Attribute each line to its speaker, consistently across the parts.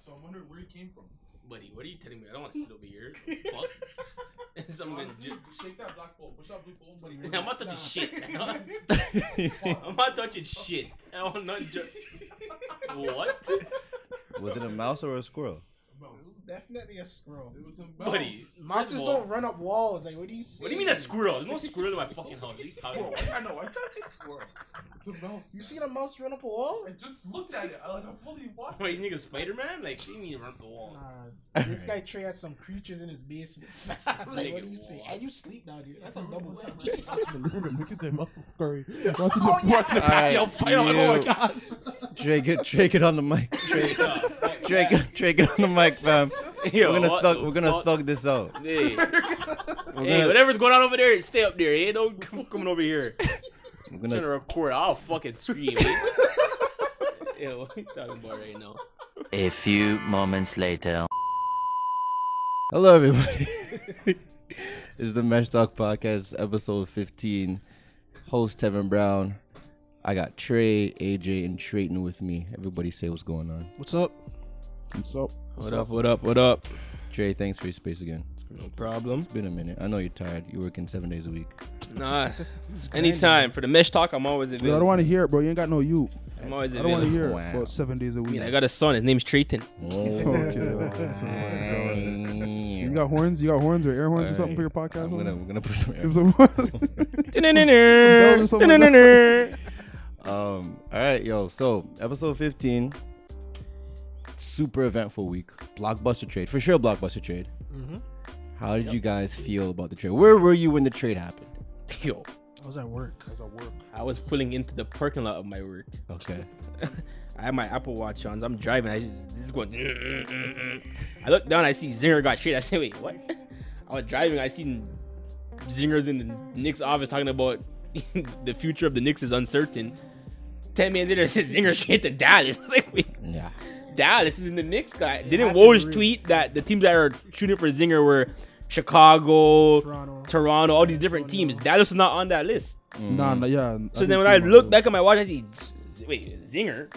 Speaker 1: so I'm wondering where he came from.
Speaker 2: buddy, what are you telling me? I don't want to sit over here. Fuck. Someone gonna
Speaker 1: Honestly,
Speaker 2: ju-
Speaker 1: shake that black pole. Push that blue pole. Buddy.
Speaker 2: I'm not touching shit. I'm not touching shit. I'm not ju- What?
Speaker 3: Was it a mouse or a squirrel?
Speaker 1: Mouse.
Speaker 4: Definitely a squirrel.
Speaker 1: It was a mouse.
Speaker 2: Buddy. first of
Speaker 4: Monsters
Speaker 2: all,
Speaker 4: don't run up walls. Like, what do you see?
Speaker 2: What do you mean a squirrel? There's no squirrel in my fucking house. Are you
Speaker 1: Squirrel.
Speaker 2: talking-
Speaker 1: I know. I'm trying to say squirrel. It's a mouse.
Speaker 4: You
Speaker 1: man.
Speaker 4: seen a mouse run up a wall?
Speaker 1: I just looked at it. I like I fully watched.
Speaker 2: What,
Speaker 1: it.
Speaker 2: these niggas Spider Man? Like, you need to run up the wall.
Speaker 4: Nah, this guy Trey has some creatures in his basement. like, what do you see? And you sleep down here. That's a double tap.
Speaker 5: watching the movie, which is a muscle scurry. Watching the,
Speaker 4: Oh, yeah.
Speaker 5: watching the
Speaker 3: Alright,
Speaker 5: Pacquiao fight. I'm like, oh my
Speaker 3: you-
Speaker 5: gosh.
Speaker 3: Trey, get Trey, get on the mic. Trey,
Speaker 2: Yeah.
Speaker 3: Trey, get, Trey, get on the mic, fam.
Speaker 2: Yo,
Speaker 3: We're gonna
Speaker 2: what
Speaker 3: thug,
Speaker 2: the
Speaker 3: we're gonna
Speaker 2: fuck?
Speaker 3: thug this out.
Speaker 2: Hey,
Speaker 3: We're
Speaker 2: hey,
Speaker 3: gonna,
Speaker 2: whatever's going on over there, stay up there. Hey, don't come coming over here.
Speaker 3: we're
Speaker 2: I'm trying to
Speaker 3: gonna
Speaker 2: record. I'll fucking scream. eh? Yo, what are you talking about right now?
Speaker 6: A few moments later.
Speaker 3: Hello, everybody. this is the Mesh Talk Podcast, episode 15. Host Tevin Brown. I got Trey, AJ, and Trayton with me. Everybody say what's going on.
Speaker 5: What's up?
Speaker 2: What up, what up, what up?
Speaker 3: Trey, thanks for your space again.
Speaker 2: No problem.
Speaker 3: It's been a minute. I know you're tired. You're working seven days a week.
Speaker 2: Nah, anytime. For the mesh talk, I'm always
Speaker 5: Yo, I don't
Speaker 2: available.
Speaker 5: want to hear it, bro. You ain't got no you.
Speaker 2: I'm always
Speaker 5: I don't want to hear
Speaker 2: available.
Speaker 5: it.
Speaker 3: Wow.
Speaker 5: About seven days a
Speaker 2: I
Speaker 5: week.
Speaker 2: mean, I got a son. His name's Trayton.
Speaker 5: Okay, yo.
Speaker 3: Oh,
Speaker 5: You got horns? You got horns or air horns or something for your podcast?
Speaker 3: I'm gonna, we're gonna put some.
Speaker 5: Give some, some, some bells or something like that.
Speaker 2: Yo,
Speaker 3: Um. All right, yo. So episode fifteen. Super eventful week. Blockbuster trade for sure. Blockbuster trade.
Speaker 4: Mm-hmm.
Speaker 3: How did you guys feel about the trade? Where were you when the trade happened?
Speaker 4: I was at work.
Speaker 5: That's a work.
Speaker 2: I was pulling into the parking lot of my work.
Speaker 3: Okay.
Speaker 2: I have my Apple Watch on. so I'm driving. I just this is going. "Mm, mm, mm, mm." I look down. I see Zinger got traded. I say, wait, what? I was driving. I seen Zingers in the Knicks office talking about the future of the Knicks is uncertain. Ten minutes later, it says Zinger traded to Dallas. I was like, wait,
Speaker 3: Yeah.
Speaker 2: Dallas is in the Knicks. Guy didn't
Speaker 4: happened
Speaker 2: Woj
Speaker 4: real-
Speaker 2: tweet that the teams that are shooting for Zinger were Chicago,
Speaker 4: Toronto.
Speaker 2: Toronto, all these different
Speaker 4: Antonio.
Speaker 2: teams. Dallas was not on that list.
Speaker 3: Mm.
Speaker 5: Nah, nah, yeah.
Speaker 2: So then when I look back at my watch, I see, Z- Z- wait, Zinger,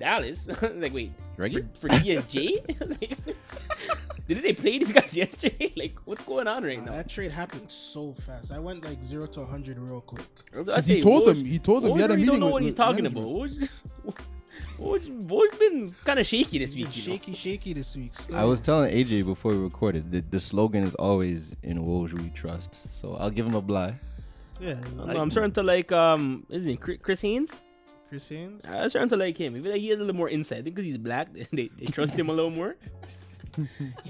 Speaker 2: Dallas. like, wait,
Speaker 3: Reggie.
Speaker 2: for DSJ? Didn't they play these guys yesterday? Like, what's going on right
Speaker 4: Nah,
Speaker 2: now?
Speaker 4: that trade happened so fast. I went like zero to hundred real quick.
Speaker 2: I
Speaker 5: he
Speaker 2: say,
Speaker 5: told
Speaker 2: Woj-
Speaker 5: them- he told them he
Speaker 2: Woj
Speaker 5: had a
Speaker 2: really
Speaker 5: meeting
Speaker 2: don't know
Speaker 5: with-
Speaker 2: what he's
Speaker 5: with
Speaker 2: talking
Speaker 5: management.
Speaker 2: about. Woj, Woj, Woj been kind of shaky this week. You know?
Speaker 4: Shaky, shaky this week. Still.
Speaker 3: I was telling AJ before we recorded that the slogan is always "In Woj we trust," so I'll give him a bly.
Speaker 4: yeah.
Speaker 2: I don't know, I'm starting to like um, isn't it Chris- Chris Haynes?
Speaker 4: Chris Haynes.
Speaker 2: I was starting to like him. I feel like he has a little more insight. I think because he's black, they, they trust him a little more.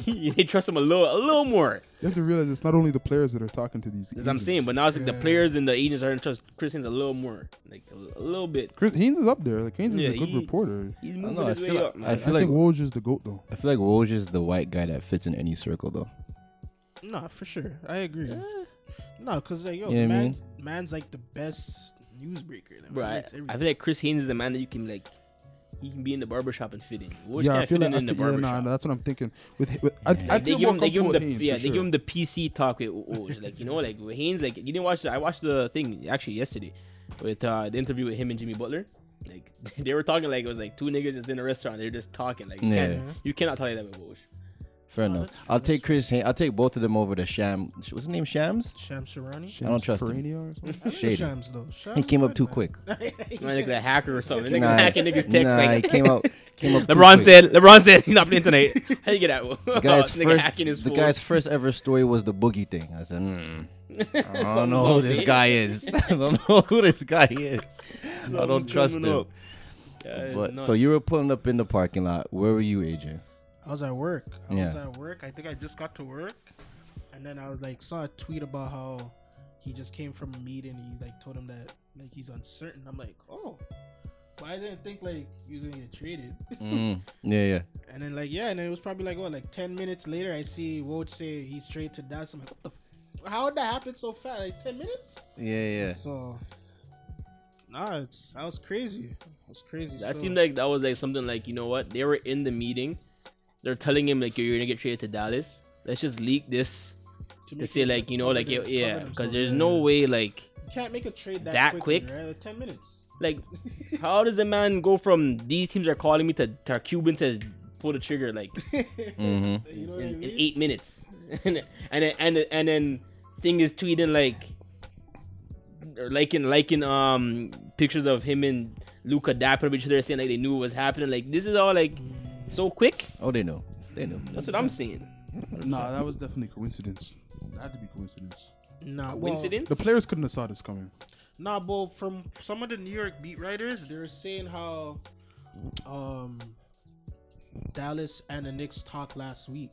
Speaker 2: they trust him a little, a little more.
Speaker 5: You have to realize it's not only the players that are talking to these.
Speaker 2: That's what I'm
Speaker 5: agents.
Speaker 2: saying. But now it's like the
Speaker 4: Yeah.
Speaker 2: players and the agents are in trust Chris Haynes a little more, like a, a little bit.
Speaker 5: Chris, Haynes is up there. Like Haynes
Speaker 2: Yeah,
Speaker 5: is a good
Speaker 2: he-
Speaker 5: reporter.
Speaker 2: He's
Speaker 3: I don't
Speaker 2: moving
Speaker 3: know. I
Speaker 2: his way
Speaker 3: feel
Speaker 2: up.
Speaker 3: like
Speaker 2: man.
Speaker 3: I
Speaker 5: I think
Speaker 3: feel like
Speaker 5: Woj is the goat though.
Speaker 3: I feel like Woj is the white guy that fits in any circle though.
Speaker 4: Nah, for sure. I agree. No, because like, yo,
Speaker 3: You know what I mean?
Speaker 4: man's, man's like the best newsbreaker. Like,
Speaker 2: Bro, I,
Speaker 4: that's
Speaker 2: I
Speaker 4: everything.
Speaker 2: feel like Chris Haynes is a man that you can like, he can be in the barbershop and fit in. Woj
Speaker 5: yeah, I
Speaker 2: can't
Speaker 5: feel
Speaker 2: fit
Speaker 5: like
Speaker 2: in
Speaker 5: I
Speaker 2: in the
Speaker 5: feel- yeah, nah,
Speaker 2: barbershop.
Speaker 5: nah, that's what I'm thinking. With, with I, I
Speaker 2: Like, they
Speaker 5: feel
Speaker 2: give
Speaker 5: more
Speaker 2: him, they give him
Speaker 5: comfortable
Speaker 2: the
Speaker 5: with Haynes.
Speaker 2: yeah,
Speaker 5: for
Speaker 2: they give
Speaker 5: sure.
Speaker 2: him the PC talk with Woj. like you know, like with Haynes, like you didn't watch. The, I watched the thing actually yesterday with uh, the interview with him and Jimmy Butler. Like they were talking like it was like two niggas just in a restaurant. They're just talking like you,
Speaker 3: Yeah.
Speaker 2: can't, you cannot tell you that with Woj.
Speaker 3: Fair
Speaker 4: No, Oh,
Speaker 3: enough.
Speaker 4: that's true,
Speaker 3: I'll
Speaker 4: that's
Speaker 3: take Chris. Hay- I'll take both of them over to Sham. What's his name? Shams.
Speaker 4: Sham Sharani.
Speaker 3: I don't trust him.
Speaker 5: Perania or something?
Speaker 4: I
Speaker 3: Shady.
Speaker 4: Shady. Shams though. Shams
Speaker 3: He came up
Speaker 4: good,
Speaker 3: too
Speaker 4: man.
Speaker 3: quick.
Speaker 2: Right, like a hacker or something. Niggas
Speaker 3: Nah,
Speaker 2: hacking niggas text
Speaker 3: nah, he
Speaker 2: like.
Speaker 3: came out. Came up too
Speaker 2: LeBron
Speaker 3: quick.
Speaker 2: said. LeBron said he's not playing tonight. How you get out?
Speaker 3: The guy's,
Speaker 2: Nigga
Speaker 3: first,
Speaker 2: hacking his
Speaker 3: the
Speaker 2: phone.
Speaker 3: guy's first ever story was the boogie thing. I said, mm, I don't know who
Speaker 2: something's
Speaker 3: this
Speaker 2: up.
Speaker 3: guy is. I don't know who this guy is. I don't
Speaker 2: Something's
Speaker 3: trust
Speaker 2: coming
Speaker 3: him.
Speaker 2: up. Yeah,
Speaker 3: But
Speaker 2: nuts.
Speaker 3: so you were pulling up in the parking lot. Where were you, AJ?
Speaker 4: I was at work. I was
Speaker 3: Yeah.
Speaker 4: at work. I think I just got to work, and then I was like saw a tweet about how he just came from a meeting. And he like told him that like he's uncertain. I'm like, oh, but I didn't think like he was gonna get traded.
Speaker 3: Mm, yeah, yeah.
Speaker 4: and then like yeah, and then it was probably like what like ten minutes later. I see Woj say he's traded to Dallas. I'm like, what the. F- how would that happen so fast? Like ten minutes?
Speaker 3: Yeah, yeah.
Speaker 4: So, nah, it's that was crazy. That was crazy.
Speaker 2: That
Speaker 4: so,
Speaker 2: seemed like that was like something like you know what they were in the meeting, they're telling him like you're gonna get traded to Dallas. Let's just leak this
Speaker 4: to
Speaker 2: to
Speaker 4: make
Speaker 2: say
Speaker 4: them
Speaker 2: like you know
Speaker 4: cover
Speaker 2: like
Speaker 4: them-
Speaker 2: yeah- yeah
Speaker 4: cover
Speaker 2: because
Speaker 4: themselves,
Speaker 2: there's
Speaker 4: yeah.
Speaker 2: no way like
Speaker 4: You can't make a trade that,
Speaker 2: That
Speaker 4: quickly,
Speaker 2: quick?
Speaker 4: right? Like, Ten minutes.
Speaker 2: like how does a man go from these teams are calling me to, to Cuban says pull the trigger like
Speaker 3: Mm-hmm.
Speaker 4: You know
Speaker 2: Mm.
Speaker 4: what I
Speaker 2: in, in
Speaker 4: mean?
Speaker 2: eight minutes, and then- and then- and then- and then thing is tweeting like or liking liking um pictures of him and Luca dapping up each other, saying like they knew what was happening. Like this is all like so quick.
Speaker 3: Oh, they know. They know.
Speaker 2: That's what I'm saying.
Speaker 5: Nah, that was definitely coincidence. That had to be coincidence.
Speaker 4: Nah, well,
Speaker 2: Coincidence?
Speaker 5: The players couldn't have saw this coming.
Speaker 4: Nah, but from some of the New York beat writers, they're saying how um Dallas and the Knicks talked last week,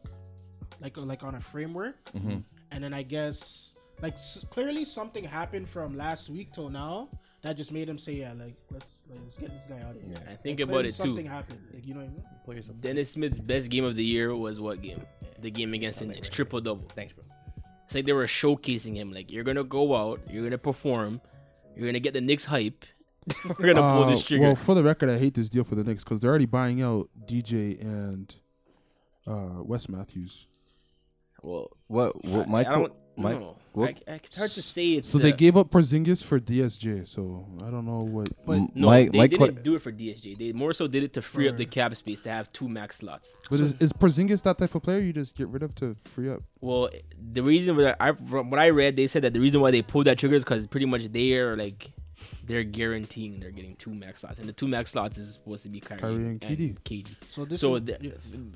Speaker 4: like like on a framework, and then I guess like s- clearly something happened from last week till now that just made them say yeah, like let's like, let's get this guy out of here.
Speaker 2: I think
Speaker 4: Like,
Speaker 2: about
Speaker 4: clearly
Speaker 2: it
Speaker 4: Something
Speaker 2: too.
Speaker 4: happened, like you know what I mean?
Speaker 2: Dennis Smith's best game of the year was what game? The game against the Knicks, triple double.
Speaker 3: Thanks, bro.
Speaker 2: It's like they were showcasing him. Like you're gonna go out, you're gonna perform, you're gonna get the Knicks hype. we're gonna pull this trigger.
Speaker 5: Uh, Well, for the record, I hate this deal for the Knicks because they're already buying out DJ and uh, Wes Matthews.
Speaker 2: Well,
Speaker 3: What? What?
Speaker 2: I
Speaker 3: My.
Speaker 2: don't.
Speaker 3: co- my-
Speaker 2: know.
Speaker 3: what-
Speaker 2: I, I, it's hard to say. It's
Speaker 5: So they
Speaker 2: uh,
Speaker 5: gave up Porzingis for DSJ. So I don't know what.
Speaker 4: But
Speaker 3: m-
Speaker 2: No,
Speaker 3: my-
Speaker 2: they
Speaker 3: my
Speaker 2: didn't
Speaker 3: que-
Speaker 2: do it for DSJ. They more so did it to free up the
Speaker 4: For-
Speaker 2: cap space to have two max slots.
Speaker 5: But is, is Porzingis that type of player you just get rid of to free up?
Speaker 2: Well, the reason why I from what I read, they said that the reason why they pulled that trigger is because pretty much they are like they're guaranteeing they're getting two max slots, and the two max slots is supposed to be Kyrie,
Speaker 5: Kyrie and
Speaker 2: and KD.
Speaker 5: KD.
Speaker 4: So this
Speaker 2: So
Speaker 4: is-
Speaker 2: the-
Speaker 4: yeah.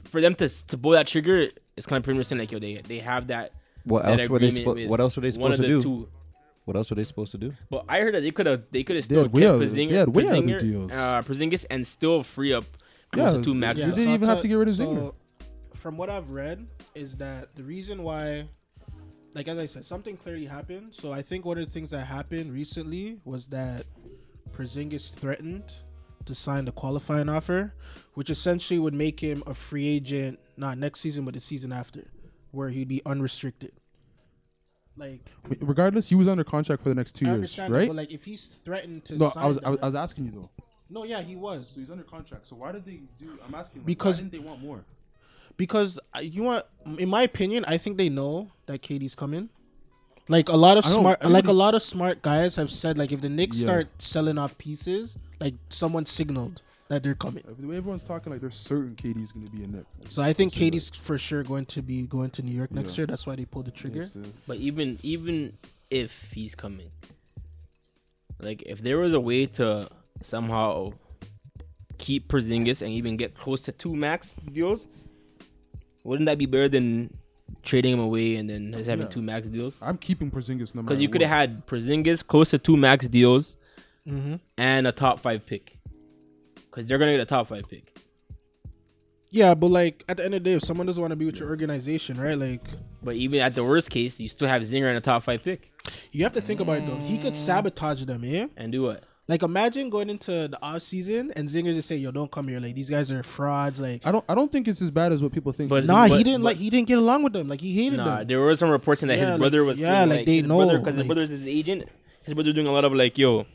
Speaker 2: For them to s- to pull that trigger, it's kind of pretty much saying like yo, they they have that.
Speaker 3: What
Speaker 2: that
Speaker 3: else were they?
Speaker 2: agreement
Speaker 3: Spo-
Speaker 2: with
Speaker 3: what else were they
Speaker 2: one of
Speaker 3: supposed to
Speaker 2: the
Speaker 3: do?
Speaker 2: Two.
Speaker 3: What else were they supposed to do?
Speaker 2: But I heard that they could have they could have
Speaker 5: They
Speaker 2: still
Speaker 5: had
Speaker 2: kept
Speaker 5: way other-
Speaker 2: Porzingis,
Speaker 5: they had way other
Speaker 2: Porzinger-
Speaker 5: deals.
Speaker 2: uh, Porzingis and still free up close
Speaker 5: Yeah,
Speaker 2: to two max
Speaker 5: you
Speaker 2: slots.
Speaker 5: didn't even
Speaker 4: I'll
Speaker 5: have to get rid of
Speaker 4: tell-
Speaker 5: Zinger.
Speaker 4: From what I've read, is that the reason why, like as I said, something clearly happened. So I think one of the things that happened recently was that Przingis threatened to sign the qualifying offer, which essentially would make him a free agent not next season but the season after, where he'd be unrestricted. Like
Speaker 5: Regardless, he was under contract for the next two
Speaker 4: I
Speaker 5: years,
Speaker 4: understand, it,
Speaker 5: right?
Speaker 4: but like if he's threatened to
Speaker 5: no,
Speaker 4: sign,
Speaker 5: I was,
Speaker 4: the-
Speaker 5: I was I was asking you though.
Speaker 4: no, yeah, he was.
Speaker 5: So he's under contract. So why did they do? I'm asking. Like,
Speaker 4: Because-
Speaker 5: they want more?
Speaker 4: because I- you want, in my opinion, I think they know that KD's coming. Like a lot of
Speaker 5: I don't-
Speaker 4: smart, like a
Speaker 5: everybody's-
Speaker 4: lot of smart guys have said, like if the Knicks
Speaker 5: Yeah.
Speaker 4: start selling off pieces, like someone signaled that they're coming.
Speaker 5: The way everyone's talking, like there's certain KD's going to be a Nick.
Speaker 4: So I think KD's for sure going to be going to New York next
Speaker 5: Yeah.
Speaker 4: year. That's why they pulled the trigger.
Speaker 5: uh,
Speaker 2: But even even if he's coming, like if there was a way to somehow keep Porzingis and even get close to two max deals, wouldn't that be better than trading him away and then just having
Speaker 5: Yeah.
Speaker 2: two max deals?
Speaker 5: I'm keeping Porzingis no matter.
Speaker 2: Because you could
Speaker 5: what.
Speaker 2: have had Porzingis close to two max deals
Speaker 4: Mhm.
Speaker 2: and a top five pick. Because they're gonna get a top five pick.
Speaker 4: Yeah, but like at the end of the day, if someone doesn't want to be with your organization, right? Like
Speaker 2: But even at the worst case, you still have Zinger and a top five pick.
Speaker 4: you have to think about it though. He could sabotage them, yeah.
Speaker 2: And do what?
Speaker 4: Like imagine going into the off season and Zinger just say, "Yo, don't come here. Like these guys are frauds. Like
Speaker 5: I don't. I don't think it's as bad as what people think.
Speaker 2: But-
Speaker 4: Nah,
Speaker 2: But-
Speaker 4: he didn't like. He didn't get along with them. Like he hated
Speaker 2: Nah,
Speaker 4: them.
Speaker 2: there were some reports saying that
Speaker 4: Yeah,
Speaker 2: his
Speaker 4: like-
Speaker 2: brother was
Speaker 4: yeah,
Speaker 2: saying,
Speaker 4: like,
Speaker 2: like,
Speaker 4: they
Speaker 2: his brother
Speaker 4: know,
Speaker 2: because his
Speaker 4: like-
Speaker 2: brother's his agent. His brother doing a lot of like, yo,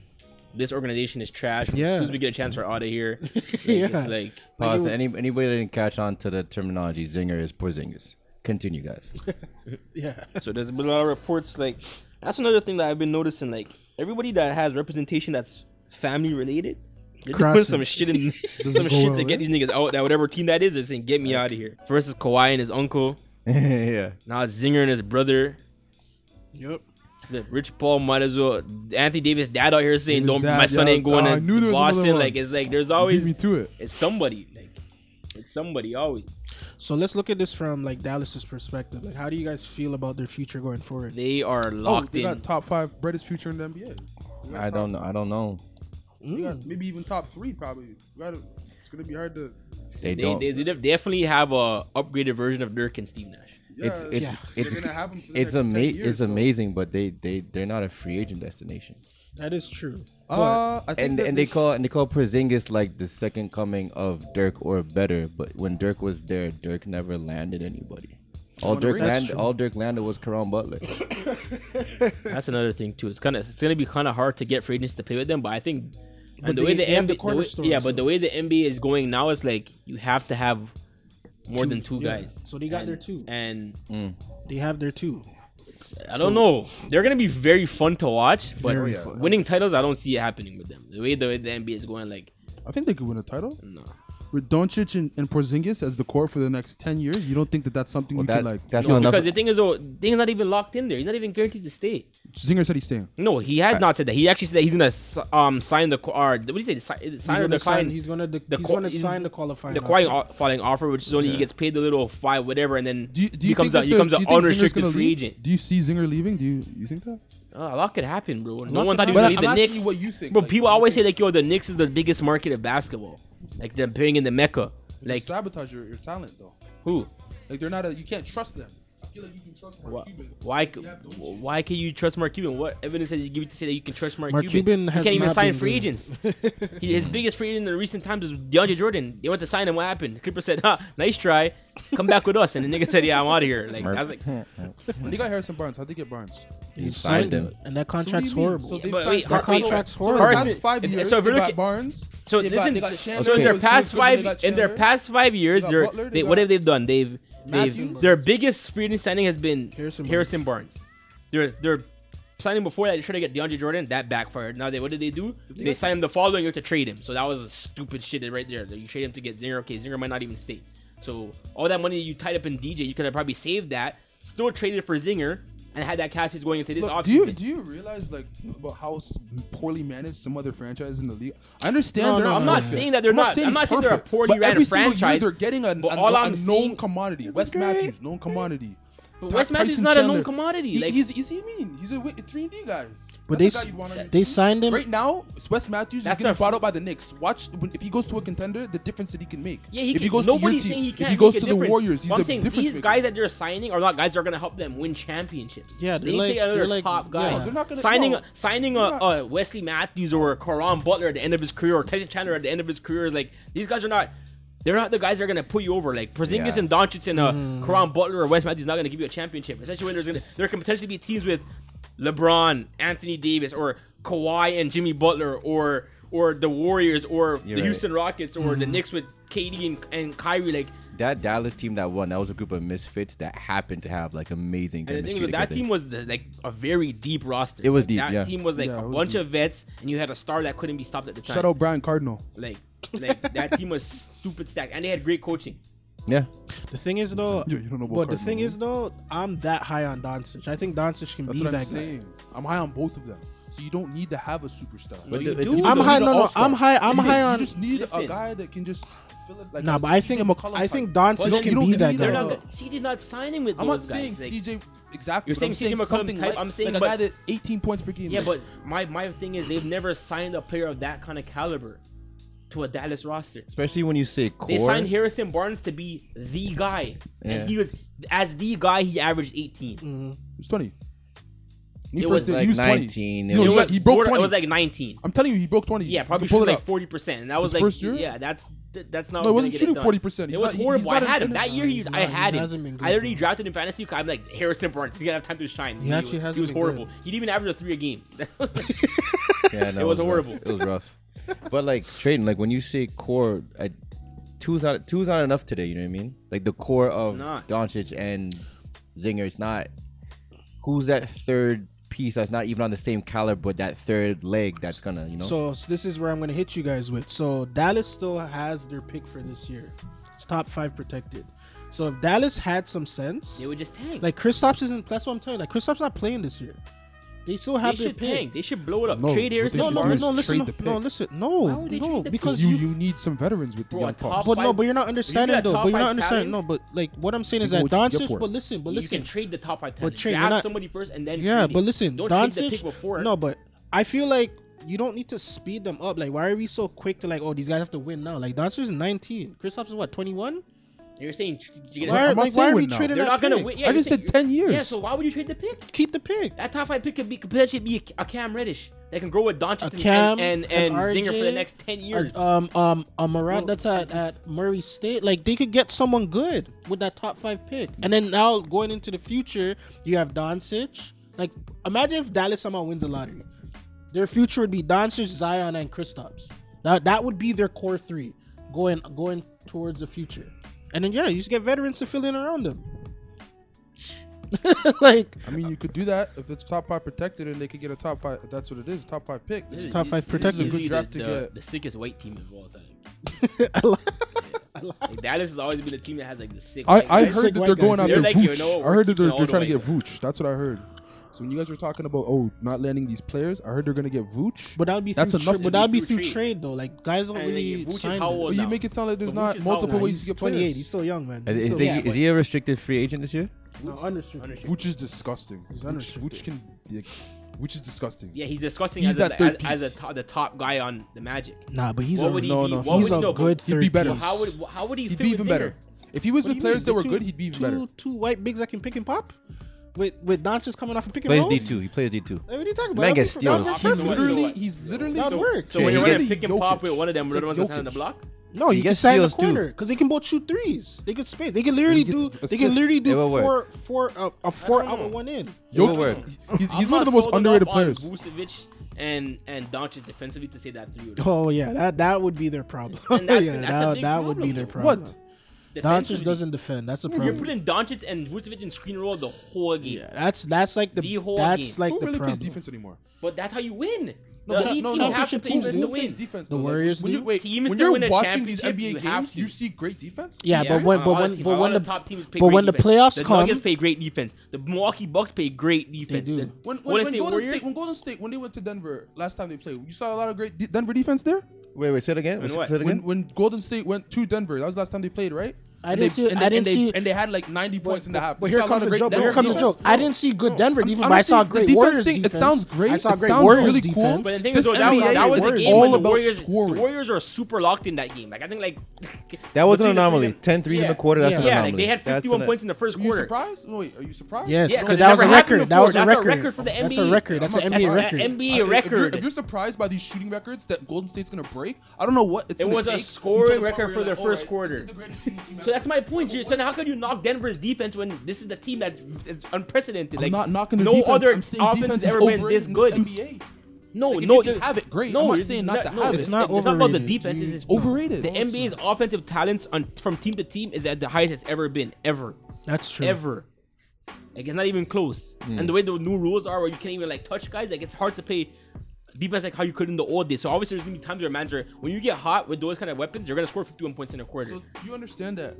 Speaker 2: this organization is trash. As
Speaker 4: Yeah.
Speaker 2: soon as we get a chance, we're out of here. Like,
Speaker 4: Yeah.
Speaker 2: It's like
Speaker 3: Pause. Any anybody that didn't catch on to the terminology, Zinger is Porzingis. Continue, guys.
Speaker 4: Yeah,
Speaker 2: so. There's been a lot of reports like that's another thing that I've been noticing. Like everybody that has representation that's family related, they're doing
Speaker 4: Crosses.
Speaker 2: some shit in some
Speaker 5: go
Speaker 2: shit
Speaker 5: well,
Speaker 2: to get
Speaker 5: eh?
Speaker 2: these niggas out. That whatever team that is, they're saying get me out of here. Versus Kawhi and his uncle.
Speaker 3: yeah.
Speaker 2: Now it's Zinger and his brother.
Speaker 4: yep.
Speaker 2: The Rich Paul might as well. Anthony Davis dad out here saying,
Speaker 5: Davis'
Speaker 2: "Don't
Speaker 5: dad,
Speaker 2: my son
Speaker 5: yeah.
Speaker 2: ain't going
Speaker 5: Oh, I
Speaker 2: to
Speaker 5: knew there was another
Speaker 2: Boston."
Speaker 5: one.
Speaker 2: Like it's like there's
Speaker 5: beat
Speaker 2: always
Speaker 5: me to it.
Speaker 2: it's somebody. Like it's somebody always.
Speaker 4: So let's look at this from like Dallas's perspective. Like, how do you guys feel about their future going forward?
Speaker 2: They are
Speaker 5: Oh,
Speaker 2: locked
Speaker 5: they
Speaker 2: in.
Speaker 5: got top five brightest future in the NBA.
Speaker 3: I don't know. I don't know.
Speaker 5: We got
Speaker 2: Mm.
Speaker 5: maybe even top three probably. We gotta, it's gonna be hard to.
Speaker 3: They,
Speaker 2: they,
Speaker 3: don't.
Speaker 2: they, they def- definitely have a upgraded version of Dirk and Steve Nash.
Speaker 5: Yeah,
Speaker 3: it's it's
Speaker 4: Yeah.
Speaker 3: it's
Speaker 5: they're gonna have him for the
Speaker 3: it's
Speaker 5: next 10
Speaker 3: ama-
Speaker 5: years,
Speaker 3: It's
Speaker 5: so-
Speaker 3: amazing, but they they they're not a free agent destination.
Speaker 4: That is true.
Speaker 5: Uh, I think
Speaker 3: And
Speaker 5: that
Speaker 3: and they call and they call Porzingis like the second coming of Dirk or better. But when Dirk was there, Dirk never landed anybody. All Dirk land, all Dirk landed was Karan Butler.
Speaker 2: That's another thing too. It's kind of it's gonna be kind of hard to get free agents to play with them. But I think and the
Speaker 4: they-
Speaker 2: way the
Speaker 4: they have the
Speaker 2: NBA,
Speaker 4: corner
Speaker 2: way-
Speaker 4: stores,
Speaker 2: yeah,
Speaker 4: though.
Speaker 2: but the way the NBA is going now is like you have to have more than two
Speaker 4: yeah.
Speaker 2: guys.
Speaker 4: So they got
Speaker 2: and,
Speaker 4: their two.
Speaker 2: and
Speaker 4: They have their two.
Speaker 2: I don't know. They're gonna be very fun to watch, but
Speaker 4: Very fun.
Speaker 2: winning titles, I don't see it happening with them. The way the, way the NBA is going, like
Speaker 5: I think they could win a title.
Speaker 2: no,
Speaker 5: with Doncic and, and Porzingis as the core for the next ten years, you don't think that that's something
Speaker 3: Well,
Speaker 5: you
Speaker 3: that,
Speaker 5: can like?
Speaker 3: that's
Speaker 2: No,
Speaker 3: not
Speaker 2: because
Speaker 3: enough.
Speaker 2: the thing is, oh, thing's not even locked in there. He's not even guaranteed to stay.
Speaker 5: Zinger said he's staying.
Speaker 2: No, he has not said that. He actually said that he's gonna s- um sign the qu- or what do you say? the si-
Speaker 4: He's
Speaker 2: Sign or
Speaker 4: gonna, sign,
Speaker 2: decline
Speaker 4: he's gonna, de-
Speaker 2: the
Speaker 4: he's
Speaker 2: qua-
Speaker 4: gonna
Speaker 2: he's-
Speaker 4: sign the qualifying.
Speaker 2: the
Speaker 4: offer.
Speaker 2: qualifying o- falling offer, which is only he gets paid the little five whatever, and then
Speaker 5: Do you, do you
Speaker 2: becomes
Speaker 5: think that
Speaker 2: a, he becomes
Speaker 5: the, do
Speaker 2: an
Speaker 5: you think Zinger's
Speaker 2: unrestricted
Speaker 5: gonna
Speaker 2: free
Speaker 5: leave?
Speaker 2: agent.
Speaker 5: Do you see Zinger leaving? Do you you think that?
Speaker 2: Uh, a lot could happen, bro. No
Speaker 5: lot could
Speaker 2: one thought
Speaker 5: happen.
Speaker 2: he was
Speaker 5: But
Speaker 2: gonna leave
Speaker 5: I'm
Speaker 2: the
Speaker 5: asking
Speaker 2: Knicks.
Speaker 5: you what you think,
Speaker 2: Bro,
Speaker 5: like,
Speaker 2: people
Speaker 5: you
Speaker 2: always
Speaker 5: think-
Speaker 2: say like, yo, the Knicks is the biggest market of basketball. Like they're playing in the mecca. Like
Speaker 5: sabotage your, your talent though.
Speaker 2: who?
Speaker 5: Like they're not a you can't trust them. I feel like you can trust
Speaker 2: Why? Why, c- why can you trust Mark Cuban? What evidence has he given to say that you can trust Mark,
Speaker 4: Mark Cuban
Speaker 2: Cuban? he
Speaker 4: has
Speaker 2: can't even
Speaker 4: not
Speaker 2: sign
Speaker 4: been
Speaker 2: free
Speaker 4: good.
Speaker 2: agents. he, his biggest free agent in recent times is DeAndre Jordan. They went to sign him. What happened? Clipper said, "Huh, nice try. Come back with us." And the nigga said, "Yeah, I'm out of here." Like I was like,
Speaker 5: When they got Harrison Barnes, how'd they get Barnes?
Speaker 4: You signed him, and that contract's horrible.
Speaker 2: Yeah, but wait,
Speaker 4: Har- wait, contract's horrible.
Speaker 5: Harrison,
Speaker 2: Harrison-
Speaker 5: five
Speaker 2: if-
Speaker 5: years,
Speaker 2: so if
Speaker 5: they
Speaker 2: you look
Speaker 5: got
Speaker 2: at-
Speaker 5: Barnes.
Speaker 2: So
Speaker 5: they got,
Speaker 2: listen,
Speaker 5: they got Chandler,
Speaker 2: so in their
Speaker 5: they got
Speaker 2: past
Speaker 5: Swift, they
Speaker 2: five
Speaker 5: got
Speaker 2: in their
Speaker 5: Chandler.
Speaker 2: past five years,
Speaker 5: got
Speaker 2: they're,
Speaker 5: Butler, they
Speaker 2: they, what
Speaker 5: got
Speaker 2: have they done? They've
Speaker 5: Matthews.
Speaker 2: they've their biggest free agent signing has been
Speaker 4: Harrison
Speaker 2: Harrison,
Speaker 4: Barnes.
Speaker 2: Barnes. Their their signing before that they tried to get DeAndre Jordan that backfired. Now they what did they do? They signed him the following year to trade him. So that was a stupid shit right there. You trade him to get Zinger. Okay, Zinger might not even stay. So all that money you tied up in DJ, you could have probably saved that. Still traded for Zinger and had that cash he's going into this
Speaker 5: Look,
Speaker 2: offseason.
Speaker 5: do you do you realize like about how s- poorly managed some other franchises in the league? I understand.
Speaker 4: No,
Speaker 5: they're
Speaker 4: no,
Speaker 5: not
Speaker 4: I'm not
Speaker 5: perfect.
Speaker 2: saying that they're not. I'm not saying they're a
Speaker 5: perfect,
Speaker 2: poorly
Speaker 5: but
Speaker 2: ran
Speaker 5: every single Year
Speaker 2: franchise,
Speaker 5: they're getting a,
Speaker 2: but
Speaker 5: a-
Speaker 2: all
Speaker 5: a
Speaker 2: I'm
Speaker 5: known
Speaker 2: seeing-
Speaker 5: commodity. Wes Matthews, known commodity.
Speaker 2: But
Speaker 5: Ta-
Speaker 2: Wes Matthews
Speaker 5: Tyson
Speaker 2: is not a known
Speaker 5: Chandler.
Speaker 2: commodity,
Speaker 5: He,
Speaker 2: like-
Speaker 5: he's, he's he mean. He's a wi- a three and D guy.
Speaker 4: But
Speaker 5: That's a
Speaker 4: they
Speaker 5: guy you'd want on your
Speaker 4: they
Speaker 5: team.
Speaker 4: signed him.
Speaker 5: Right now, Wes Matthews is
Speaker 2: That's
Speaker 5: getting
Speaker 2: our-
Speaker 5: brought up by the Knicks. Watch when- if he goes to a contender, the difference that he can make.
Speaker 2: Yeah, he
Speaker 5: if
Speaker 2: can,
Speaker 5: he goes
Speaker 2: nobody's
Speaker 5: to your
Speaker 2: saying
Speaker 5: team,
Speaker 2: he can't.
Speaker 5: if he goes
Speaker 2: make
Speaker 5: to
Speaker 2: a
Speaker 5: the
Speaker 2: difference.
Speaker 5: Warriors, he's
Speaker 2: But I'm
Speaker 5: a
Speaker 2: saying
Speaker 5: difference
Speaker 2: these
Speaker 5: maker.
Speaker 2: guys that they're signing are not guys that are gonna help them win championships.
Speaker 4: Yeah,
Speaker 2: they
Speaker 4: they're
Speaker 2: need
Speaker 4: like-
Speaker 2: to get another
Speaker 4: they're like-
Speaker 2: top guy.
Speaker 4: yeah.
Speaker 5: they're not gonna
Speaker 2: signing
Speaker 5: no.
Speaker 2: signing a,
Speaker 5: not-
Speaker 2: a Wesley Matthews or a Karan Butler at the end of his career or Tyson Chandler at the end of his career. is Like these guys are not. They're not the guys that are gonna pull you over. Like Porzingis
Speaker 3: Yeah.
Speaker 2: and Doncic and uh,
Speaker 4: Mm.
Speaker 2: Karan Butler or Wes Matthews is not gonna give you a championship, especially when there's gonna there can potentially be teams with LeBron, Anthony Davis, or Kawhi and Jimmy Butler, or or the Warriors, or the
Speaker 3: right.
Speaker 2: Houston Rockets, or the Knicks with KD and, and Kyrie. Like
Speaker 3: That Dallas team that won, that was a group of misfits that happened to have like amazing
Speaker 2: And the
Speaker 3: chemistry.
Speaker 2: thing was, that
Speaker 3: together.
Speaker 2: team was the, like a very deep roster.
Speaker 3: It was
Speaker 2: Like,
Speaker 3: deep,
Speaker 2: That
Speaker 3: yeah.
Speaker 2: team was like
Speaker 5: Yeah,
Speaker 2: a
Speaker 5: it was
Speaker 2: bunch
Speaker 5: deep.
Speaker 2: of vets, and you had a star that couldn't be stopped at the time.
Speaker 5: Shout out Brian Cardinal.
Speaker 2: Like, like that team was stupid stacked, and they had great coaching.
Speaker 3: yeah.
Speaker 4: The thing is though,
Speaker 5: You- you don't know
Speaker 4: but
Speaker 5: about
Speaker 4: the thing
Speaker 5: Cardinal.
Speaker 4: is though, I'm that high on Doncic. I think Doncic can
Speaker 5: That's
Speaker 4: be
Speaker 5: what I'm
Speaker 4: that guy.
Speaker 5: saying. I'm high on both of them. So you don't need to have a superstar.
Speaker 2: No,
Speaker 5: You
Speaker 2: you
Speaker 3: the-
Speaker 2: do.
Speaker 5: don't
Speaker 4: I'm
Speaker 5: need
Speaker 4: high-
Speaker 5: an
Speaker 4: no, no,
Speaker 5: all-star.
Speaker 4: I'm high- I'm
Speaker 5: You just-
Speaker 4: high on-
Speaker 5: You just need
Speaker 2: Listen.
Speaker 5: a guy that can just fill it. Like
Speaker 4: Nah,
Speaker 5: a
Speaker 4: but I
Speaker 5: CJ
Speaker 4: think
Speaker 5: McCollum
Speaker 4: I
Speaker 5: type.
Speaker 4: think Doncic
Speaker 5: you don't-
Speaker 4: can
Speaker 5: you don't
Speaker 4: be that
Speaker 5: need
Speaker 4: guy.
Speaker 2: They're
Speaker 5: No.
Speaker 2: not. go- CJ not signing with
Speaker 5: I'm not
Speaker 2: those
Speaker 5: saying
Speaker 2: guys. Like,
Speaker 5: CJ exactly.
Speaker 2: You're
Speaker 5: but
Speaker 2: saying
Speaker 5: I'm
Speaker 2: CJ McCollum
Speaker 5: something
Speaker 2: type,
Speaker 5: Like,
Speaker 2: I'm saying,
Speaker 5: like
Speaker 2: but-
Speaker 5: a guy that 18 points per game.
Speaker 2: yeah, but my my thing is they've never signed a player of that kind of caliber to a Dallas roster.
Speaker 3: Especially when you say core.
Speaker 2: They signed Harrison Barnes to be the guy,
Speaker 3: Yeah.
Speaker 2: and he was as the guy he averaged 18.
Speaker 5: it's 20. He
Speaker 2: It
Speaker 5: first
Speaker 2: was
Speaker 5: did- he
Speaker 3: like
Speaker 5: was 20.
Speaker 3: 19,
Speaker 5: You
Speaker 3: it
Speaker 5: know,
Speaker 2: It
Speaker 5: he
Speaker 2: was
Speaker 5: got- he broke
Speaker 2: border-
Speaker 5: 20.
Speaker 2: It was like 19.
Speaker 5: I'm telling you, he broke 20.
Speaker 2: Yeah,
Speaker 5: You
Speaker 2: probably
Speaker 5: can pull
Speaker 2: shooting
Speaker 5: it
Speaker 2: like
Speaker 5: up.
Speaker 2: forty percent, and that was
Speaker 5: His
Speaker 2: like,
Speaker 5: first year?
Speaker 2: yeah, that's th- that's
Speaker 5: No,
Speaker 2: not.
Speaker 5: he
Speaker 2: gonna
Speaker 5: wasn't
Speaker 2: get
Speaker 5: shooting
Speaker 2: done.
Speaker 5: 40%.
Speaker 2: It
Speaker 5: He's
Speaker 2: was
Speaker 5: not-
Speaker 2: horrible.
Speaker 5: he's
Speaker 2: I
Speaker 5: not
Speaker 2: had
Speaker 5: an-
Speaker 2: him that year. He was,
Speaker 4: he's
Speaker 2: I
Speaker 4: not- he
Speaker 2: had
Speaker 4: hasn't been
Speaker 2: him.
Speaker 4: good,
Speaker 2: I already
Speaker 4: though.
Speaker 2: drafted in fantasy. 'cause I'm like Harrison Barnes. He's gonna have time to shine. He,
Speaker 4: actually
Speaker 2: was,
Speaker 4: hasn't
Speaker 2: he was
Speaker 4: been
Speaker 2: horrible. He didn't even average a three a game.
Speaker 3: Yeah, no,
Speaker 2: It was
Speaker 3: rough.
Speaker 2: horrible.
Speaker 3: It was rough. but like trading, like when you say core, I, two's not two's not enough today. You know what I mean? Like the core of
Speaker 2: not.
Speaker 3: Doncic and Zinger, it's not. Who's that third piece that's not even on the same caliber, but that third leg that's gonna,
Speaker 2: Oh.
Speaker 3: you know?
Speaker 4: So s- this is where I'm gonna hit you guys with. So Dallas still has their pick for this year. It's top five protected. So if Dallas had some sense,
Speaker 2: they would just tank.
Speaker 4: like Kristaps isn't. That's what I'm telling you. Like Kristaps not playing this year. They still
Speaker 2: they
Speaker 4: have their
Speaker 2: should
Speaker 4: pick.
Speaker 2: tank. They should blow it up.
Speaker 5: No,
Speaker 2: Trade
Speaker 5: but
Speaker 2: Harrison
Speaker 5: they
Speaker 4: No,
Speaker 5: should
Speaker 4: no,
Speaker 5: do
Speaker 4: no,
Speaker 5: is
Speaker 2: Barnes.
Speaker 4: no, listen,
Speaker 5: trade the
Speaker 4: no,
Speaker 5: pick.
Speaker 4: listen,
Speaker 2: Why
Speaker 4: no,
Speaker 2: would they
Speaker 4: no,
Speaker 2: trade the
Speaker 4: because
Speaker 5: you,
Speaker 4: you,
Speaker 5: you need some veterans with the
Speaker 2: Bro,
Speaker 5: young
Speaker 2: a top
Speaker 5: pops.
Speaker 4: but no,
Speaker 2: five-
Speaker 4: but you're not
Speaker 2: you
Speaker 4: understanding
Speaker 2: got
Speaker 4: though.
Speaker 2: top
Speaker 4: But you're not
Speaker 2: five
Speaker 4: understanding. No,
Speaker 2: talents?
Speaker 4: but like what I'm saying is
Speaker 5: You
Speaker 4: that
Speaker 5: get what you get
Speaker 4: Doncic.
Speaker 5: for it.
Speaker 4: But listen, but
Speaker 2: You
Speaker 4: listen,
Speaker 2: can trade the top five talent.
Speaker 4: trade- you're
Speaker 2: Draft
Speaker 4: not-
Speaker 2: somebody first, and then
Speaker 4: yeah,
Speaker 2: trade it.
Speaker 4: but listen,
Speaker 2: don't
Speaker 4: Doncic.
Speaker 2: trade the pick before.
Speaker 4: No, but I feel like you don't need to speed them up. Like, why are we so quick to like, oh, these guys have to win now? Like, Doncic is 19. Kristaps is what 21.
Speaker 2: you're saying tr- you get
Speaker 5: not-
Speaker 4: Why, are
Speaker 5: I'm not
Speaker 4: like, why
Speaker 5: saying
Speaker 4: are we
Speaker 5: win now.
Speaker 4: trading
Speaker 2: they're
Speaker 4: that
Speaker 2: not gonna
Speaker 4: pick?
Speaker 2: win.
Speaker 5: I
Speaker 2: Yeah, you're
Speaker 5: just
Speaker 2: saying-
Speaker 5: said 10 years.
Speaker 2: Yeah, so why would you trade the pick?
Speaker 4: Keep the pick.
Speaker 2: That top five pick could be could potentially be a, a Cam Reddish that can grow with Doncic
Speaker 4: A Cam,
Speaker 2: and and,
Speaker 4: an
Speaker 2: and, Zinger for
Speaker 4: RJ,
Speaker 2: the next ten years.
Speaker 4: Um, um, a Morant that's at, at Murray State. Like they could get someone good with that top five pick, and then now going into the future, you have Doncic. Like, imagine if Dallas somehow wins the lottery, their future would be Doncic, Zion, and Kristaps. That that would be their core three going going towards the future, and then yeah, you just get veterans to fill in around them. like
Speaker 5: I mean, you could do that if it's top five protected and they could get a top five. That's what it is, top five pick.
Speaker 2: This is-
Speaker 4: top five
Speaker 2: this is
Speaker 4: protected.
Speaker 2: easily
Speaker 5: Good draft
Speaker 2: the,
Speaker 5: to
Speaker 2: the-
Speaker 5: get.
Speaker 2: the sickest white team of all time. Like, Dallas has always been the team that has like the sick.
Speaker 5: I,
Speaker 2: white
Speaker 5: I
Speaker 2: guys.
Speaker 4: Sick
Speaker 5: heard that
Speaker 4: white
Speaker 5: they're going
Speaker 4: guys.
Speaker 5: after
Speaker 2: They're like, you
Speaker 5: Vooch.
Speaker 2: know what,
Speaker 5: I
Speaker 2: we're
Speaker 5: heard that they're,
Speaker 2: keeping all
Speaker 5: they're
Speaker 2: the
Speaker 5: trying to
Speaker 2: white
Speaker 5: get Vooch. That's what I heard. So when you guys were talking about oh not landing these players, I heard they're gonna get Vooch.
Speaker 4: But that would be
Speaker 5: That's
Speaker 4: through
Speaker 5: enough to
Speaker 4: tra- but
Speaker 5: be
Speaker 4: that would be
Speaker 2: through
Speaker 4: through
Speaker 2: trade.
Speaker 4: trade though. Like guys don't
Speaker 2: And then
Speaker 4: really
Speaker 2: Vucevic is
Speaker 4: sign.
Speaker 2: how
Speaker 4: him.
Speaker 2: old?
Speaker 5: But you
Speaker 2: now.
Speaker 5: make it sound like there's
Speaker 2: But Vooch
Speaker 5: not
Speaker 2: is how
Speaker 5: multiple
Speaker 2: old?
Speaker 4: Nah,
Speaker 5: ways
Speaker 4: he's
Speaker 5: to get
Speaker 4: 28.
Speaker 5: players.
Speaker 4: He's still young, man.
Speaker 3: I thi-
Speaker 4: He's
Speaker 3: Is,
Speaker 4: still
Speaker 3: they-
Speaker 2: yeah,
Speaker 3: is he a restricted free agent this year?
Speaker 4: no, unrestricted.
Speaker 5: Vooch is disgusting.
Speaker 4: He's
Speaker 5: Vooch,
Speaker 4: unrestricted.
Speaker 5: Vooch can, yeah, Vooch is disgusting.
Speaker 2: Yeah, he's disgusting
Speaker 5: He's
Speaker 2: as,
Speaker 5: that
Speaker 2: a, as,
Speaker 5: third
Speaker 2: as a
Speaker 5: piece.
Speaker 2: to- the top guy on the Magic.
Speaker 4: Nah, but he's
Speaker 2: What
Speaker 4: a,
Speaker 2: would he
Speaker 5: no,
Speaker 2: be?
Speaker 5: no,
Speaker 2: What
Speaker 4: he's
Speaker 2: would,
Speaker 4: a
Speaker 2: no, but-
Speaker 4: good
Speaker 5: He'd
Speaker 4: third.
Speaker 5: be better.
Speaker 2: But how would how would he
Speaker 5: He'd
Speaker 2: fit
Speaker 5: be even
Speaker 2: with
Speaker 5: better. If he was with players that were good, he'd be even
Speaker 4: two,
Speaker 5: better.
Speaker 4: Two white bigs that can pick and pop, with with Doncic coming off and pick and
Speaker 3: Plays
Speaker 4: rolls.
Speaker 3: D two. He plays D two.
Speaker 4: Hey, What are you talking about?
Speaker 3: Man
Speaker 4: That'd
Speaker 3: gets
Speaker 4: be- that'd
Speaker 3: steals.
Speaker 4: be
Speaker 5: He's
Speaker 2: So
Speaker 4: perfect.
Speaker 2: what-
Speaker 5: literally,
Speaker 2: so
Speaker 5: he's literally
Speaker 4: That
Speaker 5: so-
Speaker 4: works.
Speaker 2: So when
Speaker 3: Yeah,
Speaker 2: you're
Speaker 3: he
Speaker 2: running
Speaker 5: gets-
Speaker 2: pick and pop
Speaker 5: Jokic.
Speaker 2: with one of them,
Speaker 5: It's
Speaker 2: the other one's
Speaker 5: like
Speaker 2: that's on the
Speaker 5: Jokic.
Speaker 2: block.
Speaker 4: No,
Speaker 3: He
Speaker 4: you can
Speaker 3: gets
Speaker 4: side in the
Speaker 3: steals, too.
Speaker 4: corner because they can both shoot threes. They could space. They can literally
Speaker 5: gets
Speaker 4: do. They
Speaker 5: assists.
Speaker 4: can literally do
Speaker 3: It will
Speaker 4: four,
Speaker 3: work.
Speaker 4: four, uh, a four
Speaker 2: don't
Speaker 4: out
Speaker 2: know.
Speaker 4: of one in.
Speaker 3: Yo,
Speaker 5: Jokic-
Speaker 3: work.
Speaker 5: He's,
Speaker 2: I'm
Speaker 5: he's one
Speaker 2: not
Speaker 5: of the most
Speaker 2: sold enough
Speaker 5: underrated
Speaker 2: on
Speaker 5: players.
Speaker 2: Vucevic and and Doncic defensively to say that through.
Speaker 4: Oh yeah, that that would be their problem.
Speaker 2: And that's-
Speaker 4: yeah,
Speaker 2: that's a
Speaker 4: that,
Speaker 2: big
Speaker 4: that would be
Speaker 2: problem,
Speaker 4: their
Speaker 2: though.
Speaker 4: problem.
Speaker 5: What?
Speaker 4: Doncic doesn't defend. That's a
Speaker 2: You're
Speaker 4: problem.
Speaker 2: putting Doncic and Vucevic in screen roll the whole game,
Speaker 4: Yeah, that's that's like the,
Speaker 2: The whole
Speaker 4: that's
Speaker 2: game.
Speaker 4: like
Speaker 5: Who
Speaker 4: the
Speaker 5: really plays
Speaker 4: problem.
Speaker 5: defense anymore?
Speaker 2: but that's how you win. The
Speaker 5: but-
Speaker 2: elite teams have to
Speaker 4: championship
Speaker 2: play
Speaker 4: teams
Speaker 2: best
Speaker 4: do
Speaker 2: to
Speaker 5: plays
Speaker 2: win.
Speaker 5: defense.
Speaker 4: The
Speaker 5: though? Like,
Speaker 4: Warriors
Speaker 5: when
Speaker 4: do.
Speaker 5: you, wait,
Speaker 2: Teams
Speaker 5: when
Speaker 2: to
Speaker 5: you're
Speaker 2: win a
Speaker 5: watching these
Speaker 2: championship,
Speaker 5: NBA
Speaker 2: you have
Speaker 5: games,
Speaker 2: to.
Speaker 5: you see great defense.
Speaker 4: Yeah,
Speaker 2: Yeah,
Speaker 4: but
Speaker 2: a
Speaker 4: when but
Speaker 2: lot of
Speaker 4: when
Speaker 2: teams- a
Speaker 4: but
Speaker 2: lot
Speaker 4: when the
Speaker 2: of top teams play
Speaker 4: but
Speaker 2: great
Speaker 4: when the
Speaker 2: defense.
Speaker 4: playoffs
Speaker 2: the
Speaker 4: come,
Speaker 2: Nuggets play great defense. The Milwaukee Bucks play great defense.
Speaker 4: do.
Speaker 2: The
Speaker 5: When, when,
Speaker 2: Golden
Speaker 5: when,
Speaker 2: State
Speaker 5: Golden
Speaker 2: Warriors.
Speaker 5: State, when Golden State, when they went to Denver last time they played, you saw a lot of great de- Denver defense there.
Speaker 3: Wait, wait. Say it again.
Speaker 2: When
Speaker 3: Say
Speaker 2: what?
Speaker 3: it again.
Speaker 5: When when Golden State went to Denver, that was the last time they played, right?
Speaker 4: I
Speaker 5: And
Speaker 4: didn't
Speaker 5: they,
Speaker 4: see-
Speaker 5: And
Speaker 4: I
Speaker 5: they,
Speaker 4: didn't
Speaker 5: and they,
Speaker 4: see-
Speaker 5: And they had like 90 points in the half.
Speaker 4: But
Speaker 5: You
Speaker 4: here
Speaker 5: saw a lot
Speaker 4: comes
Speaker 5: of
Speaker 4: the
Speaker 5: great
Speaker 4: joke. But here
Speaker 5: Denver
Speaker 4: comes the
Speaker 5: defense.
Speaker 4: joke. I didn't see good Denver
Speaker 5: I'm-
Speaker 4: defense.
Speaker 5: I'm
Speaker 4: but I
Speaker 5: just
Speaker 4: saw
Speaker 5: saying the
Speaker 4: great
Speaker 5: defense
Speaker 4: Warriors
Speaker 5: thing, it
Speaker 4: defense.
Speaker 5: sounds great.
Speaker 4: I saw
Speaker 5: It
Speaker 4: great
Speaker 5: sounds
Speaker 4: Warriors
Speaker 5: really cool,
Speaker 4: defense.
Speaker 2: But the thing
Speaker 5: This
Speaker 2: is, though, that was,
Speaker 5: NBA
Speaker 2: that was the
Speaker 5: is
Speaker 2: game
Speaker 5: all
Speaker 2: when the
Speaker 5: about
Speaker 2: Warriors,
Speaker 5: scoring.
Speaker 2: the Warriors are super locked in that game. Like I think, like
Speaker 3: That
Speaker 2: between the
Speaker 3: was an
Speaker 2: three
Speaker 3: anomaly.
Speaker 2: of them-
Speaker 3: 10 threes in
Speaker 2: Yeah.
Speaker 3: the quarter. That's
Speaker 4: Yeah.
Speaker 3: an
Speaker 2: yeah,
Speaker 3: anomaly.
Speaker 2: like they had
Speaker 3: That's
Speaker 2: 51
Speaker 3: an-
Speaker 2: points in the first
Speaker 5: Are you
Speaker 2: quarter.
Speaker 5: surprised? No, wait, are you surprised?
Speaker 4: Yes,
Speaker 2: Yeah,
Speaker 4: 'cause
Speaker 2: 'cause it
Speaker 4: that was
Speaker 2: never
Speaker 4: a
Speaker 2: happened
Speaker 4: record. That was a
Speaker 2: before. That's a
Speaker 4: record.
Speaker 2: record for the
Speaker 4: That's a
Speaker 2: NBA.
Speaker 4: record. That's
Speaker 5: I'm
Speaker 4: an
Speaker 5: not
Speaker 4: NBA
Speaker 5: surprised.
Speaker 4: record.
Speaker 5: I-
Speaker 2: NBA
Speaker 5: if you're- If
Speaker 2: record.
Speaker 5: you're, surprised by these shooting records that Golden State's gonna break, I don't know what it's.
Speaker 2: It
Speaker 5: gonna
Speaker 2: was a
Speaker 5: take
Speaker 2: scoring
Speaker 5: until the
Speaker 2: record
Speaker 5: point
Speaker 2: for
Speaker 5: where you're like,
Speaker 2: their
Speaker 5: "Alright,
Speaker 2: first quarter."
Speaker 5: this is the greatest shooting team
Speaker 2: So that's
Speaker 5: ever."
Speaker 2: my point. So how could you knock Denver's defense when this is the team that is unprecedented?
Speaker 5: I'm
Speaker 2: Like
Speaker 5: not knocking the
Speaker 2: no
Speaker 5: defense.
Speaker 2: other
Speaker 5: I'm saying
Speaker 2: offense
Speaker 5: defense
Speaker 2: has
Speaker 5: is
Speaker 2: ever been
Speaker 5: overrated
Speaker 2: this
Speaker 5: in
Speaker 2: good.
Speaker 5: NBA.
Speaker 2: No,
Speaker 5: Like, if
Speaker 2: no,
Speaker 5: you can
Speaker 2: th-
Speaker 5: have it, great. I'm not saying not to have it.
Speaker 4: It's
Speaker 2: it's not
Speaker 4: not
Speaker 2: about the
Speaker 4: overrated,
Speaker 2: defense.
Speaker 4: dude.
Speaker 2: It's,
Speaker 4: It's
Speaker 5: overrated.
Speaker 2: The
Speaker 5: No, it's
Speaker 2: NBA's offensive talents on, from team to team is at the highest it's ever been, ever,
Speaker 4: That's true.
Speaker 2: ever. Like it's not even close.
Speaker 4: Hmm.
Speaker 2: And the way the new rules are, where you can't even like touch guys, like it's hard to play defense like how you could in the old days. So obviously, there's gonna be times where manager, when you get hot with those kind of weapons, you're gonna score 51 points in a quarter.
Speaker 5: So you understand that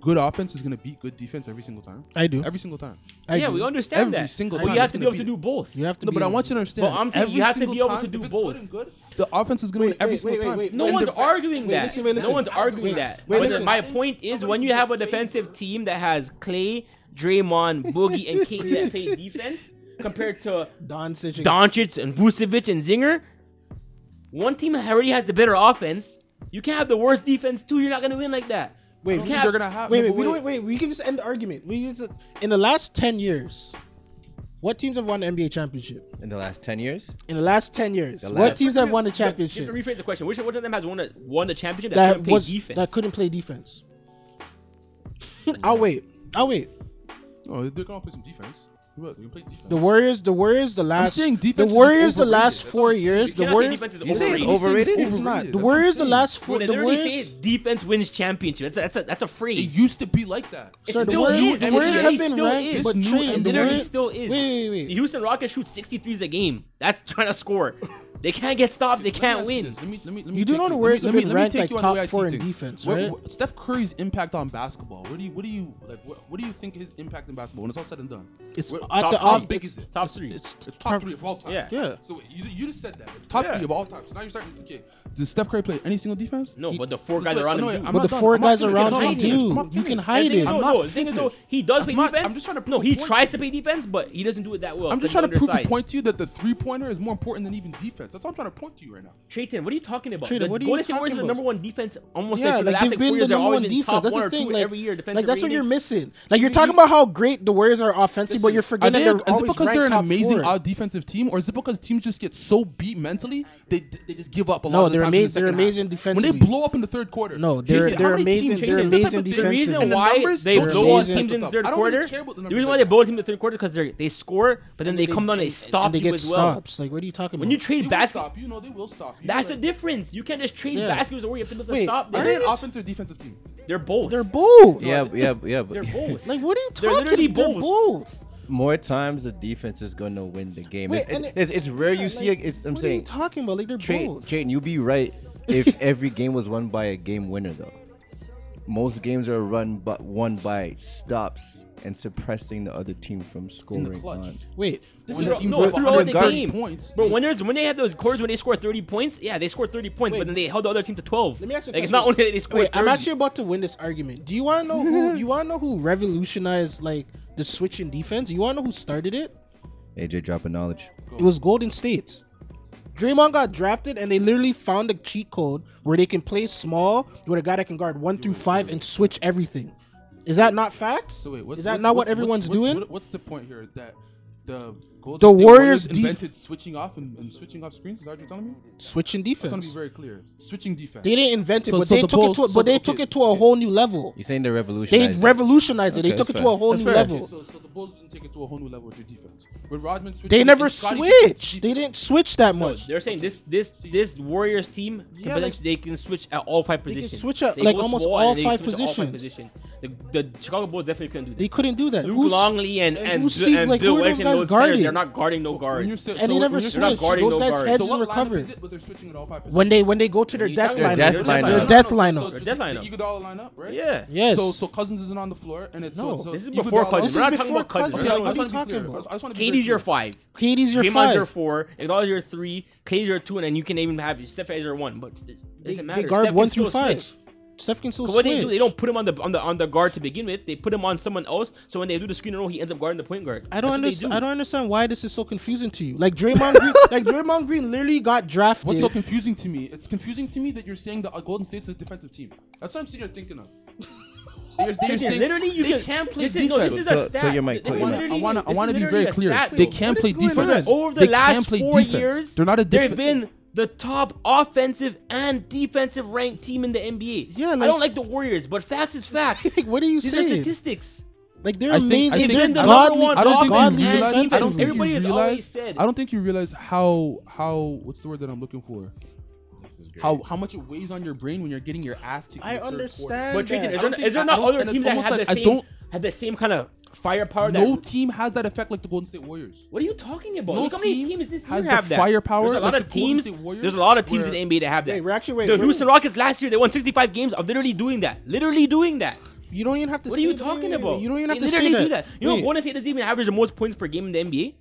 Speaker 5: good offense is gonna beat good defense every single time.
Speaker 4: I do.
Speaker 5: Every single time.
Speaker 4: I
Speaker 2: yeah,
Speaker 4: do.
Speaker 2: we understand
Speaker 5: Every
Speaker 2: that.
Speaker 5: single
Speaker 2: but
Speaker 5: time
Speaker 2: you have
Speaker 5: it's
Speaker 2: to be
Speaker 5: gonna
Speaker 2: able to
Speaker 5: be-
Speaker 2: do both.
Speaker 4: You have to.
Speaker 5: No,
Speaker 4: be
Speaker 5: but I
Speaker 4: able-
Speaker 5: want you to understand.
Speaker 2: But I'm saying
Speaker 5: every
Speaker 2: you have to
Speaker 5: single
Speaker 2: be able
Speaker 5: time,
Speaker 2: to do
Speaker 5: if it's
Speaker 2: both.
Speaker 5: Good and good, the offense is gonna
Speaker 4: Wait,
Speaker 5: win every
Speaker 4: wait,
Speaker 5: single
Speaker 4: wait,
Speaker 5: time.
Speaker 4: wait,
Speaker 2: No
Speaker 4: wait,
Speaker 5: And
Speaker 2: one's
Speaker 5: the-
Speaker 2: arguing
Speaker 4: wait,
Speaker 2: that.
Speaker 4: listen, wait,
Speaker 2: No
Speaker 4: listen.
Speaker 2: one's arguing
Speaker 5: Wait,
Speaker 2: that.
Speaker 4: wait,
Speaker 2: But
Speaker 4: listen.
Speaker 2: my point is, when you have a defensive team that has Clay, Draymond, Boogie, and KD that play defense, compared to
Speaker 4: Doncic.
Speaker 2: Doncic and Vucevic and Zinger, one team already has the better offense. You can't have the worst defense too. You're not gonna win like that.
Speaker 4: Wait,
Speaker 5: I
Speaker 4: we
Speaker 5: don't think
Speaker 2: have-
Speaker 5: they're gonna have.
Speaker 4: Wait,
Speaker 5: no,
Speaker 4: wait,
Speaker 5: but
Speaker 4: we don't, wait. We can just end the argument. We just, in the last ten years, what teams have won the NBA championship?
Speaker 3: In the last 10 years?
Speaker 4: In the last ten years, what
Speaker 3: last-
Speaker 4: teams have won the
Speaker 2: You
Speaker 4: championship
Speaker 2: have to rephrase the question. Which one of them has won a, won the championship that,
Speaker 4: that
Speaker 2: couldn't play
Speaker 4: was
Speaker 2: defense?
Speaker 4: that couldn't play defense? I'll wait. I'll wait.
Speaker 5: No, Oh, they're gonna play some defense. They will. They're gonna play defense.
Speaker 4: The Warriors, the Warriors, the last,
Speaker 5: saying
Speaker 4: the
Speaker 5: defense is
Speaker 4: Warriors, the
Speaker 5: overrated.
Speaker 4: last
Speaker 5: That's
Speaker 4: four
Speaker 5: what I'm saying.
Speaker 4: years,
Speaker 2: You
Speaker 4: the
Speaker 2: cannot say
Speaker 4: Warriors,
Speaker 2: defense is
Speaker 3: You say it's
Speaker 2: overrated.
Speaker 3: overrated?
Speaker 5: It's
Speaker 4: it's not.
Speaker 5: overrated.
Speaker 4: The
Speaker 5: That's
Speaker 4: Warriors, the
Speaker 5: insane.
Speaker 4: last
Speaker 2: When
Speaker 4: four,
Speaker 2: they
Speaker 4: the
Speaker 2: literally say
Speaker 4: Warriors,
Speaker 2: it, defense wins championship. That's a, that's a, that's a
Speaker 5: It
Speaker 2: phrase.
Speaker 5: used to be like that.
Speaker 2: It
Speaker 4: So the
Speaker 2: still
Speaker 4: Warriors-
Speaker 2: is.
Speaker 4: the
Speaker 2: It
Speaker 4: Warriors
Speaker 2: literally
Speaker 4: have been
Speaker 2: still
Speaker 4: ranked,
Speaker 2: is.
Speaker 4: but
Speaker 2: It
Speaker 4: traded. The
Speaker 2: literally
Speaker 4: Warriors-
Speaker 2: still is.
Speaker 4: Wait, wait, wait.
Speaker 2: The Houston Rockets shoot 63s a game. That's trying to score. They can't get stops. They
Speaker 5: Let me
Speaker 2: can't
Speaker 5: ask
Speaker 2: win.
Speaker 5: this. Let me, let me, let me
Speaker 4: You do
Speaker 5: take
Speaker 4: know the
Speaker 5: let me-
Speaker 4: Warriors
Speaker 5: let
Speaker 4: have
Speaker 5: me-
Speaker 4: been
Speaker 5: let me
Speaker 4: ranked,
Speaker 5: take
Speaker 4: like,
Speaker 5: you on the
Speaker 4: top
Speaker 5: way I see
Speaker 4: four in
Speaker 5: things.
Speaker 4: defense,
Speaker 5: What-
Speaker 4: right?
Speaker 5: what- Steph Curry's impact on basketball. What do you, what do you, like? What, what do you think his impact in basketball when it's all said and done?
Speaker 4: It's
Speaker 5: Where-
Speaker 4: at
Speaker 5: top
Speaker 4: the
Speaker 5: how
Speaker 4: ob-
Speaker 5: big
Speaker 4: it's-
Speaker 5: is it?
Speaker 2: Top three.
Speaker 5: It's, it's top three of all time.
Speaker 2: Yeah.
Speaker 4: Yeah.
Speaker 5: So wait, you, you just said that. It's top
Speaker 2: Yeah.
Speaker 5: three of all time. So now you're starting to okay. Does Steph Curry play any single defense?
Speaker 2: No, but the four
Speaker 5: It's
Speaker 2: guys
Speaker 5: like-
Speaker 2: around
Speaker 5: no, wait,
Speaker 2: him.
Speaker 5: I'm
Speaker 2: do.
Speaker 4: But
Speaker 5: not
Speaker 4: the
Speaker 5: done.
Speaker 4: four
Speaker 5: I'm not
Speaker 4: guys
Speaker 5: finished.
Speaker 4: around
Speaker 5: No, I'm
Speaker 4: him
Speaker 5: not finished.
Speaker 4: do.
Speaker 5: I'm not
Speaker 4: You can
Speaker 5: finished.
Speaker 2: The
Speaker 4: hide
Speaker 2: thing is,
Speaker 4: it.
Speaker 5: I'm
Speaker 2: though,
Speaker 5: not
Speaker 2: no, the thing is, though,
Speaker 5: finished.
Speaker 2: he does
Speaker 5: I'm
Speaker 2: play
Speaker 5: not-
Speaker 2: defense.
Speaker 5: I'm just trying to prove
Speaker 2: No,
Speaker 5: a
Speaker 2: he
Speaker 5: point to
Speaker 2: tries to
Speaker 5: you.
Speaker 2: play defense, but he doesn't do it that well.
Speaker 5: I'm just
Speaker 2: 'cause
Speaker 5: trying to
Speaker 2: he's
Speaker 5: prove a
Speaker 2: undersized.
Speaker 5: point to you that the three pointer is more important than even defense. That's what I'm trying to point to you right now.
Speaker 2: Trayton, what are you talking about?
Speaker 4: Trayton,
Speaker 2: the
Speaker 4: what are you
Speaker 2: Golden State Warriors
Speaker 4: talking
Speaker 2: are the
Speaker 4: about?
Speaker 2: number one defense almost
Speaker 4: Yeah,
Speaker 2: like, for the
Speaker 4: like
Speaker 2: last
Speaker 4: they've
Speaker 2: like, four
Speaker 4: been
Speaker 2: years.
Speaker 4: the
Speaker 2: They're
Speaker 4: number
Speaker 2: always
Speaker 4: one
Speaker 2: been
Speaker 4: defense.
Speaker 2: top
Speaker 4: That's
Speaker 2: one
Speaker 4: the
Speaker 2: or
Speaker 4: thing.
Speaker 2: two
Speaker 4: Like,
Speaker 2: every year. Defensive
Speaker 4: like that's what
Speaker 2: rating.
Speaker 4: you're missing. Like you're talking about how great the Warriors are offensively, but you're forgetting
Speaker 5: Are
Speaker 4: they're
Speaker 5: is
Speaker 4: always
Speaker 5: it because
Speaker 4: ranked
Speaker 5: they're an
Speaker 4: top
Speaker 5: amazing
Speaker 4: four.
Speaker 5: out defensive team, or is it because teams just get so beat mentally they they just give up a lot?
Speaker 4: No,
Speaker 5: of the
Speaker 4: they're
Speaker 5: times in the
Speaker 4: amaz- they're
Speaker 5: second half?
Speaker 4: amazing
Speaker 5: When
Speaker 4: defensively.
Speaker 5: they blow up in the third quarter,
Speaker 4: No, they're-
Speaker 5: Jason,
Speaker 4: they're
Speaker 5: how many
Speaker 4: amazing-
Speaker 5: teams-
Speaker 4: they're
Speaker 5: Jason, the type
Speaker 4: amazing
Speaker 5: of thing-
Speaker 2: The
Speaker 4: defensive.
Speaker 2: reason
Speaker 5: and the
Speaker 2: why
Speaker 5: numbers
Speaker 2: they
Speaker 5: don't
Speaker 4: amazing
Speaker 2: blow out
Speaker 5: always
Speaker 2: teams
Speaker 5: lift
Speaker 2: in the
Speaker 5: up.
Speaker 2: third
Speaker 5: I don't really
Speaker 2: quarter,
Speaker 5: care about the
Speaker 2: the reason
Speaker 5: numbers
Speaker 2: why they
Speaker 5: like
Speaker 2: blow out teams in the third quarter because they they score, but then they come down and they stop
Speaker 4: and they
Speaker 2: you
Speaker 4: get
Speaker 2: as well.
Speaker 4: stops. Like, what are you talking about?
Speaker 2: When you
Speaker 5: that.
Speaker 2: trade
Speaker 5: They will
Speaker 2: basketball,
Speaker 5: stop you. No, they will stop you.
Speaker 2: that's the
Speaker 5: Like,
Speaker 2: difference. You can't just trade
Speaker 4: Yeah.
Speaker 2: basketballs where you have to be able to
Speaker 4: Wait,
Speaker 2: stop
Speaker 5: Are they
Speaker 2: them.
Speaker 5: an offensive or defensive team?
Speaker 2: They're both.
Speaker 4: they're both.
Speaker 3: Yeah, yeah, yeah. But
Speaker 2: They're both.
Speaker 4: Like, what are you
Speaker 2: They're
Speaker 4: talking?
Speaker 2: literally
Speaker 4: They're both.
Speaker 3: more times the defense is going to win the game.
Speaker 4: Wait,
Speaker 3: it's,
Speaker 4: and
Speaker 3: it's, it's rare
Speaker 4: Yeah,
Speaker 3: you see.
Speaker 4: like,
Speaker 3: a- It's, I'm
Speaker 4: what are you
Speaker 3: saying,
Speaker 4: talking about? Like they're
Speaker 3: Trey,
Speaker 4: both.
Speaker 3: Jayden, you be right. if every game was won by a game winner, though. Most games are run but won by stops and suppressing the other team from scoring
Speaker 1: clutch.
Speaker 3: on.
Speaker 4: Wait, this
Speaker 2: When
Speaker 4: is
Speaker 2: the teams
Speaker 4: no,
Speaker 2: were throughout the
Speaker 5: 330
Speaker 2: game.
Speaker 5: points.
Speaker 2: But when there's when they have those quarters when they score 30 points, yeah, they scored 30 points,
Speaker 4: Wait.
Speaker 2: but then they held the other team to 12.
Speaker 4: Let me ask you a
Speaker 2: like it's
Speaker 4: question.
Speaker 2: not only that they scored.
Speaker 4: Wait, I'm
Speaker 2: 30.
Speaker 4: actually about to win this argument. Do you want to know who? You want to know who revolutionized like the switch in defense? You want to know who started it?
Speaker 3: AJ dropping knowledge.
Speaker 4: It was Golden State. Draymond got drafted, and they literally found a cheat code where they can play small with a guy that can guard one through five and switch everything. Is that not facts?
Speaker 5: So wait, what's,
Speaker 4: is that
Speaker 5: what's-
Speaker 4: not what
Speaker 5: what's-
Speaker 4: everyone's
Speaker 5: what's-
Speaker 4: doing?
Speaker 5: What, what's the point here that the Golden
Speaker 4: The
Speaker 5: State
Speaker 4: Warriors
Speaker 5: Warriors,
Speaker 4: def-
Speaker 5: invented switching off and, and switching off screens? Is that what you're telling me?
Speaker 4: Switching
Speaker 5: I just want to
Speaker 4: defense.
Speaker 5: be very clear. Switching defense.
Speaker 4: They didn't invent it,
Speaker 5: So-
Speaker 4: but
Speaker 5: so
Speaker 4: they
Speaker 5: the
Speaker 4: took it
Speaker 5: Bulls-
Speaker 4: to a,
Speaker 5: so
Speaker 4: but they
Speaker 5: the-
Speaker 4: took
Speaker 5: okay,
Speaker 4: it to a
Speaker 5: okay.
Speaker 4: whole new level.
Speaker 3: You're saying they
Speaker 4: They
Speaker 3: revolutionized. it.
Speaker 4: revolutionized it.
Speaker 3: Okay,
Speaker 4: They took it
Speaker 3: that's
Speaker 4: to a
Speaker 3: fair.
Speaker 4: whole
Speaker 3: That's
Speaker 4: new
Speaker 3: fair.
Speaker 4: level.
Speaker 5: So, so the Bulls didn't take it to a whole new level with your defense. When Rodman switched,
Speaker 4: They
Speaker 5: and-
Speaker 4: never
Speaker 5: and Scottie didn't switch
Speaker 4: switched. They
Speaker 5: defense.
Speaker 4: didn't switch that
Speaker 2: No,
Speaker 4: much.
Speaker 2: they're saying this this this Warriors team can
Speaker 4: Yeah,
Speaker 2: potentially- they can switch at all five
Speaker 4: can
Speaker 2: positions.
Speaker 4: switch at,
Speaker 2: They
Speaker 4: like,
Speaker 2: go
Speaker 4: almost
Speaker 2: small
Speaker 4: all
Speaker 2: and they
Speaker 4: five
Speaker 2: switch at all five
Speaker 4: positions.
Speaker 2: positions. The, the Chicago Bulls definitely couldn't do that.
Speaker 4: They couldn't do that.
Speaker 2: Luke
Speaker 4: Who's-
Speaker 2: Longley and and,
Speaker 4: who's
Speaker 2: Bill-
Speaker 4: Steve-
Speaker 2: and
Speaker 4: like,
Speaker 2: Bill
Speaker 4: who are those
Speaker 2: Wexton,
Speaker 4: guys
Speaker 2: those centers, they're
Speaker 4: guarding?
Speaker 2: not guarding no
Speaker 5: When you're
Speaker 2: guards.
Speaker 5: si-
Speaker 4: And they
Speaker 5: when
Speaker 4: never
Speaker 5: you're
Speaker 4: switched.
Speaker 5: sitting-
Speaker 2: They're not guarding no
Speaker 4: Those guys'
Speaker 2: guards.
Speaker 4: heads
Speaker 5: So what
Speaker 4: were
Speaker 5: lineup
Speaker 4: covered.
Speaker 5: is it? But they're switching at all five positions.
Speaker 4: When they when they go to their
Speaker 2: You
Speaker 4: death
Speaker 2: talking
Speaker 4: lineup,
Speaker 2: about
Speaker 3: their death
Speaker 4: their
Speaker 3: lineup.
Speaker 5: No,
Speaker 4: death
Speaker 5: no, no,
Speaker 4: lineup.
Speaker 5: So, so,
Speaker 2: Their death
Speaker 5: so
Speaker 2: lineup.
Speaker 5: Iguodala lineup, right?
Speaker 2: Yeah.
Speaker 4: Yes.
Speaker 5: So so Cousins isn't on the floor, and it's
Speaker 4: No,
Speaker 5: so, so
Speaker 2: this is before
Speaker 5: Iguodala-
Speaker 2: Cousins.
Speaker 4: This
Speaker 2: We're
Speaker 4: is
Speaker 2: not talking
Speaker 4: before
Speaker 2: about Cousins. We're talking
Speaker 4: Cousins. What are you
Speaker 2: about-
Speaker 4: talking
Speaker 5: I
Speaker 4: about?
Speaker 5: just- I just want to be very
Speaker 2: Katie's your
Speaker 5: clear.
Speaker 2: five.
Speaker 4: Katie's your
Speaker 2: Draymond's
Speaker 4: five.
Speaker 2: your four. Acknowledge your three. Clay's your two, and then you can even have Steph as your one. But it
Speaker 4: They,
Speaker 2: doesn't matter.
Speaker 4: they guard
Speaker 2: Steph
Speaker 4: one
Speaker 2: can still
Speaker 4: through five.
Speaker 2: switch.
Speaker 4: Steph can still
Speaker 2: But
Speaker 4: switch.
Speaker 2: what they do, they don't put him on the on the on the guard to begin with. They put him on someone else. So when they do the screen and roll, he ends up guarding the point guard.
Speaker 4: I
Speaker 2: That's what
Speaker 4: don't
Speaker 2: they
Speaker 4: understand.
Speaker 2: do.
Speaker 4: I don't understand why this is so confusing to you. Like Draymond, Green, like Draymond Green, literally got drafted.
Speaker 5: What's so confusing to me? It's confusing to me that you're saying that uh, Golden State's a defensive team. That's what I'm sitting here thinking of. They're, they're
Speaker 2: Listen,
Speaker 5: saying,
Speaker 2: literally, you
Speaker 5: they
Speaker 2: can,
Speaker 5: can't play
Speaker 2: this Is,
Speaker 5: defense.
Speaker 2: no, this is
Speaker 3: Tell-
Speaker 2: a stat.
Speaker 3: tell your mic,
Speaker 2: This
Speaker 3: tell
Speaker 2: is
Speaker 3: your mic.
Speaker 5: I
Speaker 2: literally-
Speaker 5: want to. I
Speaker 2: this
Speaker 5: want
Speaker 2: is
Speaker 5: to be
Speaker 2: literally
Speaker 5: very
Speaker 2: a
Speaker 5: clear.
Speaker 2: stat,
Speaker 5: they
Speaker 2: bro.
Speaker 5: can't play
Speaker 4: going
Speaker 5: defense.
Speaker 4: on?
Speaker 2: Over the
Speaker 5: they can't
Speaker 2: last
Speaker 5: play
Speaker 2: four
Speaker 5: defense.
Speaker 2: years,
Speaker 5: they're not a
Speaker 2: they've
Speaker 5: defense.
Speaker 2: been the top offensive and defensive ranked team in the NBA.
Speaker 4: Yeah,
Speaker 2: I
Speaker 4: like-
Speaker 2: don't like the Warriors, but facts is facts.
Speaker 4: Like, what are you
Speaker 2: These are
Speaker 4: saying?
Speaker 2: statistics.
Speaker 4: Like they're
Speaker 5: I think- I
Speaker 4: amazing.
Speaker 5: think-
Speaker 4: They're
Speaker 5: I don't-
Speaker 4: godly.
Speaker 2: I
Speaker 5: I don't think
Speaker 4: godly
Speaker 5: you realize. I don't
Speaker 4: defensively.
Speaker 5: think
Speaker 2: Everybody
Speaker 5: you
Speaker 2: has
Speaker 5: realize.
Speaker 2: always said-
Speaker 5: I don't think you realize how how what's the word that I'm looking for? How how much it weighs on your brain when you're getting your ass kicked. in
Speaker 4: I
Speaker 5: the third
Speaker 4: understand.
Speaker 2: But Trinket, is
Speaker 5: uh, I don't
Speaker 2: there,
Speaker 5: think-
Speaker 2: is there
Speaker 5: I
Speaker 2: not
Speaker 5: don't-
Speaker 2: other
Speaker 5: and it's
Speaker 2: teams that
Speaker 5: almost
Speaker 2: have
Speaker 5: like
Speaker 2: the
Speaker 5: I
Speaker 2: same
Speaker 5: don't-
Speaker 2: had the same kind of firepower?
Speaker 5: quarter. No
Speaker 2: that,
Speaker 5: team has that effect like the Golden State Warriors.
Speaker 2: what are you talking about?
Speaker 5: no
Speaker 2: Look how many
Speaker 5: team
Speaker 2: teams this year
Speaker 5: has the
Speaker 2: have that.
Speaker 5: firepower
Speaker 2: There's a lot
Speaker 5: like
Speaker 2: of
Speaker 5: the Golden
Speaker 2: teams.
Speaker 5: State Warriors,
Speaker 2: There's a lot of teams in
Speaker 5: where-
Speaker 2: the NBA that have that.
Speaker 4: Wait, we're actually- wait,
Speaker 2: the
Speaker 4: we're-
Speaker 2: Houston Rockets last year they won 65 games of literally doing that. Literally doing that.
Speaker 4: You don't even have to.
Speaker 2: What are
Speaker 4: say
Speaker 2: you
Speaker 4: that.
Speaker 2: talking about?
Speaker 4: You don't even have
Speaker 2: they
Speaker 4: to say
Speaker 2: literally do
Speaker 4: that.
Speaker 2: that. You know,
Speaker 4: Wait.
Speaker 2: Golden State doesn't even average the most points per game in the NBA.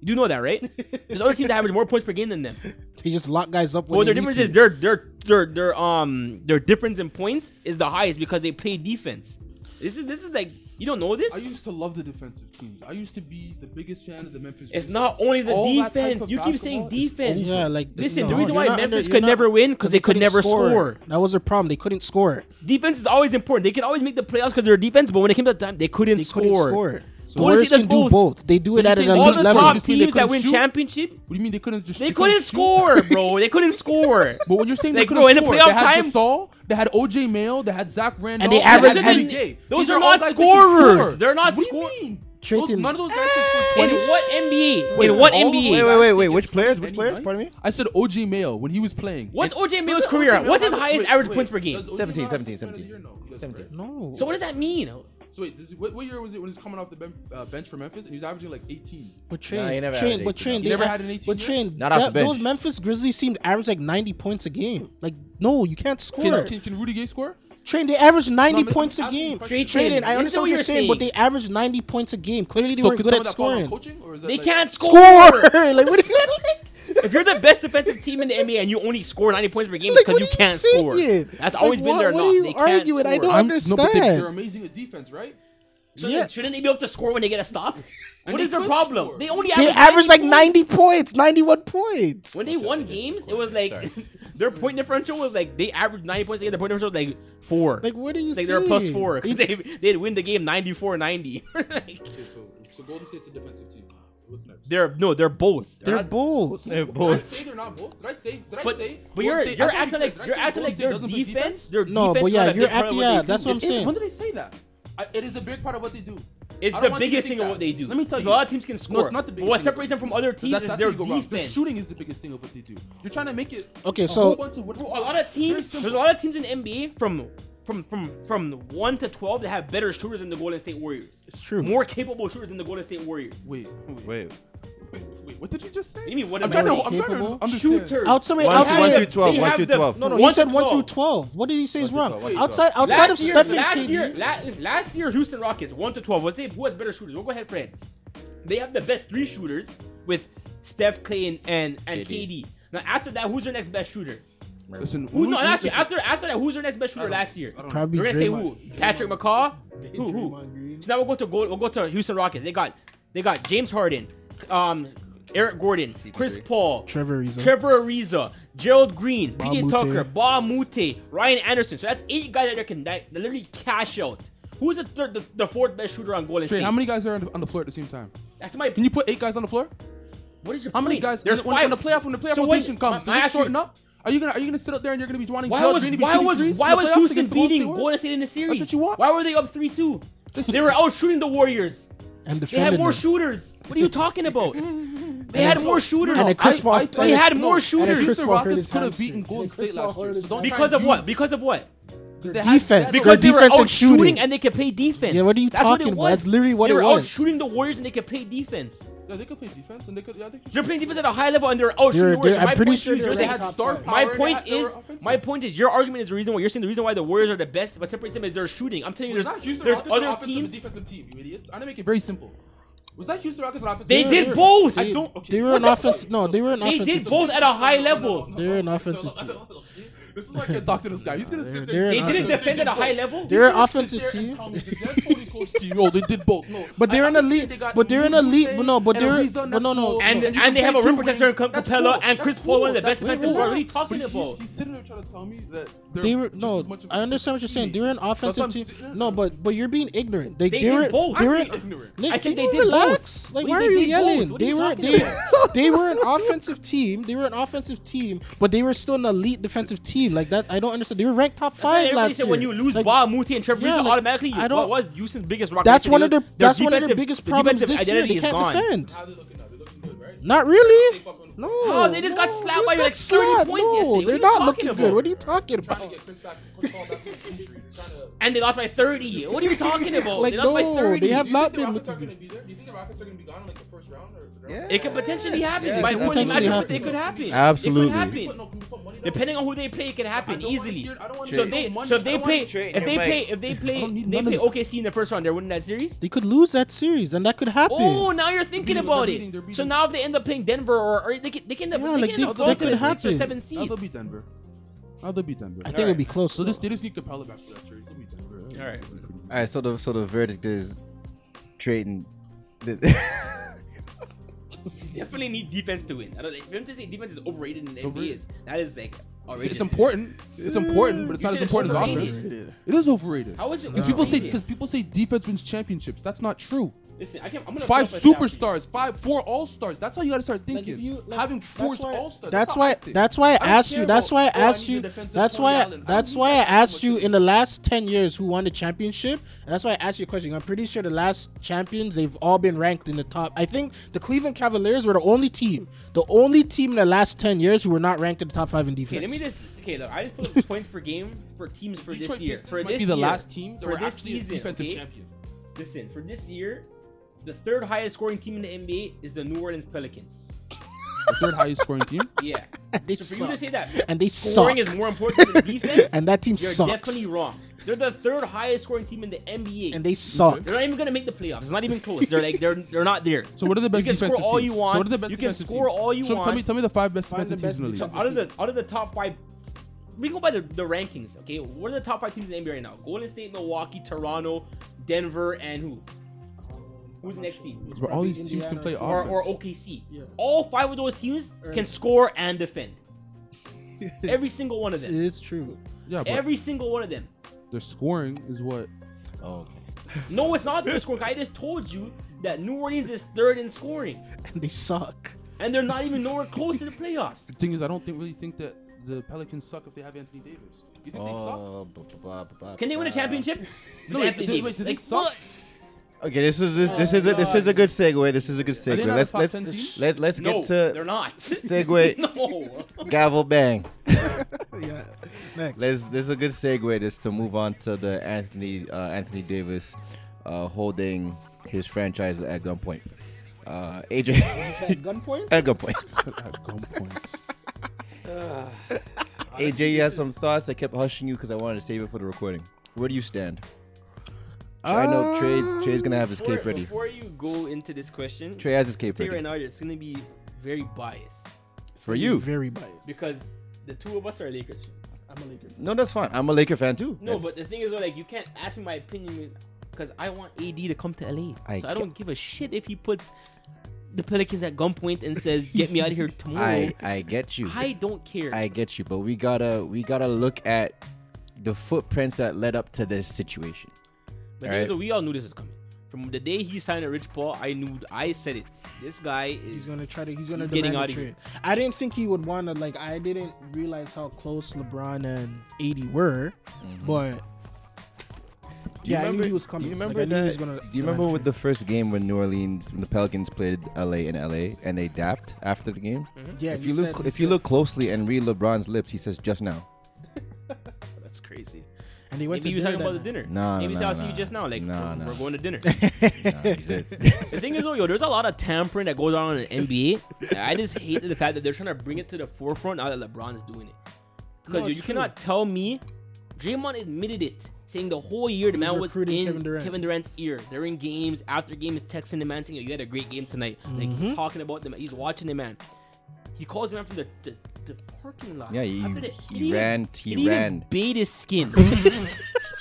Speaker 2: You do know that, right? There's other teams that average more points per game than them.
Speaker 4: They just lock guys up. When
Speaker 2: Well,
Speaker 4: they
Speaker 2: their
Speaker 4: need
Speaker 2: difference
Speaker 4: to.
Speaker 2: is their their their their um their difference in points is the highest because they play defense. This is this is like you don't know this.
Speaker 5: I used to love the defensive teams. I used to be the biggest fan of the Memphis.
Speaker 2: It's
Speaker 5: Grizzlies.
Speaker 2: not only the
Speaker 5: All that type
Speaker 2: defense.
Speaker 5: of
Speaker 2: You keep saying
Speaker 5: basketball is
Speaker 2: defense.
Speaker 4: Yeah, like
Speaker 2: Listen,
Speaker 4: no,
Speaker 2: the reason
Speaker 4: you're
Speaker 2: why
Speaker 4: not
Speaker 2: Memphis
Speaker 4: under-
Speaker 2: could
Speaker 4: you're
Speaker 2: never
Speaker 4: not-
Speaker 2: win because they could
Speaker 4: couldn't
Speaker 2: never score.
Speaker 4: That was their problem. They couldn't score.
Speaker 2: Defense is always important. They could always make the playoffs because they're defense, but when it came to the time, they couldn't
Speaker 4: They
Speaker 2: score.
Speaker 4: couldn't score. The
Speaker 2: Golden
Speaker 4: Warriors
Speaker 2: State does
Speaker 4: can do
Speaker 2: both.
Speaker 4: both. They do
Speaker 5: So
Speaker 4: it
Speaker 5: you're
Speaker 4: at an
Speaker 5: saying
Speaker 2: All
Speaker 4: elite
Speaker 2: the
Speaker 5: level.
Speaker 2: top
Speaker 5: Just mean they
Speaker 2: teams that
Speaker 5: couldn't
Speaker 2: win
Speaker 5: shoot?
Speaker 2: championship,
Speaker 5: What do you mean they couldn't just?
Speaker 2: they couldn't
Speaker 5: shoot?
Speaker 2: score, bro. They couldn't score.
Speaker 5: But when you're saying they
Speaker 2: Like,
Speaker 5: couldn't
Speaker 2: bro, in the
Speaker 5: score,
Speaker 2: playoff
Speaker 5: they had
Speaker 2: time-
Speaker 5: Gasol, they had OJ Mayo, they had Zach Randolph,
Speaker 4: they averaged
Speaker 5: had
Speaker 4: in-
Speaker 5: Rudy Gay.
Speaker 2: those
Speaker 5: These
Speaker 2: are
Speaker 5: all guys
Speaker 2: not
Speaker 5: that can
Speaker 2: scorers.
Speaker 5: score.
Speaker 2: They're not
Speaker 5: What do
Speaker 2: scor-
Speaker 5: you mean? Those-
Speaker 4: Trenton-
Speaker 5: none of those guys can
Speaker 2: In
Speaker 5: score 20.
Speaker 2: what NBA?
Speaker 5: Wait,
Speaker 2: in what
Speaker 5: all the
Speaker 2: NBA?
Speaker 5: way
Speaker 3: Wait, wait, wait,
Speaker 5: Basket
Speaker 3: wait. Which
Speaker 5: is
Speaker 3: players? Which
Speaker 5: any
Speaker 3: players?
Speaker 5: night?
Speaker 3: Pardon me?
Speaker 5: I said OJ Mayo when he was playing.
Speaker 2: What's
Speaker 5: And-
Speaker 2: O.J. Mayo's
Speaker 5: Doesn't OJ
Speaker 2: career?
Speaker 5: Mayo
Speaker 2: What's his
Speaker 5: have-
Speaker 2: highest
Speaker 5: wait,
Speaker 2: average
Speaker 5: wait,
Speaker 2: points per game?
Speaker 5: does OJ Mayo
Speaker 3: 17,
Speaker 5: have
Speaker 3: 17,
Speaker 5: suspended year? No, he doesn't,
Speaker 3: 17.
Speaker 5: right?
Speaker 4: No.
Speaker 2: So what does that mean?
Speaker 5: So wait, this is, what, what year was it when he was coming off the ben, uh, bench for Memphis and he was averaging like 18?
Speaker 4: But
Speaker 3: Nah, he
Speaker 4: train,
Speaker 3: never
Speaker 4: train,
Speaker 3: averaged
Speaker 4: but
Speaker 3: 18
Speaker 4: train.
Speaker 3: though.
Speaker 5: He
Speaker 4: they
Speaker 5: never
Speaker 4: a-
Speaker 5: had an 18
Speaker 4: But
Speaker 5: yet?
Speaker 4: train,
Speaker 3: Not off
Speaker 4: that-
Speaker 3: the
Speaker 4: those
Speaker 3: bench.
Speaker 4: Memphis Grizzlies seemed to average like 90 points a game. Like, no, you can't score.
Speaker 5: Can, can, can Rudy Gay score?
Speaker 4: Train, they averaged 90
Speaker 5: I'm
Speaker 4: points a
Speaker 5: asking
Speaker 4: game.
Speaker 5: the
Speaker 4: Train,
Speaker 5: question.
Speaker 2: Train,
Speaker 4: I
Speaker 2: this is what
Speaker 4: understand what you're
Speaker 2: you're
Speaker 4: saying, but they
Speaker 2: saying.
Speaker 4: averaged 90 points a game. Clearly, they
Speaker 5: So
Speaker 4: weren't
Speaker 5: could
Speaker 4: good
Speaker 5: some of
Speaker 4: at
Speaker 5: that fall on
Speaker 4: scoring.
Speaker 5: coaching? Or is that
Speaker 2: They
Speaker 5: like,
Speaker 2: can't
Speaker 4: Score!
Speaker 2: score.
Speaker 4: like, what if
Speaker 2: if you're the best defensive team in the NBA and you only score 90 points per game
Speaker 4: Like,
Speaker 2: because
Speaker 4: what
Speaker 2: you
Speaker 4: are you
Speaker 2: can't score,
Speaker 4: saying?
Speaker 2: that's
Speaker 4: Like,
Speaker 2: always been
Speaker 4: what-
Speaker 2: their
Speaker 4: what are
Speaker 2: knock.
Speaker 4: you
Speaker 2: They can't
Speaker 4: arguing? I
Speaker 2: score.
Speaker 4: don't-
Speaker 5: I'm- No, but they,
Speaker 4: understand.
Speaker 5: they're amazing at defense, right?
Speaker 2: So
Speaker 4: Yeah.
Speaker 2: then shouldn't they be able to score when they get a stop? what
Speaker 5: they
Speaker 2: is their
Speaker 5: could
Speaker 2: problem?
Speaker 5: score.
Speaker 2: They only
Speaker 4: They
Speaker 2: average,
Speaker 4: averaged like 90
Speaker 2: 90. points.
Speaker 4: points, 91 points.
Speaker 2: When they won games, it was like their point differential was like they averaged 90 points a game. Their point differential was like four.
Speaker 4: Like, what are you
Speaker 2: Like
Speaker 4: saying?
Speaker 2: they were plus four. 'cause They, they'd win the game 94 90. like,
Speaker 5: Okay, so, so Golden State's a defensive team. What's next?
Speaker 2: they're no, they're both.
Speaker 4: They're
Speaker 2: not-
Speaker 4: both.
Speaker 3: They're
Speaker 5: Did I
Speaker 3: both.
Speaker 5: say they're not both? Did I say? Did I
Speaker 2: But,
Speaker 5: say?
Speaker 2: but
Speaker 5: Golden
Speaker 2: you're,
Speaker 5: State-
Speaker 2: you're
Speaker 5: I
Speaker 2: acting
Speaker 5: wanna be clear.
Speaker 2: like
Speaker 5: Did I
Speaker 2: you're
Speaker 5: say
Speaker 2: acting
Speaker 5: Golden
Speaker 2: like
Speaker 5: State
Speaker 2: their
Speaker 5: doesn't play
Speaker 2: defense. Their
Speaker 4: No,
Speaker 2: defense
Speaker 4: but
Speaker 2: is
Speaker 4: yeah,
Speaker 2: not a
Speaker 4: you're
Speaker 2: big part of
Speaker 4: acting-
Speaker 2: what they
Speaker 4: yeah,
Speaker 2: do.
Speaker 4: that's what I'm
Speaker 5: It is-
Speaker 4: saying.
Speaker 5: When did they say that? I, it is a big part of what they do.
Speaker 2: It's
Speaker 5: I
Speaker 2: the
Speaker 5: don't want you to
Speaker 2: biggest
Speaker 5: think
Speaker 2: thing of
Speaker 5: that.
Speaker 2: what they do.
Speaker 5: Let me tell
Speaker 2: Because
Speaker 5: you,
Speaker 2: a lot of teams can score.
Speaker 5: No, it's not the
Speaker 2: But
Speaker 5: biggest.
Speaker 2: what
Speaker 5: thing
Speaker 2: separates them from other teams
Speaker 5: that's,
Speaker 2: is
Speaker 5: that's
Speaker 2: their
Speaker 5: where you go wrong.
Speaker 2: defense.
Speaker 5: Their shooting is the biggest thing of what they do. You're trying to make it.
Speaker 4: Okay,
Speaker 5: a
Speaker 4: so-
Speaker 5: whole bunch of what-
Speaker 2: Bro, a lot of teams.
Speaker 5: Very
Speaker 2: There's a
Speaker 5: simple.
Speaker 2: lot of teams in the NBA from from from from one to twelve that have better shooters than the Golden State Warriors.
Speaker 4: It's true.
Speaker 2: More capable shooters than the Golden State Warriors.
Speaker 5: Wait, wait,
Speaker 3: Wait.
Speaker 5: wait, Wait, what did you just say?
Speaker 2: What do you mean? What
Speaker 5: I'm
Speaker 2: am I
Speaker 5: trying to.
Speaker 2: saying?
Speaker 5: I'm trying to
Speaker 7: Capable?
Speaker 5: understand.
Speaker 2: shooters.
Speaker 4: Outside, wait,
Speaker 3: One-
Speaker 4: outside.
Speaker 3: one
Speaker 2: They
Speaker 3: through twelve,
Speaker 2: have
Speaker 3: one through
Speaker 2: the-
Speaker 3: twelve.
Speaker 4: no, no,
Speaker 2: One
Speaker 4: he said
Speaker 2: to
Speaker 4: one through
Speaker 2: 12.
Speaker 4: twelve. What did he say is
Speaker 3: One to
Speaker 4: wrong?
Speaker 3: 12, one to
Speaker 4: Outside, outside of
Speaker 2: Last year,
Speaker 4: Stephen
Speaker 2: last
Speaker 4: King,
Speaker 2: year, last, last year, Houston Rockets one to twelve. Let's say who has better shooters. We'll go head for head. They have the best three shooters with Steph, Clay, and and, and
Speaker 3: KD.
Speaker 2: KD. Now after that, who's their next best shooter?
Speaker 5: Listen,
Speaker 2: Who,
Speaker 5: who-
Speaker 2: no, last year,
Speaker 5: listen,
Speaker 2: after after that, who's their next best shooter last year?
Speaker 4: probably
Speaker 2: We're gonna say who?
Speaker 4: Draymond.
Speaker 2: Patrick McCaw. Who?
Speaker 4: Draymond
Speaker 2: Who?
Speaker 4: Green.
Speaker 2: So now we'll go to go, we'll go to Houston Rockets. They got they got James Harden, um, Eric Gordon, Chris Paul,
Speaker 4: Trevor Ariza.
Speaker 2: Trevor Ariza, Gerald Green,
Speaker 4: Ba
Speaker 2: PJ
Speaker 4: Mute.
Speaker 2: Tucker, Ba Mute, Ryan Anderson. So that's eight guys that they can that that literally cash out. Who's the third, the, the fourth best shooter on Golden
Speaker 5: Trey,
Speaker 2: State?
Speaker 5: how many guys are on the, on the floor at the same time?
Speaker 2: That's my.
Speaker 5: Can you put eight guys on the floor?
Speaker 2: What is your
Speaker 5: How many
Speaker 2: point?
Speaker 5: guys?
Speaker 2: There's
Speaker 5: when, when
Speaker 2: five
Speaker 5: the playoff when the playoff
Speaker 2: So when-
Speaker 5: rotation
Speaker 2: my-
Speaker 5: comes, does
Speaker 2: my
Speaker 5: it
Speaker 2: actual-
Speaker 5: shorten up? Are you gonna Are you gonna sit up there and you're gonna be wanting
Speaker 2: Why
Speaker 5: Gerald
Speaker 2: was
Speaker 5: Green to be
Speaker 2: why
Speaker 5: shooting
Speaker 2: was
Speaker 5: threes in
Speaker 2: why
Speaker 5: the
Speaker 2: was
Speaker 5: playoffs
Speaker 2: Houston
Speaker 5: against the Golden
Speaker 2: beating
Speaker 5: State
Speaker 2: Golden State in the series?
Speaker 5: what you want.
Speaker 2: Why were they up three two?
Speaker 5: Listen-
Speaker 2: They were out shooting the Warriors.
Speaker 4: and
Speaker 2: They had
Speaker 4: defended
Speaker 2: more
Speaker 4: them.
Speaker 2: shooters. What are you talking about? They had more shooters.
Speaker 4: And a Chris
Speaker 5: I-
Speaker 4: Paul-
Speaker 5: I
Speaker 4: and
Speaker 5: thought-
Speaker 2: They had
Speaker 5: no,
Speaker 2: more
Speaker 5: and
Speaker 2: shooters.
Speaker 5: Houston
Speaker 4: Chris Paul hurt
Speaker 5: Rockets
Speaker 4: his
Speaker 5: could have
Speaker 4: hamstring.
Speaker 5: beaten Golden
Speaker 4: And Chris
Speaker 5: State
Speaker 4: Paul
Speaker 5: last year.
Speaker 4: hurt
Speaker 5: So
Speaker 4: his
Speaker 5: don't
Speaker 2: because of what? Because of what?
Speaker 5: Because
Speaker 4: Defense.
Speaker 2: Because they were
Speaker 4: defense and
Speaker 2: out shooting
Speaker 4: shooting.
Speaker 2: and they could play defense.
Speaker 4: Yeah, what are you
Speaker 2: That's what it
Speaker 4: talking about?
Speaker 2: was.
Speaker 4: That's literally what
Speaker 2: they
Speaker 4: it
Speaker 2: were out
Speaker 4: was.
Speaker 2: shooting the Warriors and they could play defense.
Speaker 5: Yeah, they could play defense and they could. Yeah, they could.
Speaker 2: They're playing defense at a high level and they're out shooting
Speaker 4: They're-
Speaker 2: the Warriors.
Speaker 4: they're-
Speaker 2: my
Speaker 4: I'm pretty
Speaker 2: point
Speaker 4: sure
Speaker 2: is
Speaker 4: they're
Speaker 2: they
Speaker 4: ranked
Speaker 2: had
Speaker 4: top
Speaker 5: star
Speaker 4: five.
Speaker 5: power.
Speaker 2: my
Speaker 5: They
Speaker 2: point
Speaker 5: had- they were
Speaker 2: is,
Speaker 5: offensive.
Speaker 2: my point is, your argument is the reason why you're saying the reason why the Warriors are the best. What separates them is their shooting. I'm telling you,
Speaker 5: Was
Speaker 2: there's,
Speaker 5: that Houston
Speaker 2: there's
Speaker 5: Rockets an
Speaker 2: other
Speaker 5: offensive
Speaker 2: teams.
Speaker 5: and defensive team, you idiots? I'm gonna make it very simple. Was that Houston Rockets an offensive?
Speaker 2: They
Speaker 5: team?
Speaker 2: did
Speaker 5: They were-
Speaker 2: both.
Speaker 5: I don't. Okay.
Speaker 4: They were
Speaker 5: what
Speaker 4: an
Speaker 5: the
Speaker 4: offense.
Speaker 5: fuck?
Speaker 4: No, they were an
Speaker 2: They
Speaker 4: offensive.
Speaker 2: did
Speaker 4: team.
Speaker 2: both at a
Speaker 5: No,
Speaker 2: high
Speaker 5: no, no, no,
Speaker 2: level.
Speaker 5: no,
Speaker 4: They're an
Speaker 5: no,
Speaker 4: offensive
Speaker 5: no, no, no, no. This is like
Speaker 4: team.
Speaker 5: a doctor. This guy. He's gonna sit
Speaker 4: They're
Speaker 5: there.
Speaker 2: They
Speaker 4: an
Speaker 2: didn't
Speaker 4: offensive
Speaker 2: defend at a high level.
Speaker 4: They're an
Speaker 5: Sit
Speaker 4: offensive
Speaker 5: there and
Speaker 4: team.
Speaker 5: tell me the dead Tony coach team. Oh, they did both. No,
Speaker 4: But they're
Speaker 5: I
Speaker 4: an
Speaker 5: understand
Speaker 4: elite-
Speaker 5: they got
Speaker 4: but they're an
Speaker 5: Mute
Speaker 4: elite-
Speaker 5: Mute
Speaker 4: but no, but
Speaker 5: and
Speaker 4: they're-
Speaker 5: Ariza,
Speaker 4: but
Speaker 5: that's
Speaker 4: no, no.
Speaker 5: cool.
Speaker 2: And-
Speaker 5: you can
Speaker 2: and they
Speaker 5: play
Speaker 2: have a
Speaker 5: two
Speaker 2: rim protector
Speaker 5: wings.
Speaker 2: in
Speaker 5: That's cool.
Speaker 2: Capella and
Speaker 5: That's
Speaker 2: Chris Paul, one of the
Speaker 5: cool.
Speaker 2: best
Speaker 5: That's
Speaker 2: defensive
Speaker 5: cool.
Speaker 2: guards. What are you talking
Speaker 5: But he's-
Speaker 2: about?
Speaker 5: He's sitting there trying to tell me that they're
Speaker 4: They were
Speaker 5: just
Speaker 4: no.
Speaker 5: as much of a
Speaker 4: I understand what you're saying. They're an
Speaker 5: teenager. That's
Speaker 4: offensive
Speaker 5: what I'm
Speaker 4: team.
Speaker 5: saying.
Speaker 4: No, but but you're being ignorant. They,
Speaker 2: They
Speaker 4: they,
Speaker 2: did
Speaker 4: were
Speaker 2: both.
Speaker 4: They
Speaker 5: I'm
Speaker 4: were
Speaker 5: being ignorant.
Speaker 4: Nick,
Speaker 2: I said
Speaker 4: can
Speaker 2: they
Speaker 4: you
Speaker 2: did
Speaker 4: relax?
Speaker 2: both.
Speaker 4: Like
Speaker 2: We-
Speaker 4: why
Speaker 2: they
Speaker 4: are you
Speaker 2: did both.
Speaker 4: yelling?
Speaker 2: What are
Speaker 4: They
Speaker 2: you
Speaker 4: were
Speaker 2: talking
Speaker 4: they
Speaker 2: about?
Speaker 4: they were an offensive team. They were an offensive team, but they were still an elite defensive team. Like that, I don't understand. They were ranked top
Speaker 2: That's why
Speaker 4: five
Speaker 2: everybody
Speaker 4: last
Speaker 2: said
Speaker 4: year.
Speaker 2: when you lose
Speaker 4: Like,
Speaker 2: Ba, Muti, and Trevor
Speaker 4: yeah,
Speaker 2: Ariza,
Speaker 4: like,
Speaker 2: automatically,
Speaker 4: I
Speaker 2: what
Speaker 4: don't-
Speaker 2: was Houston's biggest rock?
Speaker 4: That's
Speaker 2: They said
Speaker 4: one of their. That's one of their
Speaker 2: defensive-
Speaker 4: biggest problems
Speaker 2: defensive
Speaker 4: this year.
Speaker 2: identity
Speaker 4: They
Speaker 2: is
Speaker 4: can't
Speaker 2: gone.
Speaker 4: defend.
Speaker 5: How they looking now? They looking good, right?
Speaker 4: Not really.
Speaker 5: They fucking-
Speaker 4: No.
Speaker 2: Oh, they just got
Speaker 4: no,
Speaker 2: slapped
Speaker 4: they
Speaker 2: by you,
Speaker 4: just
Speaker 2: like,
Speaker 4: got
Speaker 2: 30
Speaker 4: slapped.
Speaker 2: points
Speaker 4: No,
Speaker 2: yesterday. What are
Speaker 4: They're
Speaker 2: you
Speaker 4: not
Speaker 2: talking
Speaker 4: looking
Speaker 2: about?
Speaker 4: good. What are you talking
Speaker 5: Trying to
Speaker 4: about?
Speaker 5: get Chris back. Chris Paul back from the injury. Trying to.
Speaker 2: And they lost by 30. What are you talking about?
Speaker 4: Like,
Speaker 2: they lost
Speaker 4: no,
Speaker 2: by 30.
Speaker 4: they have-
Speaker 5: Do you
Speaker 4: not
Speaker 5: think the
Speaker 4: been
Speaker 5: Rockets are
Speaker 4: looking
Speaker 5: gonna be there? Do you think the Rockets are gonna be gone in like the first round or? the round?
Speaker 2: It could potentially happen.
Speaker 3: yes,
Speaker 2: By
Speaker 3: it
Speaker 2: the
Speaker 3: could
Speaker 2: point of the
Speaker 4: potentially
Speaker 2: matchup,
Speaker 4: happen.
Speaker 2: it could happen.
Speaker 3: Absolutely.
Speaker 2: It
Speaker 5: But no,
Speaker 2: could happen.
Speaker 5: can we put money down?
Speaker 2: Depending on who they play, it could happen
Speaker 5: don't wanna
Speaker 2: easily.
Speaker 5: hear- I don't wanna
Speaker 2: So
Speaker 5: hear
Speaker 2: if they,
Speaker 5: no money.
Speaker 2: so if
Speaker 5: I
Speaker 2: they
Speaker 5: don't
Speaker 2: play,
Speaker 5: wanna trade
Speaker 2: if they
Speaker 3: your
Speaker 2: play,
Speaker 3: leg.
Speaker 2: if they play,
Speaker 5: don't need
Speaker 2: they
Speaker 5: none
Speaker 2: play
Speaker 5: of that.
Speaker 2: OKC in the first round, they're winning that series.
Speaker 4: They could lose that series, and that could happen.
Speaker 2: Oh, now you're thinking
Speaker 5: beating-
Speaker 2: about
Speaker 5: they're beating- they're
Speaker 2: it. So
Speaker 5: beating-
Speaker 2: now if they end up playing Denver, or, or they can, they can end up,
Speaker 4: Yeah,
Speaker 2: they
Speaker 4: like,
Speaker 2: can end up
Speaker 4: they-
Speaker 2: going
Speaker 4: that
Speaker 2: to
Speaker 4: could
Speaker 2: the sixth or
Speaker 4: happen.
Speaker 2: seventh
Speaker 5: Now
Speaker 2: seed.
Speaker 5: they'll be Denver. Now they'll be Denver.
Speaker 4: I think it'll be close.
Speaker 5: So
Speaker 4: though.
Speaker 5: this they just need Capella back for that series. They'll be Denver.
Speaker 2: All right.
Speaker 3: All right, so the so the verdict is trading. Did,
Speaker 2: Definitely need defense to win. I don't, if you to say defense is overrated in the NBA,
Speaker 5: overrated.
Speaker 2: is, that is like
Speaker 5: It's,
Speaker 2: outrageous.
Speaker 5: it's important. It's important, but it's not as
Speaker 2: said it's
Speaker 5: important
Speaker 2: overrated.
Speaker 5: as offense. It is overrated.
Speaker 2: How is it?
Speaker 5: Because people say
Speaker 2: overrated?
Speaker 5: because people say defense wins championships. That's not true.
Speaker 2: Listen, I can, I'm gonna
Speaker 5: Five
Speaker 2: pull up a stat for you.
Speaker 5: superstars, five four all stars. That's how you gotta start
Speaker 4: Like, if
Speaker 5: thinking.
Speaker 4: you- like,
Speaker 5: Having four
Speaker 4: that's why-
Speaker 5: all stars.
Speaker 4: That's why. That's why I
Speaker 5: don't
Speaker 4: asked
Speaker 5: care
Speaker 4: you. That's why I
Speaker 5: about, oh, I
Speaker 4: asked
Speaker 5: need
Speaker 4: you.
Speaker 5: a defensive
Speaker 4: That's
Speaker 5: Tony
Speaker 4: why.
Speaker 5: Allen. I
Speaker 4: That's
Speaker 5: need
Speaker 4: why I
Speaker 5: that so
Speaker 4: asked
Speaker 5: much.
Speaker 4: you in the last ten years who won the championship, and that's why I asked you a question. I'm pretty sure the last champions they've all been ranked in the top. I think the Cleveland Cavaliers were the only team, the only team in the last ten years who were not ranked in the top five in defense.
Speaker 2: Okay, let me just. Okay, look, I just put up points per game for teams for
Speaker 5: Detroit
Speaker 2: this year.
Speaker 5: Pistons
Speaker 2: For
Speaker 5: might
Speaker 2: this
Speaker 5: be the
Speaker 2: year.
Speaker 5: last team that
Speaker 2: for
Speaker 5: were
Speaker 2: this
Speaker 5: actually a
Speaker 2: season,
Speaker 5: defensive
Speaker 2: okay?
Speaker 5: champion.
Speaker 2: Listen, for this year, the third highest scoring team in the NBA is the New Orleans Pelicans.
Speaker 5: The third highest scoring team.
Speaker 2: Yeah.
Speaker 4: They
Speaker 2: so for you to
Speaker 4: suck.
Speaker 2: say that
Speaker 4: And they
Speaker 2: scoring
Speaker 4: suck.
Speaker 2: is more important than defense,
Speaker 4: and that team
Speaker 2: you're
Speaker 4: sucks.
Speaker 2: definitely wrong. They're the third highest scoring team in the NBA.
Speaker 4: and they suck.
Speaker 2: They're not even gonna make the playoffs. It's not even close. They're like they're they're not there.
Speaker 5: So what are the best
Speaker 2: You can
Speaker 5: defensive
Speaker 2: score all
Speaker 5: teams?
Speaker 2: you want.
Speaker 5: So what are the best
Speaker 2: you can
Speaker 5: defensive
Speaker 2: score
Speaker 5: teams?
Speaker 2: all you
Speaker 5: Show-
Speaker 2: want.
Speaker 5: Tell me, tell me the five best defensive
Speaker 4: the
Speaker 5: teams
Speaker 4: best
Speaker 5: in the league.
Speaker 4: defensive
Speaker 2: out of the out of the top five, we go by the, the rankings. Okay, what are the top five teams in the NBA right now? Golden State, Milwaukee, Toronto, Denver, and who? Who's the next team?
Speaker 5: But all these teams can
Speaker 4: Indiana
Speaker 5: play
Speaker 2: Or,
Speaker 5: offense.
Speaker 2: or OKC.
Speaker 4: Yeah.
Speaker 2: All five of those teams can score and defend. Every single one of
Speaker 4: It
Speaker 2: them.
Speaker 4: is true.
Speaker 5: yeah, but
Speaker 2: Every single one of them.
Speaker 5: their scoring is what.
Speaker 3: oh, okay.
Speaker 2: No, it's not their scoring. I just told you that New Orleans is third in scoring,
Speaker 4: And they suck.
Speaker 2: and they're not even nowhere close to the playoffs.
Speaker 5: The thing is, I don't think really think that the Pelicans suck if they have Anthony Davis. You think they suck?
Speaker 3: Oh, bu- bu- bu- bu- bu-
Speaker 2: Can they win a championship?
Speaker 5: No,
Speaker 2: With Anthony
Speaker 5: wait,
Speaker 2: Davis.
Speaker 5: wait,
Speaker 2: Like,
Speaker 5: they suck.
Speaker 3: Okay, this is
Speaker 2: Oh,
Speaker 3: this, this is a, this is a good segue. This is a good
Speaker 5: Are they
Speaker 3: segue.
Speaker 5: not a
Speaker 3: Let's
Speaker 5: top
Speaker 3: let's
Speaker 5: 10 team?
Speaker 3: let, let's
Speaker 2: No,
Speaker 3: get to
Speaker 2: they're not.
Speaker 3: segue.
Speaker 2: no.
Speaker 3: gavel bang.
Speaker 4: yeah. Next.
Speaker 3: Let's this is a good segue. This to move on to the Anthony uh, Anthony Davis uh, holding his franchise at gunpoint. uh, AJ
Speaker 4: Is that gunpoint?
Speaker 3: at gunpoint.
Speaker 5: Said at gunpoint.
Speaker 3: AJ, you had some thoughts. I kept hushing you because I wanted to save it for the recording. Where do you stand? So I know Trey's, Trey's gonna have his
Speaker 2: Before,
Speaker 3: cape ready.
Speaker 2: before you go into this question,
Speaker 3: Trey has his cape
Speaker 2: tell you right
Speaker 3: ready
Speaker 2: now, it's gonna be very biased
Speaker 3: for you.
Speaker 4: Very biased.
Speaker 2: because the two of us are Lakers. fans. I'm a Lakers. fan.
Speaker 3: No, that's fine. I'm a Laker fan too.
Speaker 2: No,
Speaker 3: That's-
Speaker 2: but the thing is, though, like, you can't ask me my opinion because I want AD to come to LA.
Speaker 3: I
Speaker 2: so I
Speaker 3: ca-
Speaker 2: don't give a shit if he puts the Pelicans at gunpoint and says, "Get me out of here tomorrow."
Speaker 3: I
Speaker 2: I,
Speaker 3: I get you.
Speaker 2: don't care.
Speaker 3: I get you, but we gotta we gotta look at the footprints that led up to this situation.
Speaker 2: But right.
Speaker 3: Alright.
Speaker 2: we all knew this was coming. From the day he signed a Rich Paul, I knew. I said it. This guy is.
Speaker 4: He's gonna try to. He's gonna
Speaker 2: He's getting
Speaker 4: demand
Speaker 2: out
Speaker 4: a
Speaker 2: of here.
Speaker 4: trade. I didn't think he would want to. Like I didn't realize how close LeBron and AD were, but
Speaker 3: Mm-hmm. Do you
Speaker 4: yeah, I
Speaker 3: remember-
Speaker 4: knew he was coming.
Speaker 3: Do you
Speaker 4: Like,
Speaker 3: remember
Speaker 4: I knew he
Speaker 3: that-
Speaker 4: was gonna
Speaker 3: Do you
Speaker 4: demand
Speaker 3: remember
Speaker 4: a
Speaker 3: with the
Speaker 4: trade.
Speaker 3: first game when New Orleans, when the Pelicans played LA in LA, and they dapped after the game?
Speaker 4: yeah?
Speaker 3: If
Speaker 4: Mm-hmm. he
Speaker 3: you
Speaker 4: said-
Speaker 3: look,
Speaker 4: he
Speaker 3: if you
Speaker 4: said-
Speaker 3: look closely and read LeBron's lips, he says just now.
Speaker 4: that's crazy. And he went
Speaker 2: Maybe he
Speaker 4: to
Speaker 2: was talking about the
Speaker 4: that
Speaker 2: dinner.
Speaker 3: No, no,
Speaker 2: Maybe
Speaker 3: no,
Speaker 2: I'll see
Speaker 3: no.
Speaker 2: you just now. Like
Speaker 3: No,
Speaker 2: we're,
Speaker 3: no.
Speaker 2: we're going to dinner.
Speaker 3: Nah, he's it.
Speaker 2: The thing is, though, yo, there's a lot of tampering that goes on in the NBA. I just hate the fact that they're trying to bring it to the forefront now that LeBron is doing it. Because yo,
Speaker 4: No, it's
Speaker 2: you
Speaker 4: true.
Speaker 2: cannot tell me. Draymond admitted it, saying the whole year the man was in
Speaker 4: recruiting
Speaker 2: Kevin,
Speaker 4: Kevin Durant.
Speaker 2: Durant's ear. They're in games, after games, texting the man saying, yo, you had a great game tonight. Like,
Speaker 4: Mm-hmm.
Speaker 2: he's talking about the man. He's watching the man. He calls the man from the, the, the parking lot.
Speaker 3: Yeah, he-
Speaker 2: After the-
Speaker 3: he
Speaker 2: didn't even-
Speaker 3: ran- he
Speaker 2: didn't even
Speaker 3: ran.
Speaker 2: bathe his skin.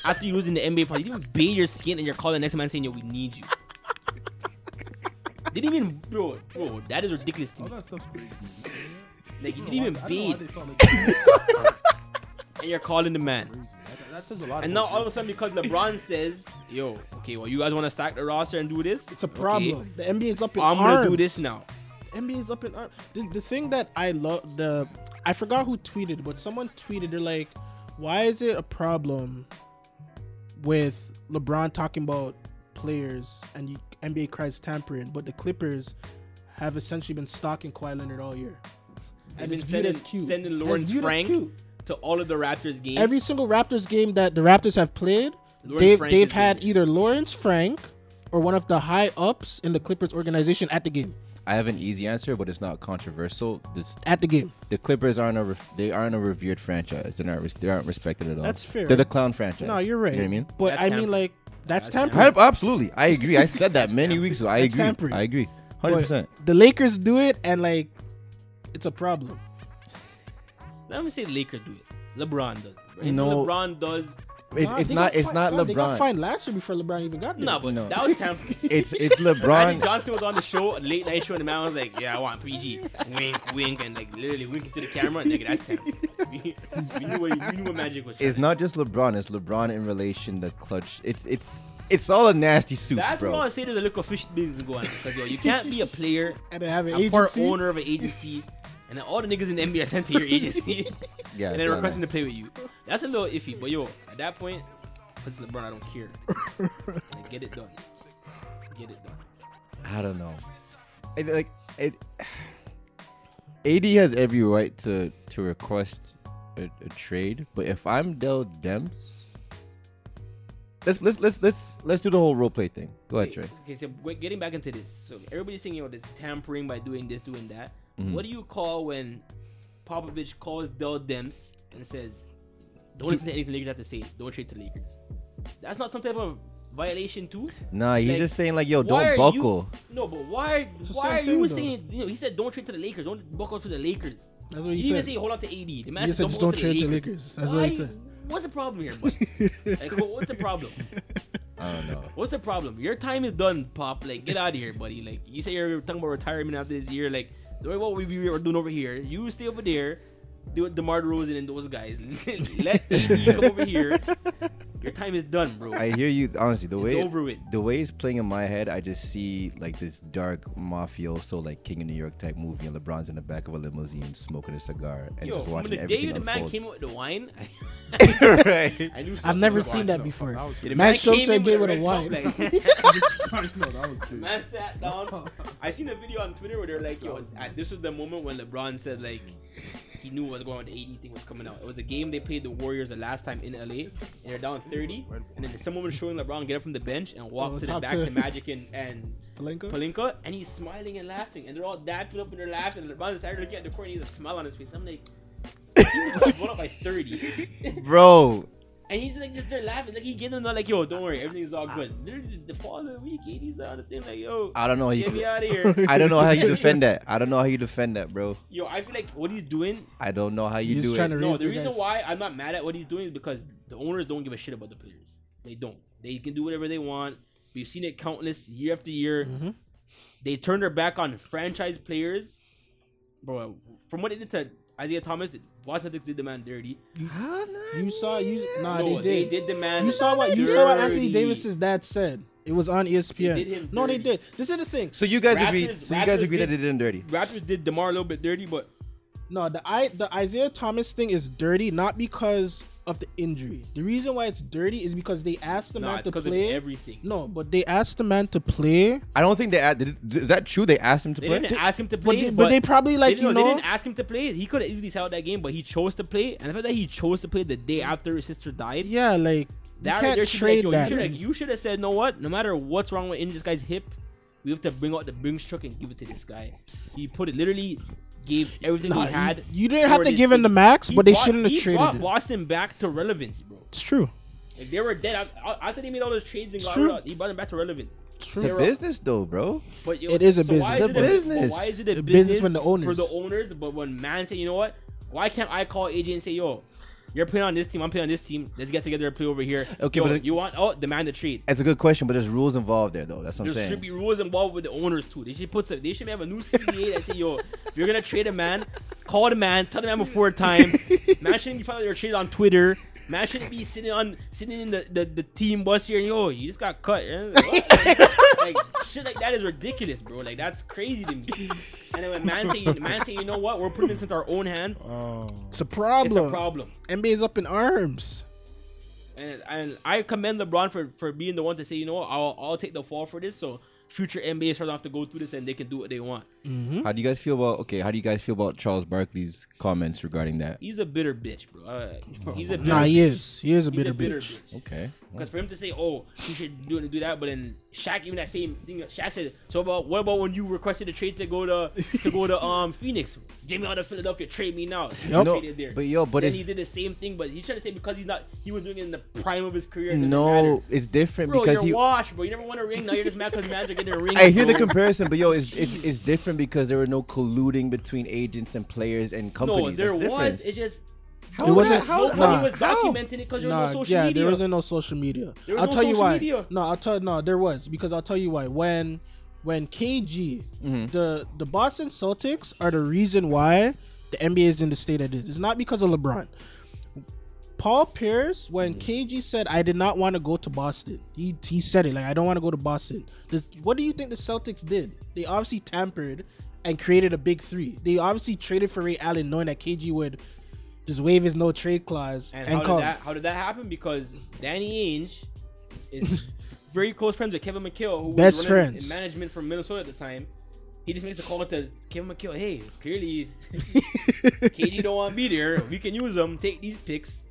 Speaker 2: After you lose in the NBA finals, you didn't even bathe your skin and you're calling the next man saying, yo, we need you. They didn't even, bro, bro, that is ridiculous to
Speaker 5: All
Speaker 2: me.
Speaker 5: that stuff's crazy.
Speaker 2: Like, you didn't even
Speaker 5: I don't know why
Speaker 2: bathe
Speaker 5: they felt like that was
Speaker 2: and you're calling the man.
Speaker 5: crazy. That- that says a lot
Speaker 2: And now
Speaker 5: about
Speaker 2: all
Speaker 5: you.
Speaker 2: of a sudden, because LeBron says, yo, okay, well, you guys want to stack the roster and do this?
Speaker 4: It's a problem. The NBA's up in
Speaker 2: I'm
Speaker 4: arms.
Speaker 2: going to do this now.
Speaker 4: NBA's up in arms. The, the thing that I love the I forgot who tweeted, but someone tweeted they're like, why is it a problem with LeBron talking about players and you, NBA cries tampering, but the Clippers have essentially been stalking Kawhi Leonard all year.
Speaker 2: I've
Speaker 4: And
Speaker 2: been
Speaker 4: it's viewed as
Speaker 2: sending,
Speaker 4: cute. And
Speaker 2: sending
Speaker 4: it's
Speaker 2: Lawrence
Speaker 4: viewed as
Speaker 2: Frank
Speaker 4: cute.
Speaker 2: to all of the Raptors games.
Speaker 4: Every single Raptors game that the Raptors have played,
Speaker 2: Lawrence
Speaker 4: they've
Speaker 2: Frank
Speaker 4: they've
Speaker 2: is
Speaker 4: had
Speaker 2: there.
Speaker 4: either Lawrence Frank or one of the high ups in the Clippers organization at the game.
Speaker 3: I have an easy answer, but it's not controversial. This,
Speaker 4: At the game.
Speaker 3: the Clippers aren't a re- they aren't a revered franchise. They're not res- they aren't respected at all.
Speaker 4: That's fair.
Speaker 3: They're the clown franchise.
Speaker 4: No, you're right.
Speaker 3: You know what I mean?
Speaker 4: But
Speaker 2: That's
Speaker 4: I mean,
Speaker 2: tampering.
Speaker 4: like that's,
Speaker 2: That's
Speaker 4: tampering.
Speaker 3: I, absolutely, I agree. I said that many weeks ago. I
Speaker 4: That's
Speaker 3: agree.
Speaker 4: tampering.
Speaker 3: I agree.
Speaker 4: But
Speaker 3: Hundred percent.
Speaker 4: The Lakers do it, and like, it's a problem.
Speaker 2: Let me say the Lakers do it. LeBron does it. Right?
Speaker 3: No.
Speaker 2: LeBron does.
Speaker 3: It's,
Speaker 4: Nah,
Speaker 3: it's
Speaker 4: they
Speaker 3: not.
Speaker 4: got
Speaker 3: It's
Speaker 4: fined-
Speaker 3: not
Speaker 4: fam, They got
Speaker 3: LeBron.
Speaker 4: fined last year before LeBron even got there.
Speaker 2: No, but
Speaker 3: No.
Speaker 2: that was tampering.
Speaker 3: It's it's
Speaker 2: Magic
Speaker 3: LeBron.
Speaker 2: Johnson was on the show, a late night show, and the man was like, "Yeah, I want 3G." Wink, wink, and like literally winking to the camera. Nigga, that's tampering. We, we knew what we knew what Magic was. trying
Speaker 3: It's
Speaker 2: to
Speaker 3: not just LeBron. It's LeBron in relation to clutch. It's it's it's all a nasty
Speaker 2: do.
Speaker 3: soup,
Speaker 2: That's
Speaker 3: bro.
Speaker 2: why I say there's a little fish business going on because yo, you can't be a player,
Speaker 4: and they have an
Speaker 2: a part
Speaker 4: agency.
Speaker 2: owner of an agency, and then all the niggas in the NBA are sent to your agency,
Speaker 3: Yeah,
Speaker 2: and
Speaker 3: it's
Speaker 2: then
Speaker 3: not
Speaker 2: requesting to
Speaker 3: nice.
Speaker 2: play with you. That's a little iffy, but yo, at that point, because LeBron, I don't care. Like, get it done. Get it done.
Speaker 3: I don't know. It, like it, AD has every right to to request a, a trade, but if I'm Dell Demps, let's let's let's let's let's do the whole role play thing. Go ahead,
Speaker 2: Okay,
Speaker 3: Trey.
Speaker 2: Okay, so we're getting back into this. So everybody's saying, you know, this tampering by doing this, doing that.
Speaker 3: Mm-hmm.
Speaker 2: What do you call when Popovich calls Dell Demps and says, don't listen to anything Lakers have to say. Don't trade to Lakers. That's not some type of violation too?
Speaker 3: Nah, he's
Speaker 2: Like,
Speaker 3: just saying like, yo,
Speaker 2: Why are
Speaker 3: don't
Speaker 2: you-
Speaker 3: buckle.
Speaker 2: no, but why
Speaker 4: the
Speaker 2: why are
Speaker 4: same thing,
Speaker 2: you
Speaker 4: though.
Speaker 2: saying, you know, he said don't trade to the Lakers. Don't buckle to the Lakers.
Speaker 4: That's what
Speaker 2: He,
Speaker 4: he
Speaker 2: didn't
Speaker 4: said.
Speaker 2: say hold on to AD. The man
Speaker 4: He
Speaker 2: said,
Speaker 4: said, just
Speaker 2: don't buckle
Speaker 4: don't
Speaker 2: to
Speaker 4: trade
Speaker 2: the
Speaker 4: to
Speaker 2: Lakers.
Speaker 4: Lakers. That's what he
Speaker 2: Why-
Speaker 4: said.
Speaker 2: What's the problem here, buddy? like, what- what's the problem?
Speaker 3: I don't know.
Speaker 2: What's the problem? Your time is done, Pop. Like, get out of here, buddy. Like, you say you're talking about retirement after this year. Like, don't worry about what we were doing over here. You stay over there. Do it, DeMar DeRozan and those guys. Let AD come over here. Your time is done, bro.
Speaker 3: I hear you. Honestly, the
Speaker 2: It's
Speaker 3: way
Speaker 2: over with.
Speaker 3: the way it's playing in my head, I just see like this dark mafioso, like King of New York type movie, and LeBron's in the back of a limousine smoking a cigar and
Speaker 2: Yo,
Speaker 3: just
Speaker 2: from
Speaker 3: watching
Speaker 2: the
Speaker 3: everything
Speaker 2: day the man
Speaker 3: unfold.
Speaker 2: came out with the wine, I,
Speaker 3: right.
Speaker 2: I knew something
Speaker 4: I've never
Speaker 2: was
Speaker 4: seen
Speaker 2: wrong.
Speaker 4: that
Speaker 5: No,
Speaker 4: before.
Speaker 5: that was
Speaker 2: Yeah, the
Speaker 4: Man showed
Speaker 2: came
Speaker 4: to a
Speaker 2: in
Speaker 4: gay
Speaker 2: a
Speaker 4: with a
Speaker 2: red
Speaker 4: wine.
Speaker 2: cup, like-
Speaker 5: No, that was crazy.
Speaker 2: Man sat down. I seen a video on Twitter where they're like, "Yo, I- this was the moment when LeBron said like he knew what was going on. The AD thing was coming out. It was a game they played the Warriors the last time in LA, and they're down 30 thirty, and then someone was showing LeBron get up from the bench and walk
Speaker 4: Oh,
Speaker 2: to the
Speaker 4: top
Speaker 2: back
Speaker 4: to-
Speaker 2: to Magic and and
Speaker 4: Palenka?
Speaker 2: Palinka, and he's smiling and laughing, and they're all dapped up and they're laughing. And LeBron started looking at the court, and he has a smile on his face. I'm like, he was like blown up by thirty,
Speaker 3: Bro,
Speaker 2: and he's like just there laughing. Like he gave them the like, yo, don't worry, everything's all good. Literally, the following week, he's on the thing like, yo,
Speaker 3: I don't know how you.
Speaker 2: get me out of here.
Speaker 3: I don't know how you defend that. I don't know how you defend that, bro.
Speaker 2: Yo, I feel like what he's doing
Speaker 3: I don't know how you
Speaker 4: He's
Speaker 3: do
Speaker 4: trying
Speaker 3: it.
Speaker 4: to-
Speaker 2: No,
Speaker 4: raise
Speaker 2: the
Speaker 4: their
Speaker 2: reason
Speaker 4: guys.
Speaker 2: why I'm not mad at what he's doing is because the owners don't give a shit about the players. They don't. They can do whatever they want. We've seen it countless year after year.
Speaker 3: Mm-hmm.
Speaker 4: Mhm.
Speaker 2: They turn their back on franchise players. Bro, from what they did to Isaiah Thomas, Boston Celtics did the man dirty.
Speaker 4: You saw you nah
Speaker 2: no,
Speaker 4: they
Speaker 2: they
Speaker 4: did.
Speaker 2: did the man.
Speaker 4: You saw what you saw what
Speaker 2: dirty.
Speaker 4: Anthony Davis's dad said. It was on E ESPN.
Speaker 2: They did him
Speaker 4: no, they
Speaker 2: dirty.
Speaker 4: did. This is the thing.
Speaker 3: so you guys
Speaker 2: Raptors-
Speaker 3: agree? So you guys
Speaker 2: Raptors
Speaker 3: agree that
Speaker 2: did-
Speaker 3: they did him dirty?
Speaker 2: Raptors did Demar a little bit dirty, but
Speaker 4: No, the I the Isaiah Thomas thing is dirty not because of the injury. The reason why it's dirty is because they asked the
Speaker 2: nah,
Speaker 4: man
Speaker 2: it's
Speaker 4: to
Speaker 2: because of
Speaker 4: play.
Speaker 2: everything.
Speaker 4: no, but they asked the man to play.
Speaker 3: I don't think they. a- Did, is that true? They asked him to
Speaker 2: They
Speaker 3: play.
Speaker 2: didn't ask him to
Speaker 4: But
Speaker 2: play,
Speaker 4: they, but they probably
Speaker 2: They
Speaker 4: like
Speaker 2: didn't,
Speaker 4: you
Speaker 2: know, they
Speaker 4: know.
Speaker 2: didn't ask him to play. He could have easily sat out that game, but he chose to play. And the fact that he chose to play the day after his sister died,
Speaker 4: Yeah, like
Speaker 2: that
Speaker 4: you
Speaker 2: right there
Speaker 4: can't
Speaker 2: should be like,
Speaker 4: trade
Speaker 2: yo,
Speaker 4: that.
Speaker 2: You should, have, you should have said, no what? No matter what's wrong with in this guy's hip, we have to bring out the Brinks truck and give it to this guy. He put it literally gave everything
Speaker 4: Nah,
Speaker 2: he had.
Speaker 4: you- you didn't
Speaker 2: for
Speaker 4: have to
Speaker 2: this
Speaker 4: give him
Speaker 2: team.
Speaker 4: the max,
Speaker 2: He
Speaker 4: but they
Speaker 2: brought-
Speaker 4: shouldn't have
Speaker 2: he
Speaker 4: traded
Speaker 2: brought
Speaker 4: him.
Speaker 2: Boston back to relevance, bro.
Speaker 4: It's true.
Speaker 2: If they were dead, I- I- after they made all those trades and
Speaker 4: It's
Speaker 2: got
Speaker 4: true.
Speaker 2: rid of, he brought them back to relevance.
Speaker 3: It's a
Speaker 2: Zero.
Speaker 3: business though, bro.
Speaker 2: But yo,
Speaker 4: It is a
Speaker 2: so Why is it
Speaker 4: business. It's a
Speaker 3: business.
Speaker 2: But why is it a
Speaker 4: A
Speaker 2: business,
Speaker 4: business when the
Speaker 2: for
Speaker 4: owners-
Speaker 2: the owners? But when man say, you know what? Why can't I call AJ and say, yo, you're playing on this team, I'm playing on this team. Let's get together and play over here.
Speaker 3: Okay,
Speaker 2: Yo,
Speaker 3: but it-
Speaker 2: you want oh demand a trade.
Speaker 3: It's a good question, but there's rules involved there though. That's what
Speaker 2: There
Speaker 3: I'm saying.
Speaker 2: should be rules involved with the owners too. They should put some. They should have a new CBA that say, "Yo, if you're gonna trade a man, call the man, tell the man before time. Man shouldn't be found out you're traded on Twitter. Man shouldn't be sitting on sitting in the, the, the team bus here and yo, you just got cut. eh? Like, like, shit like that is ridiculous, bro. Like that's crazy to me. And then when man say, man say, you know what? We're putting this into our own hands.
Speaker 4: It's a
Speaker 2: It's a
Speaker 4: problem.
Speaker 2: problem.
Speaker 4: NBA's up in arms.
Speaker 2: And, and I commend LeBron for, for being the one to say, you know what, I'll, I'll take the fall for this. So future NBA stars don't have to go through this and they can do what they want.
Speaker 3: How do you guys feel about? Okay, how do you guys feel about Charles Barkley's comments regarding that?
Speaker 2: He's a bitter bitch, bro. Uh, he's a bitter
Speaker 4: Nah, he
Speaker 2: bitch.
Speaker 4: is. He is a
Speaker 2: He's
Speaker 4: bitter,
Speaker 2: a bitter
Speaker 4: bitch.
Speaker 2: bitch.
Speaker 3: Okay.
Speaker 2: Because for him to say, "Oh, you should do do that," but then Shaq, even that same thing. that Shaq said, "So about what about when you requested a trade to go to to go to um Phoenix? Get me out of Philadelphia. Trade me now. You
Speaker 3: Yup. No,
Speaker 2: traded there.
Speaker 3: but yo, but
Speaker 2: then
Speaker 3: it's-
Speaker 2: he did the same thing. But he's trying to say because he's not, he was doing it in the prime of his career. it doesn't
Speaker 3: No,
Speaker 2: matter.
Speaker 3: it's different
Speaker 2: bro,
Speaker 3: because
Speaker 2: you're
Speaker 3: he.
Speaker 2: washed, bro. You never won a ring. Now you're just mad because Magic getting a ring.
Speaker 3: I hear the
Speaker 2: bro.
Speaker 3: comparison, but yo, it's, it's it's different because there were no colluding between agents and players and
Speaker 2: No,
Speaker 3: companies.
Speaker 2: there
Speaker 3: That's
Speaker 2: was.
Speaker 3: different.
Speaker 2: It's just
Speaker 3: How
Speaker 4: It
Speaker 3: was
Speaker 4: wasn't-
Speaker 3: that-
Speaker 2: nobody
Speaker 4: nah.
Speaker 2: was documenting it because there was
Speaker 4: Nah,
Speaker 2: no social
Speaker 4: yeah,
Speaker 2: media.
Speaker 4: there wasn't no social media.
Speaker 2: There was
Speaker 4: I'll
Speaker 2: no
Speaker 4: tell you
Speaker 2: social
Speaker 4: why.
Speaker 2: media.
Speaker 4: No, I'll tell no, there was because I'll tell you why. When when KG, the the Boston Celtics are the reason why the NBA is in the state it is. It's not because of LeBron. Paul Pierce, when
Speaker 2: Mm.
Speaker 4: KG said, "I did not want to go to Boston," he, he said it like, "I don't want to go to Boston." The- what do you think the Celtics did? They obviously tampered and created a big three. They obviously traded for Ray Allen, knowing that KG would just waive his no trade clause
Speaker 2: And,
Speaker 4: and,
Speaker 2: how
Speaker 4: come.
Speaker 2: did that how did that happen? Because Danny Ainge is very close friends with Kevin McHale, who was
Speaker 4: Best
Speaker 2: running
Speaker 4: friends.
Speaker 2: in management from Minnesota at the time. He just makes a call to Kevin McHale. Hey, clearly KG don't want to be there. We can use them. Take these picks.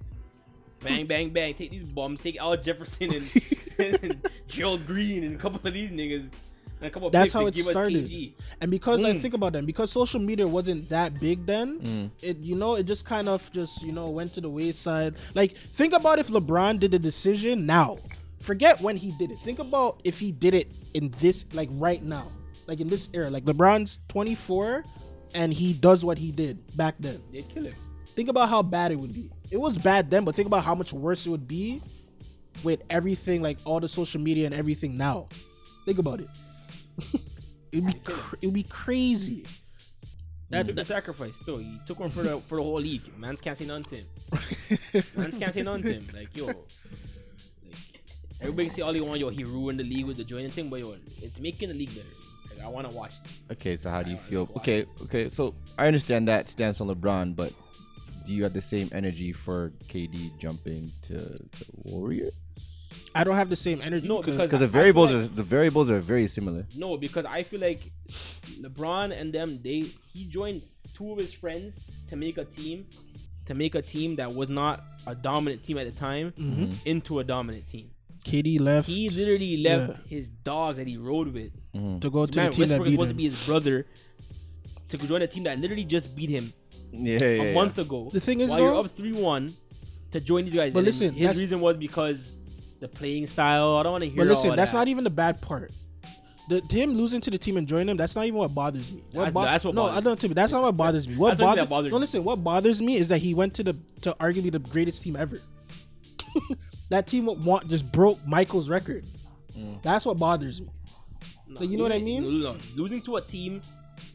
Speaker 2: Bang, bang, bang. Take these bums. Take Al Jefferson and, and Gerald Green and a couple of these niggas. And a couple of
Speaker 4: That's
Speaker 2: picks
Speaker 4: how
Speaker 2: and
Speaker 4: it
Speaker 2: give
Speaker 4: started.
Speaker 2: us KG.
Speaker 4: And because I
Speaker 2: Mm.
Speaker 4: think about them, because social media wasn't that big then, it you know it just kind of just you know went to the wayside. Like think about if LeBron did the decision now, forget when he did it. Think about if he did it in this like right now, like in this era. Like LeBron's 24, and he does what he did back then.
Speaker 2: They kill him.
Speaker 4: Think about how bad it would be. It was bad then, but think about how much worse it would be with everything like all the social media and everything now. Think about it. it'd be cr- it'd be crazy.
Speaker 2: That took the sacrifice though. He took one for the for the whole league. Man's can't say nothing to him. Man's can't say nothing to him. Like yo, like everybody can say all they want. Yo, he ruined the league with the joining thing, but yo, it's making the league better. Like I want to watch this.
Speaker 3: Okay, so how do you feel? Okay, okay, so I understand that stance on LeBron, but do you have the same energy for KD jumping to the Warriors?
Speaker 4: I don't have the same energy.
Speaker 2: No, because
Speaker 3: Because the
Speaker 2: I feel
Speaker 3: variables
Speaker 2: like-
Speaker 3: are the variables are very similar.
Speaker 2: No, because I feel like LeBron and them, they he joined two of his friends to make a team to make a team that was not a dominant team at the time into a dominant team.
Speaker 4: KD left
Speaker 2: He literally left his dogs that he rode with.
Speaker 4: to go to
Speaker 2: Man,
Speaker 4: the team that
Speaker 2: Westbrook is supposed to
Speaker 4: beat him.
Speaker 2: be his brother to join a team that literally just beat him
Speaker 3: Yeah, yeah,
Speaker 2: a
Speaker 3: yeah.
Speaker 2: month ago.
Speaker 4: The thing is,
Speaker 2: while
Speaker 4: though-
Speaker 2: you're up three one, to join these guys.
Speaker 4: But
Speaker 2: And
Speaker 4: listen,
Speaker 2: his
Speaker 4: that's-
Speaker 2: reason was because the playing style. I don't want to hear.
Speaker 4: But listen,
Speaker 2: all
Speaker 4: that's
Speaker 2: that.
Speaker 4: not even the bad part. The him losing to the team and joining them, that's not even what bothers me.
Speaker 2: That's- that's what
Speaker 4: no,
Speaker 2: bothers
Speaker 4: I don't. think- That's not what bothers me. What
Speaker 2: That's what
Speaker 4: bothers?
Speaker 2: that bothers
Speaker 4: no,
Speaker 2: me.
Speaker 4: listen. What bothers me is that he went to the to arguably the greatest team ever. that team would want just broke Michael's record.
Speaker 2: Mm.
Speaker 4: That's what bothers me.
Speaker 2: No,
Speaker 4: Like, you know what I
Speaker 2: losing-
Speaker 4: mean?
Speaker 2: no, no, no. Losing to a team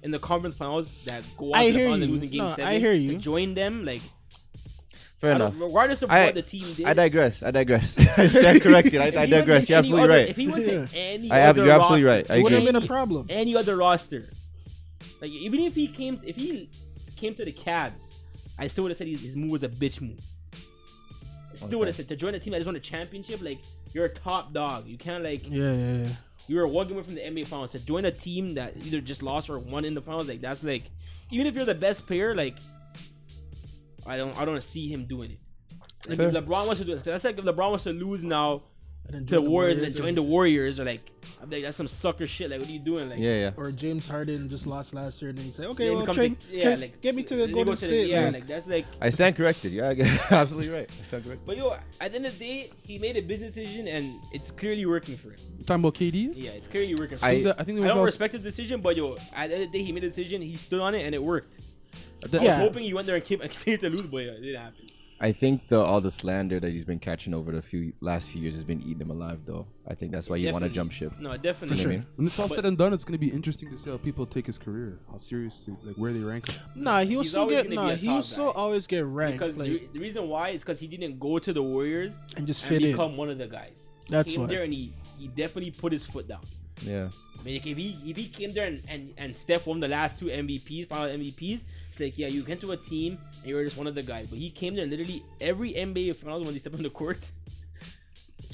Speaker 2: in the conference finals that go
Speaker 4: I
Speaker 2: out to
Speaker 4: hear
Speaker 2: the finals and
Speaker 4: you.
Speaker 2: losing game
Speaker 4: No, I
Speaker 2: seven.
Speaker 4: hear
Speaker 2: to
Speaker 4: you.
Speaker 2: join them, like
Speaker 3: Fair
Speaker 2: I don't-
Speaker 3: enough.
Speaker 2: regardless of
Speaker 3: I-
Speaker 2: what the team did.
Speaker 3: I digress. I digress. I stand corrected.
Speaker 2: if
Speaker 3: I, I
Speaker 2: he went to
Speaker 3: digress. You're
Speaker 2: any
Speaker 3: absolutely
Speaker 2: other-
Speaker 3: right.
Speaker 2: If he went
Speaker 4: Yeah.
Speaker 2: to any
Speaker 3: I ab-
Speaker 2: other
Speaker 3: you're absolutely
Speaker 2: roster-
Speaker 3: right. I
Speaker 4: wouldn't
Speaker 3: It wouldn't
Speaker 4: have
Speaker 3: agree.
Speaker 4: been a problem.
Speaker 2: any other roster. Like even if he came, if he came to the Cavs, I still would have said his, his move was a bitch move. I still would have said to join a team that just won a championship. Like you're a top dog. You can't like
Speaker 4: Yeah, yeah, yeah.
Speaker 2: you were one game away from the NBA finals. To join a team that either just lost or won in the finals, like that's like even if you're the best player, like I don't I don't see him doing it. Like if LeBron wants to do it, 'cause that's like if LeBron wants to lose now
Speaker 4: And then
Speaker 2: to
Speaker 4: join
Speaker 2: the Warriors and then
Speaker 4: or-
Speaker 2: join the Warriors, or like I'm like that's some sucker shit. Like what are you doing? Like
Speaker 3: Yeah, yeah.
Speaker 4: Or James Harden just lost last year, and then he said, "Okay,
Speaker 2: Then
Speaker 4: well,
Speaker 2: become
Speaker 4: trade,
Speaker 2: the- yeah,
Speaker 4: trade-
Speaker 2: like,
Speaker 4: get me to
Speaker 2: then
Speaker 4: the
Speaker 2: you
Speaker 4: Golden
Speaker 2: go to the-
Speaker 4: State."
Speaker 2: yeah,
Speaker 4: like-
Speaker 2: like that's like.
Speaker 3: I stand corrected. You're absolutely right. I stand corrected.
Speaker 2: But yo, at the end of the day, he made a business decision, and it's clearly working for him.
Speaker 5: Time about KD.
Speaker 2: Yeah, it's clearly working for
Speaker 3: I-
Speaker 2: him.
Speaker 5: think that- I think
Speaker 2: I
Speaker 5: there was
Speaker 2: don't
Speaker 5: also-
Speaker 2: respect his decision, but yo, at the end of the day, he made a decision. He stood on it, and it worked. I
Speaker 4: Yeah.
Speaker 2: was hoping he went there and kept and continued to lose, but yeah, it didn't happen.
Speaker 3: I think the all the slander that he's been catching over the few last few years has been eating him alive, though. I think that's why you want to
Speaker 2: Definitely.
Speaker 3: jump ship.
Speaker 2: No, definitely.
Speaker 3: sure. mean?
Speaker 5: When it's all
Speaker 2: But-
Speaker 5: said and done, it's gonna be interesting to see how people take his career, how serious, they- like where they rank him.
Speaker 4: Nah, he will
Speaker 2: He's
Speaker 4: still
Speaker 2: always
Speaker 4: get.
Speaker 2: gonna be
Speaker 4: Nah,
Speaker 2: a
Speaker 4: he
Speaker 2: top
Speaker 4: will still
Speaker 2: guy.
Speaker 4: always get ranked.
Speaker 2: Because the-
Speaker 4: like,
Speaker 2: the reason why is because he didn't go to the Warriors
Speaker 4: and just
Speaker 2: and
Speaker 4: fit in.
Speaker 2: become one of the guys.
Speaker 4: That's
Speaker 2: he came
Speaker 4: why.
Speaker 2: there and he, he definitely put his foot down.
Speaker 3: Yeah.
Speaker 2: I mean, like, if he if he came there and, and, and Steph won the last two MVPs, final MVPs, it's like yeah, you went to a team and you were just one of the guys. But he came there literally every NBA finals when they step on the court,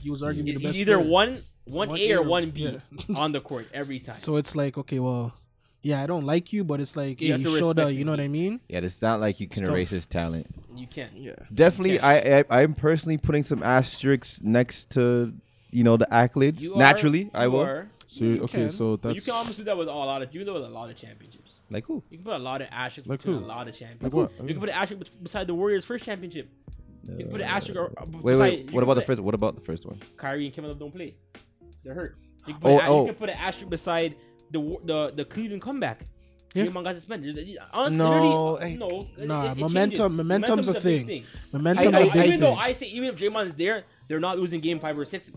Speaker 4: He was arguing
Speaker 2: it's
Speaker 4: the best.
Speaker 2: either
Speaker 4: player.
Speaker 2: one one
Speaker 4: One
Speaker 2: A
Speaker 4: A
Speaker 2: or
Speaker 4: or-
Speaker 2: one B
Speaker 4: yeah.
Speaker 2: on the court every time.
Speaker 4: So it's like, okay, well, yeah, I don't like you, but it's like,
Speaker 2: You
Speaker 4: hey,
Speaker 2: have
Speaker 4: you
Speaker 2: to
Speaker 4: showed out.
Speaker 2: respect
Speaker 4: You
Speaker 2: his
Speaker 4: know what I mean?
Speaker 3: Yeah, it's not like you can
Speaker 4: It's tough.
Speaker 3: erase his talent.
Speaker 2: you can't.
Speaker 4: Yeah.
Speaker 3: Definitely,
Speaker 2: Yes.
Speaker 3: I, I I'm personally putting some asterisks next to you know the accolades.
Speaker 2: You are-
Speaker 3: Naturally, I
Speaker 2: you
Speaker 3: will.
Speaker 2: are-
Speaker 5: So
Speaker 4: you
Speaker 5: okay,
Speaker 4: can.
Speaker 5: so
Speaker 2: but you
Speaker 5: that's
Speaker 2: can almost do that with a lot of you can do that with a lot of championships.
Speaker 3: Like who?
Speaker 2: You can put a lot of asterisks
Speaker 5: Like
Speaker 2: between
Speaker 5: who?
Speaker 2: a lot of champions.
Speaker 5: Like what?
Speaker 2: You can put an asterisk bet- beside the Warriors' first championship. You can put an asterisk. or- beside,
Speaker 3: Uh, Wait,
Speaker 2: you
Speaker 3: wait.
Speaker 2: can
Speaker 3: What about
Speaker 2: put
Speaker 3: the
Speaker 2: a-
Speaker 3: first? What about the first one?
Speaker 2: Kyrie and Kevin Love don't play. They're hurt. You can put,
Speaker 3: Oh,
Speaker 2: an,
Speaker 3: oh.
Speaker 2: You can put an asterisk beside the wa- the the Cleveland comeback.
Speaker 4: Yeah.
Speaker 2: Draymond got suspended. There's- Honestly,
Speaker 3: No,
Speaker 2: literally,
Speaker 3: I-
Speaker 2: no. it-
Speaker 4: Nah,
Speaker 2: it- it
Speaker 4: momentum-
Speaker 2: changes.
Speaker 4: momentum's a
Speaker 2: a big
Speaker 4: thing.
Speaker 3: I-
Speaker 4: Momentum's
Speaker 2: So
Speaker 4: a
Speaker 3: I-
Speaker 4: big
Speaker 2: even
Speaker 4: thing.
Speaker 2: though I say, even if Draymond's there, they're not losing game five or six.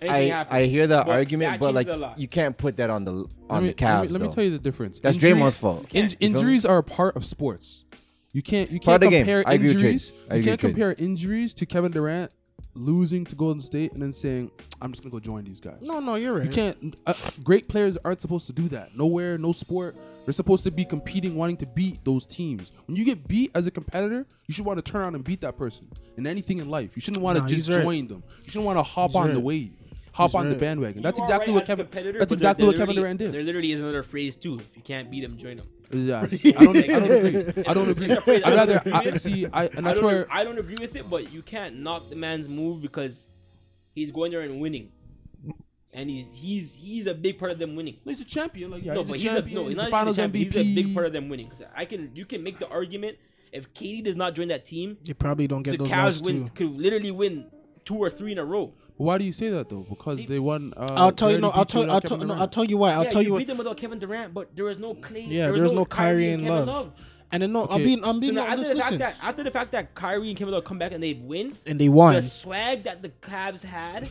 Speaker 2: Anything
Speaker 3: I,
Speaker 2: happens.
Speaker 3: I hear that
Speaker 2: But
Speaker 3: argument,
Speaker 2: that
Speaker 3: but
Speaker 2: changes
Speaker 3: like
Speaker 2: a lot.
Speaker 3: you can't put that on the on
Speaker 5: Let me,
Speaker 3: the Cavs.
Speaker 5: let me, let me
Speaker 3: though.
Speaker 5: tell you the difference.
Speaker 3: that's
Speaker 5: Injuries-
Speaker 3: Draymond's fault.
Speaker 5: In-
Speaker 2: can't.
Speaker 3: You feel me?
Speaker 5: injuries are a part of sports. You can't you
Speaker 3: Part
Speaker 5: can't
Speaker 3: of the game.
Speaker 5: compare
Speaker 3: I agree with Trey.
Speaker 5: injuries.
Speaker 3: I
Speaker 5: You can't
Speaker 3: agree with Trey.
Speaker 5: compare injuries to Kevin Durant losing to Golden State and then saying I'm just gonna go join these guys.
Speaker 4: No, no, you're right.
Speaker 5: You can't. Uh, great players aren't supposed to do that. Nowhere, no sport. They're supposed to be competing, wanting to beat those teams. When you get beat as a competitor, you should want to turn around and beat that person. In anything in life, you shouldn't want to
Speaker 4: Nah,
Speaker 5: just
Speaker 4: he's right.
Speaker 5: join them. You shouldn't want to hop
Speaker 4: He's
Speaker 5: on
Speaker 4: right.
Speaker 5: the wave, hop
Speaker 4: He's
Speaker 5: on the
Speaker 4: right.
Speaker 5: bandwagon. That's
Speaker 2: You are
Speaker 5: exactly
Speaker 2: right
Speaker 5: what
Speaker 2: as a
Speaker 5: Kevin.
Speaker 2: competitor,
Speaker 5: That's
Speaker 2: but there-
Speaker 5: exactly what
Speaker 2: there
Speaker 5: Kevin
Speaker 2: literally-
Speaker 5: Durant did.
Speaker 2: There literally is another phrase too. If you can't beat him, join him.
Speaker 5: Yeah, I don't, I don't agree. I don't
Speaker 2: It's-
Speaker 5: agree.
Speaker 2: it's a phrase.
Speaker 5: I'd
Speaker 2: I
Speaker 5: rather
Speaker 2: don't agree
Speaker 5: I,
Speaker 2: with.
Speaker 5: see. I and
Speaker 2: I
Speaker 5: that's
Speaker 2: don't,
Speaker 5: where
Speaker 2: I don't agree with it, but you can't knock the man's move because he's going there and winning, and he's he's he's a big part of them winning.
Speaker 5: he's a champion. Like, yeah,
Speaker 2: no,
Speaker 5: he's, a
Speaker 2: but
Speaker 5: champion.
Speaker 2: he's a no,
Speaker 5: he's
Speaker 2: not
Speaker 5: a Finals
Speaker 2: he's a champion,
Speaker 5: MVP.
Speaker 2: He's a big part of them winning. 'Cause I can you can make the argument if Katie does not join that team,
Speaker 4: You probably don't get
Speaker 2: the
Speaker 4: those
Speaker 2: Cavs
Speaker 4: last
Speaker 2: win
Speaker 4: two.
Speaker 2: could literally win two or three in a row.
Speaker 5: Why do you say that though? Because they won. Uh,
Speaker 4: I'll tell
Speaker 5: they
Speaker 4: you. No,
Speaker 5: already
Speaker 4: I'll
Speaker 5: beat you without
Speaker 4: tell. I'll tell.
Speaker 5: Kevin
Speaker 4: No,
Speaker 5: Durant.
Speaker 4: I'll tell you why. I'll
Speaker 2: yeah,
Speaker 4: tell
Speaker 2: you
Speaker 4: you
Speaker 2: beat
Speaker 4: what.
Speaker 2: them without Kevin Durant, but there was no Clay.
Speaker 4: Yeah,
Speaker 2: there was
Speaker 4: there's
Speaker 2: no,
Speaker 4: no Kyrie
Speaker 2: and
Speaker 4: and
Speaker 2: Kevin
Speaker 4: Love.
Speaker 2: Love.
Speaker 4: And then no, I'm
Speaker 5: Okay.
Speaker 4: being. I'm
Speaker 2: So
Speaker 4: being.
Speaker 2: now,
Speaker 4: no,
Speaker 2: after
Speaker 4: just
Speaker 2: the fact
Speaker 4: listen.
Speaker 2: that after the fact that Kyrie and Kevin Love come back and they win,
Speaker 4: And they won.
Speaker 2: the swag that the Cavs had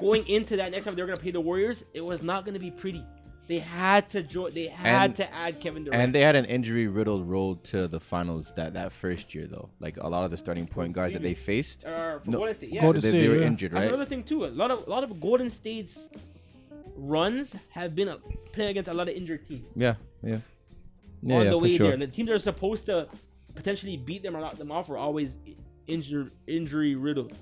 Speaker 2: going into that next time they were gonna play the Warriors, it was not gonna be pretty. They had to join. They had
Speaker 3: And-
Speaker 2: to add Kevin Durant.
Speaker 3: And they had an injury riddled road to the finals that that first year though. Like a lot of the starting point guards that they faced,
Speaker 2: Uh, from
Speaker 3: No,
Speaker 2: what I see, yeah.
Speaker 3: they,
Speaker 4: Golden
Speaker 3: they
Speaker 4: State,
Speaker 3: were
Speaker 4: yeah.
Speaker 3: injured,
Speaker 2: That's another
Speaker 3: right?
Speaker 2: thing too. A lot of a lot of Golden State's runs have been a, playing against a lot of injured teams
Speaker 3: Yeah, yeah, yeah.
Speaker 2: on
Speaker 3: yeah,
Speaker 2: the
Speaker 3: for
Speaker 2: way
Speaker 3: sure.
Speaker 2: there. And the teams that are supposed to potentially beat them or knock them off are always injured, injury riddled.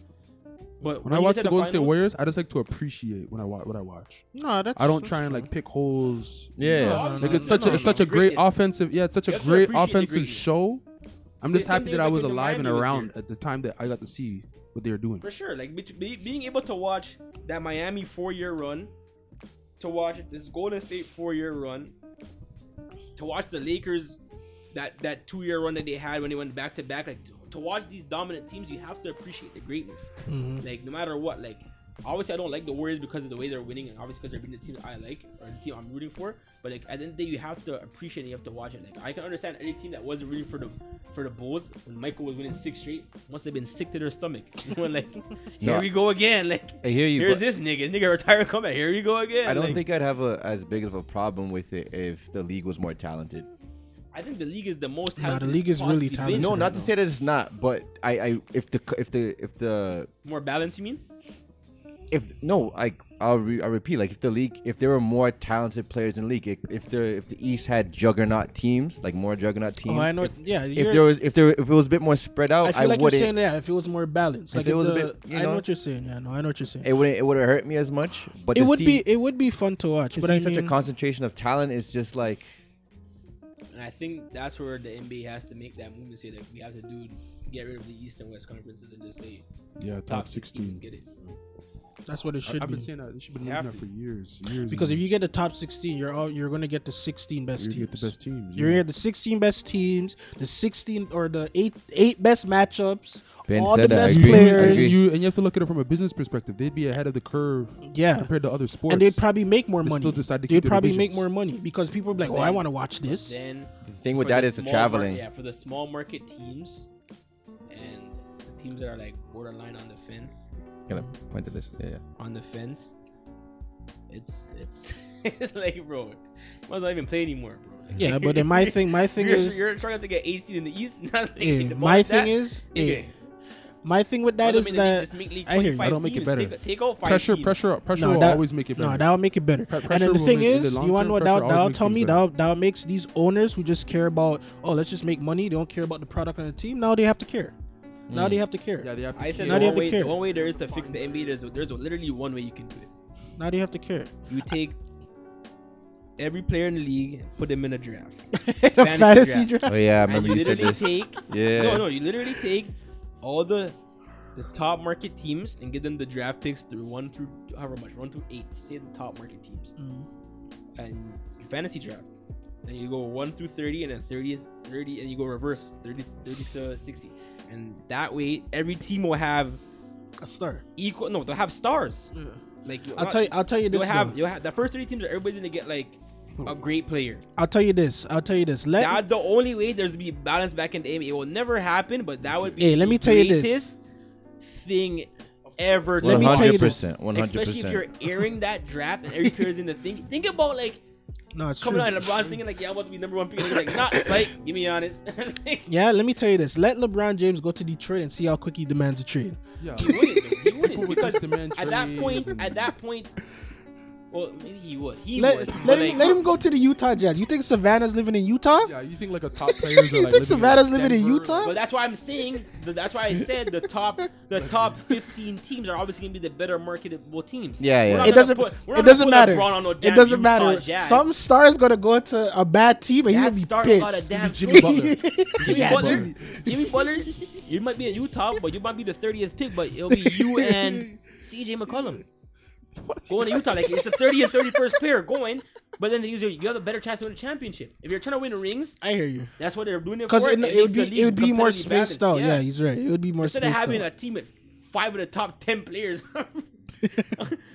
Speaker 2: But
Speaker 5: When I
Speaker 2: you get
Speaker 5: watch
Speaker 2: to
Speaker 5: the Golden State
Speaker 2: finals-
Speaker 5: Warriors, I just like to appreciate when I watch what I watch.
Speaker 4: No, that's.
Speaker 5: I don't
Speaker 4: that's
Speaker 5: try and
Speaker 4: true.
Speaker 5: like pick holes.
Speaker 3: Yeah,
Speaker 4: No,
Speaker 3: yeah.
Speaker 4: I'm
Speaker 5: Like
Speaker 4: No,
Speaker 5: it's
Speaker 2: oh,
Speaker 4: no,
Speaker 5: such
Speaker 4: no,
Speaker 5: a it's
Speaker 4: no.
Speaker 5: such a great
Speaker 2: Greatness.
Speaker 5: offensive yeah it's such
Speaker 2: You
Speaker 5: a
Speaker 2: have to
Speaker 5: great
Speaker 2: appreciate the
Speaker 5: offensive
Speaker 2: greatness.
Speaker 5: show I'm
Speaker 2: Say
Speaker 5: just
Speaker 2: some
Speaker 5: happy
Speaker 2: things
Speaker 5: that I
Speaker 2: like
Speaker 5: was
Speaker 2: when your
Speaker 5: alive and
Speaker 2: Miami was
Speaker 5: around
Speaker 2: there.
Speaker 5: at the time that I got to see what they were doing.
Speaker 2: For sure, like bet- be, being able to watch that Miami four-year run, to watch this Golden State four-year run, to watch the Lakers that that two-year run that they had when they went back to back. Like to- to watch these dominant teams, you have to appreciate the greatness.
Speaker 4: Mm-hmm.
Speaker 2: Like no matter what, like obviously I don't like the Warriors because of the way they're winning, and obviously because they're beating the team that I like or the team I'm rooting for. But like at the end of the day, you have to appreciate and you have to watch it. Like I can understand any team that wasn't rooting for the for the Bulls when Michael was winning six straight must have been sick to their stomach. You know, like here
Speaker 3: No,
Speaker 2: we go again. Like
Speaker 3: I hear you,
Speaker 2: Here's
Speaker 3: but-
Speaker 2: this nigga. Nigga retired comeback. Here we go again.
Speaker 3: I don't
Speaker 2: Like,
Speaker 3: think I'd have a as big of a problem with it if the league was more talented.
Speaker 2: I think the league is the most.
Speaker 4: Nah, the
Speaker 2: talented
Speaker 4: league
Speaker 2: it's
Speaker 4: is really
Speaker 2: possibly been.
Speaker 4: talented.
Speaker 3: No,
Speaker 4: Internet,
Speaker 3: not to
Speaker 4: no.
Speaker 3: say that it's not, but I, I if the if the if the
Speaker 2: More balance, you mean?
Speaker 3: if no, like I'll, re, I'll repeat, like if the league, if there were more talented players in the league, if, if the if the East had juggernaut teams, like more juggernaut teams,
Speaker 4: Oh, I know.
Speaker 3: If,
Speaker 4: yeah,
Speaker 3: if
Speaker 4: you're-
Speaker 3: there was if there if it was a bit more spread out,
Speaker 4: I
Speaker 3: I,
Speaker 4: feel like you're
Speaker 3: wouldn't.
Speaker 4: saying that if it was more balanced.
Speaker 3: If
Speaker 4: Like
Speaker 3: it was a
Speaker 4: the-
Speaker 3: bit, you
Speaker 4: I know
Speaker 3: know?
Speaker 4: what you're saying. Yeah, no, I know what you're saying.
Speaker 3: it wouldn't it would have hurt me as much. But
Speaker 4: it
Speaker 3: to
Speaker 4: would
Speaker 3: see,
Speaker 4: be it would be fun to watch.
Speaker 3: to
Speaker 4: but
Speaker 3: see
Speaker 4: I
Speaker 3: such a
Speaker 4: mean-
Speaker 3: concentration of talent is just like
Speaker 2: And I think that's where the NBA has to make that move and say that we have to do get rid of the East and West conferences and just say
Speaker 5: Yeah,
Speaker 2: top sixteen. Get it.
Speaker 4: that's what it
Speaker 5: I,
Speaker 4: should
Speaker 5: have
Speaker 4: be.
Speaker 5: been saying that. This should be
Speaker 2: Have
Speaker 5: doing that for
Speaker 2: to.
Speaker 5: years, years.
Speaker 4: because if
Speaker 5: and
Speaker 4: you get the top 16, you're all you're gonna get the 16 best
Speaker 5: years.
Speaker 4: teams.
Speaker 5: you get the best teams,
Speaker 4: You're
Speaker 5: yeah.
Speaker 4: gonna get the 16 best teams, the 16 or the eight eight best matchups,
Speaker 3: Ben
Speaker 4: all the
Speaker 3: said that, I
Speaker 4: best
Speaker 3: agree. I agree.
Speaker 4: players,
Speaker 5: You, and you have to look at it from a business perspective. They'd be ahead of the curve
Speaker 4: yeah.
Speaker 5: compared to other sports.
Speaker 4: And they'd probably make more
Speaker 5: They
Speaker 4: money.
Speaker 5: still decide to keep
Speaker 4: they'd
Speaker 5: their
Speaker 4: probably
Speaker 5: divisions.
Speaker 4: make more money because people would be like, "Oh,
Speaker 2: Then-
Speaker 4: I want to watch this."
Speaker 2: Then
Speaker 3: the thing with
Speaker 2: for
Speaker 3: that
Speaker 2: the
Speaker 3: is the
Speaker 2: small mar-
Speaker 3: traveling.
Speaker 2: yeah, for the small market teams and the teams that are like borderline on the fence,
Speaker 3: Gonna point to this. Yeah, yeah.
Speaker 2: on the fence, it's it's it's like bro, might not even play anymore, bro. Like,
Speaker 4: Yeah, but then my thing, my thing
Speaker 2: you're,
Speaker 4: is,
Speaker 2: you're trying to get 18 in the East. and that's like,
Speaker 4: eh,
Speaker 2: the
Speaker 4: my
Speaker 2: most- that-
Speaker 4: thing is, eh,
Speaker 2: nigga,
Speaker 4: my thing with that
Speaker 2: other
Speaker 4: is
Speaker 2: minute, they
Speaker 4: that
Speaker 2: just make league
Speaker 4: I hear you.
Speaker 2: 25
Speaker 5: That'll make it
Speaker 2: teams,
Speaker 5: better.
Speaker 2: Take, take out five
Speaker 5: pressure,
Speaker 2: teams.
Speaker 5: pressure, up, pressure
Speaker 4: No,
Speaker 5: will
Speaker 4: that-
Speaker 5: always make it better.
Speaker 4: No, that'll make it better.
Speaker 5: Pre-
Speaker 4: and
Speaker 5: pressure
Speaker 4: then the
Speaker 5: will
Speaker 4: thing
Speaker 5: make- in the
Speaker 4: is,
Speaker 5: long
Speaker 4: you want
Speaker 5: term,
Speaker 4: to know
Speaker 5: pressure
Speaker 4: that
Speaker 5: always
Speaker 4: that'll
Speaker 5: makes
Speaker 4: tell me
Speaker 5: things better.
Speaker 4: that that makes these owners who just care about oh let's just make money, they don't care about the product on the team. Now they have to care. Now they have to care.
Speaker 5: yeah, they have to.
Speaker 2: I said
Speaker 5: keep-
Speaker 4: Now
Speaker 2: the
Speaker 4: they
Speaker 2: one,
Speaker 4: have to
Speaker 2: way,
Speaker 4: care.
Speaker 2: the one way there is to fix the NBA. There's there's literally one way you can do it.
Speaker 4: Now they have to care.
Speaker 2: You take every player in the league, and put them in a draft.
Speaker 4: the
Speaker 2: Fantasy
Speaker 4: fantasy,
Speaker 2: draft.
Speaker 4: draft.
Speaker 3: Oh yeah, I
Speaker 2: and
Speaker 3: remember
Speaker 2: you
Speaker 3: you said
Speaker 2: literally
Speaker 3: this.
Speaker 2: take
Speaker 3: Yeah.
Speaker 2: no no you literally take all the the top market teams and give them the draft picks through one through however much one through eight say the top market teams and you fantasy draft and you go 1 through 30 and then 30 30 and you go reverse 30 30 to 60 and that way every team will have
Speaker 4: A star.
Speaker 2: equal no they'll have stars like uh,
Speaker 4: I'll tell you. I'll tell you
Speaker 2: you'll
Speaker 4: this.
Speaker 2: have
Speaker 4: though.
Speaker 2: you'll have the first 30 teams are everybody's gonna get like a
Speaker 5: Hmm.
Speaker 2: great player
Speaker 4: I'll tell you this. I'll tell you this. Let
Speaker 2: that's the only way there's to be balance back in the NBA. It will never happen, but that would be
Speaker 4: Hey, let
Speaker 2: the
Speaker 4: me tell you this.
Speaker 2: greatest thing ever.
Speaker 4: Let
Speaker 3: One
Speaker 4: me tell
Speaker 3: hundred
Speaker 4: you this.
Speaker 3: percent. One hundred
Speaker 2: Especially if you're
Speaker 3: percent.
Speaker 2: airing that draft and every player's in the thing. Think about like
Speaker 4: no, it's
Speaker 2: coming
Speaker 4: true.
Speaker 2: out and LeBron's thinking like, yeah, I'm about to be number one pick. And he's like, not sight. Give me honest. Like,
Speaker 4: Yeah, let me tell you this. Let LeBron James go to Detroit and see how quick he demands a trade.
Speaker 5: Yeah.
Speaker 2: he wouldn't. though. He wouldn't
Speaker 5: People would
Speaker 2: because
Speaker 5: just demand
Speaker 2: at that
Speaker 5: trades
Speaker 2: point,
Speaker 5: and-
Speaker 2: at that point, well, maybe he would. He would.
Speaker 4: Let,
Speaker 2: but,
Speaker 4: let, him,
Speaker 2: like,
Speaker 4: let him go to the Utah Jazz. You think Savannah's living in Utah?
Speaker 5: Yeah, you think like a top player.
Speaker 4: You think Savannah's living in Utah?
Speaker 2: But that's why I'm saying. th- That's why I said the top, the top 15 teams are obviously gonna be the better marketable teams.
Speaker 3: Yeah, yeah.
Speaker 2: We're not
Speaker 4: It
Speaker 2: gonna
Speaker 4: doesn't.
Speaker 2: put- we're not
Speaker 4: it
Speaker 2: gonna
Speaker 4: doesn't
Speaker 2: put
Speaker 4: matter.
Speaker 2: LeBron on no damn
Speaker 4: it doesn't
Speaker 2: Utah
Speaker 4: matter.
Speaker 2: Jazz.
Speaker 4: Some star is gonna go to a bad team and
Speaker 2: That
Speaker 4: he'll be
Speaker 2: star
Speaker 4: pissed.
Speaker 2: got a damn
Speaker 5: Jimmy Butler.
Speaker 2: Jimmy
Speaker 4: Yeah,
Speaker 2: Butler.
Speaker 4: Jimmy.
Speaker 2: Jimmy Butler. You might be in Utah, but you might be the 30th pick. But it'll be you and CJ McCollum going to Utah. Like it's the 30th and 31st pair going. But then you you have a better chance to win a championship. If you're trying to win rings,
Speaker 4: I hear you.
Speaker 2: that's what they're doing it for.
Speaker 4: Because it, it
Speaker 2: makes
Speaker 4: would
Speaker 2: the
Speaker 4: be
Speaker 2: league
Speaker 4: it would be more
Speaker 2: competitively
Speaker 4: spaced
Speaker 2: balanced.
Speaker 4: out.
Speaker 2: Yeah.
Speaker 4: Yeah, he's right. It would be more
Speaker 2: Instead of
Speaker 4: spaced
Speaker 2: having
Speaker 4: out.
Speaker 2: a team of five of the top ten players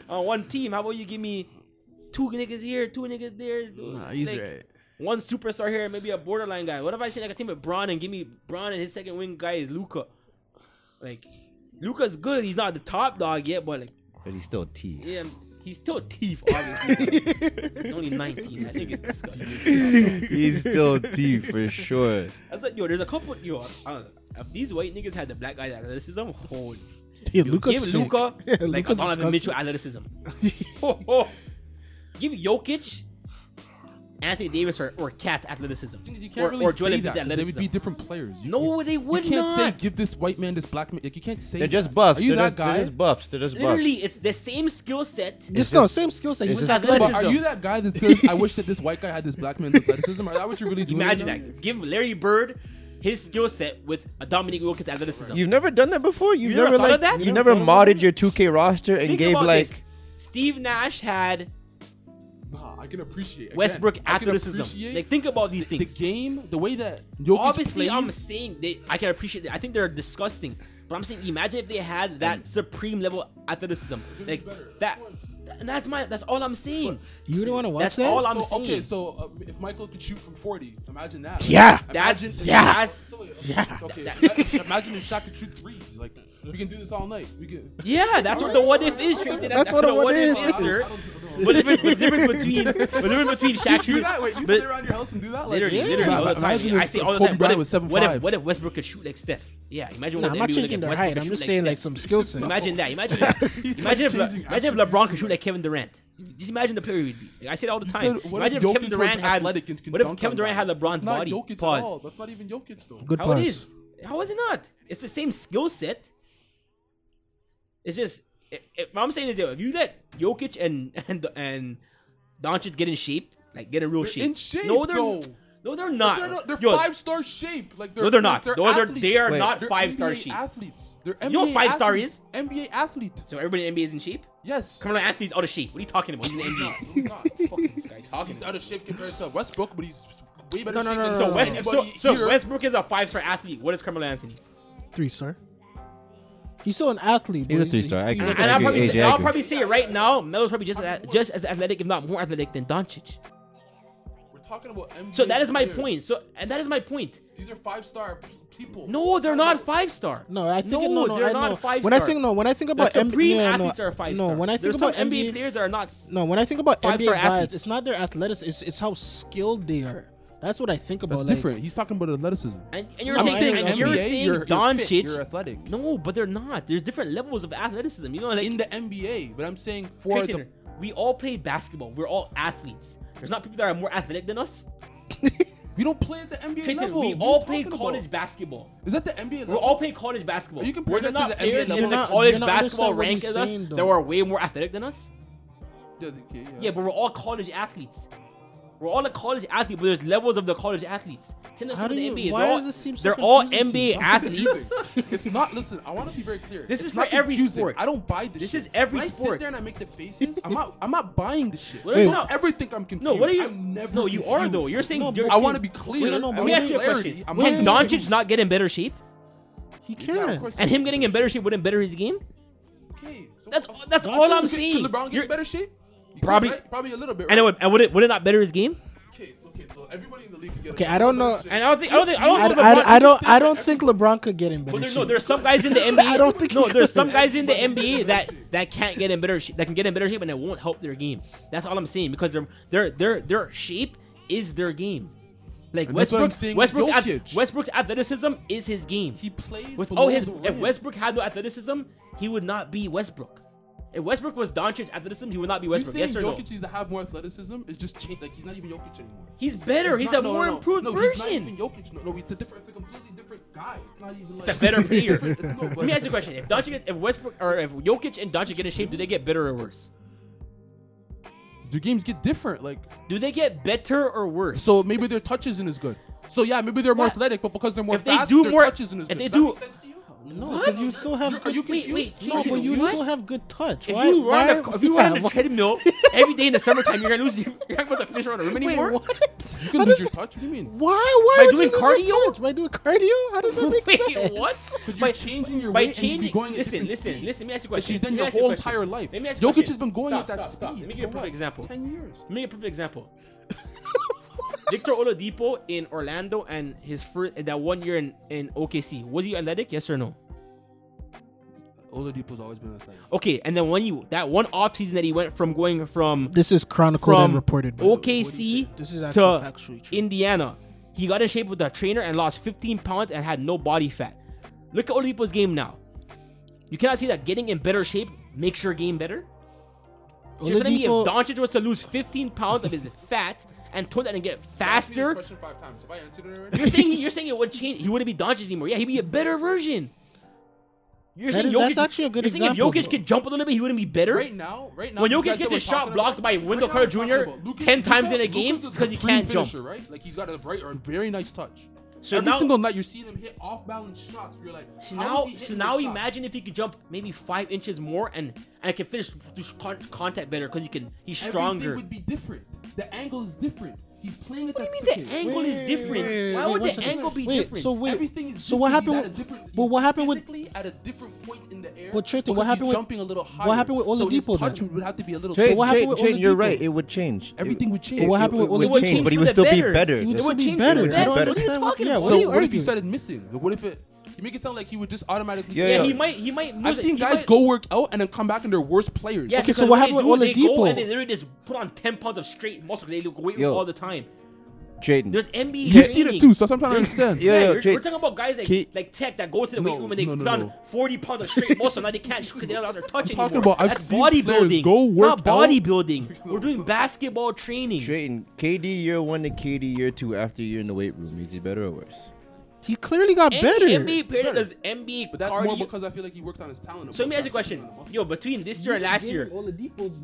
Speaker 2: on one team, how about you give me two niggas here, two niggas there? like, One superstar here, maybe a borderline guy. What if I say like a team with Braun and give me Braun and his second wing guy is Luca? Like Luca's good. He's not the top dog yet, but like
Speaker 3: But he's still T.
Speaker 2: yeah, he's still a thief. Obviously, he's only nineteen. That nigga's disgusting.
Speaker 3: he's still T for sure.
Speaker 2: That's like yo. There's a couple yo. Uh, if these white niggas had the black guy athleticism, holy
Speaker 4: Yeah,
Speaker 2: Yo,
Speaker 4: Luka's
Speaker 2: give
Speaker 4: sick.
Speaker 2: Luca
Speaker 4: Yeah,
Speaker 2: like a
Speaker 4: Luka's
Speaker 2: Donovan Mitchell
Speaker 4: disgusting.
Speaker 2: athleticism. Ho, ho. Give Jokic, Anthony Davis, or, or Cat's athleticism.
Speaker 5: You can't
Speaker 2: or,
Speaker 5: really
Speaker 2: or
Speaker 5: say
Speaker 2: Joel Embiid's
Speaker 5: that. 'cause They would
Speaker 2: athleticism.
Speaker 5: be different players. You-
Speaker 2: No,
Speaker 5: you-
Speaker 2: they would
Speaker 5: You can't say
Speaker 2: not.
Speaker 5: give this white man this black man. Like you can't say.
Speaker 3: They're
Speaker 5: that.
Speaker 3: just buffs.
Speaker 5: Are you
Speaker 3: they're
Speaker 5: that
Speaker 3: just,
Speaker 5: guy?
Speaker 3: They're just buffs. They're just buffs.
Speaker 2: Literally, it's the same skill set.
Speaker 4: Just no same skill set. He
Speaker 3: it's
Speaker 4: was
Speaker 3: just-
Speaker 5: But
Speaker 2: athleticism.
Speaker 5: are you that guy that's going I wish that this white guy had this black man's athleticism? Are that what you're really doing?
Speaker 2: Imagine
Speaker 5: right now?
Speaker 2: that. Give Larry Bird, his skill set with a Dominique Wilkins athleticism.
Speaker 3: You've never done that before. You've
Speaker 2: You never
Speaker 3: never
Speaker 2: thought
Speaker 3: like
Speaker 2: of that?
Speaker 3: you
Speaker 2: You
Speaker 3: never
Speaker 2: never
Speaker 3: modded your 2K roster and
Speaker 2: Think
Speaker 3: gave
Speaker 2: about
Speaker 3: like
Speaker 2: this. Steve Nash had
Speaker 5: Nah, I can appreciate again,
Speaker 2: Westbrook
Speaker 5: I can
Speaker 2: athleticism.
Speaker 5: appreciate
Speaker 2: Like think about these
Speaker 5: the
Speaker 2: things.
Speaker 5: game, the way that Jokic
Speaker 2: Obviously,
Speaker 5: plays,
Speaker 2: I'm saying they. I can appreciate. It. I think they're disgusting, but I'm saying imagine if they had that supreme level athleticism, like that. And that's my. That's all I'm saying.
Speaker 4: You don't want to watch
Speaker 2: That's
Speaker 4: that?
Speaker 2: all I'm
Speaker 5: so,
Speaker 2: saying.
Speaker 5: okay, so uh, if Michael could shoot from 40, imagine that.
Speaker 4: Yeah.
Speaker 2: That's-
Speaker 5: Imagine-
Speaker 2: yeah.
Speaker 5: that's- so, okay,
Speaker 4: Yeah.
Speaker 5: Okay.
Speaker 2: That-
Speaker 5: ima- imagine if Shaq could shoot threes. Like we can do this all night. We can.
Speaker 2: yeah, that's what the what if is. Trinity.
Speaker 3: That's what a
Speaker 2: the
Speaker 3: what if
Speaker 5: I
Speaker 3: is,
Speaker 5: don't-
Speaker 2: sir.
Speaker 5: I don't- I don't know.
Speaker 2: What difference, what difference between what difference between Shaq
Speaker 5: You do
Speaker 2: shooting?
Speaker 5: that? Wait, you
Speaker 2: but-
Speaker 5: sit around your house and do that? Like,
Speaker 2: Literally,
Speaker 5: yeah.
Speaker 2: literally, all the time.
Speaker 5: Imagine
Speaker 2: I
Speaker 5: if
Speaker 2: say all the
Speaker 5: Kobe
Speaker 2: time. What
Speaker 5: Bryant
Speaker 2: if,
Speaker 5: was seven
Speaker 2: what, if,
Speaker 5: five.
Speaker 2: what if Westbrook could shoot like Steph? Yeah, imagine what
Speaker 4: Nah, I'm
Speaker 2: the
Speaker 4: not
Speaker 2: NBA would look
Speaker 4: changing
Speaker 2: at
Speaker 4: their
Speaker 2: Westbrook
Speaker 4: height.
Speaker 2: could
Speaker 4: I'm
Speaker 2: shoot
Speaker 4: just
Speaker 2: like
Speaker 4: saying like
Speaker 2: Steph.
Speaker 4: some skill set.
Speaker 2: Imagine that. Imagine that. imagine if,
Speaker 5: changing
Speaker 2: Le- imagine if
Speaker 5: attributes,
Speaker 2: LeBron could
Speaker 5: right?
Speaker 2: shoot like Kevin Durant. Just imagine the period. beat. Like, I say it all the
Speaker 5: You
Speaker 2: time.
Speaker 5: said, what
Speaker 2: Imagine if,
Speaker 5: Jokic
Speaker 2: Kevin
Speaker 5: was
Speaker 2: Durant had. What
Speaker 5: athletic and can
Speaker 2: if
Speaker 5: dunk
Speaker 2: Kevin
Speaker 5: on
Speaker 2: Durant had
Speaker 5: guys?
Speaker 2: LeBron's
Speaker 5: Not
Speaker 2: body?
Speaker 5: Jokic at all.
Speaker 2: Pause.
Speaker 5: That's not even Jokic though.
Speaker 4: Good
Speaker 2: How it
Speaker 4: pass.
Speaker 2: is? How is it not? It's the same skill set. It's just it, it- what I'm saying is yo, if you let Jokic and and and Doncic get in shape, like get in real
Speaker 5: They're
Speaker 2: shape.
Speaker 5: in shape,
Speaker 2: No, they're
Speaker 5: though.
Speaker 2: no, they're not.
Speaker 5: They're, not- they're
Speaker 2: Yo,
Speaker 5: five star shape. Like they're
Speaker 2: No, they're not.
Speaker 5: They're
Speaker 2: No, they're-
Speaker 5: athletes.
Speaker 2: they are
Speaker 3: Wait.
Speaker 2: not
Speaker 5: They're
Speaker 2: five star
Speaker 5: NBA
Speaker 2: sheep.
Speaker 5: Athletes. They're NBA
Speaker 2: know what five star
Speaker 5: athletes.
Speaker 2: is?
Speaker 5: NBA athlete.
Speaker 2: So everybody in NBA is in shape.
Speaker 5: Yes.
Speaker 2: Carmelo Anthony's out of shape. What are you talking about? He's in the
Speaker 5: No,
Speaker 2: NBA.
Speaker 5: he's not.
Speaker 2: Fuck is this guy talking
Speaker 5: He's
Speaker 2: about?
Speaker 5: out of shape compared to Westbrook, but he's way better.
Speaker 4: No, no,
Speaker 5: shape
Speaker 4: no,
Speaker 5: than
Speaker 4: no,
Speaker 2: So,
Speaker 4: no.
Speaker 2: West, so,
Speaker 5: anybody
Speaker 2: so
Speaker 5: here.
Speaker 2: Westbrook is a five star athlete. What is Carmelo Anthony?
Speaker 4: Three star. He's still an athlete.
Speaker 3: He's
Speaker 4: bro.
Speaker 3: a three-star. I
Speaker 4: he's
Speaker 3: agree.
Speaker 4: like
Speaker 2: And
Speaker 4: a-
Speaker 2: I'll
Speaker 3: agree.
Speaker 2: probably,
Speaker 3: AJ,
Speaker 2: say,
Speaker 3: I
Speaker 2: I'll
Speaker 3: agree.
Speaker 2: probably say it right now, Melo's probably just as, just as athletic, if not more athletic, than Doncic.
Speaker 5: We're talking about NBA.
Speaker 2: So that is my
Speaker 5: players.
Speaker 2: point. So and that is my point.
Speaker 5: These are five star people.
Speaker 2: No, they're not five star.
Speaker 4: No, I think
Speaker 2: no,
Speaker 4: no, no,
Speaker 2: they're
Speaker 4: I
Speaker 2: not
Speaker 4: know.
Speaker 2: five
Speaker 4: When
Speaker 2: star.
Speaker 4: I think no, when I think
Speaker 2: the
Speaker 4: about
Speaker 2: supreme
Speaker 4: NBA,
Speaker 2: athletes
Speaker 4: no,
Speaker 2: are five
Speaker 4: no,
Speaker 2: star.
Speaker 4: when I think
Speaker 2: There's
Speaker 4: about
Speaker 2: some NBA,
Speaker 4: NBA
Speaker 2: players that are not. s-
Speaker 4: No, when I think about NBA
Speaker 2: Five-star
Speaker 4: guys,
Speaker 2: athletes.
Speaker 4: it's not their athleticism. It's, it's how skilled they are. That's what I think about.
Speaker 5: That's
Speaker 4: like,
Speaker 5: different. He's talking about athleticism.
Speaker 2: And, and you're
Speaker 4: I'm
Speaker 2: saying,
Speaker 4: saying
Speaker 2: and you're
Speaker 5: NBA,
Speaker 2: saying
Speaker 5: you're- you're
Speaker 2: Doncic.
Speaker 5: fit, you're athletic.
Speaker 2: No, but they're not. There's different levels of athleticism. You know, like
Speaker 5: In the NBA, but I'm saying for
Speaker 2: Trick
Speaker 5: the
Speaker 2: Tanner, we all play basketball. We're all athletes. There's not people that are more athletic than us.
Speaker 5: we don't play at the NBA
Speaker 2: Trick Tanner,
Speaker 5: level.
Speaker 2: we
Speaker 5: What are
Speaker 2: all
Speaker 5: you
Speaker 2: play
Speaker 5: talking
Speaker 2: college
Speaker 5: about?
Speaker 2: basketball.
Speaker 5: Is that the NBA
Speaker 2: We're
Speaker 5: level?
Speaker 2: all playing college basketball.
Speaker 5: Are you comparing
Speaker 2: Were there
Speaker 5: that to
Speaker 2: not
Speaker 5: the NBA
Speaker 2: players
Speaker 5: level?
Speaker 2: in the
Speaker 5: You're not-
Speaker 2: college
Speaker 4: you're not
Speaker 2: basketball
Speaker 4: understand what
Speaker 2: rank
Speaker 4: he's
Speaker 2: as us
Speaker 4: saying,
Speaker 2: that
Speaker 4: though.
Speaker 2: were way more athletic than us?
Speaker 5: Yeah, okay, yeah.
Speaker 2: Yeah, but we're all college athletes. We're all a college athlete, but there's levels of the college athletes. Same
Speaker 4: How
Speaker 2: with the
Speaker 4: do you-
Speaker 2: NBA.
Speaker 4: why
Speaker 2: they're all,
Speaker 4: does this seem so
Speaker 2: they're all
Speaker 4: confusing to
Speaker 2: NBA
Speaker 4: you?
Speaker 2: athletes.
Speaker 5: it's not. Listen, I want to be very clear.
Speaker 2: This
Speaker 5: It's
Speaker 2: is for
Speaker 5: not
Speaker 2: every
Speaker 5: confusing.
Speaker 2: sport.
Speaker 5: I don't buy this.
Speaker 2: This
Speaker 5: shit.
Speaker 2: is every
Speaker 5: when I sit
Speaker 2: sport.
Speaker 5: there and I make the faces. I'm not. I'm not buying this shit.
Speaker 2: What are you-
Speaker 5: I
Speaker 2: no.
Speaker 5: don't ever think I'm confused.
Speaker 2: No, what are you?
Speaker 5: I'm never
Speaker 2: no, you are
Speaker 5: confused.
Speaker 2: though. You're saying
Speaker 4: No,
Speaker 2: you're,
Speaker 5: I want to be clear.
Speaker 4: no, no,
Speaker 5: I
Speaker 4: but
Speaker 2: Let
Speaker 5: want
Speaker 2: me
Speaker 4: wait,
Speaker 2: ask you a
Speaker 5: clarity.
Speaker 2: question.
Speaker 5: I'm not
Speaker 2: Can
Speaker 5: confused.
Speaker 2: Doncic not get in better shape?
Speaker 4: He can.
Speaker 5: Yeah, of course
Speaker 2: And
Speaker 5: he
Speaker 2: him getting in better shape wouldn't better his game?
Speaker 5: Okay, so
Speaker 2: That's
Speaker 5: what the
Speaker 2: that's
Speaker 5: fuck?
Speaker 2: all I'm
Speaker 5: Could-
Speaker 2: saying.
Speaker 5: Could LeBron get
Speaker 2: You're-
Speaker 5: in better shape? He could,
Speaker 2: Probably-
Speaker 5: right? probably a little bit. Right?
Speaker 2: And it would, and would it would it not better his game?
Speaker 5: Okay, so, okay, so everybody in the league could get.
Speaker 4: Okay,
Speaker 5: a
Speaker 4: I don't
Speaker 5: better
Speaker 4: know-
Speaker 5: shape.
Speaker 2: And I don't think I don't think I don't
Speaker 4: I,
Speaker 2: know
Speaker 4: I,
Speaker 2: LeBron.
Speaker 4: I don't.
Speaker 5: say
Speaker 4: I
Speaker 5: that
Speaker 4: don't
Speaker 5: every-
Speaker 4: think LeBron could get in better
Speaker 2: But there's
Speaker 4: shape.
Speaker 2: no, there's some guys in the NBA. I don't
Speaker 4: think
Speaker 2: no,
Speaker 4: he
Speaker 2: there's
Speaker 4: could.
Speaker 2: some guys in the
Speaker 5: Everybody
Speaker 2: NBA that
Speaker 5: can
Speaker 2: that can't get in better shape, that can get in better shape, and it won't help their game. That's all I'm saying because their their their their shape is their game. Like
Speaker 5: And that's what I'm
Speaker 2: Westbrook,
Speaker 5: saying with
Speaker 2: Westbrook's, ath-
Speaker 5: Jokic.
Speaker 2: Westbrook's athleticism is his game.
Speaker 5: He plays
Speaker 2: With
Speaker 5: below
Speaker 2: all his,
Speaker 5: the
Speaker 2: if
Speaker 5: rim.
Speaker 2: Westbrook had no athleticism, he would not be Westbrook. If Westbrook was Doncic's athleticism, he would not be
Speaker 5: You
Speaker 2: Westbrook.
Speaker 5: saying
Speaker 2: Yes or no?
Speaker 5: Jokic needs to have more athleticism? It's just changed. Like he's not even Jokic anymore.
Speaker 2: He's better. He's,
Speaker 5: not-
Speaker 2: a
Speaker 5: no,
Speaker 2: more
Speaker 5: no, no.
Speaker 2: improved
Speaker 5: no, He's not even
Speaker 2: version.
Speaker 5: Jokic. No, no, it's a different. It's a completely different guy. It's not even. Like,
Speaker 2: It's a better player.
Speaker 5: different- it's- no, but-
Speaker 2: Let me ask you a question: If Doncic, if Westbrook, or if Jokic and Doncic get in shape, do they get better or worse?
Speaker 5: Do games get different? Like
Speaker 2: Do they get better or worse?
Speaker 5: so, maybe their touch isn't as good. So yeah, maybe they're more
Speaker 2: What?
Speaker 5: athletic, but because they're more
Speaker 2: If they
Speaker 5: fast,
Speaker 2: do
Speaker 5: their
Speaker 2: more-
Speaker 5: touch isn't as
Speaker 2: if
Speaker 5: good.
Speaker 2: they
Speaker 5: Does that
Speaker 2: do-
Speaker 5: make sense to you?
Speaker 4: no,
Speaker 2: What?
Speaker 4: but you still have.
Speaker 5: You're- Are you
Speaker 2: Wait,
Speaker 5: confused?
Speaker 2: wait,
Speaker 5: no,
Speaker 4: no,
Speaker 2: Jaden,
Speaker 4: but you
Speaker 2: what?
Speaker 4: still have good touch.
Speaker 2: if
Speaker 4: why,
Speaker 2: you run
Speaker 4: why,
Speaker 2: on a, if you run on
Speaker 4: yeah,
Speaker 2: a treadmill every day in the summertime, you're gonna lose. You're not about to finish around a rim
Speaker 4: why- Wait,
Speaker 2: anymore.
Speaker 4: what?
Speaker 5: You
Speaker 4: How
Speaker 5: can
Speaker 4: does
Speaker 5: lose your touch. What do you mean?
Speaker 4: Why? Why
Speaker 2: By
Speaker 4: would
Speaker 2: doing
Speaker 4: you lose your
Speaker 2: cardio?
Speaker 4: touch? By doing cardio? How does that make
Speaker 2: Wait,
Speaker 4: sense?
Speaker 2: what?
Speaker 5: Because you're changing your
Speaker 2: by
Speaker 5: weight and you're
Speaker 2: changing,
Speaker 5: going at
Speaker 2: listen,
Speaker 5: different
Speaker 2: listen,
Speaker 5: speeds.
Speaker 2: listen. Let me ask you
Speaker 5: That
Speaker 2: a question.
Speaker 5: you've done
Speaker 2: Let me
Speaker 5: your
Speaker 2: ask you a
Speaker 5: whole
Speaker 2: question.
Speaker 5: entire life.
Speaker 2: Let me ask you a
Speaker 5: Jokic
Speaker 2: question.
Speaker 5: has been going
Speaker 2: Stop,
Speaker 5: at that
Speaker 2: stop,
Speaker 5: speed.
Speaker 2: stop. Let me give
Speaker 5: for
Speaker 2: you a perfect
Speaker 5: what?
Speaker 2: example.
Speaker 5: Ten years.
Speaker 2: Let me give a perfect example. Victor Oladipo in Orlando and his first that one year in, in OKC was he athletic? Yes or no?
Speaker 5: Oladipo's always been athletic.
Speaker 2: Okay, and then when you that one off season that he went from going from
Speaker 4: This is chronicled
Speaker 2: from
Speaker 4: and reported. by the way.
Speaker 2: OKC
Speaker 4: This is actually
Speaker 2: to
Speaker 4: factually true.
Speaker 2: Indiana. He got in shape with a trainer and lost 15 pounds and had no body fat. Look at Oladipo's game now. You cannot see that getting in better shape makes your game better. So You're telling me if
Speaker 4: Oladipo-
Speaker 2: Doncic was to lose 15 pounds of his fat and tone that and get
Speaker 5: Ask me this
Speaker 2: faster,
Speaker 5: question five times. Have I answered it already?
Speaker 2: you're saying you're saying it would change. He wouldn't be Doncic anymore. Yeah, he'd be a better version. You're
Speaker 4: That
Speaker 2: saying
Speaker 4: is-
Speaker 2: Jokic,
Speaker 4: that's actually a good
Speaker 2: you're
Speaker 4: example,
Speaker 2: saying if Jokic
Speaker 4: though.
Speaker 2: could jump a little bit, he wouldn't be better.
Speaker 5: Right now, right now,
Speaker 2: When
Speaker 5: these
Speaker 2: Jokic
Speaker 5: guys
Speaker 2: gets
Speaker 5: that
Speaker 2: his
Speaker 5: we're
Speaker 2: shot
Speaker 5: talking
Speaker 2: blocked
Speaker 5: about-
Speaker 2: by
Speaker 5: right now
Speaker 2: Wendell Carter
Speaker 5: we're talking
Speaker 2: Jr.
Speaker 5: about Lucas-
Speaker 2: 10 times in a
Speaker 5: Lucas
Speaker 2: game
Speaker 5: is a
Speaker 2: 'cause he
Speaker 5: supreme
Speaker 2: can't jump.
Speaker 5: finisher, Right? Like he's got a right or very nice touch.
Speaker 2: So
Speaker 5: Every
Speaker 2: now-
Speaker 5: single night you're seeing him hit off balance shots. You're like,
Speaker 2: So
Speaker 5: how
Speaker 2: now,
Speaker 5: is he
Speaker 2: so
Speaker 5: hitting
Speaker 2: now
Speaker 5: this shot?
Speaker 2: imagine if he could jump maybe five inches more and and can finish th- con- contact better because he can he's
Speaker 5: Everything
Speaker 2: stronger.
Speaker 5: would be different. The angle is different. He's playing at
Speaker 2: What
Speaker 5: that
Speaker 2: do you mean the
Speaker 5: sophisticated-
Speaker 2: angle is different? Why would
Speaker 4: one
Speaker 2: the
Speaker 4: second.
Speaker 2: angle be
Speaker 4: Wait,
Speaker 2: different?
Speaker 4: So wait,
Speaker 5: Everything is
Speaker 4: so what
Speaker 5: different. He's
Speaker 4: happened?
Speaker 5: at a
Speaker 4: With,
Speaker 5: different-
Speaker 4: but
Speaker 5: he's
Speaker 4: what happened with?
Speaker 5: physically at a different point in the air?
Speaker 4: But Trey, what
Speaker 5: because he's
Speaker 4: happened with-
Speaker 5: jumping a little higher?
Speaker 4: what happened with
Speaker 5: So his
Speaker 4: Oladipo then?
Speaker 5: touch would have to be a little.
Speaker 4: So
Speaker 3: Trey,
Speaker 4: what
Speaker 3: Trey,
Speaker 4: happened with
Speaker 3: Trey, you're
Speaker 4: Oladipo?
Speaker 3: right. It would change.
Speaker 5: Everything
Speaker 3: it,
Speaker 5: would change.
Speaker 3: It,
Speaker 4: What happened
Speaker 3: it,
Speaker 4: with
Speaker 3: would
Speaker 4: Oladipo?
Speaker 3: change,
Speaker 2: It
Speaker 3: but he
Speaker 2: would
Speaker 3: would still
Speaker 2: change
Speaker 3: be
Speaker 2: for the
Speaker 3: better.
Speaker 2: better.
Speaker 4: It would
Speaker 3: It's-
Speaker 4: still be
Speaker 2: change
Speaker 4: better.
Speaker 2: for the
Speaker 4: I
Speaker 2: better.
Speaker 4: don't
Speaker 3: What are you
Speaker 4: understand
Speaker 2: talking
Speaker 4: yeah,
Speaker 2: about?
Speaker 4: what are
Speaker 5: So
Speaker 4: you
Speaker 5: what if he
Speaker 4: arguing?
Speaker 5: started missing? Like, What if it? You make it sound like he would just automatically.
Speaker 3: Yeah,
Speaker 2: yeah,
Speaker 3: yeah.
Speaker 2: he might he might.
Speaker 5: I've
Speaker 2: lose it.
Speaker 5: seen
Speaker 2: He
Speaker 5: guys
Speaker 2: might-
Speaker 5: go work out and then come back and they're worse players.
Speaker 2: Yeah,
Speaker 4: Okay,
Speaker 2: because
Speaker 4: so what
Speaker 2: what they
Speaker 4: happened with
Speaker 2: do, they go
Speaker 4: Oladipo?
Speaker 2: and they literally just put on ten pounds of straight muscle. They look weight
Speaker 3: Yo.
Speaker 2: all the time.
Speaker 3: Jaden.
Speaker 2: There's NBA.
Speaker 5: you see
Speaker 2: training.
Speaker 5: that too. So I'm trying to understand.
Speaker 3: Yeah,
Speaker 2: Yeah,
Speaker 3: yeah,
Speaker 2: we're,
Speaker 3: Jay-
Speaker 2: we're talking about guys like,
Speaker 3: Key-
Speaker 2: like Tech that go to the weight
Speaker 5: No,
Speaker 2: room and they
Speaker 5: no, no,
Speaker 2: put on
Speaker 5: no.
Speaker 2: 40 pounds of straight muscle. now they can't shoot because they don't have their touch
Speaker 5: I'm
Speaker 2: anymore.
Speaker 5: talking about I've
Speaker 2: That's
Speaker 5: seen
Speaker 2: bodybuilding.
Speaker 5: players go work
Speaker 2: not
Speaker 5: out.
Speaker 2: bodybuilding. We're doing basketball training.
Speaker 3: Drayton, KD year one to KD year two after you're in the weight room. Is he better or worse?
Speaker 4: He clearly got
Speaker 2: Any
Speaker 4: better.
Speaker 2: NBA player that does NBA
Speaker 5: But that's
Speaker 2: cardio.
Speaker 5: more because I feel like he worked on his talent.
Speaker 2: so let me ask you a question. Yo, between this year and last year,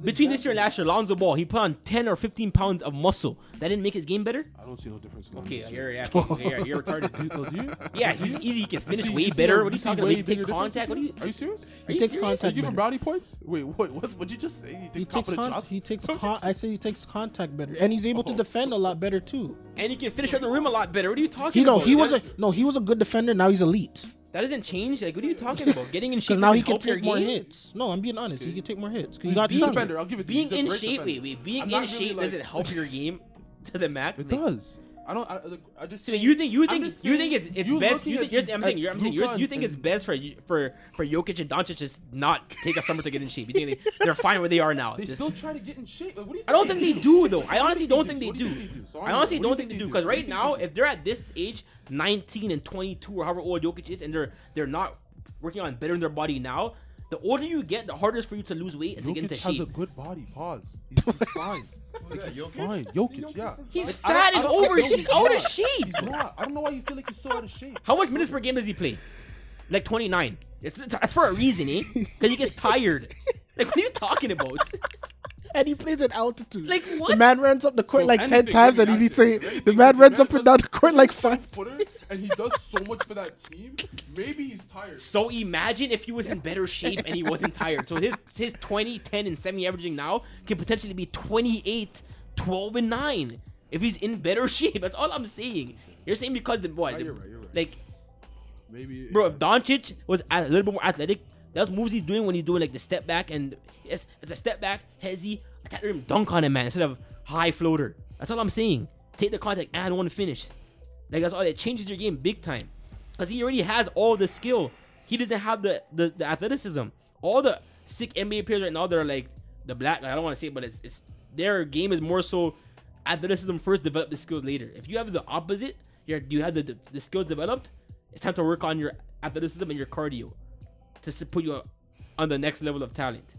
Speaker 2: between this year and last year, Lonzo Ball, he put on 10 or 15 pounds of muscle. That didn't make his game better?
Speaker 5: I don't see no difference. in
Speaker 2: Okay,
Speaker 5: this year.
Speaker 2: you're, yeah, okay, okay, yeah, you're retarded.
Speaker 5: Do you- do you?
Speaker 2: Yeah,
Speaker 5: Do
Speaker 2: he's
Speaker 5: you?
Speaker 2: easy. He
Speaker 5: You
Speaker 2: can finish
Speaker 5: see-
Speaker 2: way
Speaker 5: you see
Speaker 2: better.
Speaker 5: no-
Speaker 2: What are you
Speaker 5: see
Speaker 2: talking
Speaker 5: way
Speaker 2: about? He
Speaker 5: bigger
Speaker 2: take
Speaker 5: difference this
Speaker 2: contact. What are
Speaker 5: year?
Speaker 2: you?
Speaker 5: Are you serious?
Speaker 2: Are
Speaker 4: He
Speaker 2: you serious?
Speaker 4: takes
Speaker 5: You give
Speaker 4: contact.
Speaker 5: him
Speaker 4: better.
Speaker 5: brownie points? Wait, what? What's, what'd you just say? He,
Speaker 4: He
Speaker 5: takes
Speaker 4: takes,
Speaker 5: confident
Speaker 4: con-
Speaker 5: shots?
Speaker 4: he takes
Speaker 5: Don't you
Speaker 4: con-
Speaker 5: think-
Speaker 4: I say he takes contact better, and he's able to defend a lot better too.
Speaker 2: And he can finish at the rim a lot better. What are you talking
Speaker 4: He no,
Speaker 2: about?
Speaker 4: he
Speaker 2: man?
Speaker 4: was a no, he was a good defender. Now he's elite
Speaker 2: That doesn't change. Like, what are you talking about? Getting in shape
Speaker 4: because now he
Speaker 2: doesn't
Speaker 4: can
Speaker 2: help your
Speaker 4: take more
Speaker 2: game?
Speaker 4: hits. No, I'm being honest. He can take more hits. 'cause He
Speaker 5: He's
Speaker 4: got
Speaker 5: being
Speaker 4: stronger.
Speaker 5: defender. I'll give it to you.
Speaker 2: Being
Speaker 5: He's a
Speaker 2: in
Speaker 5: great
Speaker 2: shape, wait,
Speaker 5: defender.
Speaker 2: wait. Being
Speaker 5: I'm
Speaker 2: in
Speaker 5: not really,
Speaker 2: shape
Speaker 5: like-
Speaker 2: doesn't help your game to the max.
Speaker 5: It
Speaker 2: Like,
Speaker 5: does. I don't. I, like, I just.
Speaker 2: So you think you think
Speaker 5: just
Speaker 2: you
Speaker 5: saying,
Speaker 2: think it's it's
Speaker 5: you
Speaker 2: best? You
Speaker 5: looking
Speaker 2: think
Speaker 5: at
Speaker 2: you're, I'm
Speaker 5: these-
Speaker 2: saying
Speaker 5: at
Speaker 2: you're, I'm saying
Speaker 5: Luka
Speaker 2: you're, you think it's
Speaker 5: and-
Speaker 2: best for you- for for Jokic and Doncic just not take a summer to get in shape. You think they, they're fine where they are now?
Speaker 5: They
Speaker 2: Just-
Speaker 5: still try to get in shape. Like, what do you think
Speaker 2: I don't think they do though. I honestly don't think they
Speaker 5: What do
Speaker 2: do.
Speaker 5: you think they do? So
Speaker 2: I honestly
Speaker 5: what do you think
Speaker 2: don't think they
Speaker 5: they do?
Speaker 2: do because
Speaker 5: What do you
Speaker 2: right
Speaker 5: think
Speaker 2: now,
Speaker 5: they do?
Speaker 2: if they're at this age, 19 and 22 or however old Jokic is, and they're they're not working on bettering their body now, the older you get, the harder it's for you to lose weight and to get
Speaker 5: Jokic
Speaker 2: into
Speaker 5: has a
Speaker 2: shape.
Speaker 5: good body. Pause. He's, he's fine.
Speaker 1: Yeah, Jokic?
Speaker 5: fine. Jokic, yeah.
Speaker 2: He's
Speaker 5: I don't-
Speaker 2: fat
Speaker 5: I
Speaker 2: and
Speaker 5: don't-
Speaker 2: over.
Speaker 5: no,
Speaker 2: He's
Speaker 5: he's
Speaker 2: out of
Speaker 5: not.
Speaker 2: shape.
Speaker 5: He's not. I don't know why you feel like he's so out of shape.
Speaker 2: How much minutes per game does he play? Like 29. It's, it's, that's for a reason, eh? Because he gets tired. Like, what are you talking about?
Speaker 4: and he plays at altitude.
Speaker 2: Like,
Speaker 4: The
Speaker 2: what?
Speaker 4: man runs up the court
Speaker 5: So
Speaker 4: like ten
Speaker 5: anything
Speaker 4: times,
Speaker 5: that
Speaker 4: and
Speaker 5: he
Speaker 4: he needs
Speaker 5: does
Speaker 4: to.
Speaker 5: is- if
Speaker 4: The
Speaker 5: anything
Speaker 4: man
Speaker 5: that
Speaker 4: runs
Speaker 5: he
Speaker 4: up and
Speaker 5: does
Speaker 4: down
Speaker 5: is
Speaker 4: the court like five.
Speaker 5: Footer, and he does so much for that team. Maybe he's tired.
Speaker 2: So imagine if he was in better shape and he wasn't tired. So his his 20, 10, and 70 averaging now can potentially be 28, 12, and 9 if he's in better shape. That's all I'm saying. You're saying because the boy,
Speaker 5: No, you're right, you're right.
Speaker 2: like
Speaker 5: Maybe
Speaker 2: bro, if Doncic was a little bit more athletic, those moves he's doing when he's doing like the step back and it's, it's a step back, hezzy, attack the rim, dunk on him, man, instead of high floater. That's all I'm saying. Take the contact and one finish. Like that's all. It changes your game big time, because he already has all the skill. He doesn't have the, the the athleticism. All the sick NBA players right now that are like the black. I don't want to say, it, but it's it's their game is more so athleticism first, develop the skills later. If you have the opposite, you're, you have the, the the skills developed. It's time to work on your athleticism and your cardio to s- put you on the next level of talent.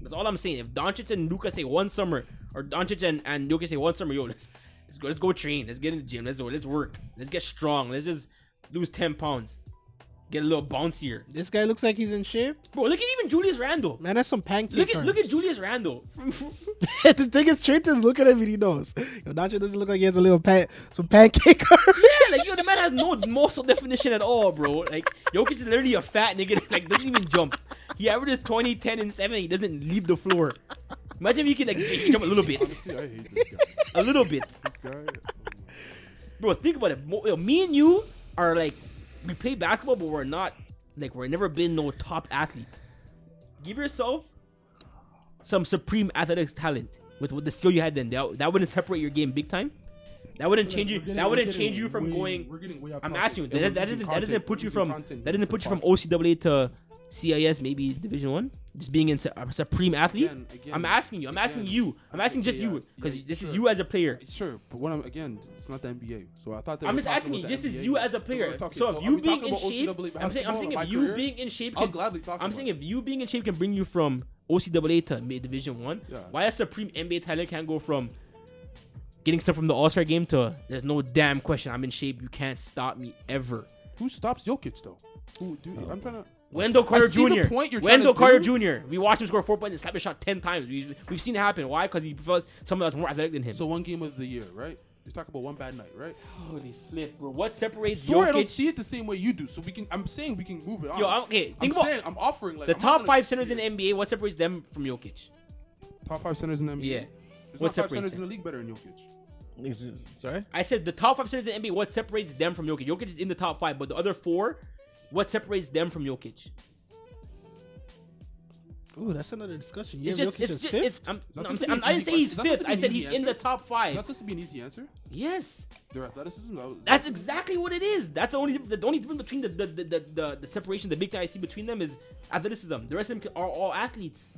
Speaker 2: That's all I'm saying. If Doncic and Luca say one summer, or Doncic and, and Luka say one summer, yo, let's, let's go, let's go train, let's get in the gym, let's go, let's work, let's get strong, let's just lose 10 pounds, get a little bouncier.
Speaker 4: This guy looks like he's in shape.
Speaker 2: Bro, look at even Julius Randle.
Speaker 4: Man, that's some pancake.
Speaker 2: Look at look at
Speaker 4: arms.
Speaker 2: Julius Randle.
Speaker 4: the thing is, Trenton's looking at him and he knows. Yo, Nacho doesn't look like he has a little pan- some pancake arms.
Speaker 2: yeah, like yo, the man has no muscle definition at all, bro. Like Jokic is literally a fat nigga that like doesn't even jump. He averages 20, 10, and 7. He doesn't leave the floor. Imagine if you could like j- jump a little bit.
Speaker 5: I hate this guy.
Speaker 2: A little bit.
Speaker 5: This guy.
Speaker 2: Bro, think about it. Mo- yo, me and you are like we play basketball, but we're not like we're never been no top athlete. Give yourself some supreme athletics talent with, with the skill you had then. That, that wouldn't separate your game big time. That wouldn't change you.
Speaker 5: We're getting-
Speaker 2: That
Speaker 5: we're
Speaker 2: wouldn't
Speaker 5: getting
Speaker 2: change you from
Speaker 5: way-
Speaker 2: going.
Speaker 5: we're getting way off
Speaker 2: I'm
Speaker 5: topic.
Speaker 2: asking you.
Speaker 5: And
Speaker 2: That,
Speaker 5: we're
Speaker 2: that, doesn't,
Speaker 5: losing
Speaker 2: that doesn't
Speaker 5: content.
Speaker 2: put you
Speaker 5: We're
Speaker 2: from
Speaker 5: losing content.
Speaker 2: that doesn't put you from
Speaker 5: We're losing
Speaker 2: OCAA to CIS, maybe Division One. Just being in su- a supreme athlete.
Speaker 5: Again, again,
Speaker 2: I'm asking you. I'm asking
Speaker 5: again.
Speaker 2: you. I'm
Speaker 5: I think
Speaker 2: asking just
Speaker 5: they
Speaker 2: you
Speaker 5: are-
Speaker 2: because
Speaker 5: yeah,
Speaker 2: this is
Speaker 5: sure.
Speaker 2: you as a player.
Speaker 5: content. Sure, but when I'm again, it's not the NBA, so I thought. They
Speaker 2: I'm
Speaker 5: were
Speaker 2: just
Speaker 5: talking
Speaker 2: asking you.
Speaker 5: about
Speaker 2: This
Speaker 5: the
Speaker 2: is
Speaker 5: NBA.
Speaker 2: you as a
Speaker 5: That's what
Speaker 2: player.
Speaker 5: we're talking-
Speaker 2: so if
Speaker 5: are
Speaker 2: you
Speaker 5: we
Speaker 2: being
Speaker 5: talking
Speaker 2: in
Speaker 5: about
Speaker 2: shape,
Speaker 5: OCAA
Speaker 2: I'm saying, I'm
Speaker 5: basketball
Speaker 2: saying
Speaker 5: in my
Speaker 2: if you
Speaker 5: career?
Speaker 2: being in shape,
Speaker 5: I'll
Speaker 2: can-
Speaker 5: gladly talk
Speaker 2: I'm
Speaker 5: about
Speaker 2: saying
Speaker 5: it.
Speaker 2: if you being in shape can bring you from OCAA to mid Division One.
Speaker 5: Yeah.
Speaker 2: Why a supreme NBA talent can't go from getting stuff from the All Star game to there's no damn question. I'm in shape. You can't stop me ever.
Speaker 5: Who stops Jokic though? Who do I'm trying to.
Speaker 2: Wendell Carter
Speaker 5: see the
Speaker 2: Jr.
Speaker 5: point you're
Speaker 2: Wendell Carter
Speaker 5: trying to
Speaker 2: Jr. We watched him score four points and slap a shot ten times. We, we've seen it happen. Why? Because he prefers someone that's more athletic than him.
Speaker 5: So one game of the year, right? You talk about one bad night, right?
Speaker 2: Holy flip, bro. What separates
Speaker 5: Sure, I don't
Speaker 2: Jokic?
Speaker 5: see it the same way you do. So we can. I'm saying we can move it on.
Speaker 2: Yo, I'm- okay,
Speaker 5: I'm
Speaker 2: think about
Speaker 5: saying I'm offering like
Speaker 2: the
Speaker 5: I'm not
Speaker 2: top
Speaker 5: gonna
Speaker 2: five centers in
Speaker 5: dispute
Speaker 2: the NBA, what separates them from Jokic?
Speaker 5: it. top five centers in the NBA.
Speaker 2: Yeah.
Speaker 5: There's
Speaker 2: What
Speaker 5: not five
Speaker 2: separates
Speaker 5: centers in
Speaker 2: them?
Speaker 5: the league better than Jokic.
Speaker 3: Sorry?
Speaker 2: I said the top five centers in the NBA, what separates them from Jokic? Jokic is in the top five, but the other four, what separates them from Jokic?
Speaker 4: Ooh, that's another discussion. Yeah,
Speaker 2: It's just, it's just, it's. I'm,
Speaker 5: That
Speaker 2: no, I'm
Speaker 5: seems
Speaker 2: saying,
Speaker 5: to be
Speaker 2: I'm,
Speaker 5: an
Speaker 2: I didn't
Speaker 5: easy
Speaker 2: say he's
Speaker 5: question. That
Speaker 2: fifth. I
Speaker 5: seems to
Speaker 2: said
Speaker 5: be
Speaker 2: he's
Speaker 5: an
Speaker 2: in the
Speaker 5: answer.
Speaker 2: top five.
Speaker 5: That's supposed to be an easy answer.
Speaker 2: yes,
Speaker 5: Their athleticism. that was-
Speaker 2: that's exactly what it is. That's the only, dif- the only difference between the the, the, the, the the separation, the big thing I see between them is athleticism. The rest of them can, are all athletes.